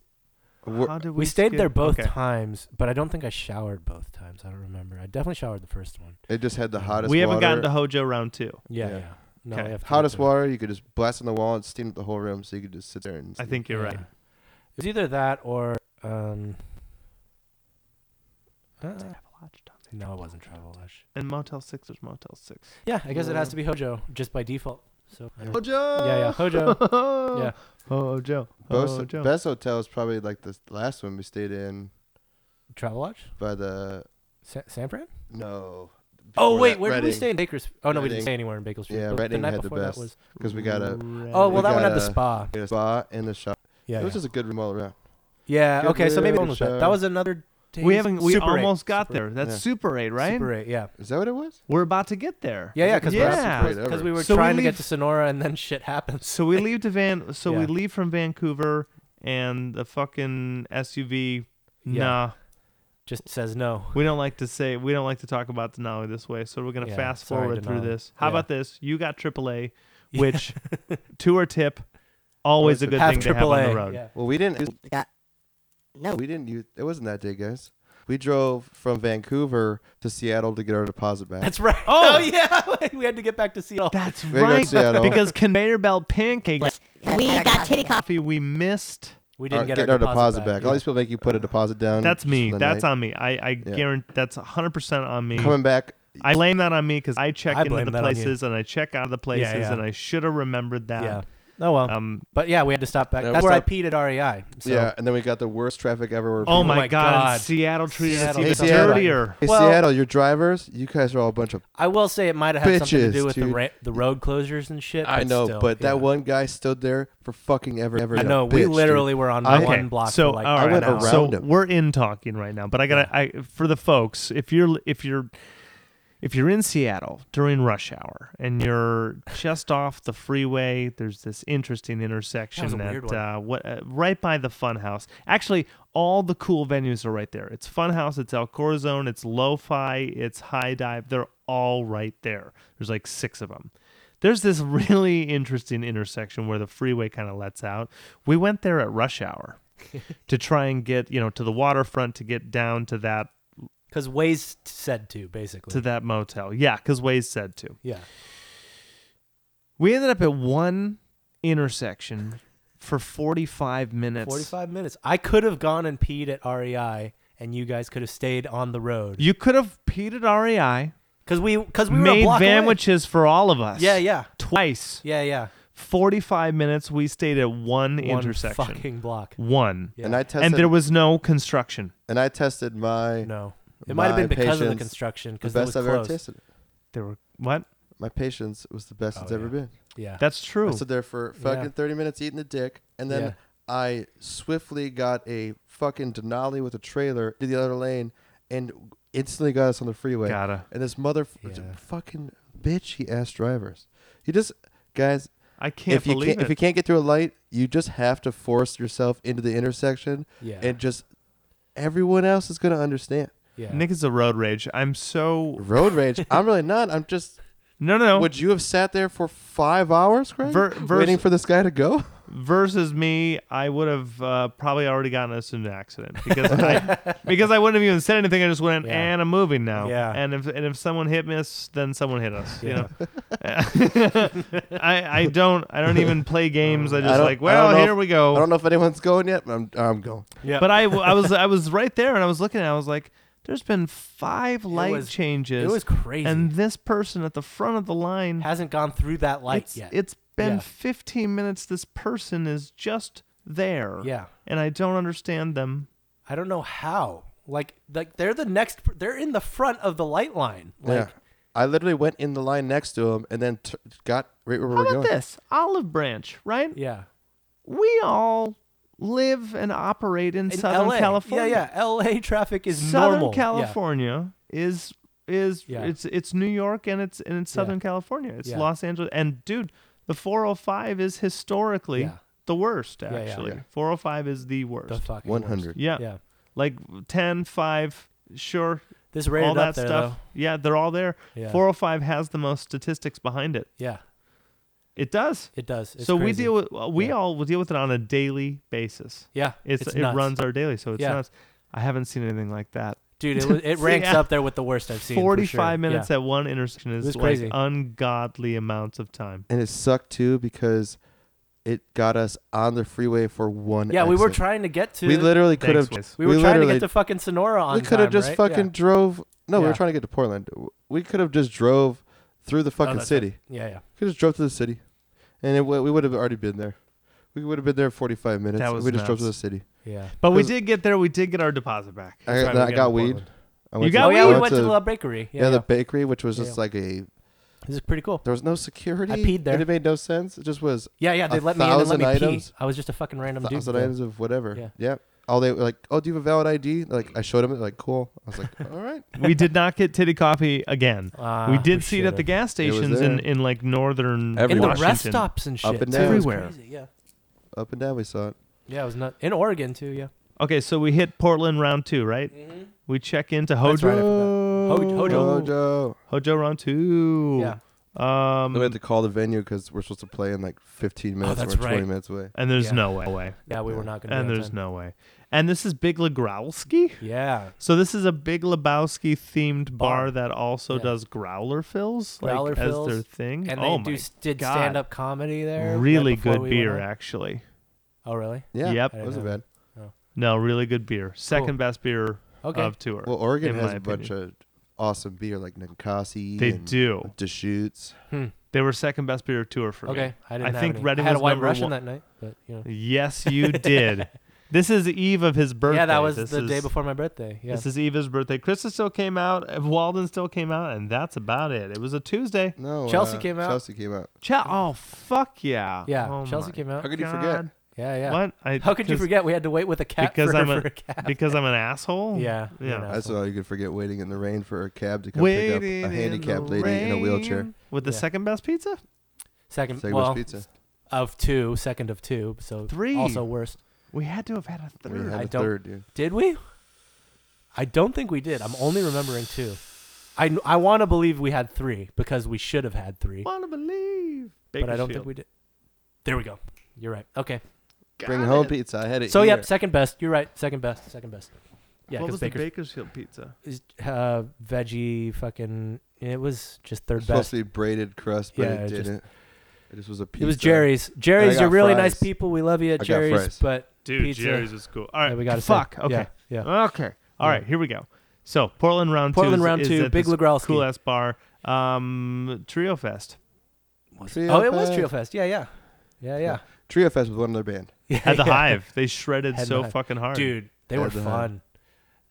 Speaker 4: Wor-
Speaker 2: how did we?
Speaker 1: we stayed
Speaker 2: skip-
Speaker 1: there both
Speaker 2: okay.
Speaker 1: times, but I don't think I showered both times. I don't remember. I definitely showered the first one.
Speaker 4: It just had the hottest.
Speaker 2: We haven't gotten
Speaker 4: water.
Speaker 2: to Hojo round two.
Speaker 1: Yeah.
Speaker 4: Yeah.
Speaker 1: yeah. No,
Speaker 2: Okay.
Speaker 1: I have to
Speaker 4: hottest
Speaker 1: go to-
Speaker 4: water. You could just blast on the wall and steam up the whole room, so you could just sit there and.
Speaker 2: I think you're
Speaker 1: Yeah.
Speaker 2: right.
Speaker 1: It's either that or um. uh, no, it wasn't Travel Lodge.
Speaker 2: And Motel Six is Motel Six.
Speaker 1: Yeah, I guess it has
Speaker 2: Yeah.
Speaker 1: to be Hojo just by default. So I don't-
Speaker 2: Hojo.
Speaker 1: yeah, yeah, Hojo.
Speaker 2: yeah.
Speaker 1: Yeah.
Speaker 2: Hojo.
Speaker 4: Best,
Speaker 2: Hojo.
Speaker 4: best hotel is probably like the last one we stayed in
Speaker 1: Travel Lodge,
Speaker 4: by the
Speaker 1: Sa- San Fran.
Speaker 4: no.
Speaker 1: Oh
Speaker 4: before
Speaker 1: wait,
Speaker 4: that,
Speaker 1: where did we
Speaker 4: Reading,
Speaker 1: stay in Bakersfield? Oh no, we
Speaker 4: Reading.
Speaker 1: didn't stay anywhere in Bakersfield.
Speaker 4: Yeah,
Speaker 1: but
Speaker 4: Reading
Speaker 1: the night
Speaker 4: had the
Speaker 1: before
Speaker 4: best.
Speaker 1: that was.
Speaker 4: Because we got a,
Speaker 1: Oh well,
Speaker 4: We
Speaker 1: that one had the
Speaker 4: got a-
Speaker 1: spa.
Speaker 4: we got a spa and the shop.
Speaker 1: Yeah,
Speaker 4: it was
Speaker 1: yeah.
Speaker 4: just a good room all around.
Speaker 1: yeah.
Speaker 4: good
Speaker 1: Okay, so maybe
Speaker 4: little
Speaker 1: one was better.
Speaker 4: show.
Speaker 1: That was another. Day's
Speaker 2: we haven't. We
Speaker 1: Super eight.
Speaker 2: almost got
Speaker 1: Super
Speaker 2: there. That's
Speaker 4: Yeah.
Speaker 2: Super Eight, right?
Speaker 1: Super eight. Yeah.
Speaker 4: Is that what it was?
Speaker 2: We're about to get there.
Speaker 1: Yeah, yeah,
Speaker 4: think
Speaker 1: because
Speaker 2: it's the best
Speaker 4: parade ever.
Speaker 1: we were
Speaker 2: So we
Speaker 1: trying to
Speaker 2: leave-
Speaker 1: get to Sonora and then shit happens.
Speaker 2: So we leave to Van. So we
Speaker 1: Yeah.
Speaker 2: leave from Vancouver, and the fucking SUV.
Speaker 1: Yeah.
Speaker 2: Nah,
Speaker 1: Just says no.
Speaker 2: we don't like to say we don't like to talk about Denali this way. So we're gonna
Speaker 1: Yeah,
Speaker 2: fast
Speaker 1: sorry,
Speaker 2: forward through
Speaker 1: Denali.
Speaker 2: this. How
Speaker 1: Yeah.
Speaker 2: about this? You got AAA,
Speaker 1: Yeah.
Speaker 2: which tour tip, always a good
Speaker 1: Half
Speaker 2: thing to
Speaker 1: triple
Speaker 2: have
Speaker 1: A.
Speaker 2: on the road.
Speaker 1: Yeah.
Speaker 4: Well, we didn't.
Speaker 5: We got no.
Speaker 4: We didn't use. It wasn't that day, guys. We drove from Vancouver to Seattle to get our deposit back.
Speaker 1: That's right.
Speaker 2: Oh!
Speaker 1: Oh, yeah, we had to get back to Seattle.
Speaker 2: That's
Speaker 4: We got
Speaker 2: right.
Speaker 4: Seattle.
Speaker 2: Because conveyor belt pancakes
Speaker 5: We got titty coffee.
Speaker 2: coffee we missed.
Speaker 1: We
Speaker 4: Our-
Speaker 1: didn't get
Speaker 4: getting
Speaker 1: our deposit, back. Uh-huh.
Speaker 4: All these people make you put a deposit down.
Speaker 2: That's me.
Speaker 4: just on the
Speaker 2: That's
Speaker 4: night.
Speaker 2: on me. I, I guarantee that's 100% on me.
Speaker 4: coming back.
Speaker 2: I blame that on me because I check
Speaker 1: I
Speaker 2: into
Speaker 1: blame
Speaker 2: the
Speaker 1: that on you.
Speaker 2: places and I check out of the places
Speaker 1: yeah.
Speaker 2: and I should have remembered that.
Speaker 1: Yeah. Oh well.
Speaker 2: Um,
Speaker 1: but yeah, we had to stop back.
Speaker 4: Yeah,
Speaker 1: That's
Speaker 4: we
Speaker 1: where I
Speaker 4: stopped-
Speaker 1: peed at REI. So.
Speaker 4: Yeah, and then we got the worst traffic ever. where
Speaker 1: Oh
Speaker 2: oh,
Speaker 4: people-
Speaker 2: my,
Speaker 1: my
Speaker 2: God.
Speaker 1: God.
Speaker 2: Seattle treated us
Speaker 1: Seattle
Speaker 2: even
Speaker 4: is Seattle.
Speaker 2: dirtier.
Speaker 4: Hey,
Speaker 1: Well-
Speaker 4: Seattle, your drivers, you guys are all a bunch of.
Speaker 1: I will say it might have had something to
Speaker 4: Bitches,
Speaker 1: do with the,
Speaker 4: dude.
Speaker 1: ra- the road closures and shit.
Speaker 4: I
Speaker 1: but
Speaker 4: know,
Speaker 1: still,
Speaker 4: but
Speaker 1: yeah.
Speaker 4: that one guy stood there for fucking ever. ever
Speaker 1: I
Speaker 4: and a
Speaker 1: know. We
Speaker 4: bitch, dude.
Speaker 1: literally were on
Speaker 4: I-
Speaker 1: one
Speaker 2: Okay,
Speaker 1: block.
Speaker 2: So
Speaker 1: for like
Speaker 2: all right,
Speaker 4: went
Speaker 2: now.
Speaker 4: around
Speaker 2: so
Speaker 4: him.
Speaker 2: we're in talking right now, but I gotta I for the folks, if you're if you're if you're in Seattle during rush hour and you're just off the freeway, there's this interesting intersection
Speaker 1: That was a weird one.
Speaker 2: at uh, what uh, right by the Funhouse. Actually, all the cool venues are right there. It's Funhouse, it's El Corazon, it's Lo-Fi, it's High Dive. They're all right there. There's like six of them. There's this really interesting intersection where the freeway kind of lets out. We went there at rush hour to try and get you know to the waterfront to get down to that
Speaker 1: because Waze said to basically.
Speaker 2: to that motel. Yeah, because Waze said to.
Speaker 1: yeah.
Speaker 2: We ended up at one intersection for 45 minutes.
Speaker 1: 45 minutes. I could have gone and peed at REI and you guys could have stayed on the road.
Speaker 2: You could have peed at REI,
Speaker 1: Cuz we cuz we were a
Speaker 2: made
Speaker 1: block away.
Speaker 2: sandwiches for all of us.
Speaker 1: Yeah, yeah.
Speaker 2: Twice.
Speaker 1: Yeah, yeah.
Speaker 2: 45 minutes. We stayed at one,
Speaker 1: One
Speaker 2: intersection.
Speaker 1: fucking block.
Speaker 2: one.
Speaker 1: Yeah.
Speaker 4: And I tested
Speaker 2: And there was no construction.
Speaker 4: and I tested my
Speaker 1: No. It might have
Speaker 4: My
Speaker 1: been because of the
Speaker 4: patience,
Speaker 1: construction
Speaker 4: the
Speaker 1: cuz it was
Speaker 4: best I've ever
Speaker 1: closed.
Speaker 4: tasted.
Speaker 2: There were what?
Speaker 4: My patience was the best
Speaker 1: Oh,
Speaker 4: it's ever
Speaker 1: yeah.
Speaker 4: been.
Speaker 1: Yeah.
Speaker 2: That's true.
Speaker 4: I stood there for fucking
Speaker 1: Yeah.
Speaker 4: 30 minutes eating the dick, and then
Speaker 1: Yeah.
Speaker 4: I swiftly got a fucking Denali with a trailer to the other lane and instantly got us on the freeway.
Speaker 2: Gotta.
Speaker 4: And this mother
Speaker 1: Yeah.
Speaker 4: fucking bitch, he asked drivers. You just, guys,
Speaker 2: I can't
Speaker 4: if you
Speaker 2: believe
Speaker 4: can't,
Speaker 2: it.
Speaker 4: if you can't get through a light, you just have to force yourself into the intersection,
Speaker 1: Yeah.
Speaker 4: and just everyone else is gonna understand.
Speaker 1: yeah.
Speaker 2: Nick is a road rage. I'm so
Speaker 4: Road rage. I'm really not. I'm just.
Speaker 2: no no no.
Speaker 4: Would you have sat there for five hours, Greg,
Speaker 2: Ver- vers-
Speaker 4: waiting for this guy to go?
Speaker 2: versus me, I would have uh, probably already gotten us in an accident because I because I wouldn't have even said anything. I just went
Speaker 1: Yeah.
Speaker 2: and I'm moving now.
Speaker 1: Yeah.
Speaker 2: And if and if someone hit us, then someone hit us. You
Speaker 1: Yeah.
Speaker 2: know. I I don't I don't even play games. I just
Speaker 4: don't-
Speaker 2: like
Speaker 4: I don't
Speaker 2: well
Speaker 4: know
Speaker 2: here
Speaker 4: if-
Speaker 2: we
Speaker 4: I
Speaker 2: go.
Speaker 4: don't know if anyone's going yet, but I'm, I'm going.
Speaker 1: yeah.
Speaker 2: But I w- I was I was right there and I was looking and I was like, there's been five light
Speaker 1: was-
Speaker 2: changes.
Speaker 1: it was crazy.
Speaker 2: And this person at the front of the line
Speaker 1: hasn't gone through that light
Speaker 2: Mm. it's,
Speaker 1: yet.
Speaker 2: It's been
Speaker 1: Yeah.
Speaker 2: 15 minutes. This person is just there.
Speaker 1: Yeah.
Speaker 2: And I don't understand them.
Speaker 1: I don't know how. Like like they're the next they're in the front of the light line. Like
Speaker 4: yeah. I literally went in the line next to him and then t- got right where we
Speaker 2: How
Speaker 4: were
Speaker 2: about
Speaker 4: going.
Speaker 2: this? Olive branch, right?
Speaker 1: yeah.
Speaker 2: We all live and operate in,
Speaker 1: In
Speaker 2: Southern
Speaker 1: LA.
Speaker 2: California.
Speaker 1: Yeah, yeah. LA traffic is
Speaker 2: Southern
Speaker 1: normal. Yeah.
Speaker 2: California is is
Speaker 1: Yeah.
Speaker 2: it's it's New York and it's and it's Southern California. It's
Speaker 1: Yeah.
Speaker 2: Los Angeles and dude, the 405 is historically
Speaker 1: Yeah.
Speaker 2: the worst
Speaker 1: yeah.
Speaker 2: actually.
Speaker 4: Yeah.
Speaker 2: 405 is the worst.
Speaker 1: The fucking worst.
Speaker 4: 100.
Speaker 2: yeah.
Speaker 1: Yeah.
Speaker 2: Like 10 5 sure
Speaker 1: This rated
Speaker 2: all
Speaker 1: up
Speaker 2: that
Speaker 1: there,
Speaker 2: stuff. Yeah, they're all there.
Speaker 1: Though. Yeah.
Speaker 2: 405 has the most statistics behind it.
Speaker 1: Yeah.
Speaker 2: It does.
Speaker 1: It does. It's
Speaker 2: so we
Speaker 1: crazy.
Speaker 2: deal with well, we
Speaker 1: Yeah.
Speaker 2: all will deal with it on a daily basis.
Speaker 1: Yeah.
Speaker 2: It's, it
Speaker 1: nuts.
Speaker 2: runs our daily, so it's
Speaker 1: Yeah.
Speaker 2: nuts. I haven't seen anything like that.
Speaker 1: Dude, it, was- it
Speaker 2: See,
Speaker 1: ranks
Speaker 2: yeah.
Speaker 1: up there with the worst I've seen. for sure.
Speaker 2: 45 minutes
Speaker 1: Yeah.
Speaker 2: at one intersection is
Speaker 1: was
Speaker 2: like
Speaker 1: crazy.
Speaker 2: ungodly amounts of time.
Speaker 4: And it sucked too because it got us on the freeway for one.
Speaker 1: yeah, we were
Speaker 4: exit.
Speaker 1: trying to get to
Speaker 4: We literally could
Speaker 2: Thanks,
Speaker 4: have.
Speaker 2: Wiz.
Speaker 1: we were trying to
Speaker 4: literally-
Speaker 1: get to fucking Sonora on
Speaker 4: We could have
Speaker 1: time,
Speaker 4: just
Speaker 1: right?
Speaker 4: fucking drove. No, we were
Speaker 1: Yeah.
Speaker 4: trying to get to Portland. We could have just drove through
Speaker 1: Oh,
Speaker 4: the fucking
Speaker 2: that's
Speaker 4: city.
Speaker 1: Yeah, yeah. yeah.
Speaker 4: Could have just drove to the city, and it, w- we would have already been there. We would have been there in 45 minutes.
Speaker 2: That was
Speaker 4: we just drove to the
Speaker 2: nuts.
Speaker 4: city.
Speaker 1: Yeah.
Speaker 2: But we
Speaker 4: Because-
Speaker 2: did get there. We did get our deposit back.
Speaker 4: I,
Speaker 2: That's why
Speaker 4: I
Speaker 2: we
Speaker 4: got,
Speaker 2: to
Speaker 4: weed.
Speaker 2: Portland.
Speaker 4: I
Speaker 2: You got
Speaker 1: oh
Speaker 2: we
Speaker 1: yeah, we
Speaker 2: went
Speaker 1: went to the bakery.
Speaker 4: yeah,
Speaker 1: Yeah, yeah.
Speaker 4: the bakery, which was
Speaker 1: Yeah,
Speaker 4: just
Speaker 1: yeah.
Speaker 4: like a
Speaker 1: this is pretty cool.
Speaker 4: there was no security.
Speaker 1: peed there.
Speaker 4: And it made no sense. It just was
Speaker 1: Yeah, yeah.
Speaker 4: A
Speaker 1: They let me in and let
Speaker 4: thousand
Speaker 1: me
Speaker 4: items?
Speaker 1: pee. I was just a fucking random dude.
Speaker 4: thousand
Speaker 1: there.
Speaker 4: items of whatever.
Speaker 1: Yeah.
Speaker 4: Yeah. All they were like, oh, do you have a valid ID? Like I showed them. They're like, cool. I was like, "Oh, all right.
Speaker 2: we did not get titty coffee again.
Speaker 1: Ah,
Speaker 2: we did see it
Speaker 1: should've.
Speaker 2: at the gas
Speaker 4: It was
Speaker 2: stations in,
Speaker 4: there.
Speaker 2: in like northern
Speaker 1: in
Speaker 4: Everywhere.
Speaker 1: the
Speaker 2: Washington.
Speaker 1: rest stops and shit.
Speaker 4: Up and
Speaker 1: too.
Speaker 4: down.
Speaker 1: It was
Speaker 2: Everywhere.
Speaker 1: crazy, Yeah.
Speaker 4: Up and down, we saw it.
Speaker 1: Yeah, it was not in Oregon too. Yeah.
Speaker 2: Okay, so we hit Portland round two, right? We check into Hojo.
Speaker 1: right, I forgot. Ho- Hojo.
Speaker 4: Hojo.
Speaker 2: Hojo round two.
Speaker 1: Yeah.
Speaker 2: Um,
Speaker 4: We had to call the venue because we're supposed to play in like
Speaker 2: Oh,
Speaker 4: 15 minutes.
Speaker 1: that's
Speaker 4: and we're 20
Speaker 1: right.
Speaker 4: minutes away.
Speaker 2: and there's
Speaker 1: Yeah.
Speaker 2: no way.
Speaker 1: Yeah, we were not gonna.
Speaker 2: And
Speaker 1: be on
Speaker 2: there's
Speaker 1: time.
Speaker 2: no way. And this is Big Legrowski.
Speaker 1: Yeah.
Speaker 2: So this is a Big Lebowski themed bar
Speaker 1: Bar.
Speaker 2: that also
Speaker 1: Yeah.
Speaker 2: does growler fills,
Speaker 1: Growler
Speaker 2: like
Speaker 1: fills,
Speaker 2: as their thing.
Speaker 1: And
Speaker 2: oh
Speaker 1: they do
Speaker 2: my
Speaker 1: s- did
Speaker 2: God.
Speaker 1: stand up comedy there. right
Speaker 2: really
Speaker 1: before
Speaker 2: good
Speaker 1: we went
Speaker 2: beer eh?
Speaker 1: on.
Speaker 2: actually.
Speaker 1: Oh really?
Speaker 4: Yeah.
Speaker 2: Yep.
Speaker 1: I
Speaker 4: It
Speaker 1: didn't
Speaker 4: wasn't
Speaker 1: know.
Speaker 4: bad.
Speaker 2: No, really good beer. Second
Speaker 1: Cool.
Speaker 2: best beer
Speaker 1: Okay.
Speaker 2: of tour.
Speaker 4: Well, Oregon
Speaker 2: in
Speaker 4: has
Speaker 2: my
Speaker 4: a bunch of awesome beer like Ninkasi.
Speaker 2: they
Speaker 4: and
Speaker 2: do.
Speaker 4: Deschutes.
Speaker 1: Hmm.
Speaker 2: They were second best beer of tour for me.
Speaker 1: Okay. I didn't.
Speaker 2: I
Speaker 1: have
Speaker 2: think
Speaker 1: any.
Speaker 2: Redding
Speaker 1: I had
Speaker 2: was
Speaker 1: a white
Speaker 2: number
Speaker 1: Russian
Speaker 2: one.
Speaker 1: that night, but you know.
Speaker 2: Yes, you did. this is eve of his birthday.
Speaker 1: Yeah, that was
Speaker 2: This
Speaker 1: the day
Speaker 2: is-
Speaker 1: before my birthday. Yeah.
Speaker 2: This is Eva's birthday. Krista still came out. uh, Walden still came out, and that's about it. It was a Tuesday.
Speaker 4: No.
Speaker 1: Chelsea
Speaker 4: uh,
Speaker 1: came out.
Speaker 4: Chelsea came out.
Speaker 2: Ch- oh fuck yeah!
Speaker 1: yeah.
Speaker 2: Oh,
Speaker 1: Chelsea
Speaker 2: my
Speaker 1: came
Speaker 4: How
Speaker 1: out.
Speaker 4: could you forget?
Speaker 2: God.
Speaker 1: Yeah, yeah.
Speaker 2: What? I,
Speaker 1: How could you
Speaker 2: 'cause-
Speaker 1: forget? We had to wait with a cat
Speaker 2: because
Speaker 1: for,
Speaker 2: I'm
Speaker 1: for
Speaker 2: a-
Speaker 1: a cat.
Speaker 2: Because I'm an asshole.
Speaker 1: yeah. you're
Speaker 2: Yeah.
Speaker 1: an
Speaker 4: That's
Speaker 1: asshole.
Speaker 4: all you could forget waiting in the rain for a cab to come pick up a handicapped lady in a wheelchair.
Speaker 2: with the
Speaker 1: Yeah.
Speaker 2: second best pizza.
Speaker 1: Second.
Speaker 4: Second
Speaker 1: well,
Speaker 4: pizza.
Speaker 1: of two, second of two, so
Speaker 2: Three.
Speaker 1: Also worst.
Speaker 2: We had to have had a
Speaker 4: We
Speaker 2: third.
Speaker 4: had
Speaker 1: I
Speaker 4: a
Speaker 1: don't-
Speaker 4: third, dude.
Speaker 1: Did we? I don't think we did. I'm only remembering two. I, I want to believe we had three because we should have had three,
Speaker 2: want to believe,
Speaker 1: but I don't think we did. There we go. You're right. Okay.
Speaker 4: Bring home pizza. I had it.
Speaker 1: So
Speaker 4: here.
Speaker 1: yep, second best. You're right. Second best. Second best. Yeah,
Speaker 2: what
Speaker 1: because
Speaker 2: was the
Speaker 1: Baker
Speaker 2: Bakersfield pizza?
Speaker 1: is uh, veggie fucking. It was just third
Speaker 4: It's supposed
Speaker 1: best.
Speaker 4: to be braided crust, but
Speaker 1: Yeah,
Speaker 4: it
Speaker 1: it just-
Speaker 4: didn't. It just was a pizza.
Speaker 1: It was Jerry's. Jerry's
Speaker 4: got
Speaker 1: are really
Speaker 4: fries.
Speaker 1: nice people. We love you at
Speaker 4: I got
Speaker 1: Jerry's,
Speaker 4: fries.
Speaker 1: but
Speaker 2: Dude,
Speaker 1: pizza,
Speaker 2: Jerry's is cool. All right,
Speaker 1: yeah, we got to
Speaker 2: fuck. Okay.
Speaker 1: yeah, yeah.
Speaker 2: Okay. All right, here we go. So Portland round
Speaker 1: Portland
Speaker 2: two. is-
Speaker 1: round
Speaker 2: is
Speaker 1: two,
Speaker 2: at
Speaker 1: Big
Speaker 2: this
Speaker 1: Legrelsky.
Speaker 2: Cool ass bar. Um, Trio Fest
Speaker 1: Oh, it was Trio Fest. Yeah, yeah, yeah, yeah.
Speaker 4: Trio Fest with one other band.
Speaker 1: yeah.
Speaker 2: at the
Speaker 1: yeah.
Speaker 2: Hive. They shredded
Speaker 1: Had the
Speaker 2: so
Speaker 1: Hive.
Speaker 2: fucking hard.
Speaker 1: dude. They
Speaker 4: At
Speaker 1: were
Speaker 4: the Hive.
Speaker 1: fun.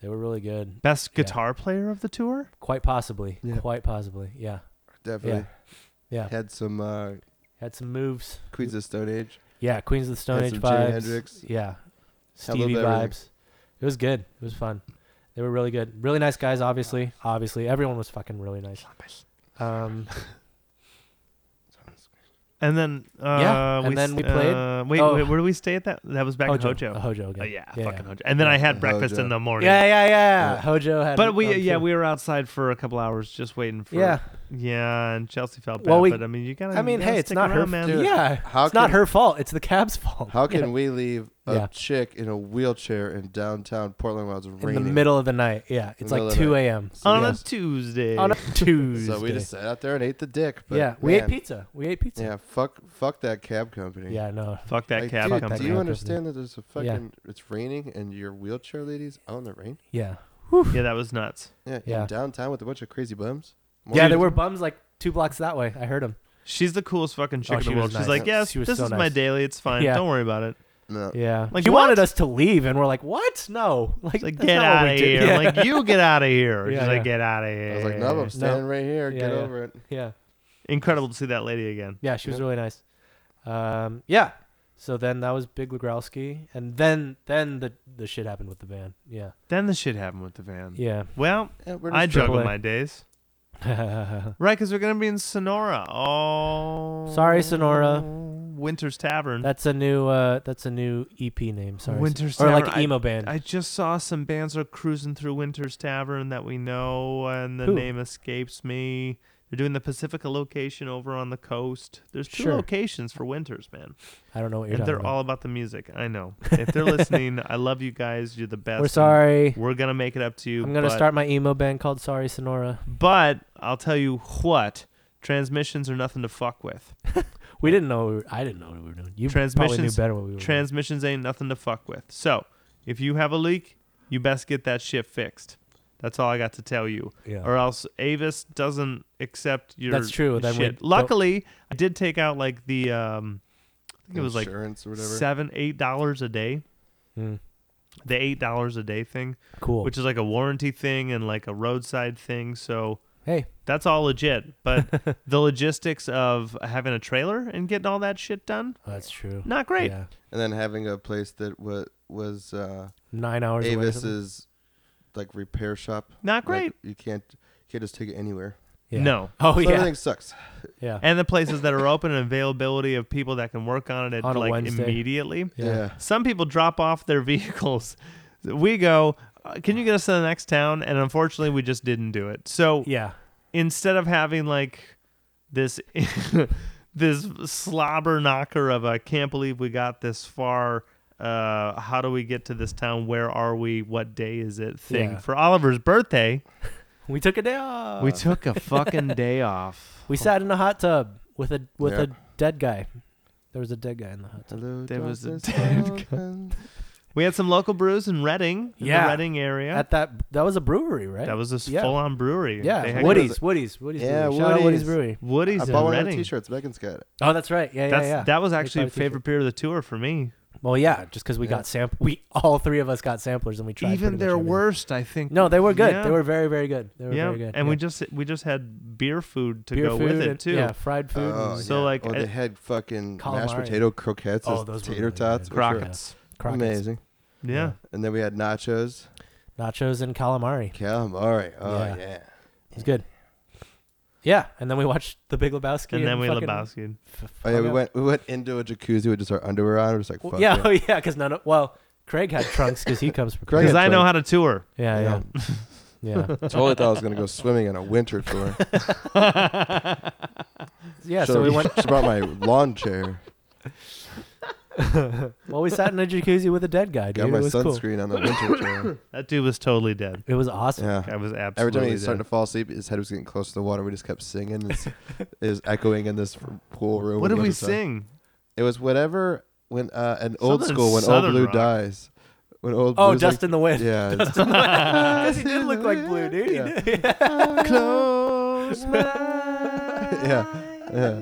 Speaker 1: They were really good.
Speaker 2: best
Speaker 1: Yeah.
Speaker 2: guitar player of the tour.
Speaker 1: Quite possibly.
Speaker 4: Yeah.
Speaker 1: Quite possibly. Yeah.
Speaker 4: Definitely
Speaker 1: Yeah.
Speaker 4: had some uh,
Speaker 1: Had some moves.
Speaker 4: Queens of Stone Age.
Speaker 1: Yeah, Queens of the Stone
Speaker 4: Had
Speaker 1: Age
Speaker 4: some Jimi
Speaker 1: vibes.
Speaker 4: Hendrix.
Speaker 1: Yeah.
Speaker 4: Hell of
Speaker 1: Stevie
Speaker 4: everything.
Speaker 1: vibes. It was good. It was fun. They were really good. Really nice guys, obviously. Obviously. Everyone was fucking really nice. Um,
Speaker 2: And then uh,
Speaker 1: Yeah, and then we played-
Speaker 2: Uh, wait,
Speaker 1: oh.
Speaker 2: wait, where did we stay at that? That was back in
Speaker 1: Hojo.
Speaker 2: Hojo.
Speaker 1: Uh, Hojo again.
Speaker 2: Oh, yeah,
Speaker 1: Yeah.
Speaker 2: fucking Hojo. And then I had breakfast
Speaker 4: Hojo.
Speaker 2: in the morning.
Speaker 1: yeah, yeah, yeah.
Speaker 4: Yeah.
Speaker 1: Hojo had
Speaker 2: But we
Speaker 1: um,
Speaker 2: yeah
Speaker 1: too.
Speaker 2: we were outside for a couple hours just waiting for
Speaker 1: Yeah.
Speaker 2: yeah and Chelsea felt bad
Speaker 1: Well, we-
Speaker 2: but I mean you gotta
Speaker 1: I mean,
Speaker 2: you gotta
Speaker 1: hey, it's
Speaker 2: stick
Speaker 1: not her
Speaker 2: around, man
Speaker 4: dude.
Speaker 1: Yeah.
Speaker 4: How
Speaker 1: it's not
Speaker 4: can-
Speaker 1: her fault. It's the cab's fault.
Speaker 4: How can
Speaker 1: Yeah.
Speaker 4: we leave a
Speaker 1: Yeah.
Speaker 4: chick in a wheelchair in downtown Portland while it's
Speaker 1: in
Speaker 4: raining?
Speaker 1: the middle of the night? Yeah. It's
Speaker 4: middle
Speaker 1: like
Speaker 4: of the
Speaker 1: 2
Speaker 4: night.
Speaker 1: a.m.
Speaker 2: on
Speaker 4: Yes.
Speaker 2: a Tuesday
Speaker 1: on a Tuesday.
Speaker 4: So we just sat out there and ate the dick. But
Speaker 1: yeah, we ate
Speaker 4: man,
Speaker 1: pizza. We ate pizza.
Speaker 4: Yeah, fuck, fuck that cab company.
Speaker 1: Yeah, no.
Speaker 2: fuck that
Speaker 4: Like,
Speaker 2: cab
Speaker 4: dude,
Speaker 1: company.
Speaker 4: Do you
Speaker 1: Cab
Speaker 4: understand that there's a fucking?
Speaker 1: Yeah.
Speaker 4: It's raining and your wheelchair lady's out in the rain.
Speaker 1: Yeah.
Speaker 2: yeah that was nuts
Speaker 4: Yeah,
Speaker 1: Yeah.
Speaker 4: In downtown with a bunch of crazy bums.
Speaker 1: Yeah,
Speaker 4: Morning.
Speaker 1: there were bums like two blocks that way. I heard them.
Speaker 2: she's the coolest fucking chick
Speaker 1: Oh,
Speaker 2: in
Speaker 1: she
Speaker 2: the
Speaker 1: was
Speaker 2: world she's
Speaker 1: nice.
Speaker 2: like yes
Speaker 1: She was
Speaker 2: this
Speaker 1: so
Speaker 2: is
Speaker 1: nice.
Speaker 2: my daily it's fine
Speaker 1: Yeah.
Speaker 2: don't worry about it
Speaker 4: No.
Speaker 1: Yeah.
Speaker 2: Like,
Speaker 1: she
Speaker 2: what?
Speaker 1: wanted us to leave, and we're like, what? No. Like,
Speaker 2: She's like
Speaker 1: that's
Speaker 2: get
Speaker 1: not what
Speaker 2: out
Speaker 1: we
Speaker 2: of
Speaker 1: do."
Speaker 2: here
Speaker 1: Yeah.
Speaker 2: I'm like you get out of
Speaker 1: Yeah,
Speaker 2: here she's
Speaker 1: yeah.
Speaker 2: like get out of here
Speaker 4: I was like, no, I'm standing right here.
Speaker 1: Yeah,
Speaker 4: Get
Speaker 1: yeah.
Speaker 4: over it.
Speaker 1: yeah.
Speaker 2: incredible to see that lady again
Speaker 1: Yeah, she was
Speaker 4: Yeah.
Speaker 1: really nice. Um, yeah. So then that was Big Legrowski, and then then the the shit happened with the band. Yeah.
Speaker 2: then the shit happened with the van
Speaker 4: Mm.
Speaker 1: Yeah.
Speaker 2: well
Speaker 4: Yeah, we're
Speaker 2: I
Speaker 4: just-
Speaker 2: juggle
Speaker 1: AAA.
Speaker 2: my days
Speaker 1: yeah.
Speaker 2: right because we're gonna be in Sonora oh
Speaker 1: Sorry, Sonora.
Speaker 2: Winter's Tavern
Speaker 1: That's a new uh that's a new EP name. Sorry.
Speaker 2: Winter's
Speaker 1: or like
Speaker 2: Tavern.
Speaker 1: emo band.
Speaker 2: I just saw some bands are cruising through Winter's Tavern that we know, and the
Speaker 1: Who?
Speaker 2: name escapes me. They're doing the Pacifica location over on the coast. There's two
Speaker 1: Sure.
Speaker 2: locations for Winters, man,
Speaker 1: I don't know what you're
Speaker 2: and
Speaker 1: talking
Speaker 2: they're
Speaker 1: about.
Speaker 2: all about the music. I know. If they're listening, I love you guys. You're the best.
Speaker 1: We're
Speaker 2: and
Speaker 1: sorry.
Speaker 2: We're gonna make it up to you.
Speaker 1: I'm gonna
Speaker 2: but,
Speaker 1: start my emo band called Sorry Sonora.
Speaker 2: But I'll tell you what. Transmissions are nothing to fuck with.
Speaker 1: We didn't know. We were, I didn't know what we were doing. You probably knew
Speaker 2: Transmissions-
Speaker 1: better what we were. doing.
Speaker 2: Transmissions ain't nothing to fuck with. So, if you have a leak, you best get that shit fixed. That's all I got to tell you.
Speaker 1: Yeah.
Speaker 2: or else Avis doesn't accept your.
Speaker 1: Oh. That's true, then
Speaker 2: Shit.
Speaker 1: we-
Speaker 2: Luckily, I did take out like the um, I
Speaker 1: Oh,
Speaker 2: think it was like
Speaker 4: insurance or whatever.
Speaker 2: seven, eight dollars a day.
Speaker 1: Mm.
Speaker 2: The eight dollars a day thing,
Speaker 1: Cool.
Speaker 2: which is like a warranty thing and like a roadside thing. So
Speaker 1: hey.
Speaker 2: that's all legit. But the logistics of having a trailer and getting all that shit done,
Speaker 1: That's true.
Speaker 2: not great.
Speaker 1: Yeah.
Speaker 4: and then having a place that was was uh,
Speaker 1: Nine hours. away or something.
Speaker 4: Avis's like repair shop.
Speaker 2: Not
Speaker 4: Like,
Speaker 2: great.
Speaker 4: you can't you can't just take it anywhere.
Speaker 1: Yeah.
Speaker 2: No.
Speaker 1: Oh
Speaker 4: so
Speaker 1: yeah.
Speaker 4: everything sucks.
Speaker 1: Yeah.
Speaker 2: And the places that are open and availability of people that can work on it at,
Speaker 1: On a
Speaker 2: like
Speaker 1: Wednesday.
Speaker 2: immediately.
Speaker 4: Yeah.
Speaker 2: some people drop off their vehicles. We go, uh, can you get us to the next town? And unfortunately, we just didn't do it. So
Speaker 1: Yeah.
Speaker 2: instead of having like this this slobber knocker of I can't believe we got this far. Uh, how do we get to this town? Where are we? What day is it? Thing
Speaker 1: Yeah.
Speaker 2: for Oliver's birthday,
Speaker 1: We took a day off.
Speaker 2: we took a fucking day off.
Speaker 1: Uh, We sat in a hot tub with a with
Speaker 4: Yeah.
Speaker 1: a dead guy. There was a dead guy in the hot tub.
Speaker 4: Hello,
Speaker 2: There was a
Speaker 4: darkness,
Speaker 2: dead
Speaker 4: old friend.
Speaker 2: We had some local brews in Reading, in
Speaker 1: Yeah.
Speaker 2: the Reading area.
Speaker 1: At that that was a brewery, right?
Speaker 2: that was a
Speaker 1: yeah.
Speaker 2: full-on brewery. They
Speaker 1: yeah,
Speaker 2: had
Speaker 1: Woody's, Woody's, Woody's.
Speaker 4: Yeah,
Speaker 1: brewery. Shout out Woody's
Speaker 4: Woody's.
Speaker 1: Brewery.
Speaker 2: Woody's
Speaker 4: I
Speaker 2: in
Speaker 4: bought one of
Speaker 2: Reading.
Speaker 4: the t-shirts. Megan's got it.
Speaker 1: Oh, that's right. Yeah,
Speaker 2: That's
Speaker 1: yeah, yeah.
Speaker 2: that was
Speaker 1: They
Speaker 2: actually
Speaker 1: probably featured-
Speaker 2: favorite beer of the tour for me.
Speaker 1: Well, yeah, just because we
Speaker 4: Yeah.
Speaker 1: got sample, we all three of us got samplers and we tried. pretty
Speaker 2: Even
Speaker 1: much
Speaker 2: their
Speaker 1: everything.
Speaker 2: worst, I think.
Speaker 1: No, they were good.
Speaker 2: Yeah.
Speaker 1: They were very, very good. They were
Speaker 2: yeah,
Speaker 1: very good.
Speaker 2: and
Speaker 1: yeah.
Speaker 2: we just we just had beer food to
Speaker 1: Beer
Speaker 2: go
Speaker 1: food
Speaker 2: with it
Speaker 1: and-
Speaker 2: too.
Speaker 1: Yeah, fried food.
Speaker 4: Oh,
Speaker 1: and
Speaker 2: So,
Speaker 4: yeah.
Speaker 2: like,
Speaker 4: oh,
Speaker 2: I-
Speaker 4: they had fucking mashed
Speaker 1: Calamari.
Speaker 4: potato croquettes,
Speaker 1: Oh,
Speaker 4: as
Speaker 1: those were
Speaker 4: tater
Speaker 1: really
Speaker 4: tots,
Speaker 1: good.
Speaker 4: which were
Speaker 2: Crockett's.
Speaker 1: Crockett's.
Speaker 4: amazing.
Speaker 2: Yeah.
Speaker 1: Yeah.
Speaker 4: And then we had nachos,
Speaker 1: Nachos and calamari.
Speaker 4: calamari. Oh
Speaker 1: Yeah.
Speaker 4: yeah.
Speaker 1: It was good. Yeah, and then we watched The Big Lebowski.
Speaker 2: and then we
Speaker 1: fucking-
Speaker 2: Lebowski.
Speaker 4: Oh yeah, we
Speaker 1: Fuck
Speaker 4: went we went into a jacuzzi with just our underwear on. We're just like,
Speaker 1: Well,
Speaker 4: fuck
Speaker 1: yeah,
Speaker 4: it.
Speaker 1: oh yeah, because none of well, Craig had trunks because he comes from
Speaker 4: Craig
Speaker 2: Because
Speaker 4: had
Speaker 2: I know
Speaker 4: twins.
Speaker 2: how to tour.
Speaker 1: Yeah, yeah, yeah, yeah.
Speaker 4: totally thought I was gonna go swimming on a winter tour.
Speaker 1: so we went.
Speaker 4: She brought my lawn chair.
Speaker 1: well, we sat in a jacuzzi with a dead guy, dude.
Speaker 4: Got my
Speaker 1: it was cool.
Speaker 4: sunscreen on the winter trail.
Speaker 2: That dude was totally dead.
Speaker 1: It was awesome.
Speaker 4: Yeah.
Speaker 2: I was absolutely
Speaker 4: Every time he
Speaker 2: dead.
Speaker 4: was starting to fall asleep, his head was getting close to the water. We just kept singing. It's, it was echoing in this r- pool room.
Speaker 2: what
Speaker 4: on
Speaker 2: did
Speaker 4: the
Speaker 2: we
Speaker 4: other side.
Speaker 2: sing?
Speaker 4: It was whatever when uh, an old
Speaker 2: Something
Speaker 4: school when
Speaker 2: Southern
Speaker 4: old blue
Speaker 2: rock.
Speaker 4: dies. When old
Speaker 1: Oh,
Speaker 4: Blue's
Speaker 1: Dust
Speaker 4: like,
Speaker 1: in the Wind.
Speaker 4: Yeah.
Speaker 1: Dust in the Wind. 'Cause he did look like Blue, dude. He
Speaker 4: Yeah.
Speaker 1: did.
Speaker 4: Close my Yeah.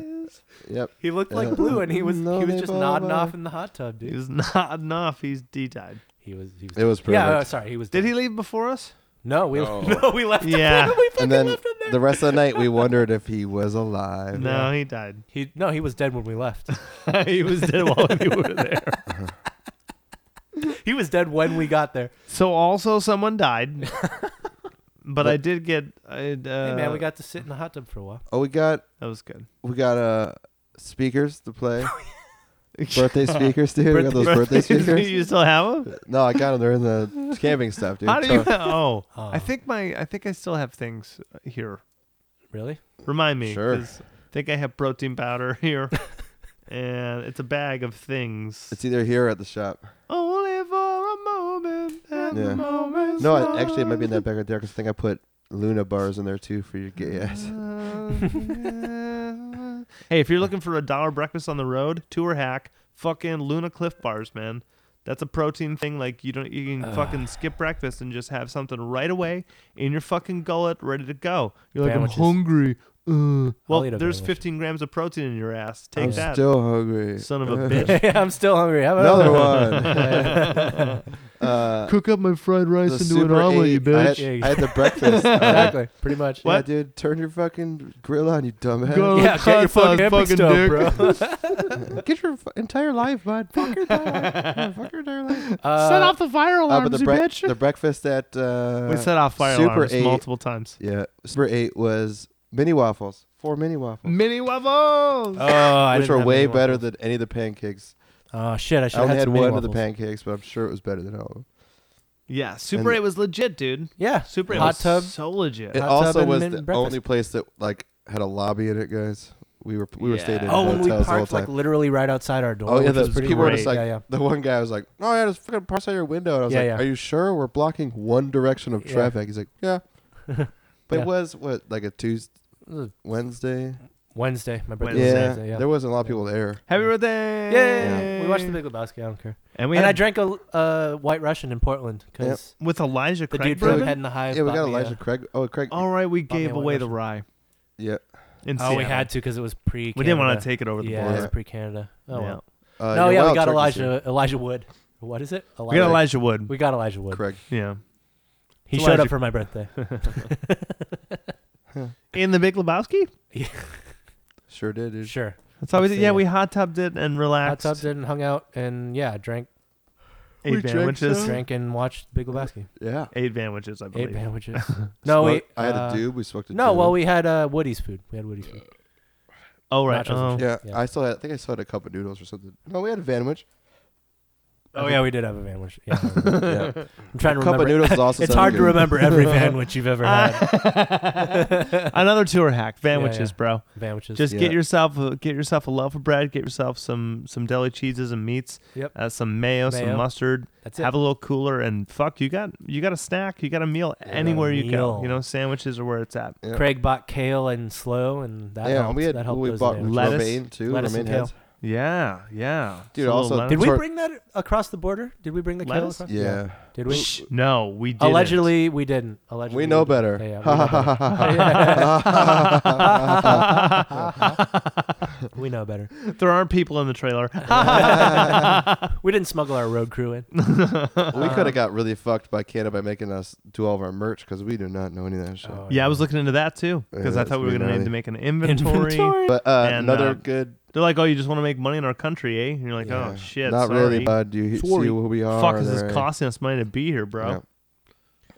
Speaker 4: Yep.
Speaker 1: He looked
Speaker 4: Yeah.
Speaker 1: like Blue, and he was
Speaker 4: No,
Speaker 1: he was
Speaker 4: they
Speaker 1: just
Speaker 4: fall
Speaker 1: nodding
Speaker 4: apart.
Speaker 1: off in the hot tub,
Speaker 2: He
Speaker 1: dude.
Speaker 2: was not enough. He's he died.
Speaker 1: He was. He was
Speaker 4: It was perfect.
Speaker 1: yeah, oh, sorry, he was.
Speaker 2: Did
Speaker 1: dead.
Speaker 2: he leave before us?
Speaker 1: No, we
Speaker 4: No.
Speaker 1: no, we left.
Speaker 2: Yeah.
Speaker 1: him. we
Speaker 4: and
Speaker 1: fucking
Speaker 4: then
Speaker 1: left him there.
Speaker 4: the rest of the night, we wondered if he was alive.
Speaker 2: No, he died.
Speaker 1: He no, he was dead when we left.
Speaker 2: he was dead while we were there.
Speaker 1: he was dead when we got there.
Speaker 2: So also someone died. but I did get. I, uh,
Speaker 1: hey man, we got to sit in the hot tub for a while.
Speaker 4: Oh, we got
Speaker 2: That was good.
Speaker 4: we got uh speakers to play. birthday speakers, dude. we got those birthday speakers.
Speaker 2: you still have them?
Speaker 4: No, I got them. They're in the camping stuff, dude.
Speaker 2: How do
Speaker 4: So-
Speaker 2: you? Oh,
Speaker 1: Oh.
Speaker 2: I think my. I think I still have things uh, here.
Speaker 1: Really?
Speaker 2: Remind me.
Speaker 4: Sure.
Speaker 2: 'cause I think I have protein powder here, and it's a bag of things.
Speaker 4: It's either here or at the shop.
Speaker 2: Only for a moment. And
Speaker 4: Yeah.
Speaker 2: the moment's
Speaker 4: No, I, actually, it might be in that bag right there because I think I put Luna bars in there too for your gay ass.
Speaker 2: gone. hey, if you're looking for a dollar breakfast on the road, tour hack, fucking Luna Cliff Bars, man. That's a protein thing. Like you don't, you can fucking skip breakfast and just have something right away in your fucking gullet, ready to go. You're like,
Speaker 1: Sandwiches.
Speaker 2: I'm hungry. Uh. Well,
Speaker 1: eat a
Speaker 2: there's
Speaker 1: sandwich.
Speaker 2: 15 grams of protein in your ass. Take
Speaker 4: I'm
Speaker 2: that,
Speaker 4: still hungry.
Speaker 2: son of a bitch.
Speaker 1: I'm still hungry. Have
Speaker 4: Another
Speaker 1: another one.
Speaker 4: one. uh,
Speaker 2: Cook up my fried rice
Speaker 4: the Super 8, I had,
Speaker 1: bitch.
Speaker 4: I had the breakfast. Uh,
Speaker 1: exactly. Pretty much.
Speaker 4: Yeah, dude, turn your fucking grill on, you dumbass.
Speaker 2: Go.
Speaker 1: Yeah, get your
Speaker 2: Cut
Speaker 1: fucking,
Speaker 2: that
Speaker 1: epic
Speaker 2: fucking
Speaker 1: stove,
Speaker 2: dick.
Speaker 1: bro.
Speaker 4: Get your fu- entire life, bud. Fuck your entire- fuck your entire life.
Speaker 1: Uh,
Speaker 2: the fire
Speaker 4: Uh, but the, bre- the breakfast at uh,
Speaker 2: we set off fire
Speaker 4: Super
Speaker 2: alarms
Speaker 4: 8.
Speaker 2: multiple times.
Speaker 4: yeah Super Eight was mini waffles, four mini waffles,
Speaker 2: Mini waffles.
Speaker 1: Oh, I
Speaker 4: which
Speaker 1: didn't
Speaker 4: were
Speaker 1: have
Speaker 4: way
Speaker 1: any
Speaker 4: better
Speaker 1: waffles.
Speaker 4: than any of the pancakes.
Speaker 1: Oh shit! I should
Speaker 4: I only
Speaker 1: have
Speaker 4: had
Speaker 1: some mini
Speaker 4: one of the
Speaker 1: waffles.
Speaker 4: pancakes, but I'm sure it was better than all of them.
Speaker 2: Yeah, Super
Speaker 4: And-
Speaker 2: 8 was legit, dude.
Speaker 1: Yeah,
Speaker 2: Super 8
Speaker 1: hot
Speaker 2: was
Speaker 1: tub.
Speaker 2: so legit.
Speaker 4: It
Speaker 1: Hot tub
Speaker 4: also
Speaker 1: and
Speaker 4: was
Speaker 1: mint
Speaker 4: the
Speaker 1: breakfast.
Speaker 4: only place that like had a lobby in it, guys. We were we were staying in
Speaker 2: Yeah.
Speaker 1: Oh, when
Speaker 4: hotels
Speaker 1: we
Speaker 4: the whole
Speaker 1: parked
Speaker 4: time.
Speaker 1: like literally right outside our door.
Speaker 4: Oh yeah,
Speaker 1: which
Speaker 4: the
Speaker 1: was pretty
Speaker 4: people were
Speaker 1: great.
Speaker 4: just like
Speaker 1: yeah, yeah.
Speaker 4: the one guy was like, "Oh yeah, just fucking park out your window," and I was
Speaker 1: Yeah,
Speaker 4: like,
Speaker 1: yeah.
Speaker 4: "Are you sure we're blocking one direction of
Speaker 1: Yeah.
Speaker 4: traffic?" He's like, "Yeah," but
Speaker 1: Yeah.
Speaker 4: it was what like a Tuesday,
Speaker 1: It was
Speaker 4: Wednesday.
Speaker 1: Wednesday, my birthday.
Speaker 2: Wednesday.
Speaker 1: was
Speaker 4: yeah,
Speaker 1: Wednesday, yeah.
Speaker 4: there wasn't a lot of people there.
Speaker 2: Happy birthday.
Speaker 1: Yay! We watched The Big Lebowski. I don't care.
Speaker 2: And we
Speaker 1: and
Speaker 2: had
Speaker 1: I drank a uh, White Russian in Portland because
Speaker 2: with Elijah
Speaker 1: the
Speaker 2: Craig.
Speaker 1: dude from
Speaker 4: Bourbon?
Speaker 1: Head in the uh, Hive.
Speaker 4: yeah, we
Speaker 1: bought
Speaker 4: got
Speaker 1: me a-
Speaker 4: Elijah Craig. Oh, Craig.
Speaker 2: All right, we
Speaker 1: Bought me
Speaker 2: gave
Speaker 1: a white
Speaker 2: away the
Speaker 1: Russian.
Speaker 2: rye.
Speaker 4: Yeah.
Speaker 2: in
Speaker 1: Oh, we
Speaker 2: Seattle.
Speaker 1: had to because it was pre.
Speaker 2: We didn't want to take it over the
Speaker 1: yeah,
Speaker 2: border.
Speaker 1: it was
Speaker 4: Yeah.
Speaker 1: pre Canada. Oh
Speaker 2: Yeah.
Speaker 1: well.
Speaker 4: Uh,
Speaker 1: no,
Speaker 4: your
Speaker 1: yeah, we
Speaker 4: wild
Speaker 1: got
Speaker 4: turkey's here.
Speaker 1: Elijah Elijah Wood. What is it? Elijah.
Speaker 2: We got Elijah Wood.
Speaker 1: We got Elijah Wood.
Speaker 4: Craig.
Speaker 2: yeah.
Speaker 1: He
Speaker 2: It's
Speaker 1: showed
Speaker 2: Elijah-
Speaker 1: up for my birthday.
Speaker 2: In The Big Lebowski?
Speaker 4: Sure did. Dude.
Speaker 1: sure.
Speaker 2: That's how we did.
Speaker 1: Let's
Speaker 2: Yeah,
Speaker 1: see.
Speaker 2: we hot tubbed it and
Speaker 1: Hot
Speaker 2: relaxed.
Speaker 1: tubs and hung out and yeah, drank,
Speaker 2: Ate
Speaker 4: We drank
Speaker 2: sandwiches.
Speaker 4: some.
Speaker 1: drank and watched Big Lebowski.
Speaker 4: Yeah.
Speaker 2: Eight sandwiches, I believe.
Speaker 1: Ate sandwiches. no, we.
Speaker 4: Smoked- I had
Speaker 1: uh,
Speaker 4: a dube. We smoked a
Speaker 1: No,
Speaker 4: dube.
Speaker 1: well, we had uh, Woody's food. We had Woody's food.
Speaker 2: Oh, right.
Speaker 1: Nachos and
Speaker 2: Oh.
Speaker 1: shit.
Speaker 4: Yeah,
Speaker 1: Yeah.
Speaker 4: I still had. I think I still had a cup of noodles or something. No, we had a sandwich.
Speaker 1: Oh yeah, we did have a sandwich. Yeah, I remember.
Speaker 4: yeah.
Speaker 1: I'm trying to
Speaker 4: A cup
Speaker 1: remember.
Speaker 4: of noodles is also.
Speaker 1: It's
Speaker 4: something
Speaker 1: hard to
Speaker 4: good.
Speaker 1: remember every sandwich you've ever had.
Speaker 2: Another tour hack, sandwiches,
Speaker 1: yeah.
Speaker 2: bro.
Speaker 1: Sandwiches.
Speaker 2: Just
Speaker 4: Yeah.
Speaker 2: get yourself a, get yourself a loaf of bread, get yourself some some deli cheeses and meats,
Speaker 1: Yep.
Speaker 2: uh, some mayo, some
Speaker 1: Mayo.
Speaker 2: mustard.
Speaker 1: That's it.
Speaker 2: Have a little cooler and fuck, you got you got a snack, you got a meal anywhere you go.
Speaker 1: meal.
Speaker 2: You know, sandwiches are where it's at.
Speaker 4: Yeah.
Speaker 1: Craig bought kale and slow, and that
Speaker 4: yeah,
Speaker 1: helped.
Speaker 4: we had
Speaker 1: that helped
Speaker 4: we
Speaker 1: those
Speaker 4: bought
Speaker 1: sandwiches.
Speaker 2: lettuce-
Speaker 4: romaine too.
Speaker 1: lettuce
Speaker 4: romaine
Speaker 1: and kale.
Speaker 4: heads.
Speaker 2: Yeah, yeah.
Speaker 4: Dude,
Speaker 2: Some
Speaker 4: also-
Speaker 2: little
Speaker 1: Did we
Speaker 4: Sort-
Speaker 1: bring that across the border? Did we bring the kale?
Speaker 2: Lettuce?
Speaker 1: Across?
Speaker 4: Yeah.
Speaker 1: Did we?
Speaker 2: lemon- Shh, no, we did
Speaker 1: Allegedly, we didn't. Allegedly,
Speaker 4: We know
Speaker 1: didn't.
Speaker 4: better.
Speaker 1: Yeah, yeah, we
Speaker 4: Ha,
Speaker 1: know
Speaker 4: ha,
Speaker 1: better.
Speaker 4: ha, ha,
Speaker 1: we know better.
Speaker 2: there aren't people in the trailer.
Speaker 1: We didn't smuggle our road crew in.
Speaker 4: ha. we could have got really fucked by Canada by making us do all of our merch because we do not know any of that shit.
Speaker 1: Oh.
Speaker 2: yeah, I was looking into that too because
Speaker 4: Yeah,
Speaker 2: I thought we
Speaker 4: that's
Speaker 2: were gonna need
Speaker 4: gnarly.
Speaker 2: to make an inventory.
Speaker 4: But uh,
Speaker 2: And,
Speaker 4: another
Speaker 2: uh,
Speaker 4: good.
Speaker 2: They're like, oh, you just want to make money in our country, eh? And you're like,
Speaker 4: yeah,
Speaker 2: oh shit,
Speaker 4: Not
Speaker 2: sorry.
Speaker 4: really, bud. You
Speaker 2: Sorry.
Speaker 4: see who we are.
Speaker 2: Fuck, is
Speaker 4: there,
Speaker 2: this
Speaker 4: eh?
Speaker 2: costing us money to be here, bro?
Speaker 4: Yeah.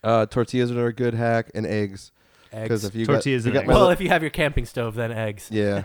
Speaker 4: Uh, tortillas are a good hack, and eggs. Because if you
Speaker 2: Tortillas
Speaker 4: got,
Speaker 2: and
Speaker 4: you got
Speaker 2: eggs.
Speaker 4: my
Speaker 1: Well,
Speaker 4: li-
Speaker 1: if you have your camping stove, then eggs.
Speaker 4: yeah.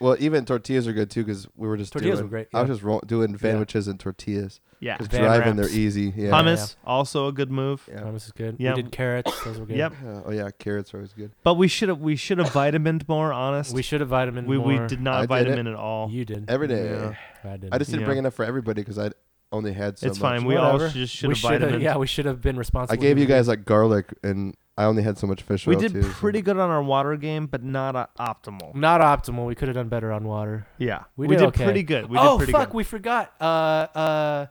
Speaker 4: Well, even tortillas are good too because we were just
Speaker 1: Tortillas
Speaker 4: doing,
Speaker 1: were great,
Speaker 4: I was
Speaker 1: yeah. Ah,
Speaker 4: just ro- doing sandwiches and tortillas.
Speaker 2: Yeah.
Speaker 4: 'Cause
Speaker 1: Van
Speaker 4: driving,
Speaker 1: wraps.
Speaker 4: they're easy. Yeah.
Speaker 2: Hummus also a good move.
Speaker 4: Yeah.
Speaker 1: Hummus is good.
Speaker 2: Yeah.
Speaker 1: We did carrots. Those were good.
Speaker 2: Yep.
Speaker 4: Yeah. Oh yeah, carrots are always good.
Speaker 2: But we should have we should have vitamined more. Honest.
Speaker 1: We should have vitamin
Speaker 2: we,
Speaker 1: more.
Speaker 2: we did
Speaker 4: I
Speaker 2: not
Speaker 4: did
Speaker 2: vitamin at all.
Speaker 1: You did.
Speaker 4: Every day.
Speaker 2: Yeah.
Speaker 1: I did.
Speaker 4: I just didn't
Speaker 2: Yeah.
Speaker 4: bring enough for everybody because I only had so
Speaker 2: it's
Speaker 4: much.
Speaker 2: fine. We all
Speaker 1: Whatever.
Speaker 2: just should
Speaker 1: we
Speaker 2: have
Speaker 1: should have.
Speaker 2: vitamined.
Speaker 1: Yeah, we should have been responsible.
Speaker 4: I gave you
Speaker 1: individuals.
Speaker 4: guys like garlic, and I only had so much fish
Speaker 2: We
Speaker 4: oil.
Speaker 2: did
Speaker 4: too, so-
Speaker 2: pretty good on our water game, but not uh, optimal.
Speaker 1: Not optimal. We could have done better on water.
Speaker 2: Yeah,
Speaker 1: Mm. We
Speaker 2: we,
Speaker 1: did
Speaker 2: did,
Speaker 1: okay.
Speaker 2: pretty good. We
Speaker 1: oh
Speaker 2: did pretty
Speaker 1: fuck!
Speaker 2: good.
Speaker 1: We forgot. Uh, uh,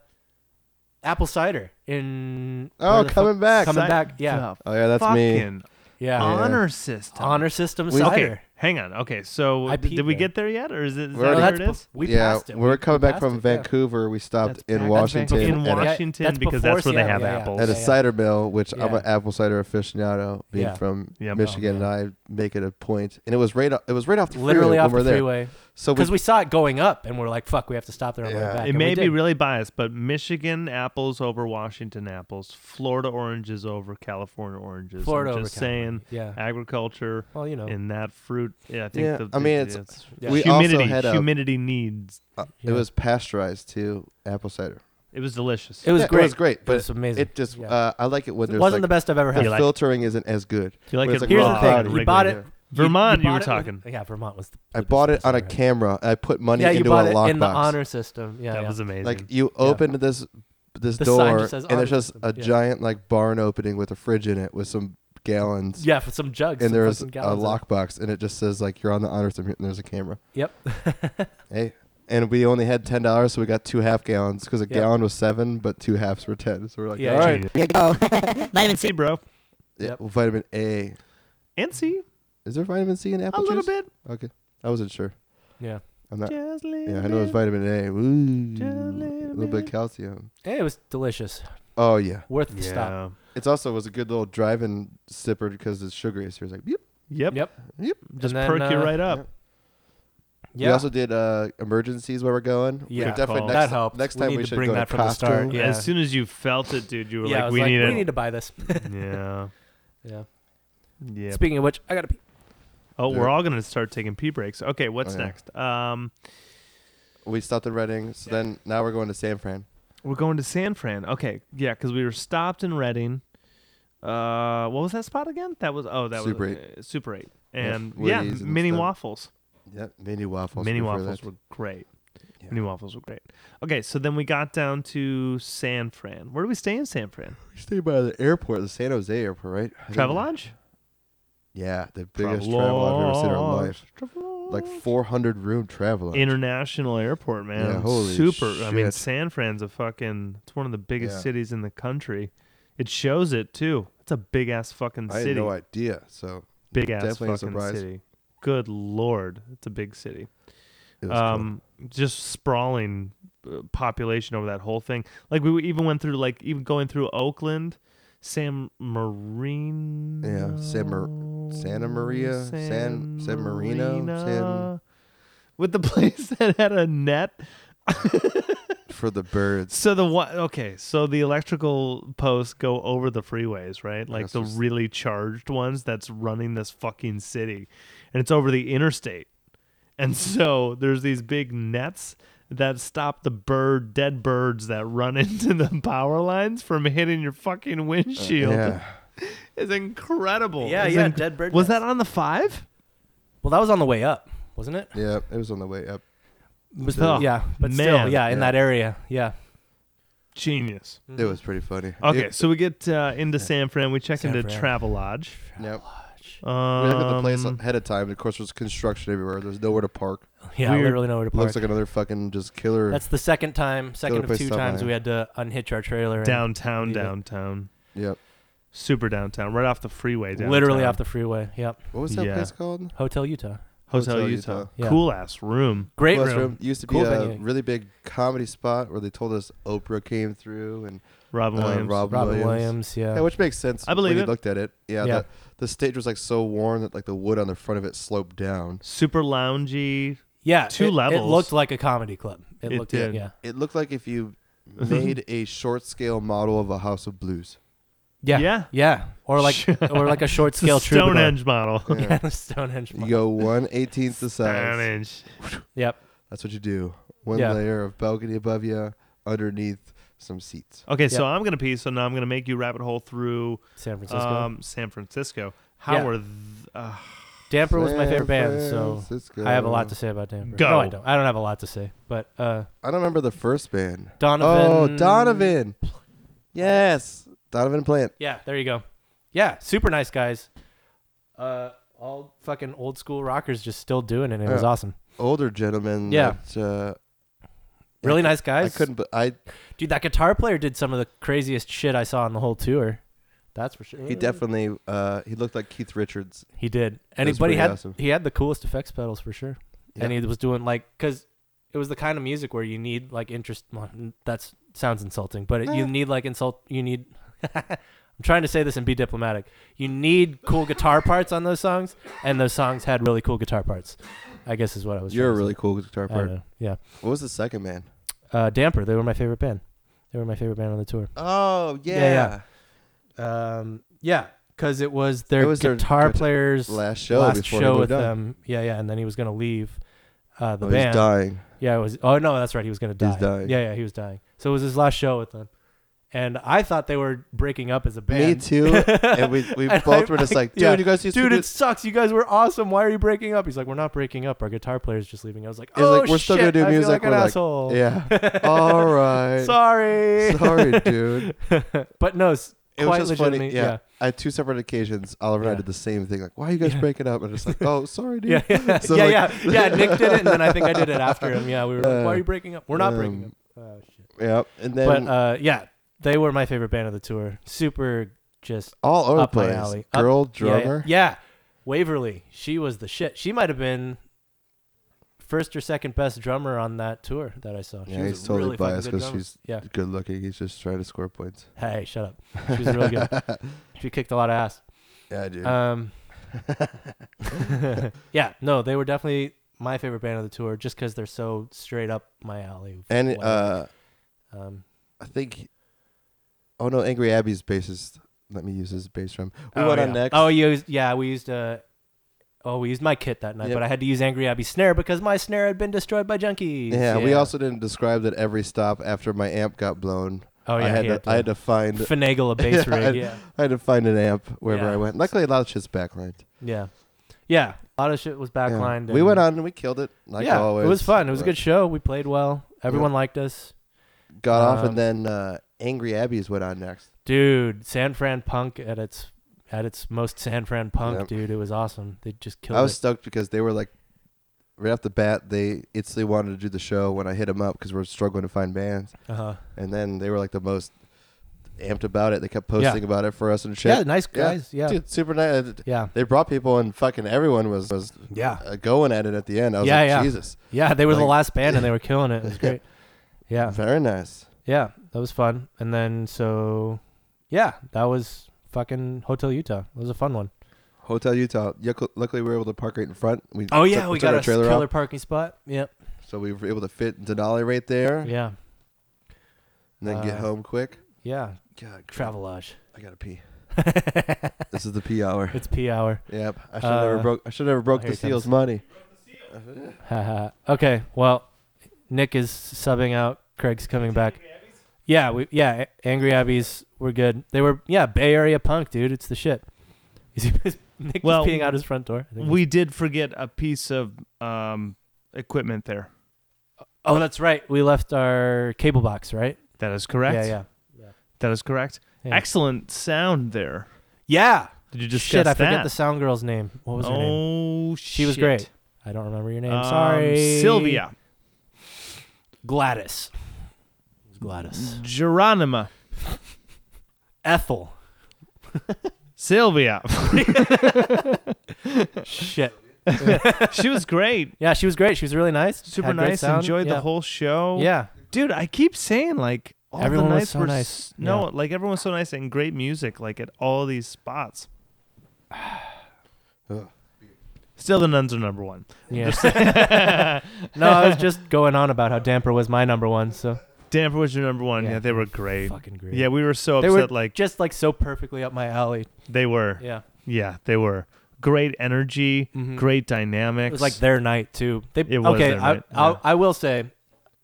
Speaker 1: apple cider in. where
Speaker 4: Oh,
Speaker 1: the fuck-
Speaker 4: coming back.
Speaker 1: Coming
Speaker 2: Ci-
Speaker 1: back. Yeah.
Speaker 2: The
Speaker 4: Oh yeah, that's me.
Speaker 2: fucking
Speaker 1: Yeah.
Speaker 4: Uh,
Speaker 2: honor system.
Speaker 1: Honor system
Speaker 4: We-
Speaker 1: cider.
Speaker 2: Okay, hang on. Okay, so
Speaker 1: I
Speaker 2: did
Speaker 1: peed
Speaker 2: we
Speaker 1: there.
Speaker 2: get there yet, or is it is
Speaker 4: We're
Speaker 2: that
Speaker 1: No,
Speaker 4: already-
Speaker 2: where
Speaker 1: that's
Speaker 2: it
Speaker 1: bef-
Speaker 2: is?
Speaker 1: we
Speaker 4: yeah,
Speaker 1: passed it.
Speaker 4: we were coming back
Speaker 1: passed
Speaker 4: from
Speaker 1: it, yeah.
Speaker 4: Vancouver. We stopped
Speaker 2: That's
Speaker 4: in
Speaker 2: back-
Speaker 4: Washington,
Speaker 2: in
Speaker 4: at, a,
Speaker 2: Washington
Speaker 1: that's
Speaker 2: because
Speaker 1: before
Speaker 2: that's where they
Speaker 1: Seattle,
Speaker 2: have
Speaker 1: yeah, yeah.
Speaker 2: apples.
Speaker 4: at a
Speaker 1: yeah.
Speaker 4: cider mill, which I'm an
Speaker 1: Yeah.
Speaker 4: apple cider aficionado, being
Speaker 1: Yeah.
Speaker 4: from
Speaker 2: Yep.
Speaker 4: Michigan,
Speaker 1: Oh,
Speaker 4: and I make it a point. And it was right. o- It was right off the
Speaker 1: Literally
Speaker 4: freeway
Speaker 1: off
Speaker 4: when
Speaker 1: the
Speaker 4: we're there.
Speaker 1: freeway
Speaker 4: So we,
Speaker 1: because we saw it going up and we're like, "Fuck, we have to stop there on the
Speaker 4: Yeah.
Speaker 1: way back."
Speaker 2: It
Speaker 1: and
Speaker 2: may
Speaker 1: we
Speaker 2: be
Speaker 1: did.
Speaker 2: really biased, but Michigan apples over Washington apples, Florida oranges over California oranges.
Speaker 1: Florida
Speaker 2: I'm
Speaker 1: over
Speaker 2: just
Speaker 1: California.
Speaker 2: saying
Speaker 1: Yeah.
Speaker 2: agriculture
Speaker 1: Well, you know.
Speaker 2: in that fruit. Yeah, I think
Speaker 4: Yeah,
Speaker 2: the,
Speaker 4: I mean,
Speaker 2: the-
Speaker 4: it's-
Speaker 1: Yeah.
Speaker 4: we
Speaker 2: humidity.
Speaker 4: also had a.
Speaker 2: humidity needs.
Speaker 4: uh,
Speaker 1: Yeah.
Speaker 4: It was pasteurized too. Apple cider.
Speaker 2: It was delicious.
Speaker 1: It was
Speaker 4: Yeah,
Speaker 1: great.
Speaker 4: It was great, but
Speaker 1: was amazing.
Speaker 4: It just.
Speaker 1: Yeah.
Speaker 4: Uh, I like it when
Speaker 1: it
Speaker 4: there's
Speaker 1: wasn't
Speaker 4: like,
Speaker 1: the best I've ever had.
Speaker 2: You
Speaker 4: The
Speaker 2: like-
Speaker 4: filtering isn't as good.
Speaker 2: Do you like
Speaker 4: Where
Speaker 2: it
Speaker 4: it's like
Speaker 1: Here's
Speaker 4: raw
Speaker 1: the thing.
Speaker 4: and
Speaker 1: You
Speaker 2: regular?
Speaker 1: bought it.
Speaker 2: Vermont, you
Speaker 1: bought
Speaker 2: were
Speaker 1: it with-
Speaker 2: talking.
Speaker 1: yeah, Vermont was. The,
Speaker 4: I
Speaker 1: the
Speaker 4: bought it
Speaker 1: best
Speaker 4: on a
Speaker 1: I've ever had.
Speaker 4: camera. I put money
Speaker 1: Yeah, you
Speaker 4: into
Speaker 1: bought
Speaker 4: a
Speaker 1: it
Speaker 4: lockbox.
Speaker 1: in the honor system. Yeah,
Speaker 2: That
Speaker 1: yeah.
Speaker 2: was amazing.
Speaker 4: Like you open this this
Speaker 1: The sign
Speaker 4: door
Speaker 1: just says
Speaker 4: and there's
Speaker 1: honor
Speaker 4: just
Speaker 1: system,
Speaker 4: a
Speaker 1: yeah.
Speaker 4: giant like barn opening with a fridge in it with some gallons.
Speaker 1: yeah, for some jugs.
Speaker 4: And
Speaker 1: some
Speaker 4: there's a
Speaker 1: fucking gallons in it.
Speaker 4: lockbox and it just says like you're on the honor system and there's a camera.
Speaker 1: Yep.
Speaker 4: Hey. And we only had ten dollars, so we got two half gallons because a
Speaker 1: Yeah.
Speaker 4: gallon was seven, but two halves were ten. So we're like,
Speaker 1: Yeah,
Speaker 4: all right,
Speaker 2: Genius.
Speaker 5: Here you go. Vitamin
Speaker 2: See,
Speaker 5: C.
Speaker 2: bro.
Speaker 4: yeah,
Speaker 1: Yep.
Speaker 4: well, vitamin A.
Speaker 2: And see
Speaker 4: Is there vitamin C in
Speaker 2: a
Speaker 4: apple
Speaker 2: little
Speaker 4: juice?
Speaker 2: bit.
Speaker 4: Okay, I wasn't sure.
Speaker 1: Yeah.
Speaker 4: I'm not.
Speaker 2: Just little
Speaker 4: Yeah, I know it's
Speaker 2: bit.
Speaker 4: vitamin A. Ooh,
Speaker 2: Just a
Speaker 4: a
Speaker 2: little
Speaker 4: little bit of
Speaker 2: bit.
Speaker 4: calcium.
Speaker 1: Eh, It was delicious.
Speaker 4: Oh yeah,
Speaker 1: Worth the
Speaker 2: Yeah.
Speaker 1: stop.
Speaker 4: it's also was a good little drive-in sipper because it's sugary. So it's like, beep.
Speaker 2: Yep.
Speaker 1: Yep. And
Speaker 2: Just
Speaker 1: then,
Speaker 2: perk you
Speaker 1: uh,
Speaker 2: right up.
Speaker 1: Yeah.
Speaker 4: We also did uh, emergencies where we're going. We
Speaker 1: Yeah. Oh,
Speaker 4: could definitely
Speaker 2: Call.
Speaker 4: next,
Speaker 1: That helped.
Speaker 4: Next
Speaker 1: We
Speaker 4: time
Speaker 1: need
Speaker 4: we
Speaker 1: to
Speaker 4: should
Speaker 1: bring
Speaker 4: go
Speaker 1: that
Speaker 4: to
Speaker 1: from the start,
Speaker 4: Costco.
Speaker 1: yeah.
Speaker 2: As soon as you felt it, dude, you were
Speaker 1: yeah, I
Speaker 2: like,
Speaker 1: was
Speaker 2: "We
Speaker 1: like,
Speaker 2: need
Speaker 1: we need
Speaker 2: it."
Speaker 1: to buy this.
Speaker 2: yeah.
Speaker 1: yeah.
Speaker 2: Yeah.
Speaker 1: Speaking of which, I gotta pee.
Speaker 2: Oh,
Speaker 4: Yeah.
Speaker 2: we're all gonna start taking pee breaks. Okay, what's
Speaker 4: Oh, yeah.
Speaker 2: next? Um,
Speaker 4: We stopped in Reading, so then now we're going to San Fran.
Speaker 2: we're going to San Fran. Okay, yeah, because we were stopped in Reading. Uh, what was that spot again? That was oh, that
Speaker 4: Super
Speaker 2: was
Speaker 4: Eight.
Speaker 2: Uh, Super Eight,
Speaker 4: Yeah,
Speaker 2: and yeah,
Speaker 4: Woody's and
Speaker 2: mini
Speaker 4: stuff.
Speaker 2: waffles.
Speaker 4: Yep, mini waffles.
Speaker 2: mini
Speaker 4: we were
Speaker 2: waffles
Speaker 4: there.
Speaker 2: were great.
Speaker 4: Yeah.
Speaker 2: Mini waffles were great. Okay, so then we got down to San Fran. Where do we stay in San Fran?
Speaker 4: We stayed by the airport, the San Jose airport, right? I think-
Speaker 2: Travelodge.
Speaker 4: Yeah, the biggest travel I've ever seen in our life.
Speaker 2: Travelodge.
Speaker 4: Like 400 room travel.
Speaker 2: international airport, man.
Speaker 4: Yeah, holy
Speaker 2: Super. I mean,
Speaker 4: shit.
Speaker 2: San Fran's a fucking. It's one of the biggest
Speaker 4: Yeah.
Speaker 2: cities in the country. It shows it too. It's a big ass fucking
Speaker 4: I
Speaker 2: city.
Speaker 4: had no idea. So
Speaker 2: big ass
Speaker 4: definitely a
Speaker 2: fucking
Speaker 4: surprise.
Speaker 2: city. Good lord, it's a big city.
Speaker 4: it was
Speaker 2: Um, just sprawling uh, population over that whole thing. Like we even went through, like even going through Oakland, San Marino.
Speaker 4: Yeah, San Mar- Santa Maria, San- San Marino, San-
Speaker 2: with the place that had a net.
Speaker 4: cool. for the birds.
Speaker 2: So the what? Okay, so the electrical posts go over the freeways, right? Like
Speaker 4: guess
Speaker 2: the
Speaker 4: just-
Speaker 2: really charged ones that's running this fucking city, and it's over the interstate. And so there's these big nets that stop the bird, dead birds that run into the power lines from hitting your fucking windshield.
Speaker 4: Uh, Yeah.
Speaker 2: It's incredible.
Speaker 1: Yeah,
Speaker 2: It's
Speaker 1: yeah.
Speaker 2: inc-
Speaker 1: dead bird.
Speaker 2: was
Speaker 1: nest.
Speaker 2: that on the five?
Speaker 1: Well, that was on the way up, wasn't it?
Speaker 4: Yeah, it was on the way up.
Speaker 1: Was
Speaker 2: Oh,
Speaker 1: yeah, but still,
Speaker 2: man.
Speaker 1: yeah, in
Speaker 4: Yeah.
Speaker 1: that area, yeah.
Speaker 2: Genius.
Speaker 4: It was pretty funny.
Speaker 2: Okay,
Speaker 4: It-
Speaker 2: so we get uh, into San Fran. We check
Speaker 1: San
Speaker 2: into
Speaker 1: Fran.
Speaker 2: Travelodge.
Speaker 4: Yep.
Speaker 2: Um,
Speaker 4: We looked at the place ahead of time. Of course, there's construction everywhere. There's nowhere to park.
Speaker 1: Yeah, we
Speaker 2: Weird.
Speaker 1: really know where to
Speaker 4: It
Speaker 1: park.
Speaker 4: looks like another fucking just killer.
Speaker 1: That's the second time, second of
Speaker 4: place
Speaker 1: two
Speaker 4: stop
Speaker 1: times
Speaker 4: by.
Speaker 1: we had to unhitch our trailer and
Speaker 2: downtown,
Speaker 1: leave it.
Speaker 2: downtown,
Speaker 4: yep.
Speaker 2: super downtown, right off the freeway. Downtown.
Speaker 1: literally off the freeway. Yep,
Speaker 4: What was that
Speaker 2: Yeah.
Speaker 4: place called?
Speaker 1: Hotel Utah.
Speaker 2: Hotel,
Speaker 4: Hotel
Speaker 2: Utah.
Speaker 4: Utah.
Speaker 1: Yeah.
Speaker 2: Cool ass room.
Speaker 1: Great
Speaker 4: Plus
Speaker 1: room.
Speaker 4: Room. It used to
Speaker 1: Cool
Speaker 4: be a
Speaker 1: venue.
Speaker 4: really big comedy spot where they told us Oprah came through and
Speaker 2: Robin
Speaker 4: uh,
Speaker 2: Williams.
Speaker 4: Robin,
Speaker 1: Robin
Speaker 4: Williams.
Speaker 1: Williams. Yeah.
Speaker 4: Yeah, which makes sense.
Speaker 2: I believe
Speaker 4: when
Speaker 2: it.
Speaker 4: You looked at it. Yeah.
Speaker 1: Yeah.
Speaker 4: The, the stage was like so worn that like the wood on the front of it sloped down.
Speaker 2: super loungy.
Speaker 1: yeah.
Speaker 2: two
Speaker 1: it- It
Speaker 2: levels.
Speaker 1: looked like a comedy club. It,
Speaker 2: It
Speaker 1: looked
Speaker 2: did.
Speaker 1: yeah.
Speaker 4: It looked like if you made a short scale model of a House of Blues.
Speaker 1: Yeah.
Speaker 2: Yeah.
Speaker 1: Yeah. Or like or like a short
Speaker 2: It's a
Speaker 1: scale troubadour.
Speaker 2: Stonehenge model.
Speaker 1: Yeah, the Stonehenge.
Speaker 4: You
Speaker 1: model.
Speaker 4: go one eighteenth the size.
Speaker 2: Stonehenge.
Speaker 1: Yep.
Speaker 4: That's what you do. One
Speaker 1: Yeah.
Speaker 4: layer of balcony above you, underneath some seats.
Speaker 2: Okay, so I'm gonna pee. So now I'm gonna make you rabbit hole through
Speaker 1: San Francisco.
Speaker 2: um, San Francisco. How
Speaker 1: Yeah.
Speaker 2: are th- uh,
Speaker 1: Damper was my favorite band, so
Speaker 4: Francisco.
Speaker 1: I have a lot to say about Damper.
Speaker 2: Go.
Speaker 1: No, I don't. I don't have a lot to say. But uh,
Speaker 4: I don't remember the first band.
Speaker 1: Donovan.
Speaker 4: Oh, Donovan. Yes, Donovan Plant.
Speaker 1: Yeah, there you go. Yeah, super nice guys. Uh, all fucking old school rockers just still doing it. It was
Speaker 4: Yeah.
Speaker 1: awesome.
Speaker 4: Older gentleman.
Speaker 1: Yeah.
Speaker 4: that, uh,
Speaker 1: Really nice
Speaker 4: I
Speaker 1: guys.
Speaker 4: couldn't. But I
Speaker 1: Dude, that guitar player did some of the craziest shit I saw on the whole tour. That's for sure.
Speaker 4: he definitely uh, he looked like Keith Richards.
Speaker 1: He did.
Speaker 4: That was
Speaker 1: Anybody
Speaker 4: pretty
Speaker 1: had
Speaker 4: awesome.
Speaker 1: he had the coolest effects pedals for sure. And he was doing like cuz it was the kind of music where you need like interest well, n- that's sounds insulting, but it, you
Speaker 4: Eh.
Speaker 1: need like insult you need I'm trying to say this and be diplomatic. You need cool guitar parts on those songs and those songs had really cool guitar parts. I guess is what I was
Speaker 4: You're a
Speaker 1: trying to
Speaker 4: really cool guitar
Speaker 1: say. I don't
Speaker 4: part.
Speaker 1: know. Yeah.
Speaker 4: What was the second man?
Speaker 1: Uh, Damper, they were my favorite band. They were my favorite band on the tour.
Speaker 4: Oh yeah,
Speaker 1: yeah. Um, yeah, because it was their
Speaker 4: It was their
Speaker 1: guitar
Speaker 4: guita-
Speaker 1: players
Speaker 4: Last show
Speaker 1: last
Speaker 4: before
Speaker 1: show
Speaker 4: he
Speaker 1: with
Speaker 4: moved on.
Speaker 1: them. Yeah, yeah, and then he was gonna leave uh, the
Speaker 4: oh,
Speaker 1: band.
Speaker 4: he's dying.
Speaker 1: Yeah, it was. Oh no, that's right. He was gonna die.
Speaker 4: He's dying.
Speaker 1: Yeah, yeah, he was dying. So it was his last show with them, and I thought they were breaking up as a band.
Speaker 4: Me too. and we, we
Speaker 1: And
Speaker 4: both
Speaker 1: I-
Speaker 4: were just
Speaker 1: I-
Speaker 4: like, dude,
Speaker 1: yeah.
Speaker 4: you guys used to
Speaker 1: Dude,
Speaker 4: do
Speaker 1: it sucks. You guys were awesome. Why are you breaking up? He's like, we're not breaking up. Our guitar player's just leaving. I was like,
Speaker 4: He's
Speaker 1: oh
Speaker 4: like, we're still
Speaker 1: shit,
Speaker 4: gonna do
Speaker 1: I feel
Speaker 4: music.
Speaker 1: Like an
Speaker 4: We're like,
Speaker 1: asshole.
Speaker 4: Yeah. All right.
Speaker 1: Sorry.
Speaker 4: Sorry, dude.
Speaker 1: but no, it's
Speaker 4: It
Speaker 1: quite
Speaker 4: was just funny.
Speaker 1: legitimately.
Speaker 4: Yeah. At two separate occasions, Oliver and
Speaker 1: Yeah.
Speaker 4: I did the same thing. Like, why are you guys
Speaker 1: Yeah.
Speaker 4: breaking up? And it's like, oh, sorry, dude.
Speaker 1: Yeah, yeah,
Speaker 4: So,
Speaker 1: yeah,
Speaker 4: like-
Speaker 1: yeah, yeah. Nick did it, and then I think I did it after him. Yeah, we were like, "Why are
Speaker 4: Uh,
Speaker 1: you breaking up? We're not breaking up."
Speaker 4: um,
Speaker 1: Oh, shit.
Speaker 4: Yep. And
Speaker 1: But
Speaker 4: then
Speaker 1: uh, yeah, they were my favorite band of the tour. Super, just
Speaker 4: all over the
Speaker 1: up my
Speaker 4: place.
Speaker 1: alley. Up-
Speaker 4: Girl
Speaker 1: yeah, yeah.
Speaker 4: drummer.
Speaker 1: Yeah, Waverly, she was the shit. She might have been first or second best drummer on that tour that I saw. She
Speaker 4: Yeah,
Speaker 1: was
Speaker 4: he's
Speaker 1: a
Speaker 4: totally
Speaker 1: really fucking
Speaker 4: biased
Speaker 1: good
Speaker 4: 'cause
Speaker 1: drummer.
Speaker 4: she's
Speaker 1: yeah.
Speaker 4: good looking. He's just trying to score points.
Speaker 1: Hey, shut up. She was really good. she kicked a lot of ass.
Speaker 4: Yeah, dude.
Speaker 1: Um, yeah, no, they were definitely my favorite band of the tour just because they're so straight up my alley. with
Speaker 4: and
Speaker 1: what I
Speaker 4: uh,
Speaker 1: like. um,
Speaker 4: I think, oh no, Angry Abby's bassist. Let me use his bass drum. We
Speaker 1: oh,
Speaker 4: went
Speaker 1: yeah.
Speaker 4: on next.
Speaker 1: Oh, you used, yeah, we used uh, oh, we used my kit that night,
Speaker 4: Yep.
Speaker 1: but I had to use Angry Abby's snare because my snare had been destroyed by junkies.
Speaker 4: Yeah, we also didn't describe that every stop after my amp got blown.
Speaker 1: Oh yeah,
Speaker 4: I had,
Speaker 1: he
Speaker 4: to,
Speaker 1: had
Speaker 4: I had to find
Speaker 1: finagle a bass
Speaker 4: Yeah,
Speaker 1: rig.
Speaker 4: I-
Speaker 1: Yeah,
Speaker 4: I had to find an amp wherever
Speaker 1: Yeah.
Speaker 4: I went. Luckily, a lot of shit's backlined.
Speaker 1: yeah, yeah. A lot of shit was
Speaker 4: Yeah.
Speaker 1: backlined.
Speaker 4: We
Speaker 1: and-
Speaker 4: went on and we killed it. Like
Speaker 1: yeah,
Speaker 4: always.
Speaker 1: it was fun. It was a
Speaker 4: But
Speaker 1: good show. We played well. Everyone liked us.
Speaker 4: Got off
Speaker 1: Um,
Speaker 4: and then uh, Angry Abby's went on next.
Speaker 1: dude san fran punk at its at its most san fran punk
Speaker 4: Yep.
Speaker 1: dude it was awesome they just killed
Speaker 4: I was
Speaker 1: it
Speaker 4: stoked because they were like, right off the bat, they instantly wanted to do the show when I hit them up because we're struggling to find bands.
Speaker 1: uh-huh.
Speaker 4: And then they were like the most amped about it. They kept posting about it for us and shit.
Speaker 1: yeah nice guys yeah
Speaker 4: Dude, super nice.
Speaker 1: yeah
Speaker 4: They brought people and fucking everyone was was
Speaker 1: yeah
Speaker 4: uh, going at it at the end. I was
Speaker 1: Yeah,
Speaker 4: like,
Speaker 1: yeah.
Speaker 4: Jesus,
Speaker 1: yeah they were the
Speaker 4: Like-
Speaker 1: last band and they were killing it it was great yeah
Speaker 4: very nice.
Speaker 1: yeah that was fun and then so yeah that was fucking hotel utah it was a fun one.
Speaker 4: Hotel Utah. Yuck- Luckily, we were able to park right in front. We
Speaker 1: Oh yeah
Speaker 4: took-
Speaker 1: we
Speaker 4: took
Speaker 1: got
Speaker 4: our
Speaker 1: a
Speaker 4: trailer
Speaker 1: killer
Speaker 4: out,
Speaker 1: parking spot yep
Speaker 4: so we were able to fit Denali right there,
Speaker 1: yeah
Speaker 4: and then get
Speaker 1: Uh,
Speaker 4: home quick.
Speaker 1: yeah
Speaker 4: God,
Speaker 1: travelage
Speaker 4: I gotta pee. This is the pee hour.
Speaker 1: it's p hour
Speaker 4: Yep, I should never
Speaker 1: Uh,
Speaker 4: broke. I should never broke
Speaker 1: here
Speaker 4: the
Speaker 1: it comes.
Speaker 4: seals money.
Speaker 1: Haha. okay. Well, Nick is subbing out. Craig's coming back. Yeah, we yeah, A- Angry Abbeys were good. They were yeah, Bay Area punk, dude. It's the shit. Is he, is Nick
Speaker 2: Well,
Speaker 1: is peeing out his front door. I think
Speaker 2: We did forget a piece of um, equipment there.
Speaker 1: that's- oh, that's right. We left our cable box, right?
Speaker 2: That is correct.
Speaker 1: Yeah, yeah.
Speaker 2: That is correct.
Speaker 1: Yeah.
Speaker 2: Excellent sound there.
Speaker 1: Yeah.
Speaker 2: Did you just
Speaker 1: shit, I
Speaker 2: that?
Speaker 1: forget the sound girl's name. What was her name?
Speaker 2: oh,
Speaker 1: She was great. I don't remember your name. Sorry.
Speaker 2: Um, Sylvia.
Speaker 1: Gladys. Gladys.
Speaker 2: Mm. Geronima.
Speaker 1: Ethel.
Speaker 2: Sylvia.
Speaker 1: Shit.
Speaker 2: she was great.
Speaker 1: Yeah, she was great. She was really nice.
Speaker 2: Super
Speaker 1: Had great
Speaker 2: nice.
Speaker 1: sound.
Speaker 2: Enjoyed
Speaker 1: Yeah.
Speaker 2: the whole show.
Speaker 1: Yeah.
Speaker 2: Dude, I keep saying like all
Speaker 1: Everyone
Speaker 2: the
Speaker 1: was
Speaker 2: nights
Speaker 1: so
Speaker 2: were
Speaker 1: nice.
Speaker 2: s- no, like everyone was so nice and great music like at all these spots.
Speaker 4: Ugh.
Speaker 2: Still the nuns are number one.
Speaker 1: Yeah. no, I was just going on about how Damper was my number one. So
Speaker 2: Danforth was your number one. Yeah,
Speaker 1: Yeah.
Speaker 2: they were great.
Speaker 1: Fucking great.
Speaker 2: Yeah, we were so
Speaker 1: they
Speaker 2: upset.
Speaker 1: were
Speaker 2: like
Speaker 1: just like so perfectly up my alley.
Speaker 2: they were. Yeah,
Speaker 1: Yeah,
Speaker 2: they were. Great energy,
Speaker 1: Mhm.
Speaker 2: great
Speaker 1: it
Speaker 2: dynamics.
Speaker 1: was like their night too. They
Speaker 2: It was
Speaker 1: okay.
Speaker 2: their
Speaker 1: I,
Speaker 2: night,
Speaker 1: I'll-
Speaker 2: yeah.
Speaker 1: I will say,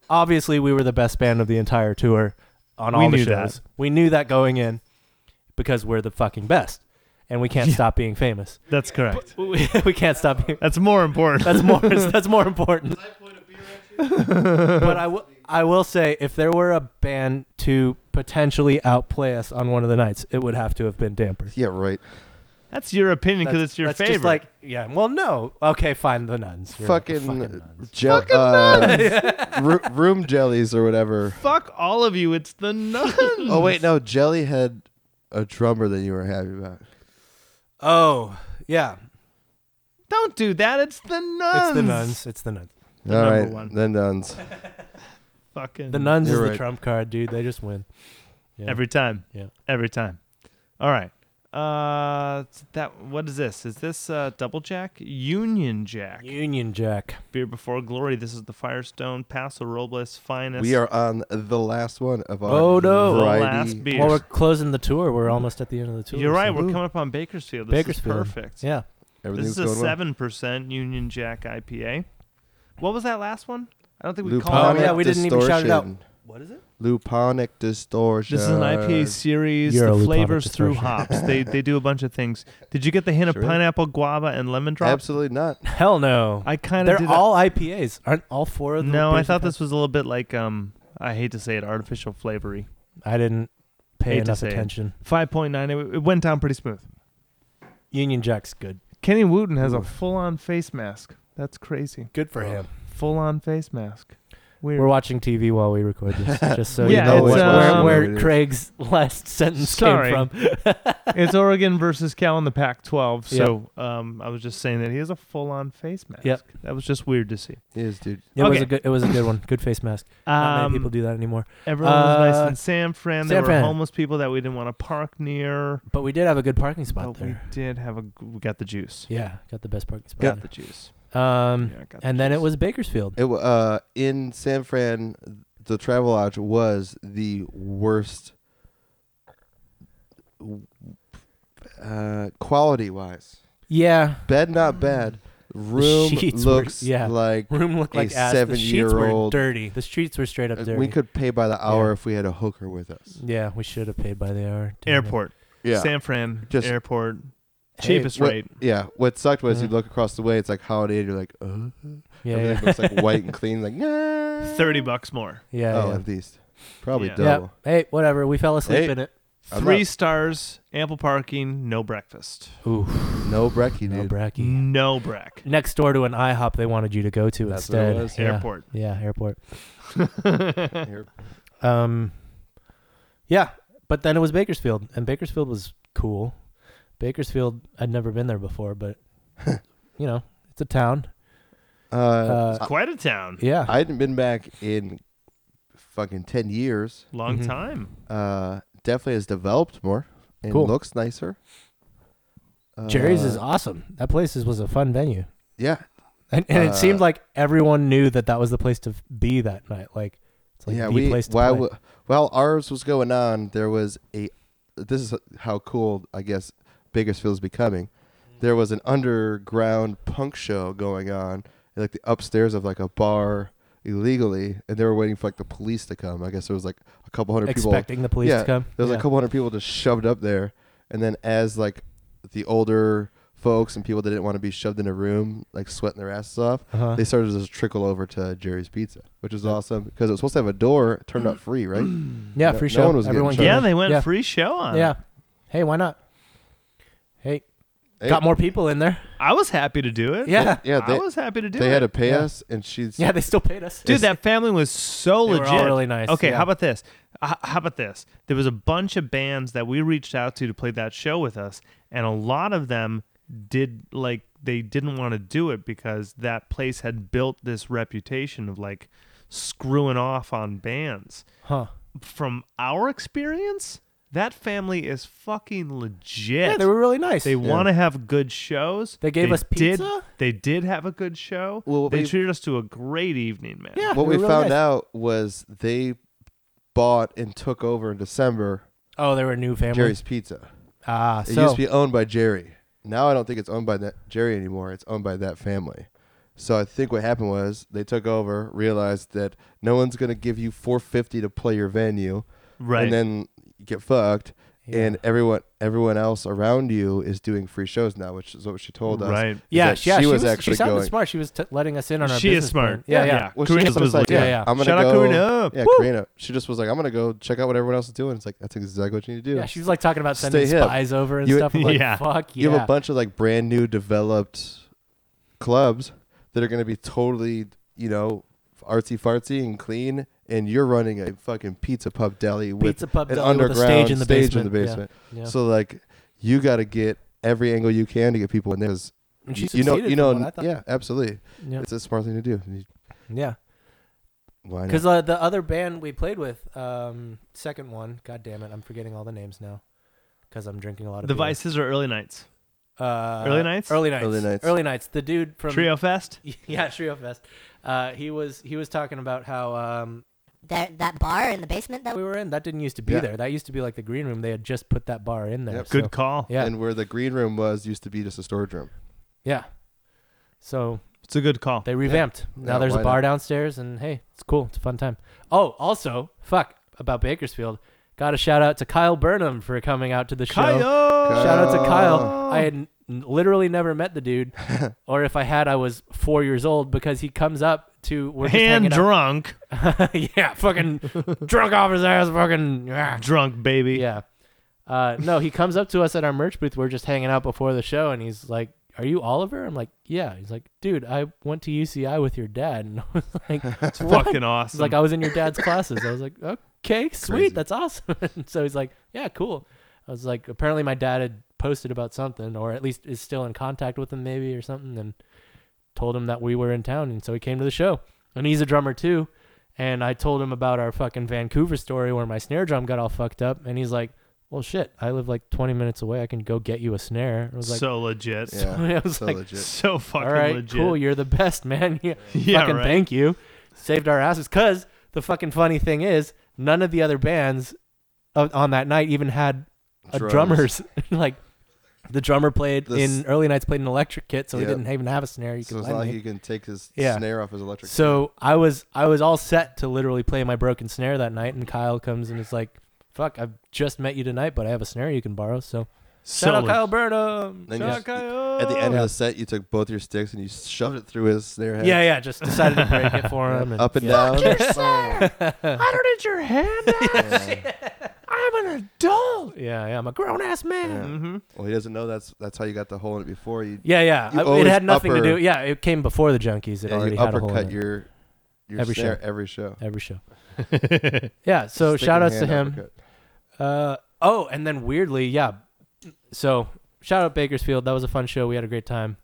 Speaker 1: obviously, we were the best band of the entire tour on
Speaker 2: We
Speaker 1: all the
Speaker 2: knew
Speaker 1: shows.
Speaker 2: that.
Speaker 1: We knew that going in because we're the fucking best, and we can't
Speaker 2: Yeah.
Speaker 1: stop being famous.
Speaker 2: That's correct.
Speaker 1: We, we can't stop being.
Speaker 2: That's more important.
Speaker 1: That's more. that's more important. But I wi- I will say, if there were a band to potentially outplay us on one of the nights, it would have to have been Damper.
Speaker 4: Yeah, right.
Speaker 2: That's your opinion because
Speaker 1: That's-
Speaker 2: it's your
Speaker 1: that's
Speaker 2: favorite.
Speaker 1: Just like, yeah. Well, no. Okay, fine. The nuns. You're right, the
Speaker 4: fucking
Speaker 1: nuns.
Speaker 4: gel- uh, ru- room jellies or whatever.
Speaker 2: Fuck all of you. It's the nuns.
Speaker 4: Oh wait, no, Jelly had a drummer that you were happy about.
Speaker 1: Oh, yeah.
Speaker 2: Don't do that. It's the nuns.
Speaker 1: It's the nuns. It's the nuns.
Speaker 2: The
Speaker 4: All
Speaker 2: number
Speaker 4: right,
Speaker 2: one.
Speaker 4: then nuns.
Speaker 2: Fucking
Speaker 1: The nuns is
Speaker 4: You're
Speaker 1: the
Speaker 4: right.
Speaker 1: trump card, dude. They just win. Yeah.
Speaker 2: Every time.
Speaker 1: Yeah.
Speaker 2: Every time. All right. Uh, that what is this? Is this uh, double jack? Union Jack.
Speaker 1: Union Jack.
Speaker 2: Beer before glory. This is the Firestone Paso Robles finest.
Speaker 4: We are on the last one of our
Speaker 1: Oh, no. The
Speaker 4: variety.
Speaker 2: last beer.
Speaker 1: Well, we're closing the tour. We're almost at the end of the tour.
Speaker 2: You're right.
Speaker 1: so-
Speaker 2: We're coming up on Bakersfield. This
Speaker 1: Bakersfield.
Speaker 2: is perfect.
Speaker 1: Yeah.
Speaker 4: Everything's
Speaker 2: This is a
Speaker 4: going well.
Speaker 2: seven percent Union Jack IPA. What was that last one? I don't think we
Speaker 1: Oh,
Speaker 2: called
Speaker 4: Luponic
Speaker 2: it.
Speaker 1: yeah, we didn't even shout it out.
Speaker 4: distortion.
Speaker 1: What is it?
Speaker 4: Luponic distortion.
Speaker 2: This is an IPA series.
Speaker 1: You're a
Speaker 2: the
Speaker 1: Luponic
Speaker 2: flavors through
Speaker 1: distortion.
Speaker 2: hops. they they do a bunch of things. Did you get the hint
Speaker 4: Sure.
Speaker 2: of pineapple, guava, and lemon drop?
Speaker 4: Absolutely not.
Speaker 1: Hell no.
Speaker 2: I kind of
Speaker 1: They're
Speaker 2: did.
Speaker 1: all IPAs. Aren't all four of them?
Speaker 2: no, I thought this was a little bit like um. I hate to say it, artificial flavory.
Speaker 1: I didn't pay
Speaker 2: Hate to
Speaker 1: enough
Speaker 2: say it.
Speaker 1: attention.
Speaker 2: Five point nine. It, it went down pretty smooth.
Speaker 1: Union Jack's good.
Speaker 2: Kenny Wooten has a
Speaker 4: Ooh.
Speaker 2: full-on face mask. That's crazy.
Speaker 1: Good for
Speaker 2: Oh,
Speaker 1: him.
Speaker 2: Full-on face mask. Weird.
Speaker 1: We're watching TV while we record this, just so
Speaker 2: Yeah,
Speaker 1: you know
Speaker 2: it's,
Speaker 1: what-
Speaker 2: um,
Speaker 1: where,
Speaker 4: it
Speaker 1: where
Speaker 4: is.
Speaker 1: Craig's last sentence
Speaker 2: Sorry.
Speaker 1: came from.
Speaker 2: it's Oregon versus Cal in the Pac-12. So um, I was just saying that he has a full-on face mask.
Speaker 1: Yep.
Speaker 2: That was just weird to see.
Speaker 4: It is, dude.
Speaker 1: It was
Speaker 2: Okay.
Speaker 1: a good. It was a good one. Good face mask. Not
Speaker 2: Um,
Speaker 1: many people do that anymore.
Speaker 2: Everyone was
Speaker 1: Uh,
Speaker 2: nice in San Fran. There
Speaker 1: San
Speaker 2: were
Speaker 1: Fran.
Speaker 2: homeless people that we didn't want to park near.
Speaker 1: But we did have a good parking
Speaker 4: Oh,
Speaker 1: spot
Speaker 2: But we
Speaker 1: there.
Speaker 2: did have a. g- We got the juice.
Speaker 1: Yeah, got the best parking spot.
Speaker 2: Got the juice.
Speaker 1: there. Um,
Speaker 2: Yeah, got the
Speaker 1: and then it
Speaker 2: juice.
Speaker 1: was Bakersfield.
Speaker 4: It wa- uh in San Fran, the Travelodge was the worst uh, quality wise.
Speaker 1: Yeah,
Speaker 4: Bed not bad. Room
Speaker 1: sheets were-
Speaker 4: looks
Speaker 1: yeah.
Speaker 4: like
Speaker 1: room looked
Speaker 4: A
Speaker 1: like ass. The sheets were
Speaker 4: seven-year-old-
Speaker 1: dirty. The streets were straight up
Speaker 4: uh,
Speaker 1: dirty.
Speaker 4: we could pay by the hour
Speaker 1: Yeah.
Speaker 4: if we had a hooker with us.
Speaker 1: yeah, we should have paid by the hour. Damn it.
Speaker 2: airport.
Speaker 4: Yeah.
Speaker 2: San Fran
Speaker 4: Just-
Speaker 2: airport.
Speaker 1: Hey,
Speaker 2: Cheapest
Speaker 4: what-
Speaker 2: rate.
Speaker 4: Yeah. What sucked was you
Speaker 1: Mhm.
Speaker 4: look across the way, it's like Holiday, and you're like, uh,
Speaker 1: Yeah,
Speaker 4: everything
Speaker 1: yeah,
Speaker 4: looks like white and clean, like nah.
Speaker 2: Thirty bucks more.
Speaker 1: yeah.
Speaker 4: Oh,
Speaker 1: yeah.
Speaker 4: at least probably
Speaker 2: Yeah.
Speaker 1: Yeah.
Speaker 4: double.
Speaker 1: Hey, whatever. We fell asleep
Speaker 4: Hey.
Speaker 1: in it.
Speaker 4: I'm
Speaker 2: Three
Speaker 4: not-
Speaker 2: stars. Ample parking. No breakfast.
Speaker 1: Ooh,
Speaker 4: No brekkie,
Speaker 1: no
Speaker 4: dude.
Speaker 1: bracky.
Speaker 4: Mm.
Speaker 2: No break.
Speaker 1: Next door to an IHOP they wanted you to go to
Speaker 4: That's what it
Speaker 1: instead.
Speaker 4: was.
Speaker 1: Yeah.
Speaker 2: Airport.
Speaker 1: Yeah, airport.
Speaker 4: Here.
Speaker 1: Um, yeah, but then it was Bakersfield, and Bakersfield was cool. Bakersfield, I'd never been there before, but you know, it's a town.
Speaker 4: Uh,
Speaker 1: Uh,
Speaker 2: Quite a town.
Speaker 1: Yeah,
Speaker 4: I hadn't been back in fucking ten years.
Speaker 2: Long
Speaker 1: Mhm.
Speaker 2: time.
Speaker 4: Uh, definitely has developed more and
Speaker 1: Cool.
Speaker 4: looks nicer. Uh,
Speaker 1: Jerry's is awesome. That place is, was a fun venue,
Speaker 4: yeah,
Speaker 1: and, and
Speaker 4: Uh,
Speaker 1: it seemed like everyone knew that that was the place to f- be that night. Like, it's like
Speaker 4: yeah,
Speaker 1: the
Speaker 4: we
Speaker 1: place to
Speaker 4: while
Speaker 1: play.
Speaker 4: we- while ours was going on, there was a. This is how cool I guess Bakersfield's becoming. There was an underground punk show going on, in, like the upstairs of like a bar illegally, and they were waiting for like the police to come. I guess there was like a couple hundred people
Speaker 1: expecting the police
Speaker 4: yeah,
Speaker 1: to come.
Speaker 4: there was
Speaker 1: yeah.
Speaker 4: a couple hundred people just shoved up there, and then as like the older folks and people that didn't want to be shoved in a room, like sweating their asses off,
Speaker 1: Uh-huh.
Speaker 4: they started to just trickle over to Jerry's Pizza, which was awesome because it was supposed to have a door it turned out free, right?
Speaker 1: yeah,
Speaker 4: no-
Speaker 1: free
Speaker 4: no
Speaker 1: show.
Speaker 4: one was getting
Speaker 1: everyone
Speaker 4: Sure.
Speaker 2: Yeah,
Speaker 1: came.
Speaker 2: they went
Speaker 1: Yeah.
Speaker 2: free show on.
Speaker 1: Yeah. Hey, why not? Hey,
Speaker 4: Hey,
Speaker 1: got more people in there.
Speaker 2: I was happy to do it.
Speaker 1: Yeah.
Speaker 4: Yeah, they,
Speaker 2: I was happy to do
Speaker 4: they
Speaker 2: it.
Speaker 4: had to pay
Speaker 1: Yeah.
Speaker 4: us, and she's
Speaker 1: Yeah, they still paid us.
Speaker 2: Dude, that family was so
Speaker 1: They were
Speaker 2: legit.
Speaker 1: all really nice,
Speaker 2: Okay,
Speaker 1: yeah.
Speaker 2: how about this? H- how about this? There was a bunch of bands that we reached out to to play that show with us, and a lot of them did like they didn't want to do it because that place had built this reputation of like screwing off on bands.
Speaker 1: huh?
Speaker 2: From our experience, that family is fucking legit.
Speaker 1: Yeah, they were really nice.
Speaker 2: They want to have good shows.
Speaker 1: They gave us
Speaker 2: did-
Speaker 1: pizza?
Speaker 2: they did have a good show.
Speaker 4: Well,
Speaker 2: they
Speaker 4: we-
Speaker 2: treated us to a great evening, man.
Speaker 1: Yeah. they
Speaker 4: what we
Speaker 1: were really
Speaker 4: found
Speaker 1: nice.
Speaker 4: out was they bought and took over in December
Speaker 1: Oh, they were a new family.
Speaker 4: Jerry's Pizza.
Speaker 1: Ah,
Speaker 4: It
Speaker 1: so
Speaker 4: used to be owned by Jerry. Now I don't think it's owned by that Jerry anymore. It's owned by that family. So I think what happened was they took over, realized that no one's gonna give you 450 to play your venue,
Speaker 2: Right.
Speaker 4: And then you get fucked,
Speaker 1: Yeah.
Speaker 4: and everyone everyone else around you is doing free shows now, which is what she told us.
Speaker 2: Right.
Speaker 4: is
Speaker 1: yeah,
Speaker 4: that
Speaker 1: yeah, she was
Speaker 4: actually
Speaker 1: she sounded
Speaker 4: going.
Speaker 1: smart. She was t- letting us in on our.
Speaker 2: She is
Speaker 1: business
Speaker 2: smart.
Speaker 1: plan. Yeah, yeah.
Speaker 2: Yeah.
Speaker 4: Well, she
Speaker 2: Karina
Speaker 4: just
Speaker 2: was
Speaker 4: was like,
Speaker 1: like,
Speaker 4: yeah,
Speaker 1: yeah.
Speaker 4: I'm gonna
Speaker 2: Shout out oh.
Speaker 4: go.
Speaker 2: Karina.
Speaker 4: Yeah,
Speaker 2: Woo.
Speaker 4: Karina. She just was like, I'm gonna go check out what everyone else is doing. It's like that's exactly what you need to do.
Speaker 1: Yeah, she was like talking about
Speaker 4: Stay
Speaker 1: sending
Speaker 4: hip.
Speaker 1: spies over and
Speaker 4: You-
Speaker 1: stuff. I'm like,
Speaker 2: Yeah.
Speaker 1: fuck yeah.
Speaker 4: you have a bunch of like brand new developed clubs that are going to be totally you know artsy fartsy and clean and you're running a fucking pizza pub deli with
Speaker 1: Pizza pub
Speaker 4: an
Speaker 1: deli with a
Speaker 4: underground
Speaker 1: stage in the
Speaker 4: stage in
Speaker 1: basement.
Speaker 4: the
Speaker 1: Yeah.
Speaker 4: basement.
Speaker 1: Yeah.
Speaker 4: so like you got to get every angle you can to get people in there 'cause
Speaker 1: And she
Speaker 4: you know
Speaker 1: succeeded
Speaker 4: you know
Speaker 1: from what I thought.
Speaker 4: yeah absolutely
Speaker 1: yeah,
Speaker 4: it's a smart thing to do You-
Speaker 1: yeah.
Speaker 4: why not
Speaker 1: Because uh, the other band we played with, um, second one, god damn it, I'm forgetting all the names now, because I'm drinking a lot of
Speaker 2: The
Speaker 1: beer.
Speaker 2: Vices are early nights.
Speaker 1: uh,
Speaker 2: Early Nights?
Speaker 1: early nights,
Speaker 4: Early Nights.
Speaker 1: early nights. The dude from
Speaker 2: Trio Fest.
Speaker 1: yeah, Trio Fest. Uh, he was he was talking about how um,
Speaker 5: That, that bar in the basement that
Speaker 1: we were in that didn't used to be
Speaker 4: Yeah.
Speaker 1: there. That used to be like the green room. They had just put that bar in there.
Speaker 4: Yep.
Speaker 2: Good
Speaker 1: so-
Speaker 2: call.
Speaker 1: Yeah,
Speaker 4: and where the green room was used to be just a storage room
Speaker 1: yeah. So
Speaker 2: It's a good call.
Speaker 1: They revamped. Now
Speaker 4: Yeah,
Speaker 1: there's a
Speaker 4: why
Speaker 1: bar
Speaker 4: not?
Speaker 1: downstairs, and hey, it's cool. It's a fun time. Oh, also, fuck about Bakersfield. Got a shout out to Kyle Burnham for coming out to the
Speaker 2: Kyle.
Speaker 1: show. Shout out to Kyle. I had n- literally never met the dude, or if I had, I was four years old because he comes up to we're just
Speaker 2: And
Speaker 1: hanging
Speaker 2: drunk.
Speaker 1: out. yeah, fucking drunk off his ass, fucking yeah.
Speaker 2: Drunk, baby.
Speaker 1: Yeah. Uh, no, he comes up to us at our merch booth. We're just hanging out before the show, and he's like, "Are you Oliver?" I'm like, "Yeah." He's like, "Dude, I went to UCI with your dad," and I was like,
Speaker 2: It's
Speaker 1: What?
Speaker 2: fucking awesome.
Speaker 1: He's like, I was in your dad's classes. I was like, okay, sweet,
Speaker 4: Crazy.
Speaker 1: that's awesome. And so he's like, yeah, cool. I was like, apparently my dad had posted about something, or at least is still in contact with him, maybe or something, and told him that we were in town, and so he came to the show. And he's a drummer too. And I told him about our fucking Vancouver story where my snare drum got all fucked up, and he's like, well, shit, I live like 20 minutes away. I can go get you a snare. I was like,
Speaker 2: so legit.
Speaker 1: I
Speaker 4: yeah
Speaker 1: was
Speaker 4: so
Speaker 1: like,
Speaker 4: legit
Speaker 2: So fucking
Speaker 1: all right,
Speaker 2: legit.
Speaker 1: cool, you're the best, man. Yeah
Speaker 2: yeah,
Speaker 1: fucking
Speaker 2: right.
Speaker 1: thank you. Saved our asses. Because the fucking funny thing is, none of the other bands o- on that night even had a
Speaker 4: Drums.
Speaker 1: drummers. like, the drummer played
Speaker 4: The s-
Speaker 1: in early nights played an electric kit, so
Speaker 4: Yeah.
Speaker 1: he didn't even have a snare. You
Speaker 4: so
Speaker 1: could
Speaker 4: it's
Speaker 1: lend
Speaker 4: not like
Speaker 1: me.
Speaker 4: he can take his
Speaker 1: Yeah.
Speaker 4: snare off his electric
Speaker 1: So I was I was all set to literally play my broken snare that night, and Kyle comes and is like, "Fuck, I've just met you tonight, but I have a snare you can borrow." So
Speaker 2: So
Speaker 1: shout out
Speaker 2: le-
Speaker 1: Kyle Burnham.
Speaker 4: Then
Speaker 1: Shout
Speaker 4: you
Speaker 1: out
Speaker 4: just-
Speaker 1: Kyle.
Speaker 4: At the end
Speaker 1: yeah.
Speaker 4: of the set, you took both your sticks and you shoved it through his snare head.
Speaker 1: yeah, yeah, just decided to break it for him. And,
Speaker 4: Up and
Speaker 1: yeah.
Speaker 4: down.
Speaker 2: I don't need your hand.
Speaker 4: Yeah.
Speaker 2: I'm an adult.
Speaker 1: Oh, Yeah, yeah, I'm a grown ass man. Mm.
Speaker 4: Yeah.
Speaker 2: Mm-hmm.
Speaker 4: Well, he doesn't know that's that's how you got the hole in it before. You,
Speaker 1: Yeah, yeah.
Speaker 4: You
Speaker 1: I- it
Speaker 4: always
Speaker 1: had nothing to
Speaker 4: upper-
Speaker 1: do. Yeah, it came before the junkies. It
Speaker 4: yeah,
Speaker 1: already
Speaker 4: you
Speaker 1: had a hole
Speaker 4: uppercut
Speaker 1: in it.
Speaker 4: your your
Speaker 1: Every
Speaker 4: snare
Speaker 1: show.
Speaker 4: every show.
Speaker 1: every show. Yeah. So
Speaker 4: Stick
Speaker 1: shout
Speaker 4: and
Speaker 1: outs to
Speaker 4: hand
Speaker 1: him.
Speaker 4: uppercut.
Speaker 1: Uh, oh, and then weirdly, yeah. So shout out Bakersfield. That was a fun show. We had a great time.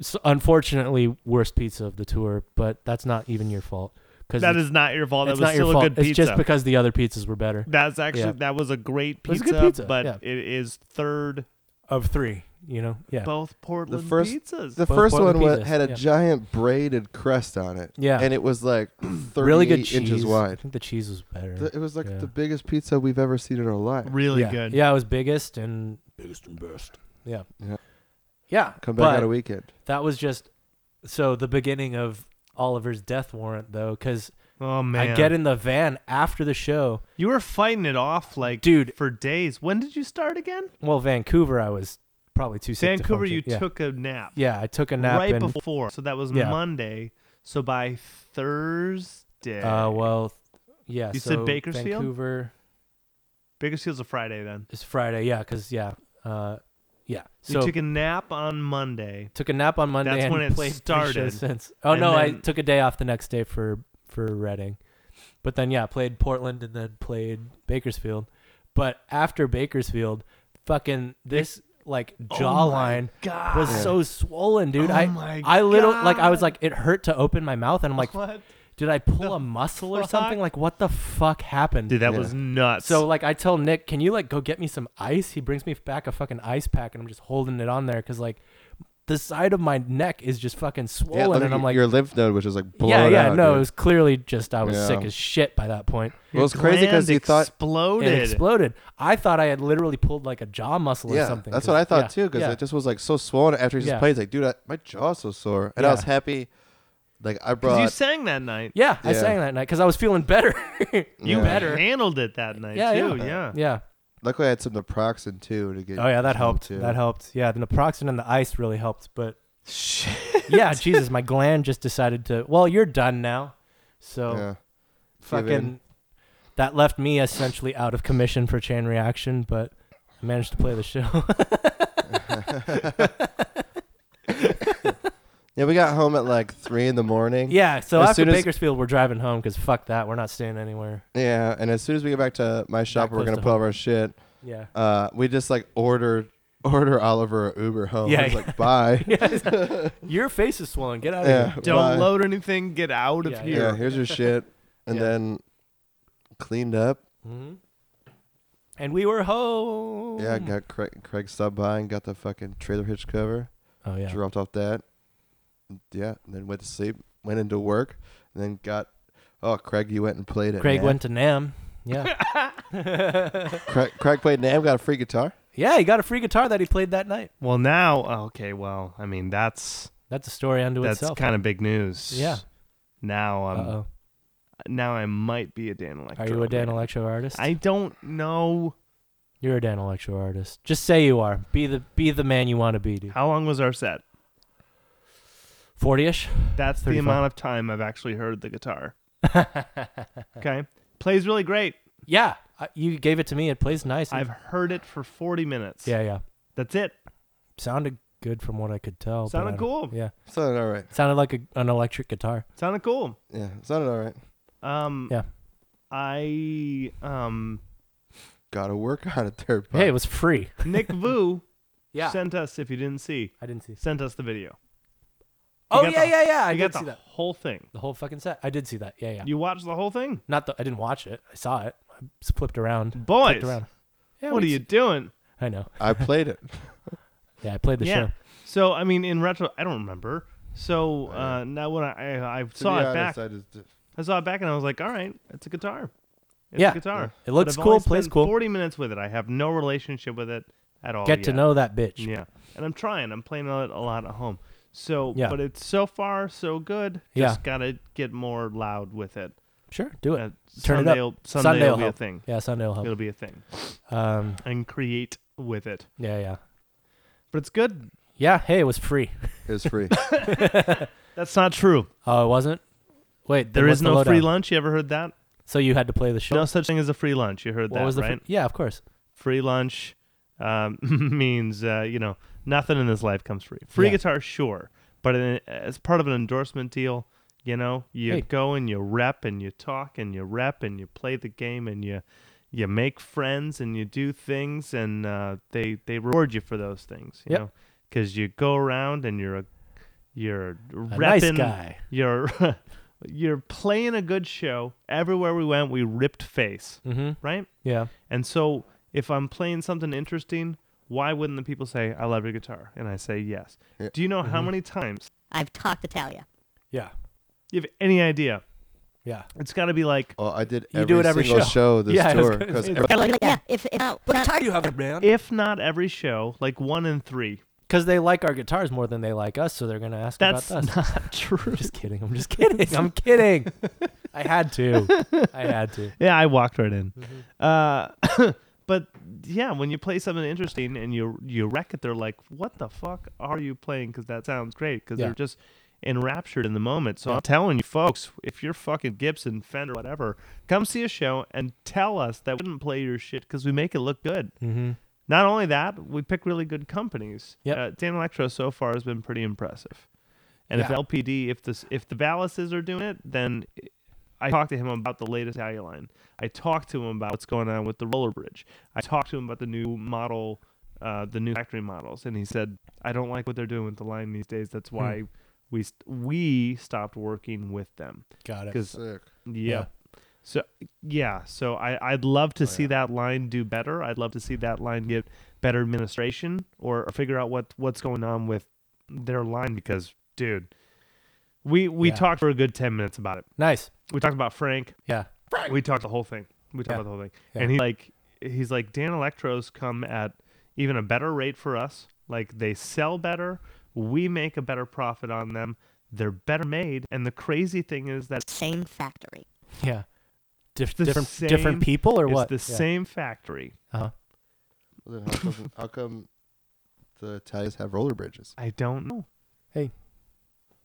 Speaker 1: So, unfortunately, worst pizza of the tour, but that's not even your fault because
Speaker 2: That is not your fault.
Speaker 1: it's
Speaker 2: That was
Speaker 1: not your
Speaker 2: still
Speaker 1: fault.
Speaker 2: a good
Speaker 1: it's
Speaker 2: pizza.
Speaker 1: just because the other pizzas were better.
Speaker 2: That's actually
Speaker 1: Yeah.
Speaker 2: that was a great
Speaker 1: It was a
Speaker 2: pizza,
Speaker 1: good pizza,
Speaker 2: but
Speaker 1: yeah.
Speaker 2: it is third
Speaker 1: Of three, you know, yeah,
Speaker 2: both Portland
Speaker 4: first-
Speaker 2: pizzas.
Speaker 4: The
Speaker 1: Both
Speaker 4: first
Speaker 1: Portland
Speaker 4: one was,
Speaker 1: pizzas,
Speaker 4: had a
Speaker 1: yeah.
Speaker 4: giant braided crest on it.
Speaker 1: yeah.
Speaker 4: And it was like 38
Speaker 1: really good cheese.
Speaker 4: inches
Speaker 1: I
Speaker 4: wide.
Speaker 1: think the cheese was better.
Speaker 4: Th- It was like
Speaker 1: Yeah.
Speaker 4: the biggest pizza we've ever seen in our life.
Speaker 2: really
Speaker 1: yeah.
Speaker 2: good.
Speaker 1: Yeah, it was biggest and biggest and best. Yeah.
Speaker 4: Yeah.
Speaker 1: Yeah.
Speaker 4: Come back
Speaker 1: but
Speaker 4: on a weekend.
Speaker 1: That was just so the beginning of Oliver's death warrant though, because
Speaker 2: Oh man,
Speaker 1: I get in the van after the show.
Speaker 2: You were fighting it off like
Speaker 1: Dude.
Speaker 2: for days. When did you start again?
Speaker 1: Well, Vancouver, I was probably too sick. to
Speaker 2: Vancouver.
Speaker 1: function.
Speaker 2: You
Speaker 1: yeah.
Speaker 2: took a nap.
Speaker 1: Yeah, I took a nap
Speaker 2: right
Speaker 1: and
Speaker 2: before. So that was
Speaker 1: Yeah.
Speaker 2: Monday. So by Thursday,
Speaker 1: uh well yeah.
Speaker 2: You
Speaker 1: so
Speaker 2: said Bakersfield?
Speaker 1: Vancouver
Speaker 2: Bakersfield's a Friday. Then
Speaker 1: is Friday, yeah, because yeah. Uh yeah. So
Speaker 2: you took a nap on Monday.
Speaker 1: took a nap on Monday
Speaker 2: That's
Speaker 1: and
Speaker 2: when it
Speaker 1: played three
Speaker 2: started.
Speaker 1: shows since. Oh
Speaker 2: And
Speaker 1: no, I
Speaker 2: then-
Speaker 1: took a day off the next day for for Reading, but then yeah, played Portland and then played Bakersfield. But after Bakersfield, fucking this like jawline
Speaker 2: Oh God.
Speaker 1: was so swollen, dude.
Speaker 2: Oh
Speaker 1: I
Speaker 2: my
Speaker 1: I little like I was
Speaker 2: God.
Speaker 1: like it hurt to open my mouth, and I'm like,
Speaker 2: what?
Speaker 1: did I pull a muscle or
Speaker 2: fuck?
Speaker 1: something? Like what the fuck happened?
Speaker 2: Dude, that
Speaker 4: Yeah.
Speaker 2: was nuts.
Speaker 1: So like I tell Nick, can you like go get me some ice? He brings me back a fucking ice pack, and I'm just holding it on there because like the side of my neck is just fucking
Speaker 4: Yeah,
Speaker 1: swollen,
Speaker 4: look
Speaker 1: and
Speaker 4: at
Speaker 1: I'm like,
Speaker 4: your lymph node, which is like blown
Speaker 1: yeah, yeah,
Speaker 4: out,
Speaker 1: no, it
Speaker 4: dude.
Speaker 1: was clearly just I was
Speaker 4: Yeah.
Speaker 1: sick as shit by that point.
Speaker 4: Well, it's crazy 'cause you thought-
Speaker 2: exploded.
Speaker 1: It exploded. I thought I had literally pulled like a jaw muscle or
Speaker 4: yeah,
Speaker 1: something.
Speaker 4: that's
Speaker 1: 'cause-
Speaker 4: what I thought
Speaker 1: yeah,
Speaker 4: too, because
Speaker 1: yeah.
Speaker 4: it just was like so swollen after he just
Speaker 1: Yeah.
Speaker 4: played. It's like, dude, I, my jaw's so sore, and I
Speaker 1: Yeah.
Speaker 4: was happy. Like I
Speaker 2: 'Cause you
Speaker 4: brought
Speaker 2: sang that night.
Speaker 1: yeah, I
Speaker 4: Yeah.
Speaker 1: sang that night because I was feeling better.
Speaker 2: You
Speaker 4: Yeah.
Speaker 1: better.
Speaker 2: handled it that night
Speaker 1: Yeah,
Speaker 2: too.
Speaker 1: yeah.
Speaker 2: Yeah.
Speaker 1: yeah.
Speaker 4: Luckily, I had some naproxen too to get.
Speaker 1: Oh yeah, that
Speaker 4: some
Speaker 1: helped.
Speaker 4: Too.
Speaker 1: That helped. Yeah, the naproxen and the ice really helped. But yeah, Jesus, my gland just decided to. Well, you're done now, so
Speaker 4: Yeah.
Speaker 1: fucking.
Speaker 4: in.
Speaker 1: That left me essentially out of commission for chain reaction, but I managed to play the show.
Speaker 4: Yeah, we got home at like three in the morning.
Speaker 1: yeah, so
Speaker 4: As
Speaker 1: after
Speaker 4: soon as-
Speaker 1: Bakersfield, we're driving home because fuck that, we're not staying anywhere.
Speaker 4: Yeah, and as soon as we get back to my shop, where we're
Speaker 1: close
Speaker 4: gonna
Speaker 1: to
Speaker 4: put all
Speaker 1: home.
Speaker 4: of our shit.
Speaker 1: Yeah.
Speaker 4: Uh, we just like ordered order Oliver a Uber home.
Speaker 1: Yeah,
Speaker 4: I was
Speaker 1: yeah.
Speaker 4: like, bye.
Speaker 1: Your face is swollen. Get out of
Speaker 4: yeah,
Speaker 1: here.
Speaker 2: Don't
Speaker 4: bye.
Speaker 2: load anything. Get out of
Speaker 1: Yeah,
Speaker 2: here.
Speaker 4: Yeah, here's your shit, and
Speaker 1: Yeah.
Speaker 4: then cleaned up.
Speaker 1: hmm And we were home.
Speaker 4: Yeah, got Craig, Craig stopped by and got the fucking trailer hitch cover.
Speaker 1: Oh yeah.
Speaker 4: Dropped off that. Yeah, and then went to sleep. Went into work, and then got. Oh, Craig, you went and played it.
Speaker 1: Craig
Speaker 4: man.
Speaker 1: went to Nam. Yeah.
Speaker 4: Craig, Craig played Nam, got a free guitar.
Speaker 1: yeah, he got a free guitar that he played that night.
Speaker 2: Well, now, oh, okay. Well, I mean, that's
Speaker 1: That's a story unto
Speaker 2: that's
Speaker 1: itself.
Speaker 2: kind of big news.
Speaker 1: Yeah.
Speaker 2: Now
Speaker 1: Uh
Speaker 2: I'm.
Speaker 1: oh.
Speaker 2: Now I might be a Dan Electro.
Speaker 1: Are you a Dan
Speaker 2: man.
Speaker 1: Electro artist?
Speaker 2: I don't know.
Speaker 1: You're a Dan Electro artist. Just say you are. Be the be the man you want to be, dude.
Speaker 2: How long was our set?
Speaker 1: Forty ish.
Speaker 2: That's the
Speaker 1: 35.
Speaker 2: amount of time I've actually heard the guitar. okay. Plays really great.
Speaker 1: Yeah. I- You gave it to me. It plays nice.
Speaker 2: I've heard it for 40 minutes.
Speaker 1: yeah, yeah.
Speaker 2: That's it.
Speaker 1: Sounded good from what I could tell. but
Speaker 2: Sounded
Speaker 1: I don't-
Speaker 2: cool.
Speaker 1: Yeah.
Speaker 4: Sounded all right.
Speaker 1: Sounded like a, an electric guitar.
Speaker 2: Sounded cool.
Speaker 4: Yeah, sounded all right.
Speaker 2: Um,
Speaker 1: Yeah.
Speaker 2: I, um,
Speaker 4: Got to work on it there. bud.
Speaker 1: Hey, it was free.
Speaker 2: Nick Vu
Speaker 1: Yeah.
Speaker 2: sent us, if you didn't see,
Speaker 1: I didn't see.
Speaker 2: sent us the video.
Speaker 1: Oh
Speaker 2: got
Speaker 1: yeah,
Speaker 2: the-
Speaker 1: yeah, yeah. I
Speaker 2: you
Speaker 1: did
Speaker 2: got
Speaker 1: see
Speaker 2: the
Speaker 1: that.
Speaker 2: whole thing.
Speaker 1: The whole fucking set. I did see that. Yeah, yeah.
Speaker 2: You watched the whole thing?
Speaker 1: Not the. I didn't watch it. I saw it. I just flipped around.
Speaker 2: Boys,
Speaker 1: Flipped around. Yeah,
Speaker 2: what are
Speaker 1: we-
Speaker 2: you doing?
Speaker 1: I know.
Speaker 4: I played it.
Speaker 1: Yeah, I played the
Speaker 2: yeah.
Speaker 1: show.
Speaker 2: So, I mean, in retro, I don't remember. So uh, now when I I, I
Speaker 4: To
Speaker 2: saw
Speaker 4: be
Speaker 2: it
Speaker 4: honest,
Speaker 2: back,
Speaker 4: I just-
Speaker 2: I saw it back and I was like, all right, it's a guitar. It's
Speaker 1: Yeah.
Speaker 2: a guitar.
Speaker 1: It looks
Speaker 2: But I've
Speaker 1: cool,
Speaker 2: only
Speaker 1: plays
Speaker 2: spent
Speaker 1: cool.
Speaker 2: 40 minutes with it. I have no relationship with it at all.
Speaker 1: Get to
Speaker 2: yet.
Speaker 1: know that bitch.
Speaker 2: Oh, Yeah. And I'm trying. I'm playing on it a lot at home. So,
Speaker 1: Yeah.
Speaker 2: but it's so far so good.
Speaker 1: Yeah.
Speaker 2: Just got to get more loud with it.
Speaker 1: Sure, do it.
Speaker 2: Uh,
Speaker 1: Turn
Speaker 2: someday
Speaker 1: it
Speaker 2: it'll-
Speaker 1: up.
Speaker 2: someday
Speaker 1: Sunday
Speaker 2: it'll
Speaker 1: will
Speaker 2: be a
Speaker 1: help.
Speaker 2: thing.
Speaker 1: Yeah, Sunday will help.
Speaker 2: It'll be a thing.
Speaker 1: Um,
Speaker 2: And create with it.
Speaker 1: yeah, yeah,
Speaker 2: But it's good.
Speaker 1: yeah. Hey, it was free.
Speaker 4: It's free.
Speaker 2: That's not true.
Speaker 1: Oh, it wasn't. Wait, then
Speaker 2: There
Speaker 1: what's
Speaker 2: is
Speaker 1: the
Speaker 2: no free
Speaker 1: lowdown?
Speaker 2: lunch. You ever heard that?
Speaker 1: So you had to play the show.
Speaker 2: No such thing as a free lunch. You heard
Speaker 1: what
Speaker 2: that,
Speaker 1: was the?
Speaker 2: right?
Speaker 1: Free? Yeah, of course.
Speaker 2: free lunch um, means uh, you know nothing in this life comes free. Free
Speaker 1: Yeah.
Speaker 2: guitar, sure, but in, as part of an endorsement deal, you know, you
Speaker 1: Hey.
Speaker 2: go and you rep and you talk and you rep and you play the game and you you make friends and you do things and uh, they they reward you for those things. You
Speaker 1: Yep.
Speaker 2: know, because you go around and you're a you're repping
Speaker 1: A nice guy.
Speaker 2: you're you're playing a good show everywhere we went we ripped face
Speaker 1: Mm-hmm.
Speaker 2: right
Speaker 1: Yeah.
Speaker 2: and so if I'm playing something interesting, why wouldn't the people say, I love your guitar? And I say, yes.
Speaker 4: Yeah.
Speaker 2: Do you know
Speaker 1: Mm-hmm.
Speaker 2: how many times?
Speaker 5: I've talked Italia.
Speaker 1: Yeah.
Speaker 2: You have any idea?
Speaker 1: Yeah.
Speaker 2: It's got to be like,
Speaker 4: Oh, I did.
Speaker 1: You do it every
Speaker 4: single
Speaker 1: show.
Speaker 4: show, this
Speaker 1: Yeah, I was
Speaker 4: tour.
Speaker 1: gonna
Speaker 4: 'cause
Speaker 1: say
Speaker 4: every-
Speaker 5: Yeah, if if not, we're not talking.
Speaker 1: have it, man.
Speaker 2: if not every show, like one in three.
Speaker 1: Because they like our guitars more than they like us, so they're gonna ask
Speaker 2: That's
Speaker 1: about us.
Speaker 2: not true.
Speaker 1: I'm just kidding. I'm just kidding. I'm kidding. I had to. I had to.
Speaker 2: yeah, I walked right in. Uh, but yeah, when you play something interesting and you you wreck it, they're like, "What the fuck are you playing?" Because that sounds great. Because
Speaker 1: Yeah.
Speaker 2: they're just enraptured in the moment. So I'm telling you, folks, if you're fucking Gibson, Fender, whatever, come see a show and tell us that we didn't play your shit because we make it look good.
Speaker 1: Mm-hmm.
Speaker 2: Not only that, we pick really good companies.
Speaker 1: Yep.
Speaker 2: Uh, Dan Electro so far has been pretty impressive. And if
Speaker 1: Yeah.
Speaker 2: LPD, if this, if the Ballases are doing it, then I talked to him about the latest Alley line. I talked to him about what's going on with the roller bridge. I talked to him about the new model, uh, the new factory models, and he said, "I don't like what they're doing with the line these days.
Speaker 1: Hmm.
Speaker 2: That's why we st- we stopped working with them
Speaker 1: Got it.
Speaker 2: because
Speaker 4: Sick.
Speaker 2: yeah. So yeah, so I I'd love
Speaker 1: Oh,
Speaker 2: to see that line do better. I'd love to see that line get better administration or, or figure out what what's going on with their line because, dude, we we
Speaker 1: Yeah.
Speaker 2: talked for a good ten minutes about it.
Speaker 1: Nice.
Speaker 2: We talked about Frank.
Speaker 1: Yeah.
Speaker 2: We talked the whole thing. We talked
Speaker 1: Yeah.
Speaker 2: about the whole thing.
Speaker 1: Yeah.
Speaker 2: And he like he's like Dan Electros come at even a better rate for us. Like they sell better, we make a better profit on them. They're better made, and the crazy thing is that
Speaker 5: Same factory.
Speaker 1: Yeah. Dif-
Speaker 2: the
Speaker 1: different
Speaker 2: same-
Speaker 1: different people or
Speaker 2: it's
Speaker 1: what?
Speaker 2: the
Speaker 1: Yeah.
Speaker 2: same factory.
Speaker 4: Then how come, how come the Italians have roller bridges?
Speaker 2: I don't know.
Speaker 1: Hey.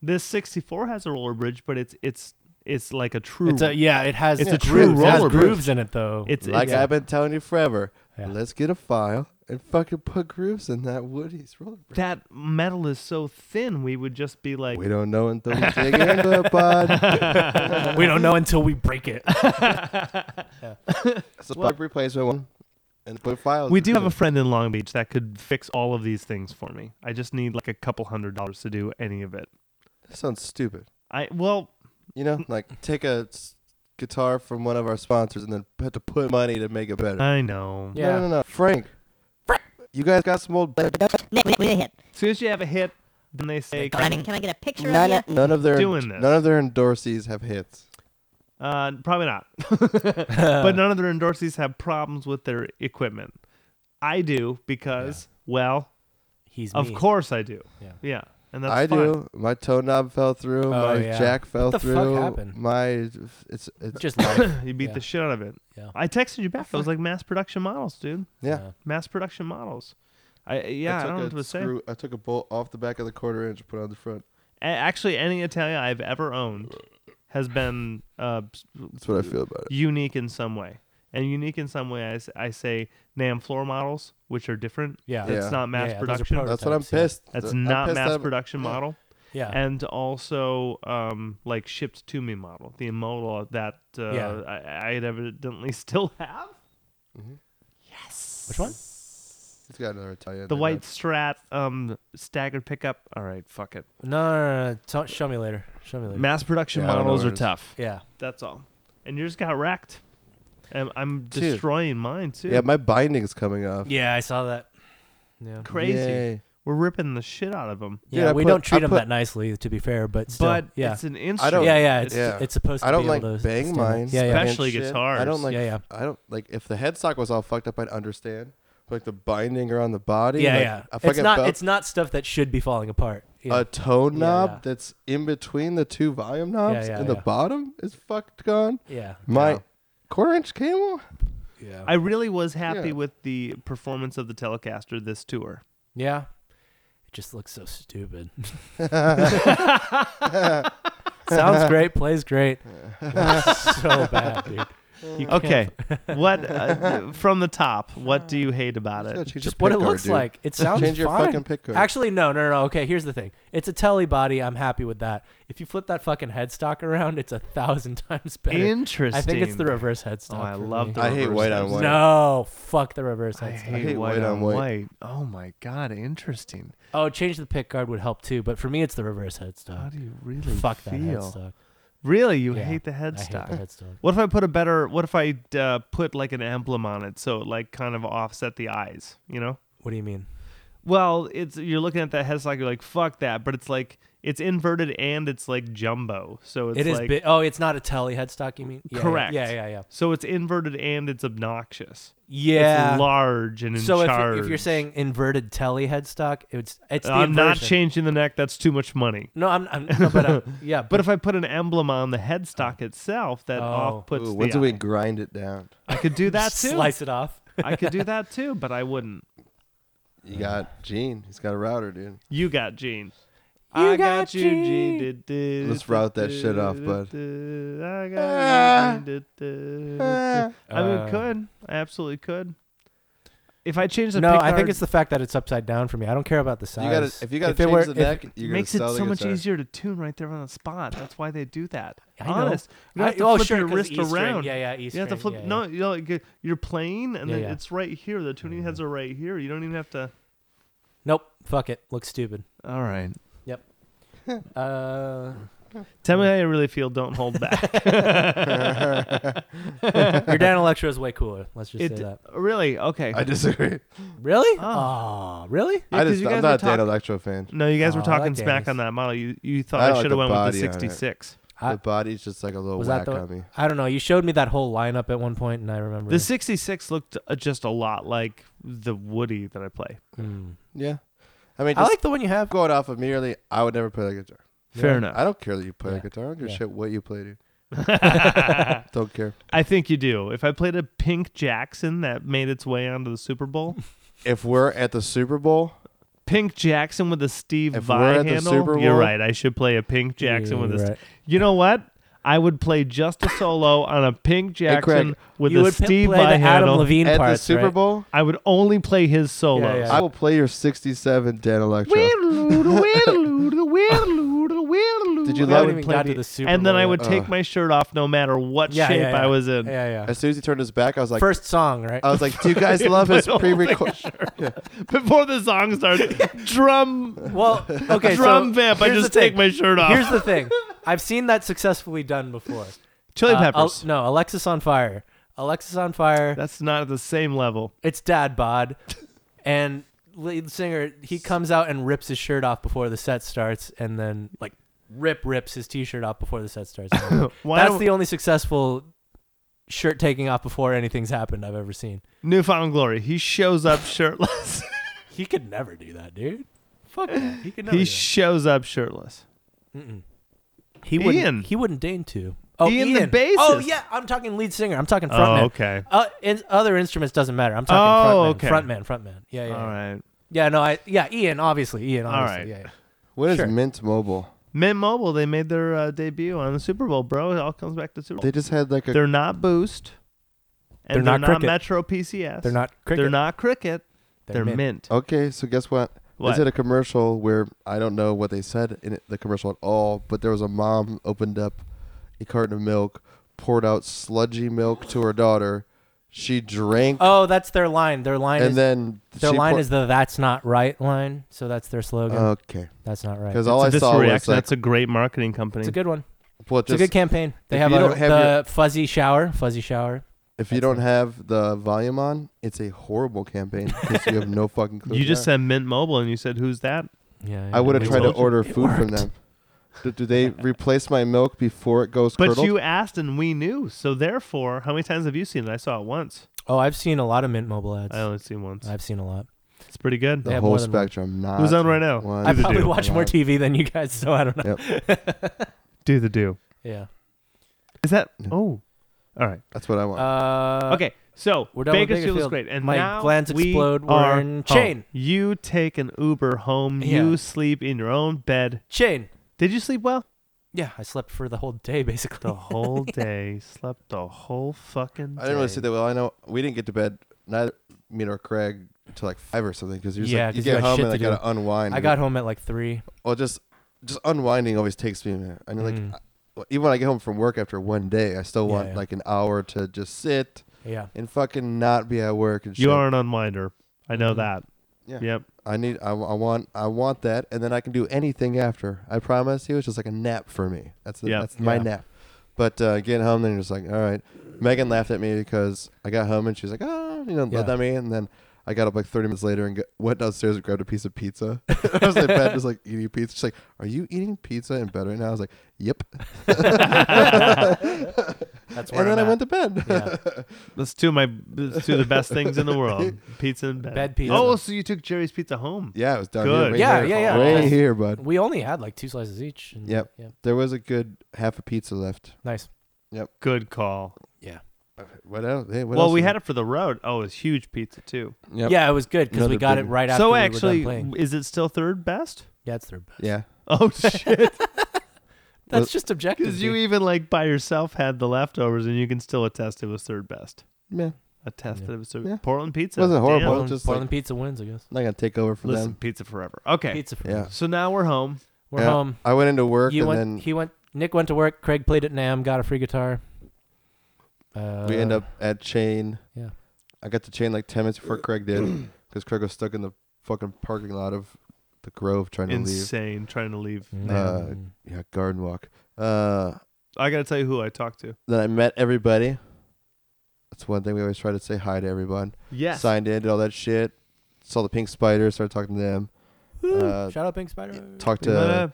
Speaker 2: this '64 has a roller bridge, but it's it's it's like a true.
Speaker 1: It's a yeah. It has
Speaker 2: It's
Speaker 4: a true
Speaker 1: grooves, it has
Speaker 4: roller
Speaker 1: grooves
Speaker 4: bridge.
Speaker 1: in it though.
Speaker 2: it's,
Speaker 4: like
Speaker 2: it's-
Speaker 4: I've been telling you forever.
Speaker 1: Yeah.
Speaker 4: Let's get a file and fucking put grooves in that Woody's roller bridge.
Speaker 2: that metal is so thin. We would just be like,
Speaker 4: We don't know until we dig into it, bud.
Speaker 1: we don't know until we break it.
Speaker 4: So plug replacement one and put files.
Speaker 2: we
Speaker 4: in
Speaker 2: do have
Speaker 4: it.
Speaker 2: a friend in Long Beach that could fix all of these things for me. I just need like a couple hundred dollars to do any of it.
Speaker 4: That sounds stupid.
Speaker 2: I well,
Speaker 4: You know, like take a s- guitar from one of our sponsors and then have to put money to make it better.
Speaker 2: I know.
Speaker 1: Yeah.
Speaker 4: No, no, no, Frank. You guys got some old.
Speaker 5: But but don't- Nick, we we didn't
Speaker 2: As soon as you have a hit, then they say,
Speaker 5: hit. Can I- can I get a picture of
Speaker 4: None
Speaker 5: you?
Speaker 4: of, none of their
Speaker 2: Doing this.
Speaker 4: none of their endorsees have hits.
Speaker 2: uh, probably not. but none of their endorsees have problems with their equipment. I do because, well,
Speaker 1: He's
Speaker 2: of
Speaker 1: me.
Speaker 2: course I do.
Speaker 1: Yeah.
Speaker 2: Yeah. And that's
Speaker 4: I
Speaker 2: fine.
Speaker 4: do. My toe knob fell through. my
Speaker 1: Oh, yeah.
Speaker 4: jack fell
Speaker 1: What the fuck
Speaker 4: through.
Speaker 1: happened?
Speaker 4: My it's it's
Speaker 1: Just life.
Speaker 2: you beat
Speaker 1: Yeah.
Speaker 2: the shit out of it.
Speaker 1: Yeah.
Speaker 2: I texted you back. I was like, mass production models, dude.
Speaker 4: yeah.
Speaker 2: Mass production models. I yeah, I,
Speaker 4: I took
Speaker 2: don't know
Speaker 4: a
Speaker 2: what to say.
Speaker 4: screw- I took a bolt off the back of the quarter inch, put it on the front.
Speaker 2: A- Actually, any Italia I've ever owned has been uh, s-
Speaker 4: That's what I feel about it.
Speaker 2: unique in some way. And unique in some way, I, s- I say NAM floor models, which are different.
Speaker 1: Yeah.
Speaker 2: That's
Speaker 4: Yeah.
Speaker 2: not mass
Speaker 1: Yeah, those are
Speaker 2: production.
Speaker 1: prototypes.
Speaker 4: That's what I'm
Speaker 1: yeah.
Speaker 4: pissed.
Speaker 2: That's
Speaker 4: I'm
Speaker 2: not
Speaker 4: pissed
Speaker 2: mass
Speaker 4: I'm-
Speaker 2: production model.
Speaker 1: Yeah.
Speaker 2: and also um, like shipped to me model, the model that uh,
Speaker 1: Yeah.
Speaker 2: I, I evidently still have.
Speaker 4: Mm-hmm.
Speaker 1: Which one?
Speaker 4: He's got another Italian.
Speaker 2: The
Speaker 4: in
Speaker 2: white
Speaker 4: there.
Speaker 2: Strat um, staggered pickup. All right, fuck it.
Speaker 1: No, no, no, no. Tell- show me later. Show me later.
Speaker 2: Mass production
Speaker 4: Yeah, I don't know
Speaker 2: models
Speaker 4: what
Speaker 2: are
Speaker 4: it is.
Speaker 2: tough.
Speaker 1: yeah.
Speaker 2: That's all. And yours got wrecked. And I'm
Speaker 4: Dude.
Speaker 2: destroying mine too.
Speaker 4: Yeah, my binding's coming off.
Speaker 1: Yeah, I saw that. Yeah.
Speaker 2: Crazy.
Speaker 4: Yay.
Speaker 2: We're ripping the shit out of them.
Speaker 1: Yeah,
Speaker 4: I
Speaker 1: we
Speaker 4: put-
Speaker 1: don't treat
Speaker 4: I
Speaker 1: them
Speaker 4: put-
Speaker 1: that nicely, to be fair. But still,
Speaker 2: But
Speaker 1: yeah,
Speaker 2: it's an
Speaker 4: I
Speaker 2: instrument.
Speaker 4: don't-
Speaker 1: yeah, yeah. It's,
Speaker 4: yeah.
Speaker 1: it's supposed to
Speaker 4: I don't
Speaker 1: be
Speaker 4: like
Speaker 1: able to
Speaker 4: bang
Speaker 1: stand-
Speaker 4: mine.
Speaker 1: Yeah, yeah,
Speaker 2: Especially
Speaker 4: Shit,
Speaker 2: guitars.
Speaker 4: I don't like.
Speaker 1: yeah, yeah.
Speaker 4: I don't like if the headstock was all fucked up. I'd understand. But, like the binding around the body.
Speaker 1: yeah,
Speaker 4: like,
Speaker 1: yeah.
Speaker 4: A
Speaker 1: It's
Speaker 4: fucking
Speaker 1: not.
Speaker 4: belt,
Speaker 1: It's not stuff that should be falling apart. Yeah.
Speaker 4: a toe
Speaker 1: Yeah,
Speaker 4: knob
Speaker 1: yeah.
Speaker 4: that's in between the two volume knobs,
Speaker 1: yeah,
Speaker 4: and
Speaker 1: yeah.
Speaker 4: the bottom is fucked gone.
Speaker 1: yeah.
Speaker 4: My
Speaker 2: Yeah.
Speaker 4: quarter inch cable.
Speaker 1: Yeah.
Speaker 2: I really was happy
Speaker 4: Yeah.
Speaker 2: with the performance of the Telecaster this tour.
Speaker 1: yeah. It just looks so stupid. Sounds great. Plays great. Looks so bad, dude. You can't-
Speaker 2: Okay, what uh, from the top? What do you hate about
Speaker 4: Gotta
Speaker 2: it?
Speaker 4: change
Speaker 1: Just
Speaker 4: your
Speaker 1: what it
Speaker 4: pick guard,
Speaker 1: looks
Speaker 4: dude.
Speaker 1: like. It sounds
Speaker 4: Change your
Speaker 1: fine.
Speaker 4: fucking pick guard.
Speaker 1: Actually, no, no, no, no. Okay, here's the thing. It's a telly body. I'm happy with that. If you flip that fucking headstock around, it's a thousand times better.
Speaker 2: Interesting.
Speaker 1: I think it's the reverse headstock.
Speaker 2: Oh, I
Speaker 1: for
Speaker 2: love
Speaker 1: me.
Speaker 2: the
Speaker 4: I hate
Speaker 2: reverse
Speaker 4: white on
Speaker 2: headstock.
Speaker 4: white.
Speaker 1: No, fuck the reverse
Speaker 2: I
Speaker 1: headstock.
Speaker 2: hate,
Speaker 4: hate
Speaker 2: white,
Speaker 4: white
Speaker 2: on,
Speaker 4: on
Speaker 2: white.
Speaker 4: white.
Speaker 2: Oh my god, interesting.
Speaker 1: Oh, change the pick guard would help too, but for me, it's the reverse
Speaker 2: How
Speaker 1: headstock.
Speaker 2: do you really
Speaker 1: fuck that
Speaker 2: feel?
Speaker 1: headstock.
Speaker 2: Really, you
Speaker 1: Yeah,
Speaker 2: hate the
Speaker 1: I hate the
Speaker 2: headstock?
Speaker 1: headstock.
Speaker 2: What if I put a better? What if I uh, put like an emblem on it so it like kind of offset the eyes? You know?
Speaker 1: What do you mean?
Speaker 2: Well, it's you're looking at that headstock, you're like, fuck that, but it's like it's inverted and it's like jumbo, so it's
Speaker 1: It is
Speaker 2: like
Speaker 1: bi- oh, it's not a telly headstock. You mean? Yeah, yeah,
Speaker 2: Correct.
Speaker 1: Yeah, yeah, yeah.
Speaker 2: so it's inverted and it's obnoxious.
Speaker 1: Yeah.
Speaker 2: it's large and in
Speaker 1: so if,
Speaker 2: charge.
Speaker 1: if you're saying inverted telly headstock, it's it's the
Speaker 2: I'm not
Speaker 1: inversion.
Speaker 2: changing the neck, that's too much money.
Speaker 1: No, I'm. I'm no, but i yeah,
Speaker 2: But
Speaker 1: but
Speaker 2: if I put an emblem on the headstock itself, that
Speaker 1: Oh.
Speaker 2: off puts
Speaker 4: Ooh,
Speaker 2: the
Speaker 4: when do we
Speaker 2: eye.
Speaker 4: grind it down?
Speaker 2: I could do that too.
Speaker 1: slice it off.
Speaker 2: I could do that too, but I wouldn't.
Speaker 4: You got Gene. He's got a router, dude.
Speaker 2: You got Gene.
Speaker 1: You
Speaker 2: I
Speaker 1: got
Speaker 2: you,
Speaker 1: Gene.
Speaker 2: Gene. Du- du-
Speaker 4: Let's route that shit off,
Speaker 2: du-
Speaker 4: bud.
Speaker 2: du- I
Speaker 4: Ah.
Speaker 2: got you, Gene. Du- du-
Speaker 4: Ah.
Speaker 2: I mean,
Speaker 1: Uh,
Speaker 2: could. I absolutely could. If I change the
Speaker 1: No,
Speaker 2: pick
Speaker 1: I think
Speaker 2: guard,
Speaker 1: it's the fact that it's upside down for me. I don't care about the
Speaker 4: You
Speaker 1: size.
Speaker 4: gotta, if you gotta
Speaker 1: it
Speaker 4: change
Speaker 1: were-
Speaker 4: the
Speaker 1: if-
Speaker 4: neck, you're
Speaker 2: makes it
Speaker 4: gonna sell the
Speaker 2: so much
Speaker 4: guitar.
Speaker 2: easier to tune right there on the spot. That's why they do that.
Speaker 1: I know.
Speaker 2: Honest. You
Speaker 1: I-
Speaker 2: don't have to
Speaker 1: oh,
Speaker 2: flip
Speaker 1: sure,
Speaker 2: your
Speaker 1: 'cause
Speaker 2: wrist
Speaker 1: E string.
Speaker 2: around.
Speaker 1: Yeah, yeah, E
Speaker 2: You have to
Speaker 1: string,
Speaker 2: flip.
Speaker 1: yeah,
Speaker 2: no,
Speaker 1: yeah.
Speaker 2: you know, like, you're playing, and
Speaker 1: Yeah,
Speaker 2: then
Speaker 1: yeah.
Speaker 2: it's right here. The tuning heads are right here. You don't even have to.
Speaker 1: Nope. Fuck it. Looks stupid.
Speaker 2: All right.
Speaker 1: Uh,
Speaker 2: Tell me how you really feel. Don't hold back.
Speaker 1: Your Dan Electro is way cooler. Let's just
Speaker 2: It-
Speaker 1: say that.
Speaker 2: really? Okay.
Speaker 4: I disagree.
Speaker 1: Really?
Speaker 2: Oh.
Speaker 1: Oh, really?
Speaker 2: Yeah,
Speaker 4: I
Speaker 2: 'cause
Speaker 4: just,
Speaker 2: you
Speaker 4: I'm
Speaker 2: guys
Speaker 4: not a
Speaker 2: were
Speaker 4: Dan
Speaker 2: talk-
Speaker 4: Electro fan.
Speaker 2: No, you guys
Speaker 1: Oh,
Speaker 2: were
Speaker 1: I like
Speaker 2: talking smack
Speaker 1: Danis.
Speaker 2: on that model. You you thought
Speaker 4: I
Speaker 2: I,
Speaker 4: like
Speaker 2: should
Speaker 4: the
Speaker 2: have went with
Speaker 4: body
Speaker 2: the
Speaker 4: on it.
Speaker 2: 66.
Speaker 1: I-
Speaker 4: the body's just like a little
Speaker 1: Was
Speaker 4: whack
Speaker 1: that the-
Speaker 4: on me.
Speaker 1: I don't know. You showed me that whole lineup at one point, and I remember.
Speaker 2: The 66 looked uh, just a lot like the Woody that I play.
Speaker 1: Hmm.
Speaker 4: Yeah. I mean,
Speaker 1: I
Speaker 4: just
Speaker 1: like the one you have.
Speaker 4: going off of merely, I would never play the guitar.
Speaker 2: Fair
Speaker 1: Yeah.
Speaker 4: I
Speaker 2: enough.
Speaker 4: don't care that you play
Speaker 1: Yeah.
Speaker 4: the guitar. I don't give a
Speaker 1: Yeah.
Speaker 4: shit what you play, dude. Don't care.
Speaker 2: I think you do. If I played a Pink Jackson that made its way onto the Super Bowl,
Speaker 4: If we're at the Super Bowl,
Speaker 2: Pink Jackson with a Steve
Speaker 4: If
Speaker 2: Vai
Speaker 4: we're at the
Speaker 2: handle.
Speaker 4: Super
Speaker 2: You're
Speaker 4: Bowl-
Speaker 2: right. I should play a Pink Jackson with a.
Speaker 1: Yeah,
Speaker 2: St-
Speaker 1: right.
Speaker 2: you know what? I would play just a solo on a Pink
Speaker 4: Hey, Craig,
Speaker 2: Jackson with
Speaker 1: you
Speaker 2: a
Speaker 1: would p-
Speaker 2: Steve
Speaker 1: play the
Speaker 2: Vai
Speaker 1: Adam
Speaker 2: handle.
Speaker 1: Levine
Speaker 4: at
Speaker 1: parts,
Speaker 4: the Super
Speaker 1: right?
Speaker 4: Bowl,
Speaker 2: I would only play his solos.
Speaker 1: yeah.
Speaker 4: I will play your 67 Dan Electro. Did
Speaker 2: Did
Speaker 4: you
Speaker 1: We haven't
Speaker 4: love-
Speaker 1: even got to the Super
Speaker 2: and then
Speaker 1: Bowl
Speaker 2: I
Speaker 1: yet.
Speaker 2: would take
Speaker 4: Ugh.
Speaker 2: my shirt off no matter what
Speaker 1: Yeah,
Speaker 2: shape
Speaker 1: yeah, yeah.
Speaker 2: I was in.
Speaker 1: Yeah, yeah.
Speaker 4: As soon as he turned his back, I was like,
Speaker 1: First song, right?
Speaker 4: I was like, do you guys love his pre-record?
Speaker 2: Before the song starts, drum
Speaker 1: well, okay.
Speaker 2: drum
Speaker 1: so
Speaker 2: vamp. I
Speaker 1: here's
Speaker 2: just
Speaker 1: the
Speaker 2: take
Speaker 1: thing.
Speaker 2: my shirt off.
Speaker 1: Here's the thing. I've seen that successfully done before.
Speaker 2: Chili
Speaker 1: Uh, Al-
Speaker 2: Peppers.
Speaker 1: no, Alexis on Fire. Alexis on Fire.
Speaker 2: That's not at the same level.
Speaker 1: it's dad bod and lead singer he comes out and rips his shirt off before the set starts and then like rip rips his t-shirt off before the set starts
Speaker 2: Why
Speaker 1: that's
Speaker 2: don't-
Speaker 1: the only successful shirt taking off before anything's happened i've ever seen
Speaker 2: Newfound Glory. He shows up shirtless.
Speaker 1: he could never do that dude fuck that he could never
Speaker 2: he
Speaker 1: do
Speaker 2: shows up shirtless.
Speaker 1: that. Mm-mm. he wouldn't
Speaker 2: Ian.
Speaker 1: he wouldn't deign to oh
Speaker 2: Ian the
Speaker 1: oh
Speaker 2: bassist.
Speaker 1: yeah i'm talking lead singer i'm talking
Speaker 2: Oh,
Speaker 1: frontman
Speaker 2: okay.
Speaker 1: uh, in, other instruments doesn't matter i'm talking
Speaker 2: Oh,
Speaker 1: frontman
Speaker 2: okay.
Speaker 1: frontman frontman yeah yeah, yeah.
Speaker 2: All right.
Speaker 1: yeah no i yeah ian obviously ian
Speaker 2: All
Speaker 1: obviously
Speaker 2: right.
Speaker 1: yeah, yeah.
Speaker 4: When is
Speaker 1: Sure.
Speaker 4: Mint Mobile?
Speaker 2: Men Mobile, they made their uh, debut on the Super Bowl, bro. It all comes back to Super Bowl.
Speaker 4: They just had like a.
Speaker 2: They're not Boost. And
Speaker 1: They're
Speaker 2: they're,
Speaker 1: not
Speaker 2: not,
Speaker 1: Cricket.
Speaker 2: Metro PCS.
Speaker 1: They're not cricket.
Speaker 2: They're not Cricket. They're, mint.
Speaker 4: okay, so guess what? Is
Speaker 2: What?
Speaker 4: it a commercial where I don't know what they said in it, the commercial at all, but there was a mom opened up a carton of milk, poured out sludgy milk to her daughter. She drank,
Speaker 1: Oh, that's their line. Their line
Speaker 4: and
Speaker 1: is
Speaker 4: then
Speaker 1: their
Speaker 4: she Uh,
Speaker 1: line
Speaker 4: pour-
Speaker 1: is the "That's not right" line. So that's their slogan.
Speaker 4: okay.
Speaker 1: that's not right.
Speaker 4: Because all I
Speaker 2: It's a
Speaker 4: saw
Speaker 2: visceral
Speaker 4: was
Speaker 2: reaction.
Speaker 4: like,
Speaker 2: That's a great marketing company.
Speaker 1: It's a good one.
Speaker 4: well,
Speaker 1: It's a
Speaker 4: just
Speaker 1: good campaign. They
Speaker 4: if
Speaker 1: have,
Speaker 4: you
Speaker 1: other-
Speaker 4: don't have
Speaker 1: the fuzzy shower. Fuzzy shower.
Speaker 4: if you don't have the volume on, it's a horrible campaign because you have no fucking clue.
Speaker 2: you
Speaker 4: who
Speaker 2: just
Speaker 4: they are.
Speaker 2: said Mint Mobile, and you said, "Who's that?"
Speaker 1: Yeah.
Speaker 4: I would have
Speaker 2: They
Speaker 4: tried to
Speaker 2: told you.
Speaker 4: order
Speaker 1: It
Speaker 4: food from
Speaker 1: worked.
Speaker 4: them. Do, do they replace my milk before it goes
Speaker 2: But
Speaker 4: curdled?
Speaker 2: you asked, and we knew. So therefore, how many times have you seen it? I saw it once.
Speaker 1: Oh, I've seen a lot of Mint Mobile ads.
Speaker 2: I only seen once.
Speaker 1: I've seen a lot.
Speaker 2: It's pretty good.
Speaker 1: They
Speaker 4: the
Speaker 1: have
Speaker 4: whole
Speaker 1: more than one.
Speaker 4: spectrum. Not
Speaker 2: Who's on right now?
Speaker 4: one.
Speaker 1: I
Speaker 2: Neither
Speaker 1: probably
Speaker 2: do.
Speaker 1: watch more TV than you guys, so I don't know.
Speaker 2: Do the do.
Speaker 1: Yeah.
Speaker 2: Is that?
Speaker 4: Yeah.
Speaker 2: Oh, all right.
Speaker 4: That's what I want.
Speaker 1: Uh,
Speaker 2: okay, so
Speaker 1: we're done with
Speaker 2: Bakersfield is
Speaker 1: Bakersfield.
Speaker 2: great, and
Speaker 1: My
Speaker 2: now
Speaker 1: glands
Speaker 2: we
Speaker 1: explode. We're
Speaker 2: are
Speaker 1: in
Speaker 2: home.
Speaker 1: Chain.
Speaker 2: You take an Uber home.
Speaker 1: Yeah.
Speaker 2: You sleep in your own bed.
Speaker 1: Shane.
Speaker 2: Did you sleep well?
Speaker 1: Yeah, I slept for the whole day basically.
Speaker 2: The whole day. Slept the whole fucking.
Speaker 4: I didn't really
Speaker 2: day.
Speaker 4: see that well. I know we didn't get to bed neither me nor Craig till like five or something because you're just
Speaker 1: Yeah,
Speaker 4: like,
Speaker 1: 'cause
Speaker 4: you
Speaker 1: you
Speaker 4: get
Speaker 1: got
Speaker 4: home
Speaker 1: shit
Speaker 4: and
Speaker 1: to
Speaker 4: I gotta unwind.
Speaker 1: I got home at like three.
Speaker 4: well, just just unwinding always takes me a minute. And like
Speaker 1: Mm.
Speaker 4: I- well, even when I get home from work after one day, I still
Speaker 1: Yeah,
Speaker 4: want
Speaker 1: yeah.
Speaker 4: like an hour to just sit
Speaker 1: Yeah.
Speaker 4: and fucking not be at work and shit.
Speaker 2: You are an unwinder. I know
Speaker 1: Mhm.
Speaker 2: that.
Speaker 4: Yeah.
Speaker 2: Yep.
Speaker 4: I need I, I want I want that and then I can do anything after. I promise you, it's just like a nap for me. That's the,
Speaker 2: Yeah.
Speaker 4: that's my
Speaker 1: Yeah.
Speaker 4: nap. But uh, getting home, then you're just like, all right. Megan laughed at me because I got home and she was like, oh, you know,
Speaker 1: Yeah.
Speaker 4: laughed at me, and then I got up like 30 minutes later and g went downstairs and grabbed a piece of pizza. I was in bed just like eating pizza. She's like, are you eating pizza in bed right now? I was like, yep.
Speaker 1: That's where
Speaker 4: and
Speaker 1: I'm
Speaker 4: then I
Speaker 1: at.
Speaker 4: went to bed.
Speaker 1: Yeah.
Speaker 2: Let's do my let's do the best things in the world. Pizza and bed.
Speaker 1: Bed pizza.
Speaker 2: Oh, so you took Jerry's pizza home.
Speaker 4: yeah, it was down
Speaker 2: Good.
Speaker 4: here. right
Speaker 1: Yeah,
Speaker 4: here.
Speaker 1: yeah, yeah.
Speaker 4: Right
Speaker 1: Yes.
Speaker 4: here, bud.
Speaker 1: We only had like two slices each. and-
Speaker 4: Yep.
Speaker 1: Yeah.
Speaker 4: There was a good half a pizza left.
Speaker 1: Nice.
Speaker 2: Good call.
Speaker 1: Yeah.
Speaker 4: What else? Hey, what
Speaker 2: well,
Speaker 4: else
Speaker 2: we
Speaker 4: is
Speaker 2: had it for the road. Oh, it's huge pizza too.
Speaker 4: there? Yep.
Speaker 1: Yeah, it was good because we
Speaker 4: Another
Speaker 1: got it
Speaker 4: big-
Speaker 1: right after
Speaker 2: so
Speaker 1: we
Speaker 2: actually,
Speaker 1: were done playing.
Speaker 2: is it still third best?
Speaker 1: Yeah, it's their best.
Speaker 4: Yeah.
Speaker 2: Oh shit!
Speaker 1: That's just objective.
Speaker 2: Because you
Speaker 1: dude.
Speaker 2: even like by yourself had the leftovers, and you can still attest it was third best.
Speaker 4: Yeah.
Speaker 2: Attest
Speaker 1: Yeah.
Speaker 2: that it was third.
Speaker 4: Yeah.
Speaker 2: Portland pizza
Speaker 4: Wasn't horrible.
Speaker 2: Damn.
Speaker 1: Portland,
Speaker 4: just
Speaker 1: Portland
Speaker 4: like-
Speaker 1: Pizza wins, I guess.
Speaker 4: not gonna take over for
Speaker 2: Listen,
Speaker 4: them.
Speaker 2: pizza forever. Okay,
Speaker 1: Pizza. For
Speaker 4: Yeah.
Speaker 2: so now we're home.
Speaker 1: We're
Speaker 4: Yeah.
Speaker 1: home.
Speaker 4: I went into work
Speaker 1: You
Speaker 4: and
Speaker 1: went.
Speaker 4: then
Speaker 1: He went. Nick went to work. Craig played at Nam. Got a free guitar. Uh,
Speaker 4: we end up at chain.
Speaker 1: yeah.
Speaker 4: I got to chain like ten minutes before Craig did, because Craig was stuck in the fucking parking lot of the Grove trying to
Speaker 2: insane trying to leave.
Speaker 1: Mm-hmm.
Speaker 4: leave. Uh, yeah, garden walk. Uh,
Speaker 2: I gotta tell you who I talked to.
Speaker 4: then I met everybody. That's one thing we always try to say hi to everyone.
Speaker 2: Yes.
Speaker 4: Signed in, did all that shit. Saw the pink spider, started talking to them.
Speaker 1: Woo.
Speaker 4: uh,
Speaker 1: Shout out Pink Spider.
Speaker 4: Talked to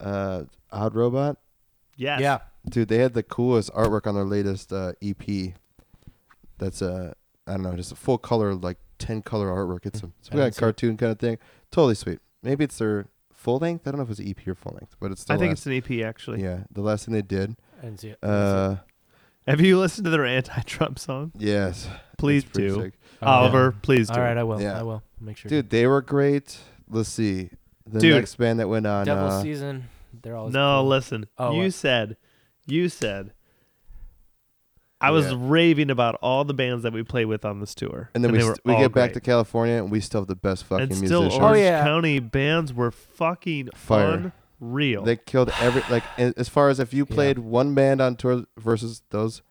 Speaker 4: uh, Odd Robot.
Speaker 2: yes.
Speaker 1: Yeah.
Speaker 4: Dude, they had the coolest artwork on their latest uh, EP. That's a I don't know, just a full color like ten color artwork. It's
Speaker 2: Eh,
Speaker 4: a it's
Speaker 1: I didn't
Speaker 4: like a
Speaker 1: see it.
Speaker 4: cartoon kind of thing. Totally sweet. Maybe it's their full length. I don't know if it's an EP or full length, but it's. The
Speaker 2: I think
Speaker 4: last-
Speaker 2: it's E an EP actually.
Speaker 4: yeah, the last thing they did.
Speaker 1: I didn't see it.
Speaker 4: Uh,
Speaker 2: Have you listened to their anti-Trump song?
Speaker 4: yes, it's
Speaker 2: Please
Speaker 4: pretty
Speaker 2: do,
Speaker 4: sick.
Speaker 1: Oh,
Speaker 2: Oliver. Please do.
Speaker 1: All right, I will.
Speaker 4: Yeah.
Speaker 1: I will. Make sure.
Speaker 4: dude. They were great. Let's see. The
Speaker 2: Dude.
Speaker 4: next band that went on.
Speaker 1: Devil's
Speaker 4: uh,
Speaker 1: season. They're all
Speaker 2: No, listen.
Speaker 1: Oh,
Speaker 2: you
Speaker 1: what?
Speaker 2: said, you said, I was
Speaker 4: Yeah.
Speaker 2: raving about all the bands that we play with on this tour,
Speaker 4: and then we,
Speaker 2: they
Speaker 4: st-
Speaker 2: were
Speaker 4: we
Speaker 2: all
Speaker 4: get back to
Speaker 2: great.
Speaker 4: California and we still have the best fucking
Speaker 2: and still
Speaker 4: musicians.
Speaker 2: Orange
Speaker 1: Oh, yeah.
Speaker 2: County bands were fucking
Speaker 4: Fire.
Speaker 2: unreal.
Speaker 4: They killed every like a- as far as if you
Speaker 1: Yeah.
Speaker 4: played one band on tour versus those.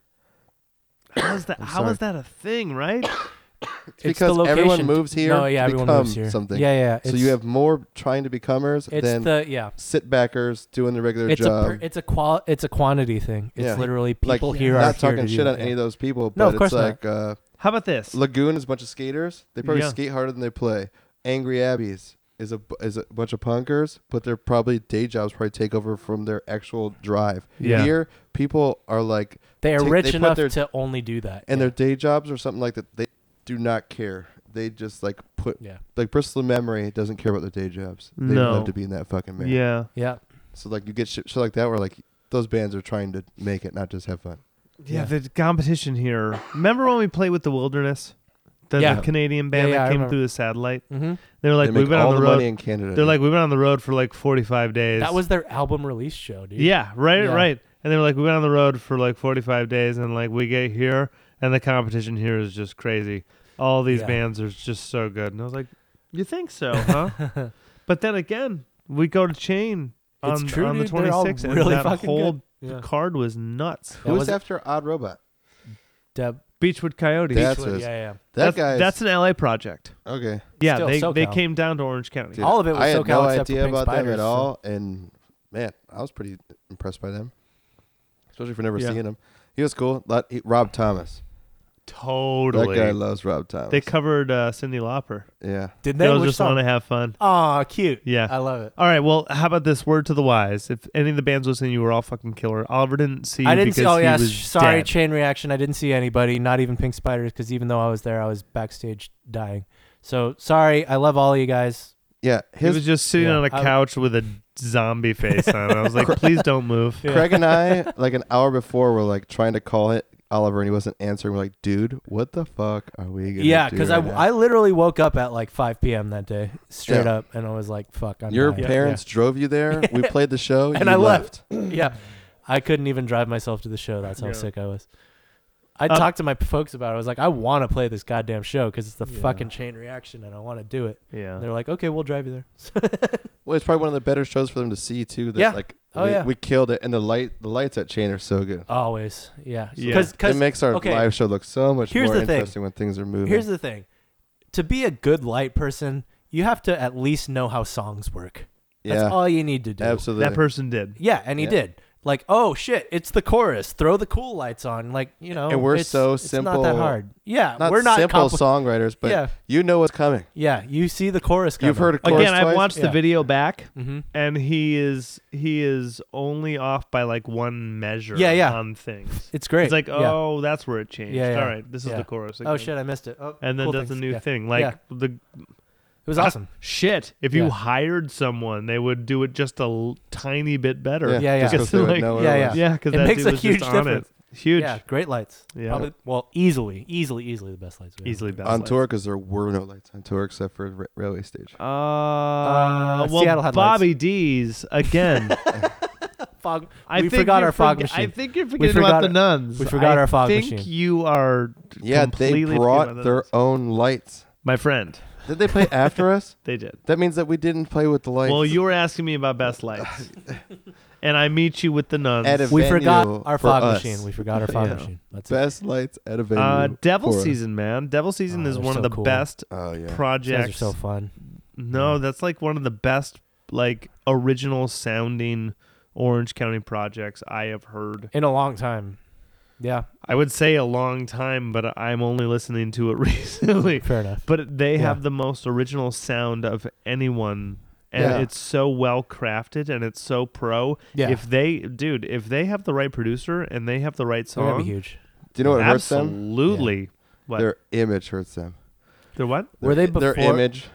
Speaker 2: how is that?
Speaker 4: I'm
Speaker 2: How is that a thing? Right?
Speaker 4: It's because everyone moves here.
Speaker 1: No, yeah,
Speaker 4: to
Speaker 1: everyone
Speaker 4: become
Speaker 1: moves here.
Speaker 4: Something.
Speaker 1: Yeah, yeah.
Speaker 4: So
Speaker 1: it's-
Speaker 4: you have more trying to becomers
Speaker 1: it's
Speaker 4: than
Speaker 1: the yeah.
Speaker 4: sit backers doing the regular
Speaker 1: It's a
Speaker 4: job.
Speaker 1: per, it's a qual it's a quantity thing. It's
Speaker 4: Yeah.
Speaker 1: literally
Speaker 4: like
Speaker 1: people here are
Speaker 4: not
Speaker 1: here to
Speaker 4: talking
Speaker 1: do
Speaker 4: shit
Speaker 1: that,
Speaker 4: on
Speaker 1: yeah.
Speaker 4: any of those people, but
Speaker 1: No, of course
Speaker 4: it's
Speaker 1: not.
Speaker 4: like uh,
Speaker 2: How about this?
Speaker 4: Lagoon is a bunch of skaters. They probably
Speaker 2: Yeah.
Speaker 4: skate harder than they play. Angry Abbeys is a bu- is a bunch of punkers, but they're probably day jobs probably take over from their actual drive.
Speaker 2: Yeah.
Speaker 4: Here, people are like
Speaker 1: They are
Speaker 4: take-
Speaker 1: rich
Speaker 4: they put
Speaker 1: enough
Speaker 4: their-
Speaker 1: to only do that.
Speaker 4: and
Speaker 1: yeah.
Speaker 4: their day jobs or something like that. They do not care. They just like put
Speaker 1: yeah.
Speaker 4: like Bristol Memory doesn't care about their day jobs. They
Speaker 2: No.
Speaker 4: love to be in that fucking band.
Speaker 2: Yeah.
Speaker 1: Yeah.
Speaker 4: So like you get shit, shit like that where like those bands are trying to make it, not just have fun.
Speaker 2: yeah,
Speaker 1: Yeah.
Speaker 2: The competition here. Remember when we played with the Wilderness? The, the
Speaker 1: Yeah.
Speaker 2: Canadian band
Speaker 1: Yeah, yeah, I
Speaker 2: that came
Speaker 1: remember.
Speaker 2: through the satellite.
Speaker 1: hmm
Speaker 2: They were
Speaker 4: they
Speaker 2: like, we've
Speaker 4: make
Speaker 2: been
Speaker 4: all
Speaker 2: on the,
Speaker 4: the,
Speaker 2: road.
Speaker 4: money in Canada.
Speaker 2: They're like, we've been on the road for like 45 days.
Speaker 1: That was their album release show, dude.
Speaker 2: Yeah, right,
Speaker 1: Yeah.
Speaker 2: right. And they were like, we went on the road for like 45 days, and like we get here, and the competition here is just crazy. All these
Speaker 1: Yeah.
Speaker 2: bands are just so good. And I was like, you think so, huh? but then again, we go to Chain
Speaker 1: It's
Speaker 2: on,
Speaker 1: true,
Speaker 2: on the
Speaker 1: dude. They're all
Speaker 2: 26th, and
Speaker 1: really
Speaker 2: that
Speaker 1: fucking
Speaker 2: whole
Speaker 1: good. Yeah.
Speaker 2: card was nuts.
Speaker 1: That
Speaker 4: Who's
Speaker 1: was-
Speaker 4: after Odd Robot?
Speaker 1: Deb.
Speaker 2: Beachwood Coyotes.
Speaker 4: That's
Speaker 1: Beachwood,
Speaker 4: what-
Speaker 1: yeah, yeah.
Speaker 4: That
Speaker 2: that's,
Speaker 4: guy's
Speaker 2: that's an LA project.
Speaker 4: okay.
Speaker 2: Yeah,
Speaker 1: Still,
Speaker 2: they, they
Speaker 1: SoCal.
Speaker 2: came down to Orange County.
Speaker 4: Dude,
Speaker 1: All of it was
Speaker 4: I had
Speaker 1: SoCal
Speaker 4: no
Speaker 1: except for
Speaker 4: idea
Speaker 1: Pink
Speaker 4: about them
Speaker 1: Spiders,
Speaker 4: at
Speaker 1: so-
Speaker 4: all, and man, I was pretty impressed by them, especially for never
Speaker 2: Yeah.
Speaker 4: seeing him. He was cool. Lot- he- Rob Thomas. That guy
Speaker 2: Totally.
Speaker 4: loves Rob Thomas.
Speaker 2: They covered uh, Cindy Lauper.
Speaker 4: yeah.
Speaker 1: Did they?
Speaker 2: Girls
Speaker 1: Which
Speaker 2: just want to
Speaker 1: song?
Speaker 2: have fun.
Speaker 1: Aw, cute.
Speaker 2: Yeah.
Speaker 1: I love it.
Speaker 2: All right. Well, how about this word to the wise? If any of the bands listening, you were all fucking killer. Oliver didn't see. You
Speaker 1: I didn't see.
Speaker 2: because
Speaker 1: Oh
Speaker 2: he
Speaker 1: yeah,
Speaker 2: was
Speaker 1: sh- sorry.
Speaker 2: dead.
Speaker 1: Chain reaction. I didn't see anybody. Not even Pink Spiders, because even though I was there, I was backstage dying. So sorry. I love all you guys.
Speaker 4: Yeah.
Speaker 2: he
Speaker 4: His
Speaker 2: was just sitting
Speaker 1: yeah,
Speaker 2: on a
Speaker 1: I-
Speaker 2: couch with a zombie face on. I was like, please don't move.
Speaker 1: Yeah.
Speaker 4: Craig and I, like an hour before, were like trying to call it Oliver, and he wasn't answering. We're like, dude, what the fuck are we gonna
Speaker 1: Yeah,
Speaker 4: do
Speaker 1: because
Speaker 4: right
Speaker 1: I,
Speaker 4: now?"
Speaker 1: I literally woke up at like 5 p.m. that day, straight
Speaker 4: Yeah.
Speaker 1: up, and I was like, "Fuck, I'm
Speaker 4: your
Speaker 1: dying.
Speaker 4: parents drove you there. We played the show,
Speaker 1: And
Speaker 4: you
Speaker 1: I left. yeah, I couldn't even drive myself to the show. That's how
Speaker 2: Yeah.
Speaker 1: sick I was. I
Speaker 2: Uh,
Speaker 1: talked to my folks about it. I was like, I want to play this goddamn show because it's the
Speaker 2: Yeah.
Speaker 1: fucking chain reaction, and I want to do it.
Speaker 4: Uh.
Speaker 1: And
Speaker 2: Yeah.
Speaker 1: they're like, okay, we'll drive you there.
Speaker 4: Well, it's probably one of the better shows for them to see too. That
Speaker 1: Yeah.
Speaker 4: like
Speaker 1: Oh,
Speaker 4: we,
Speaker 1: yeah.
Speaker 4: we killed it, and the light the lights at Chain are so good.
Speaker 1: Always, yeah,
Speaker 2: Yeah.
Speaker 1: because
Speaker 4: It makes our
Speaker 1: okay.
Speaker 4: live show look so much
Speaker 1: Here's
Speaker 4: more
Speaker 1: the thing.
Speaker 4: interesting when things are moving.
Speaker 1: here's the thing: to be a good light person, you have to at least know how songs work. That's
Speaker 4: yeah,
Speaker 1: all you need to do.
Speaker 4: absolutely.
Speaker 2: That person did.
Speaker 1: Yeah, and he
Speaker 4: Yeah.
Speaker 1: did. Like, oh shit, it's the chorus. Throw the cool lights on. Like, you know,
Speaker 4: And we're
Speaker 1: it's-
Speaker 4: so
Speaker 1: it's Not that
Speaker 4: simple-
Speaker 1: hard. Yeah,
Speaker 4: not
Speaker 1: we're not
Speaker 4: simple
Speaker 1: compli-
Speaker 4: songwriters, but
Speaker 1: Yeah.
Speaker 4: you know what's coming.
Speaker 1: Yeah, you see the chorus.
Speaker 4: You've heard a chorus
Speaker 2: Again, I
Speaker 4: twice.
Speaker 2: watched the
Speaker 1: Yeah.
Speaker 2: video back,
Speaker 1: Mm-hmm.
Speaker 2: and he is he is only off by like one measure.
Speaker 1: Yeah, yeah.
Speaker 2: On things,
Speaker 1: It's great.
Speaker 2: it's like,
Speaker 1: Yeah.
Speaker 2: oh, that's where it changed.
Speaker 1: Yeah, yeah.
Speaker 2: All right, this is
Speaker 1: Yeah.
Speaker 2: the chorus.
Speaker 1: oh
Speaker 2: again.
Speaker 1: shit, I missed it. Oh,
Speaker 2: And then
Speaker 1: cool
Speaker 2: does a
Speaker 1: things.
Speaker 2: new
Speaker 1: Yeah.
Speaker 2: thing like
Speaker 1: Yeah.
Speaker 2: the
Speaker 1: It was awesome.
Speaker 2: Shit! If you
Speaker 1: Yeah.
Speaker 2: hired someone, they would do it just a l- tiny bit better.
Speaker 1: Yeah, yeah.
Speaker 4: Just 'cause they would
Speaker 2: Like-
Speaker 4: know what it
Speaker 1: Yeah,
Speaker 4: was.
Speaker 1: yeah.
Speaker 2: yeah, because
Speaker 1: It
Speaker 2: that
Speaker 1: makes
Speaker 2: dude
Speaker 1: a
Speaker 2: was
Speaker 1: huge
Speaker 2: just on
Speaker 1: difference.
Speaker 2: it. Huge,
Speaker 1: Yeah, great lights.
Speaker 2: Yeah.
Speaker 1: Probably- well, easily, easily, easily the best lights. we have.
Speaker 2: easily best
Speaker 4: on
Speaker 2: lights.
Speaker 4: tour because there were no lights on tour except for ra- railway stage.
Speaker 2: Uh, well,
Speaker 1: Uh, Seattle had
Speaker 2: Bobby D's again.
Speaker 1: Fog.
Speaker 2: I
Speaker 1: we
Speaker 2: think
Speaker 1: forgot
Speaker 2: you're
Speaker 1: our fog
Speaker 2: forge- I
Speaker 1: machine.
Speaker 2: think you're forgetting about
Speaker 1: forgot
Speaker 2: the
Speaker 1: our-
Speaker 2: nuns.
Speaker 1: we forgot
Speaker 2: I
Speaker 1: our fog
Speaker 2: think
Speaker 1: machine.
Speaker 2: You are d-
Speaker 4: Yeah, they
Speaker 2: completely forgetting
Speaker 4: brought
Speaker 2: about
Speaker 4: their
Speaker 2: nuns.
Speaker 4: own lights.
Speaker 2: my friend.
Speaker 4: Did they play after us?
Speaker 2: They did.
Speaker 4: That means that we didn't play with the lights.
Speaker 2: Well, you were asking me about best lights, and I meet you with the nuns. Uh,
Speaker 4: At a
Speaker 1: We
Speaker 4: venue
Speaker 1: forgot our
Speaker 4: for
Speaker 1: fog
Speaker 4: us.
Speaker 1: machine. We forgot our fog
Speaker 2: Yeah.
Speaker 1: machine. That's it.
Speaker 4: best lights at a venue.
Speaker 2: uh, Devil
Speaker 4: for us.
Speaker 2: Season, man. Devil Season
Speaker 1: Oh,
Speaker 2: is
Speaker 1: they're
Speaker 2: one
Speaker 1: so
Speaker 2: of the
Speaker 1: cool.
Speaker 2: best
Speaker 4: Oh yeah.
Speaker 1: These guys are
Speaker 2: projects
Speaker 1: so fun.
Speaker 2: No, that's like one of the best, like original sounding Orange County projects I have heard.
Speaker 1: in a long time. Yeah,
Speaker 2: I would say a long time, but I'm only listening to it recently.
Speaker 1: fair enough.
Speaker 2: But they
Speaker 1: Yeah.
Speaker 2: have the most original sound of anyone, and
Speaker 4: Yeah.
Speaker 2: it's so well crafted and it's so pro.
Speaker 1: Yeah.
Speaker 2: If they, dude, if they have the right producer and they have the right
Speaker 1: They're gonna be
Speaker 2: song,
Speaker 1: huge.
Speaker 4: Do you know what hurts them?
Speaker 2: absolutely. What?
Speaker 4: Their image hurts them.
Speaker 2: They're what?
Speaker 1: Were
Speaker 4: Their-
Speaker 1: they
Speaker 4: Their
Speaker 1: before-
Speaker 4: image.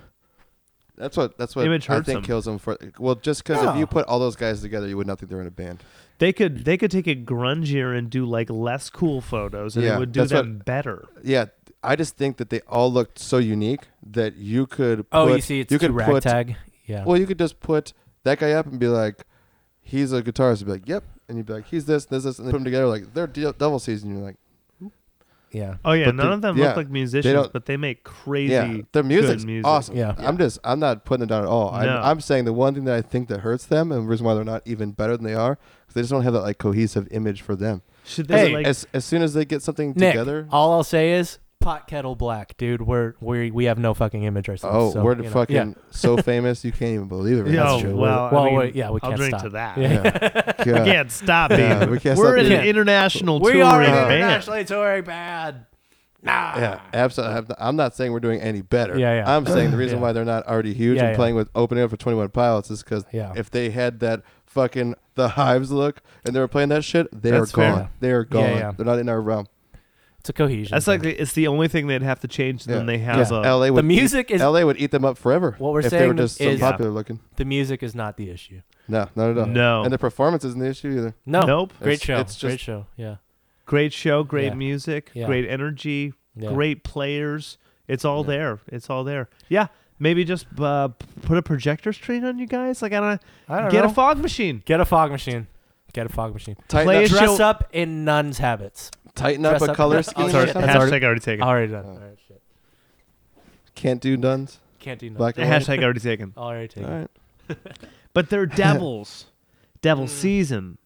Speaker 4: That's what that's what
Speaker 2: Image
Speaker 4: I
Speaker 2: hurts
Speaker 4: think
Speaker 2: them.
Speaker 4: kills them for. Well, just because if
Speaker 1: No.
Speaker 4: you put all those guys together, you would not think they're in a band.
Speaker 2: They could they could take it grungier and do like less cool photos, and it
Speaker 4: Yeah,
Speaker 2: would do
Speaker 4: that's what-
Speaker 2: them better.
Speaker 4: Yeah, I just think that they all looked so unique that you could.
Speaker 1: Oh, you
Speaker 4: put-
Speaker 1: see, it's
Speaker 4: you
Speaker 1: too
Speaker 4: could put
Speaker 1: ragtag. Yeah.
Speaker 4: Well, you could just put that guy up and be like, he's a guitarist. And be like, yep. And you'd be like, he's this, this, this. And they put them together like, they're de- double season. And you're like,
Speaker 1: yeah.
Speaker 2: Oh yeah,
Speaker 4: But
Speaker 2: none
Speaker 4: the-
Speaker 2: of them
Speaker 4: yeah,
Speaker 2: look like musicians,
Speaker 4: don't-
Speaker 2: but they make crazy.
Speaker 4: yeah, their music's
Speaker 2: music.
Speaker 4: awesome.
Speaker 1: Yeah.
Speaker 4: I'm just, I'm not putting it down at all.
Speaker 2: No.
Speaker 4: I'm, I'm saying the one thing that I think that hurts them and the reason why they're not even better than they are, because they just don't have that like cohesive image for them.
Speaker 2: Should they
Speaker 1: Hey,
Speaker 2: like?
Speaker 4: as, as soon as they get something
Speaker 1: Nick,
Speaker 4: together,
Speaker 1: all I'll say is pot kettle black, dude. We're we we have no fucking image ourselves.
Speaker 4: oh,
Speaker 1: so,
Speaker 4: we're
Speaker 1: you know,
Speaker 4: fucking
Speaker 1: yeah.
Speaker 4: so famous, you can't even believe it. Right
Speaker 2: Yeah,
Speaker 4: now.
Speaker 2: oh,
Speaker 1: true.
Speaker 2: well,
Speaker 1: Well,
Speaker 2: I mean,
Speaker 1: wait, yeah, we
Speaker 2: I'll
Speaker 1: can't
Speaker 2: drink to
Speaker 1: stop.
Speaker 2: that.
Speaker 1: Yeah.
Speaker 2: We
Speaker 4: God.
Speaker 2: can't stop being.
Speaker 4: Yeah, we can't
Speaker 2: We're
Speaker 4: stop
Speaker 2: in
Speaker 4: being-
Speaker 2: an international
Speaker 1: we
Speaker 2: touring
Speaker 1: are an
Speaker 2: band.
Speaker 1: internationally touring band. Nah.
Speaker 4: Yeah, absolutely. I'm not- I'm not saying we're doing any better.
Speaker 1: Yeah, yeah.
Speaker 4: I'm saying the reason
Speaker 1: Yeah.
Speaker 4: why they're not already huge
Speaker 1: Yeah,
Speaker 4: and
Speaker 1: yeah.
Speaker 4: playing with opening up for Twenty One Pilots is because
Speaker 1: Yeah.
Speaker 4: if they had that fucking the Hives look and they were playing that shit, they
Speaker 2: That's
Speaker 4: are gone.
Speaker 2: fair.
Speaker 4: They are gone.
Speaker 1: yeah.
Speaker 4: They're not in our realm.
Speaker 1: It's a cohesion.
Speaker 2: That's
Speaker 1: thing.
Speaker 2: like the- it's the only thing they'd have to change. Then
Speaker 4: Yeah.
Speaker 2: they have
Speaker 1: Yeah.
Speaker 2: a
Speaker 4: LA would
Speaker 1: the music
Speaker 4: eat,
Speaker 1: is
Speaker 4: LA would eat them up forever.
Speaker 1: What we're
Speaker 4: if they
Speaker 1: saying
Speaker 4: were just
Speaker 1: is-
Speaker 4: so popular looking.
Speaker 1: the music is not the issue.
Speaker 4: No, not at all.
Speaker 2: No.
Speaker 4: and the performance isn't the issue either.
Speaker 1: No.
Speaker 2: nope.
Speaker 1: Great
Speaker 4: It's-
Speaker 1: show.
Speaker 4: it's
Speaker 1: great
Speaker 4: just-
Speaker 1: show. Yeah.
Speaker 2: Great show, great
Speaker 1: Yeah.
Speaker 2: music,
Speaker 1: Yeah.
Speaker 2: great energy,
Speaker 1: Yeah.
Speaker 2: great players. It's all
Speaker 4: Yeah.
Speaker 2: there. It's all there. Yeah, maybe just uh, p- put a projector screen on you guys. Like I don't,
Speaker 1: I don't
Speaker 2: get
Speaker 1: know.
Speaker 2: a fog machine.
Speaker 1: Get a fog machine. Get a fog machine.
Speaker 4: Tighten
Speaker 2: Play
Speaker 4: up,
Speaker 2: It is
Speaker 1: Dress
Speaker 2: show-
Speaker 1: up in nuns' habits.
Speaker 4: tighten up
Speaker 1: dress
Speaker 4: a
Speaker 1: up- Oh,
Speaker 4: color
Speaker 1: That's
Speaker 4: scheme.
Speaker 1: already-
Speaker 4: or
Speaker 1: that's
Speaker 4: something.
Speaker 1: already-
Speaker 2: already taken.
Speaker 1: Already done.
Speaker 4: Oh.
Speaker 1: All right, shit.
Speaker 4: Can't do duns.
Speaker 1: Can't do nothing.
Speaker 4: Black and white.
Speaker 2: Hashtag already taken.
Speaker 1: Already
Speaker 4: All
Speaker 1: taken.
Speaker 4: right.
Speaker 2: But they're devils. Devil season.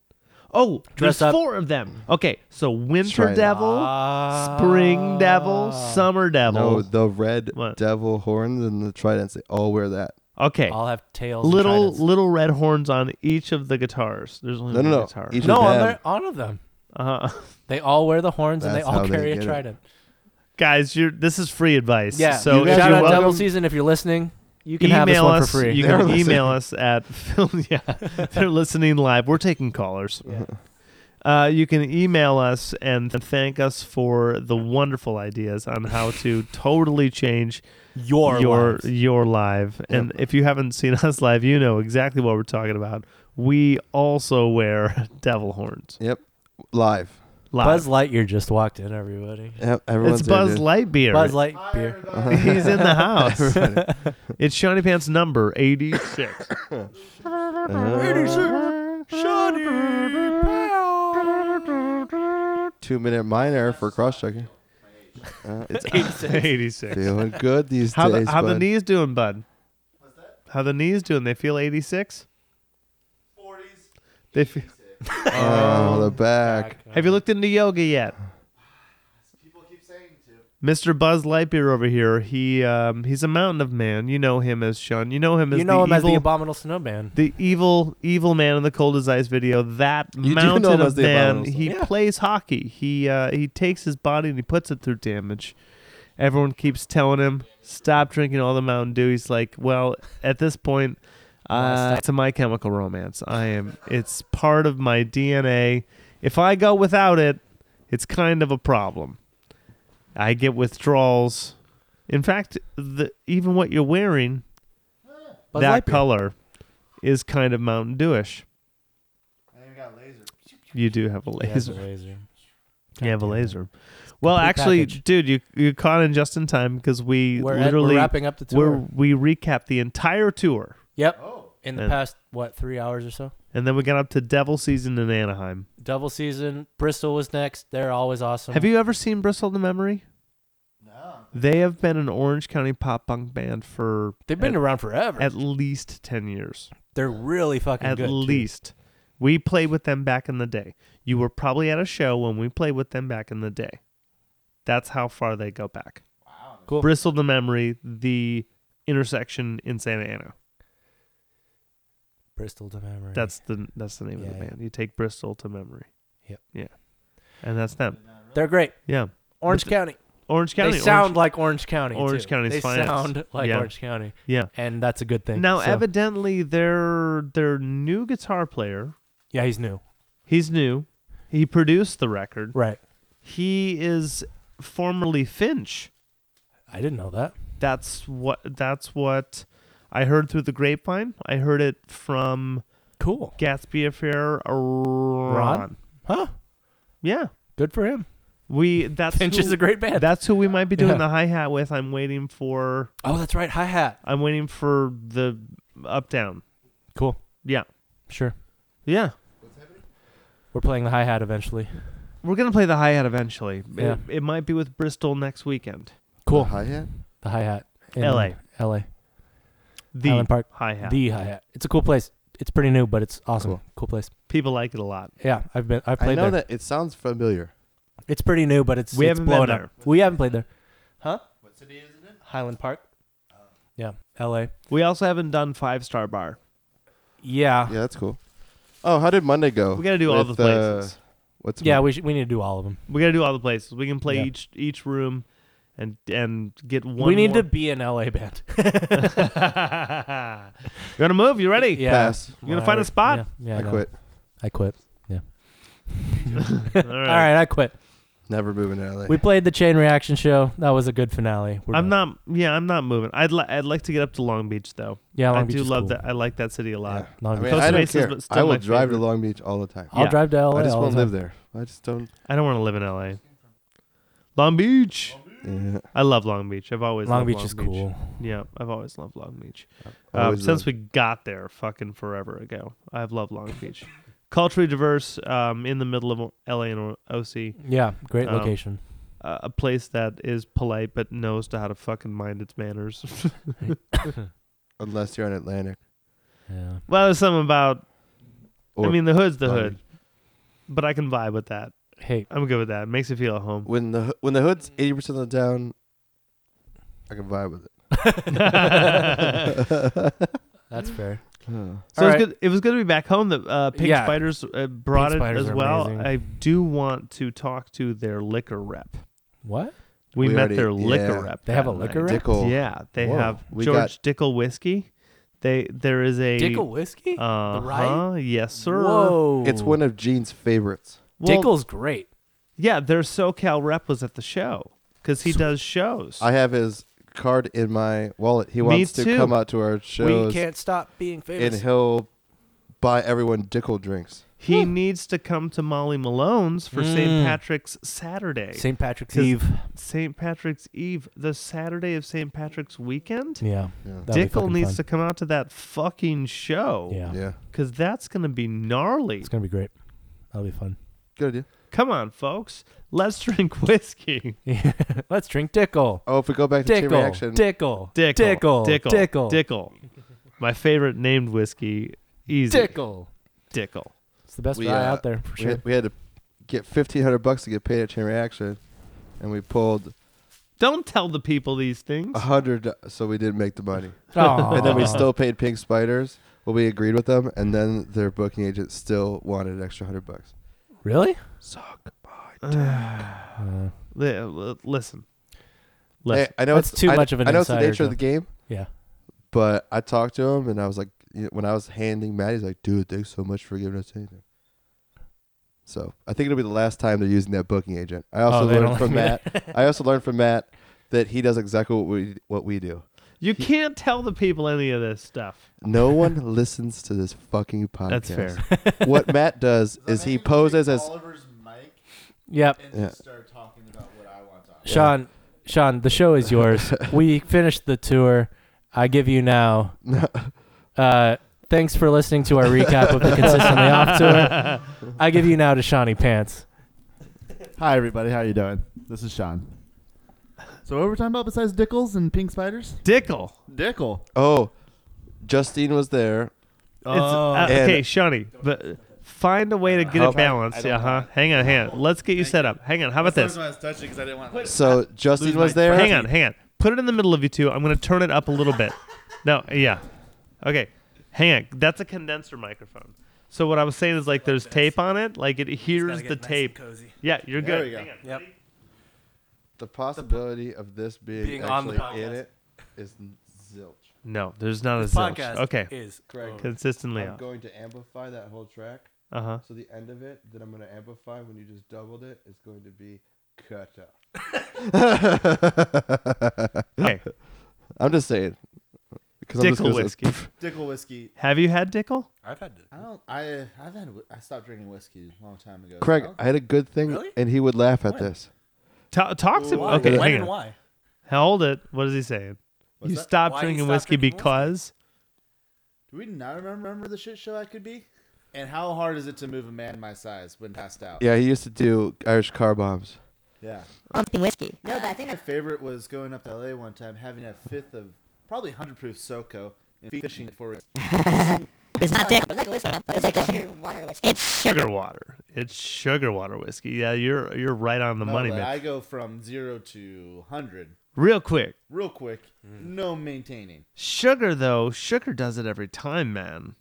Speaker 2: Oh,
Speaker 1: Mm. Dress
Speaker 2: there's
Speaker 1: up.
Speaker 2: four of them. Okay, so
Speaker 4: try
Speaker 2: winter
Speaker 4: it.
Speaker 2: devil,
Speaker 1: Ah.
Speaker 2: spring devil, summer
Speaker 4: No,
Speaker 2: devil.
Speaker 4: the red
Speaker 2: What?
Speaker 4: devil horns and the tridents. They all wear that.
Speaker 2: Okay,
Speaker 1: I'll have tails. and
Speaker 2: little
Speaker 1: tridents.
Speaker 2: little red horns on each of the guitars. There's only
Speaker 4: No, no,
Speaker 2: one
Speaker 4: no.
Speaker 2: guitar.
Speaker 4: Each
Speaker 1: No,
Speaker 4: of
Speaker 1: on,
Speaker 4: them.
Speaker 1: their, on of them.
Speaker 2: uh
Speaker 1: They all wear the horns and they
Speaker 4: That's
Speaker 1: all
Speaker 4: how they
Speaker 1: carry a
Speaker 4: get it.
Speaker 1: trident.
Speaker 2: Guys, you're this is free advice.
Speaker 1: Yeah.
Speaker 2: So
Speaker 4: You
Speaker 2: if
Speaker 4: guys
Speaker 1: Shout
Speaker 2: you
Speaker 1: out
Speaker 4: welcome-
Speaker 1: Double Season if you're listening. You can
Speaker 2: email
Speaker 1: have this one
Speaker 2: us,
Speaker 1: for free.
Speaker 2: you
Speaker 4: They're
Speaker 2: can
Speaker 4: listening.
Speaker 2: email us at Phil. Yeah, they're listening live. We're taking callers.
Speaker 1: Yeah.
Speaker 2: Uh, you can email us and thank us for the wonderful ideas on how to totally change
Speaker 1: Your
Speaker 2: your
Speaker 1: lives.
Speaker 2: your live. And if you haven't seen us live, you know exactly what we're talking about. We also wear devil horns
Speaker 4: Yep. Live.
Speaker 2: live.
Speaker 1: Buzz Lightyear just walked in. Everybody.
Speaker 4: Yep, everyone's
Speaker 2: it's Buzz
Speaker 4: there,
Speaker 2: Lightyear.
Speaker 1: Buzz Lightyear.
Speaker 2: He's in the house.
Speaker 4: Everybody.
Speaker 2: it's Shiny Pants number eighty six.
Speaker 4: Two minute minor for cross checking. Uh, it's
Speaker 2: eighty six.
Speaker 4: feeling good these
Speaker 2: How
Speaker 4: days.
Speaker 2: the, how the
Speaker 4: bud.
Speaker 2: knees doing, bud? How the knees doing? They feel 86? 40s. They feel,
Speaker 4: Oh, the back.
Speaker 2: have you looked into yoga yet?
Speaker 3: Uh-huh. People keep saying to.
Speaker 2: Mr. Buzz Lightyear over here, he um, he's a mountain of man. You know him as Sean. You know him as
Speaker 1: You know
Speaker 2: the
Speaker 1: him as
Speaker 2: evil,
Speaker 1: the Abominable Snowman.
Speaker 2: the evil evil man in the cold as ice video. That
Speaker 4: do know
Speaker 2: mountain
Speaker 4: him
Speaker 2: of
Speaker 4: as the
Speaker 2: man.
Speaker 4: abominable
Speaker 2: He plays hockey. He uh, he takes his body and he puts it through damage. Everyone keeps telling him stop drinking all the Mountain Dew. He's like, well, at this point, uh, it's a My Chemical Romance. I am. It's part of my DNA. If I go without it, it's kind of a problem. I get withdrawals. In fact, the, even what you're wearing
Speaker 1: Buzz
Speaker 2: that
Speaker 1: Lightyear.
Speaker 2: color is kind of Mountain Dewish.
Speaker 3: I even got laser.
Speaker 2: You do have a
Speaker 1: He has a
Speaker 2: laser.
Speaker 1: laser.
Speaker 2: you have a
Speaker 1: Goddamn it.
Speaker 2: laser. Well,
Speaker 1: complete
Speaker 2: actually,
Speaker 1: package.
Speaker 2: dude, you you caught in just in time because we
Speaker 1: We're, at-
Speaker 2: literally
Speaker 1: we're wrapping up the tour.
Speaker 2: we're- we recapped the entire tour,
Speaker 1: yep.
Speaker 3: Oh.
Speaker 1: In the
Speaker 2: Yeah.
Speaker 1: past, what, three hours or so?
Speaker 2: and then we got up to Devil Season in Anaheim.
Speaker 1: Double Season. Bristol was next. They're always awesome.
Speaker 2: Have you ever seen Bristol to Memory?
Speaker 3: No.
Speaker 2: They have been an Orange County pop punk band for
Speaker 1: They've been
Speaker 2: at,
Speaker 1: around forever.
Speaker 2: at least ten years.
Speaker 1: They're really fucking
Speaker 2: at
Speaker 1: good. too.
Speaker 2: least. We played with them back in the day. You were probably at a show when we played with them back in the day. That's how far they go back.
Speaker 3: Wow.
Speaker 1: Cool.
Speaker 2: Bristle the memory, the intersection in Santa Ana.
Speaker 1: Bristol to memory.
Speaker 2: That's the that's the name of
Speaker 1: Yeah,
Speaker 2: the
Speaker 1: yeah.
Speaker 2: band. You take Bristol to memory.
Speaker 1: Yep.
Speaker 2: Yeah. And that's them.
Speaker 1: they're great.
Speaker 2: Yeah.
Speaker 1: Orange
Speaker 2: But
Speaker 1: County.
Speaker 2: Orange County.
Speaker 1: they
Speaker 2: Orange-
Speaker 1: sound like Orange County.
Speaker 2: Orange
Speaker 1: too.
Speaker 2: County's
Speaker 1: They
Speaker 2: finest.
Speaker 1: sound like
Speaker 2: Yeah.
Speaker 1: Orange County,
Speaker 2: yeah.
Speaker 1: and that's a good thing.
Speaker 2: Now,
Speaker 1: so-
Speaker 2: evidently, their their new guitar player.
Speaker 1: yeah, he's new,
Speaker 2: He's new. He produced the record.
Speaker 1: right?
Speaker 2: He is formerly Finch.
Speaker 1: I didn't know that.
Speaker 2: That's what. That's what I heard through the grapevine. I heard it from
Speaker 1: Cool,
Speaker 2: Gatsby Affair. Ron.
Speaker 1: huh?
Speaker 2: Yeah.
Speaker 1: Good for him.
Speaker 2: We. That's
Speaker 1: Finch
Speaker 2: who,
Speaker 1: is a great band.
Speaker 2: That's who we might be doing
Speaker 1: Yeah.
Speaker 2: the hi hat with. I'm waiting for.
Speaker 1: oh, that's right. Hi hat.
Speaker 2: I'm waiting for the up down.
Speaker 1: Cool.
Speaker 2: Yeah.
Speaker 1: Sure.
Speaker 2: Yeah.
Speaker 1: We're playing the hi hat eventually.
Speaker 2: We're gonna play the hi hat eventually.
Speaker 1: Yeah.
Speaker 2: It, it might be with Bristol next weekend.
Speaker 1: Cool.
Speaker 4: Hi hat.
Speaker 1: The hi hat.
Speaker 2: LA.
Speaker 1: LA.
Speaker 2: The
Speaker 1: Highland Park.
Speaker 2: hi hat.
Speaker 1: The hi hat. It's a cool place. It's pretty new, but it's awesome. Cool,
Speaker 4: Cool.
Speaker 1: place.
Speaker 2: People like it a lot.
Speaker 1: Yeah, I've been. I've
Speaker 4: I
Speaker 1: played
Speaker 4: know
Speaker 1: there.
Speaker 4: that it sounds familiar.
Speaker 1: It's pretty new, but it's
Speaker 2: We
Speaker 1: it's
Speaker 2: haven't been
Speaker 1: blown
Speaker 2: there.
Speaker 1: up. We haven't played there. Huh?
Speaker 3: What city is it in?
Speaker 1: Highland Park. Yeah, L.A.
Speaker 2: We also haven't done five star bar.
Speaker 1: Yeah,
Speaker 4: Yeah, that's cool. Oh, how did Monday go?
Speaker 2: Ah. We gotta do all the
Speaker 4: With,
Speaker 2: places.
Speaker 4: Uh, what's
Speaker 1: yeah. We should, we need to do all of them.
Speaker 2: we gotta do all the places. We can play
Speaker 1: Yeah.
Speaker 2: each each room, and and get one.
Speaker 1: we need to
Speaker 2: more-
Speaker 1: be an LA band.
Speaker 2: You're gonna move. You ready?
Speaker 1: yeah.
Speaker 4: Pass.
Speaker 2: You gonna find a spot?
Speaker 1: Yeah, yeah,
Speaker 4: I
Speaker 1: no.
Speaker 4: quit.
Speaker 1: I quit.
Speaker 2: All
Speaker 1: All right, I quit.
Speaker 4: Never moving to LA.
Speaker 1: We played the Chain Reaction show. That was a good finale. We're
Speaker 2: I'm
Speaker 1: done.
Speaker 2: not. Yeah, I'm not moving. I'd li- I'd like to get up to Long Beach though.
Speaker 1: Yeah, Long
Speaker 2: I
Speaker 1: Beach
Speaker 2: do
Speaker 1: is
Speaker 2: love
Speaker 1: cool.
Speaker 2: that. I like that city a lot.
Speaker 4: Yeah.
Speaker 1: Long
Speaker 4: I
Speaker 1: Beach.
Speaker 4: mean, I
Speaker 2: Coastal
Speaker 4: don't
Speaker 2: Bases,
Speaker 4: care.
Speaker 2: but still
Speaker 4: I will
Speaker 2: my
Speaker 4: drive to
Speaker 2: favorite. Oh,
Speaker 4: Long Beach all the time.
Speaker 1: I'll
Speaker 2: yeah.
Speaker 1: drive to LA.
Speaker 4: I just
Speaker 1: all
Speaker 4: won't
Speaker 1: the
Speaker 4: live
Speaker 1: time.
Speaker 4: there. I just don't.
Speaker 2: I don't want to live in LA. Long Beach.
Speaker 4: Yeah.
Speaker 2: I love Long Beach. I've always
Speaker 1: Long
Speaker 2: loved
Speaker 1: Beach is cool.
Speaker 2: Yeah, I've always loved Long Beach.
Speaker 4: I
Speaker 2: Uh,
Speaker 4: always
Speaker 2: since
Speaker 4: loved-
Speaker 2: we got there, fucking forever ago, I've loved Long Beach. Culturally diverse, um, in the middle of LA and OC,
Speaker 1: Yeah, great
Speaker 2: Um,
Speaker 1: location.
Speaker 2: uh, a place that is polite but knows to how to fucking mind its manners.
Speaker 4: unless you're on Atlantic.
Speaker 1: Yeah.
Speaker 2: well, there's something about. I
Speaker 4: Or
Speaker 2: mean, the hood's the
Speaker 4: Long
Speaker 2: hood, but I can vibe with that.
Speaker 1: Hey,
Speaker 2: I'm good with that. It makes it feel at home.
Speaker 4: when the when the hood's eighty percent of the town, I can vibe with it.
Speaker 2: so
Speaker 1: that's fair.
Speaker 2: it was
Speaker 1: Alright.
Speaker 2: good. It was good to be back home. The uh, Pink
Speaker 1: Yeah.
Speaker 2: Spiders uh, brought
Speaker 1: Pink
Speaker 2: it
Speaker 1: Spiders
Speaker 2: as
Speaker 1: are
Speaker 2: well.
Speaker 1: amazing.
Speaker 2: I do want to talk to their liquor rep.
Speaker 1: What?
Speaker 2: We,
Speaker 4: We
Speaker 2: met
Speaker 4: already-
Speaker 2: their liquor
Speaker 4: yeah.
Speaker 2: rep.
Speaker 1: They have
Speaker 2: that
Speaker 1: a liquor
Speaker 2: night.
Speaker 1: Correct.
Speaker 4: Dickel.
Speaker 2: Yeah, they
Speaker 1: Whoa.
Speaker 2: have
Speaker 4: We
Speaker 2: George Dickel whiskey. They there is a
Speaker 1: Dickel whiskey?
Speaker 2: Uh huh.
Speaker 1: rye?
Speaker 2: Yes, sir.
Speaker 1: Whoa.
Speaker 4: It's one of Gene's favorites.
Speaker 2: Well,
Speaker 1: Dickel's great.
Speaker 2: Yeah, their SoCal rep was at the show because he does shows.
Speaker 4: I have his card in my wallet. He
Speaker 2: Me
Speaker 4: wants
Speaker 2: too.
Speaker 4: to come out to our shows,
Speaker 1: stop being
Speaker 4: and he'll buy everyone Dickel drinks.
Speaker 2: he needs to come to Molly Malone's for
Speaker 1: Mm.
Speaker 2: St. Patrick's Saturday.
Speaker 1: St. Patrick's
Speaker 2: 'Cause-
Speaker 1: Eve.
Speaker 2: St. Patrick's Eve, the Saturday of St. Patrick's weekend.
Speaker 1: Yeah.
Speaker 4: Yeah.
Speaker 1: that'd be
Speaker 2: Dickel
Speaker 1: fucking
Speaker 2: needs to
Speaker 1: fun.
Speaker 2: come out to that fucking show.
Speaker 1: Yeah.
Speaker 4: Yeah,
Speaker 2: Because that's going to be gnarly.
Speaker 1: It's gonna be great. That'll be fun.
Speaker 4: good idea.
Speaker 2: Come on, folks. Let's drink whiskey.
Speaker 1: Let's drink Dickel.
Speaker 4: Oh, if we go back to Chain Reaction,
Speaker 1: Dickel. Dickel.
Speaker 2: Dickel.
Speaker 1: Dickel. Dickel.
Speaker 2: Dickel. Dickel. My favorite named whiskey. Easy.
Speaker 1: Dickel.
Speaker 2: Dickel.
Speaker 1: It's the best
Speaker 4: We,
Speaker 1: guy
Speaker 4: uh,
Speaker 1: out there for
Speaker 4: we,
Speaker 1: sure.
Speaker 4: had, we had to get fifteen hundred bucks to get paid at Chain Reaction, and we pulled
Speaker 2: Don't tell the people these things.
Speaker 4: a hundred, so we didn't make the money.
Speaker 1: Aw.
Speaker 4: and then we
Speaker 2: Uh-huh.
Speaker 4: still paid Pink Spiders. Well, we agreed with them, and then their booking agent still wanted an extra hundred bucks.
Speaker 1: really.
Speaker 2: Li- uh, li- Listen.
Speaker 4: Hey,
Speaker 2: Listen.
Speaker 4: I know
Speaker 1: That's
Speaker 4: it's
Speaker 1: too
Speaker 4: I-
Speaker 1: much of an
Speaker 4: I know it's the
Speaker 1: insider
Speaker 4: nature of the game,
Speaker 1: Yeah.
Speaker 4: but I talked to him and I was like, you know, when I was handing Matt, he's like, dude, thanks so much for giving us anything. So I think it'll be the last time they're using that booking agent. I also
Speaker 1: Oh, they don't
Speaker 4: learned from
Speaker 1: like
Speaker 4: Matt. I also learned from Matt that he does exactly what we what we do.
Speaker 2: you can't tell the people any of this stuff.
Speaker 4: No one listens to this fucking podcast.
Speaker 2: That's fair.
Speaker 4: what Matt does is he poses as
Speaker 3: Oliver's mic
Speaker 1: Yep.
Speaker 3: and
Speaker 4: Yeah.
Speaker 3: just start talking about what I want to talk.
Speaker 1: Sean. Sean, the show is yours. we finished the tour. I give you now. Uh, thanks for listening to our recap of the consistently off tour. I give you now to Shawnee Pants.
Speaker 3: Hi everybody, how you doing? This is Sean. So what were we talking about besides Dickles and pink spiders?
Speaker 2: Dickel.
Speaker 3: Dickle.
Speaker 4: oh, Justine was there.
Speaker 2: It's, uh,
Speaker 4: And-
Speaker 2: okay, Shawnee, but find a way to get
Speaker 4: How-
Speaker 2: it balanced.
Speaker 3: I
Speaker 2: Yeah,
Speaker 3: don't
Speaker 2: huh?
Speaker 3: know.
Speaker 2: Hang on, hang on. Let's get you set up. Hang on. How about this?
Speaker 3: I was touching because I didn't want.
Speaker 4: So Justine
Speaker 3: Lose
Speaker 4: was
Speaker 3: my
Speaker 4: there.
Speaker 2: Hang on, hang on. put it in the middle of you two. I'm going to turn it up a little bit. No, yeah. Okay. Hang on. That's a condenser microphone. So what I was saying is like there's tape on it. Like it hears the tape.
Speaker 1: cozy.
Speaker 2: Yeah, you're
Speaker 4: There
Speaker 2: good.
Speaker 4: we go.
Speaker 2: Hang on.
Speaker 1: Yep.
Speaker 4: The possibility of this being,
Speaker 1: Being on the
Speaker 4: actually in
Speaker 1: podcast.
Speaker 4: it is n- zilch.
Speaker 2: No, there's not
Speaker 1: This
Speaker 2: a zilch.
Speaker 1: podcast
Speaker 2: Okay.
Speaker 1: is
Speaker 4: Correct.
Speaker 1: over.
Speaker 2: Consistently
Speaker 4: I'm
Speaker 2: off.
Speaker 4: going to amplify that whole track.
Speaker 2: Uh huh.
Speaker 4: So the end of it that I'm going to amplify when you just doubled it is going to be cut off.
Speaker 2: Okay.
Speaker 4: I'm just saying. Because I'm just
Speaker 2: Dickle
Speaker 4: gonna say,
Speaker 2: whiskey.
Speaker 6: Dickel whiskey.
Speaker 2: Have you had Dickle?
Speaker 1: I've had to.
Speaker 6: I don't. I I've had. whi- I stopped drinking whiskey a long time ago.
Speaker 4: Craig,
Speaker 6: I don't-
Speaker 4: I had a good thing,
Speaker 1: Really?
Speaker 4: and he would laugh at
Speaker 1: When?
Speaker 4: this.
Speaker 2: Ta talks
Speaker 6: Why?
Speaker 2: about. Okay.
Speaker 1: when
Speaker 2: Hang
Speaker 1: and
Speaker 2: on.
Speaker 1: why?
Speaker 2: Hold it. What is he saying?
Speaker 6: What's
Speaker 2: you
Speaker 6: that?
Speaker 2: stopped
Speaker 1: Why you
Speaker 2: drinking
Speaker 1: stopped
Speaker 2: whiskey
Speaker 1: drinking whiskey?
Speaker 2: because
Speaker 6: Do we not remember, remember the shit show I could be? And how hard is it to move a man my size when passed out?
Speaker 4: Yeah, he used to do Irish car bombs.
Speaker 6: Yeah.
Speaker 5: Pumping whiskey. No, but I think
Speaker 6: My favorite was going up to LA one time, having a fifth of probably 100 proof SoCo and fishing for it.
Speaker 5: it's not dick. It's like whiskey. It's like a water whiskey. It's sugar.
Speaker 2: sugar water. It's sugar water whiskey. Yeah, you're you're right on the
Speaker 6: No,
Speaker 2: money,
Speaker 6: but
Speaker 2: man.
Speaker 6: I go from zero to 100
Speaker 2: Real quick.
Speaker 6: real quick,
Speaker 3: Mm.
Speaker 6: no maintaining.
Speaker 2: Sugar though, sugar does it every time, man.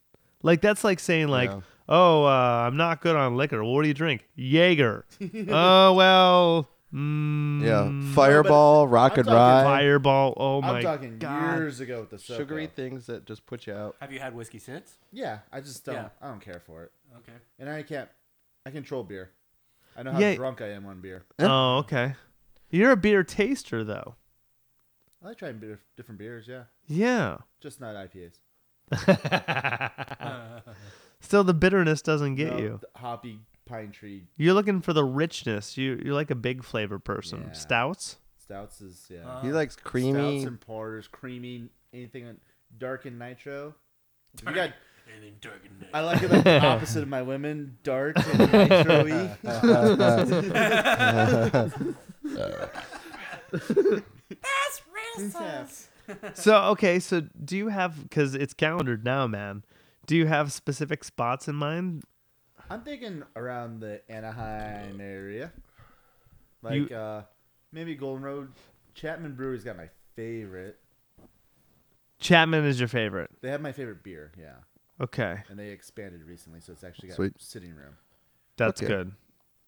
Speaker 2: Like that's like saying like,
Speaker 4: Yeah.
Speaker 2: oh, uh, I'm not good on liquor. What do you drink? Jaeger. oh well. Mm,
Speaker 4: Yeah, fireball, rock
Speaker 6: I'm
Speaker 4: and
Speaker 6: talking
Speaker 4: rye,
Speaker 2: Fireball. Oh my.
Speaker 6: I'm talking
Speaker 2: God.
Speaker 6: years ago with the SoCo.
Speaker 4: sugary things that just put you out.
Speaker 1: Have you had whiskey since?
Speaker 6: Yeah, I just don't.
Speaker 1: Yeah.
Speaker 6: I don't care for it,
Speaker 1: Okay.
Speaker 6: and I can't. I control beer. I know how
Speaker 2: Yeah.
Speaker 6: drunk I am on beer.
Speaker 2: Oh okay. You're a beer taster though.
Speaker 6: I like trying beer, different beers. Yeah,
Speaker 2: Yeah.
Speaker 6: just not IPAs.
Speaker 2: Still, the bitterness doesn't get
Speaker 6: No,
Speaker 2: you.
Speaker 6: the hoppy pine tree
Speaker 2: You're looking for the richness. You you're like a big flavor person.
Speaker 6: Yeah.
Speaker 2: Stouts.
Speaker 6: stouts is yeah.
Speaker 1: Uh,
Speaker 4: He likes
Speaker 6: Stouts
Speaker 4: creamy.
Speaker 6: and porters, creamy, anything on- dark and nitro. If You got. I like it like the opposite of my women, dark and nitro-y. Yeah.
Speaker 2: So okay, so do you have because it's calendared now, man? Do you have specific spots in mind?
Speaker 6: I'm thinking around the Anaheim area, like
Speaker 2: You-
Speaker 6: uh, maybe Golden Road. Chapman Brewery's got my favorite.
Speaker 2: Chapman is your favorite.
Speaker 6: They have my favorite beer, yeah,
Speaker 2: Okay,
Speaker 6: and they expanded recently, so it's actually got
Speaker 4: Sweet.
Speaker 6: sitting room.
Speaker 2: that's
Speaker 4: Okay.
Speaker 2: good.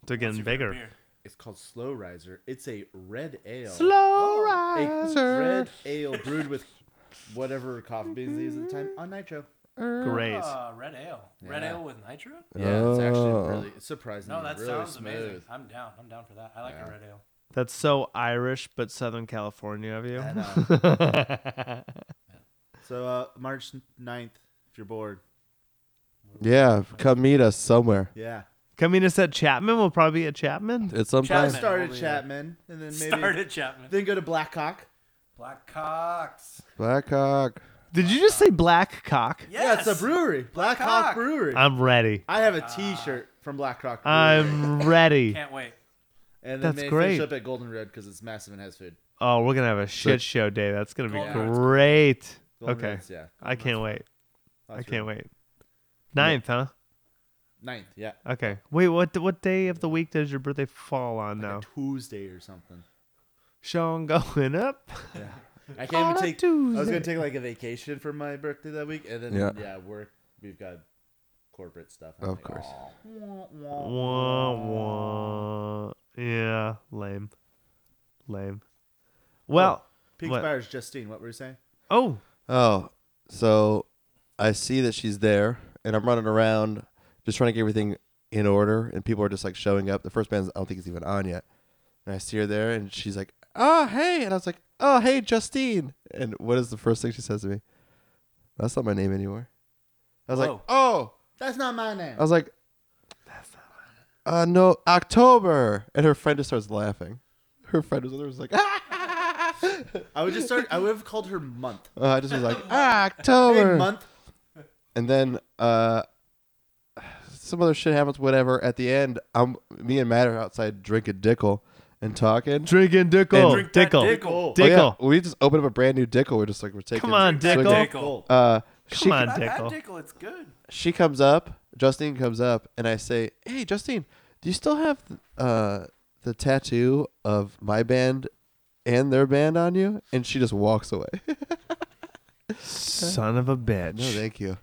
Speaker 2: They're getting bigger.
Speaker 6: It's called Slow Riser. It's a red ale. Oh.
Speaker 2: Slow
Speaker 6: a
Speaker 2: riser.
Speaker 6: red ale brewed with whatever coffee beans they use at the time on nitro.
Speaker 2: Graze.
Speaker 1: Uh, red ale.
Speaker 6: Red Yeah. ale
Speaker 1: with nitro?
Speaker 6: Yeah, it's actually
Speaker 4: Oh.
Speaker 6: really it's surprisingly
Speaker 1: No, that
Speaker 6: really
Speaker 1: sounds
Speaker 6: smooth.
Speaker 1: amazing. I'm down. I'm down for that. I like a
Speaker 6: Yeah.
Speaker 1: red ale.
Speaker 2: That's so Irish, but Southern California of you.
Speaker 6: And, uh, so uh, March 9th, if you're bored,
Speaker 4: Yeah, come meet us somewhere.
Speaker 6: yeah.
Speaker 2: Coming us at Chapman will probably be at Chapman.
Speaker 4: It's
Speaker 6: I
Speaker 4: sometime.
Speaker 1: Chapman.
Speaker 6: started
Speaker 1: Only-
Speaker 6: Chapman, and then maybe
Speaker 1: Started Chapman.
Speaker 6: then go to Blackhawk.
Speaker 1: Black Cox.
Speaker 4: Blackhawk.
Speaker 2: Did you just say black cock?
Speaker 1: Yes.
Speaker 6: Yeah, it's a brewery, Blackhawk
Speaker 1: Hawk. Ah.
Speaker 6: Brewery.
Speaker 2: I'm ready.
Speaker 6: I have a T-shirt from Blackhawk Brewery,
Speaker 2: Uh, I'm ready.
Speaker 1: Can't wait.
Speaker 6: and
Speaker 2: that's
Speaker 6: then they
Speaker 2: great.
Speaker 6: finish up at Golden Road because it's massive and has food.
Speaker 2: Oh, we're gonna have a shit show day. That's gonna be
Speaker 1: Yeah.
Speaker 2: great.
Speaker 6: Golden
Speaker 2: okay,
Speaker 6: Road's, yeah,
Speaker 2: I can't wait. I
Speaker 6: That's
Speaker 2: can't wait. Ninth, huh?
Speaker 6: Ninth, yeah,
Speaker 2: Okay. Wait, what what day of the week does your birthday fall on now?
Speaker 6: Tuesday or something.
Speaker 2: Sean going up.
Speaker 6: I can't
Speaker 2: On a
Speaker 6: even take. I was
Speaker 2: Tuesday.
Speaker 6: gonna take like a vacation for my birthday that week, and then
Speaker 4: Yeah.
Speaker 6: yeah, work. We've got corporate stuff. I'm
Speaker 4: Of
Speaker 6: like,
Speaker 4: course.
Speaker 6: "Aw."
Speaker 2: Wah, wah. Yeah, lame. Lame.
Speaker 4: Oh.
Speaker 2: Well,
Speaker 6: Pink
Speaker 2: What?
Speaker 6: Spires, Justine. What were you saying?
Speaker 2: oh,
Speaker 4: Oh, so I see that she's there, and I'm running around just trying to get everything in order, and people are just like showing up. The first band's I don't think it's even on yet, and I see her there, and she's like, "Oh, hey," and I was like, "Oh, hey, Justine." And what is the first thing she says to me? That's not my name anymore. I was like,
Speaker 1: Whoa.
Speaker 4: "Oh,"
Speaker 6: That's not my name.
Speaker 4: I was like, "Uh, no, October," and her friend just starts laughing. Her friend was, was like, "Ah!"
Speaker 6: I would just start. I would have called her month.
Speaker 4: Uh, I just was like,
Speaker 6: Hey,
Speaker 4: "October."
Speaker 6: month.
Speaker 4: and then uh some other shit happens whatever at the end i'm me and matt are outside drinking dickle and talking
Speaker 2: drinking dickle,
Speaker 4: Drink
Speaker 2: dickle,
Speaker 6: Dickle.
Speaker 4: Oh, yeah,
Speaker 2: dickle.
Speaker 4: we just opened up a brand new dickle we're just like we're taking
Speaker 2: Come on,
Speaker 4: swings.
Speaker 2: Dickle.
Speaker 1: Dickle.
Speaker 4: uh she,
Speaker 2: Come
Speaker 1: I've
Speaker 2: on,
Speaker 1: had
Speaker 2: dickle.
Speaker 1: Dickle. It's good.
Speaker 4: she comes up justine comes up and i say hey justine do you still have uh the tattoo of my band and their band on you, and she just walks away.
Speaker 2: Son of a bitch.
Speaker 4: no, thank you.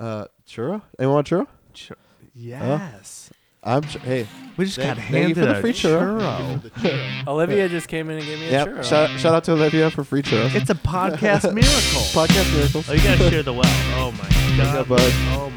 Speaker 4: Uh, churro? Anyone want churro?
Speaker 2: Ch- yes.
Speaker 4: I'm ch- hey.
Speaker 2: We just
Speaker 4: Thank-
Speaker 2: got
Speaker 4: thank you
Speaker 2: handed
Speaker 4: for the
Speaker 2: a
Speaker 4: free churro.
Speaker 2: churro.
Speaker 1: Olivia just came in and gave me a
Speaker 4: Yep.
Speaker 1: churro.
Speaker 4: Shout, shout out to Olivia for free churros.
Speaker 2: It's a podcast miracle.
Speaker 4: podcast miracles.
Speaker 2: Oh, you gotta share the well. Oh my god.
Speaker 4: up, bud?
Speaker 2: Oh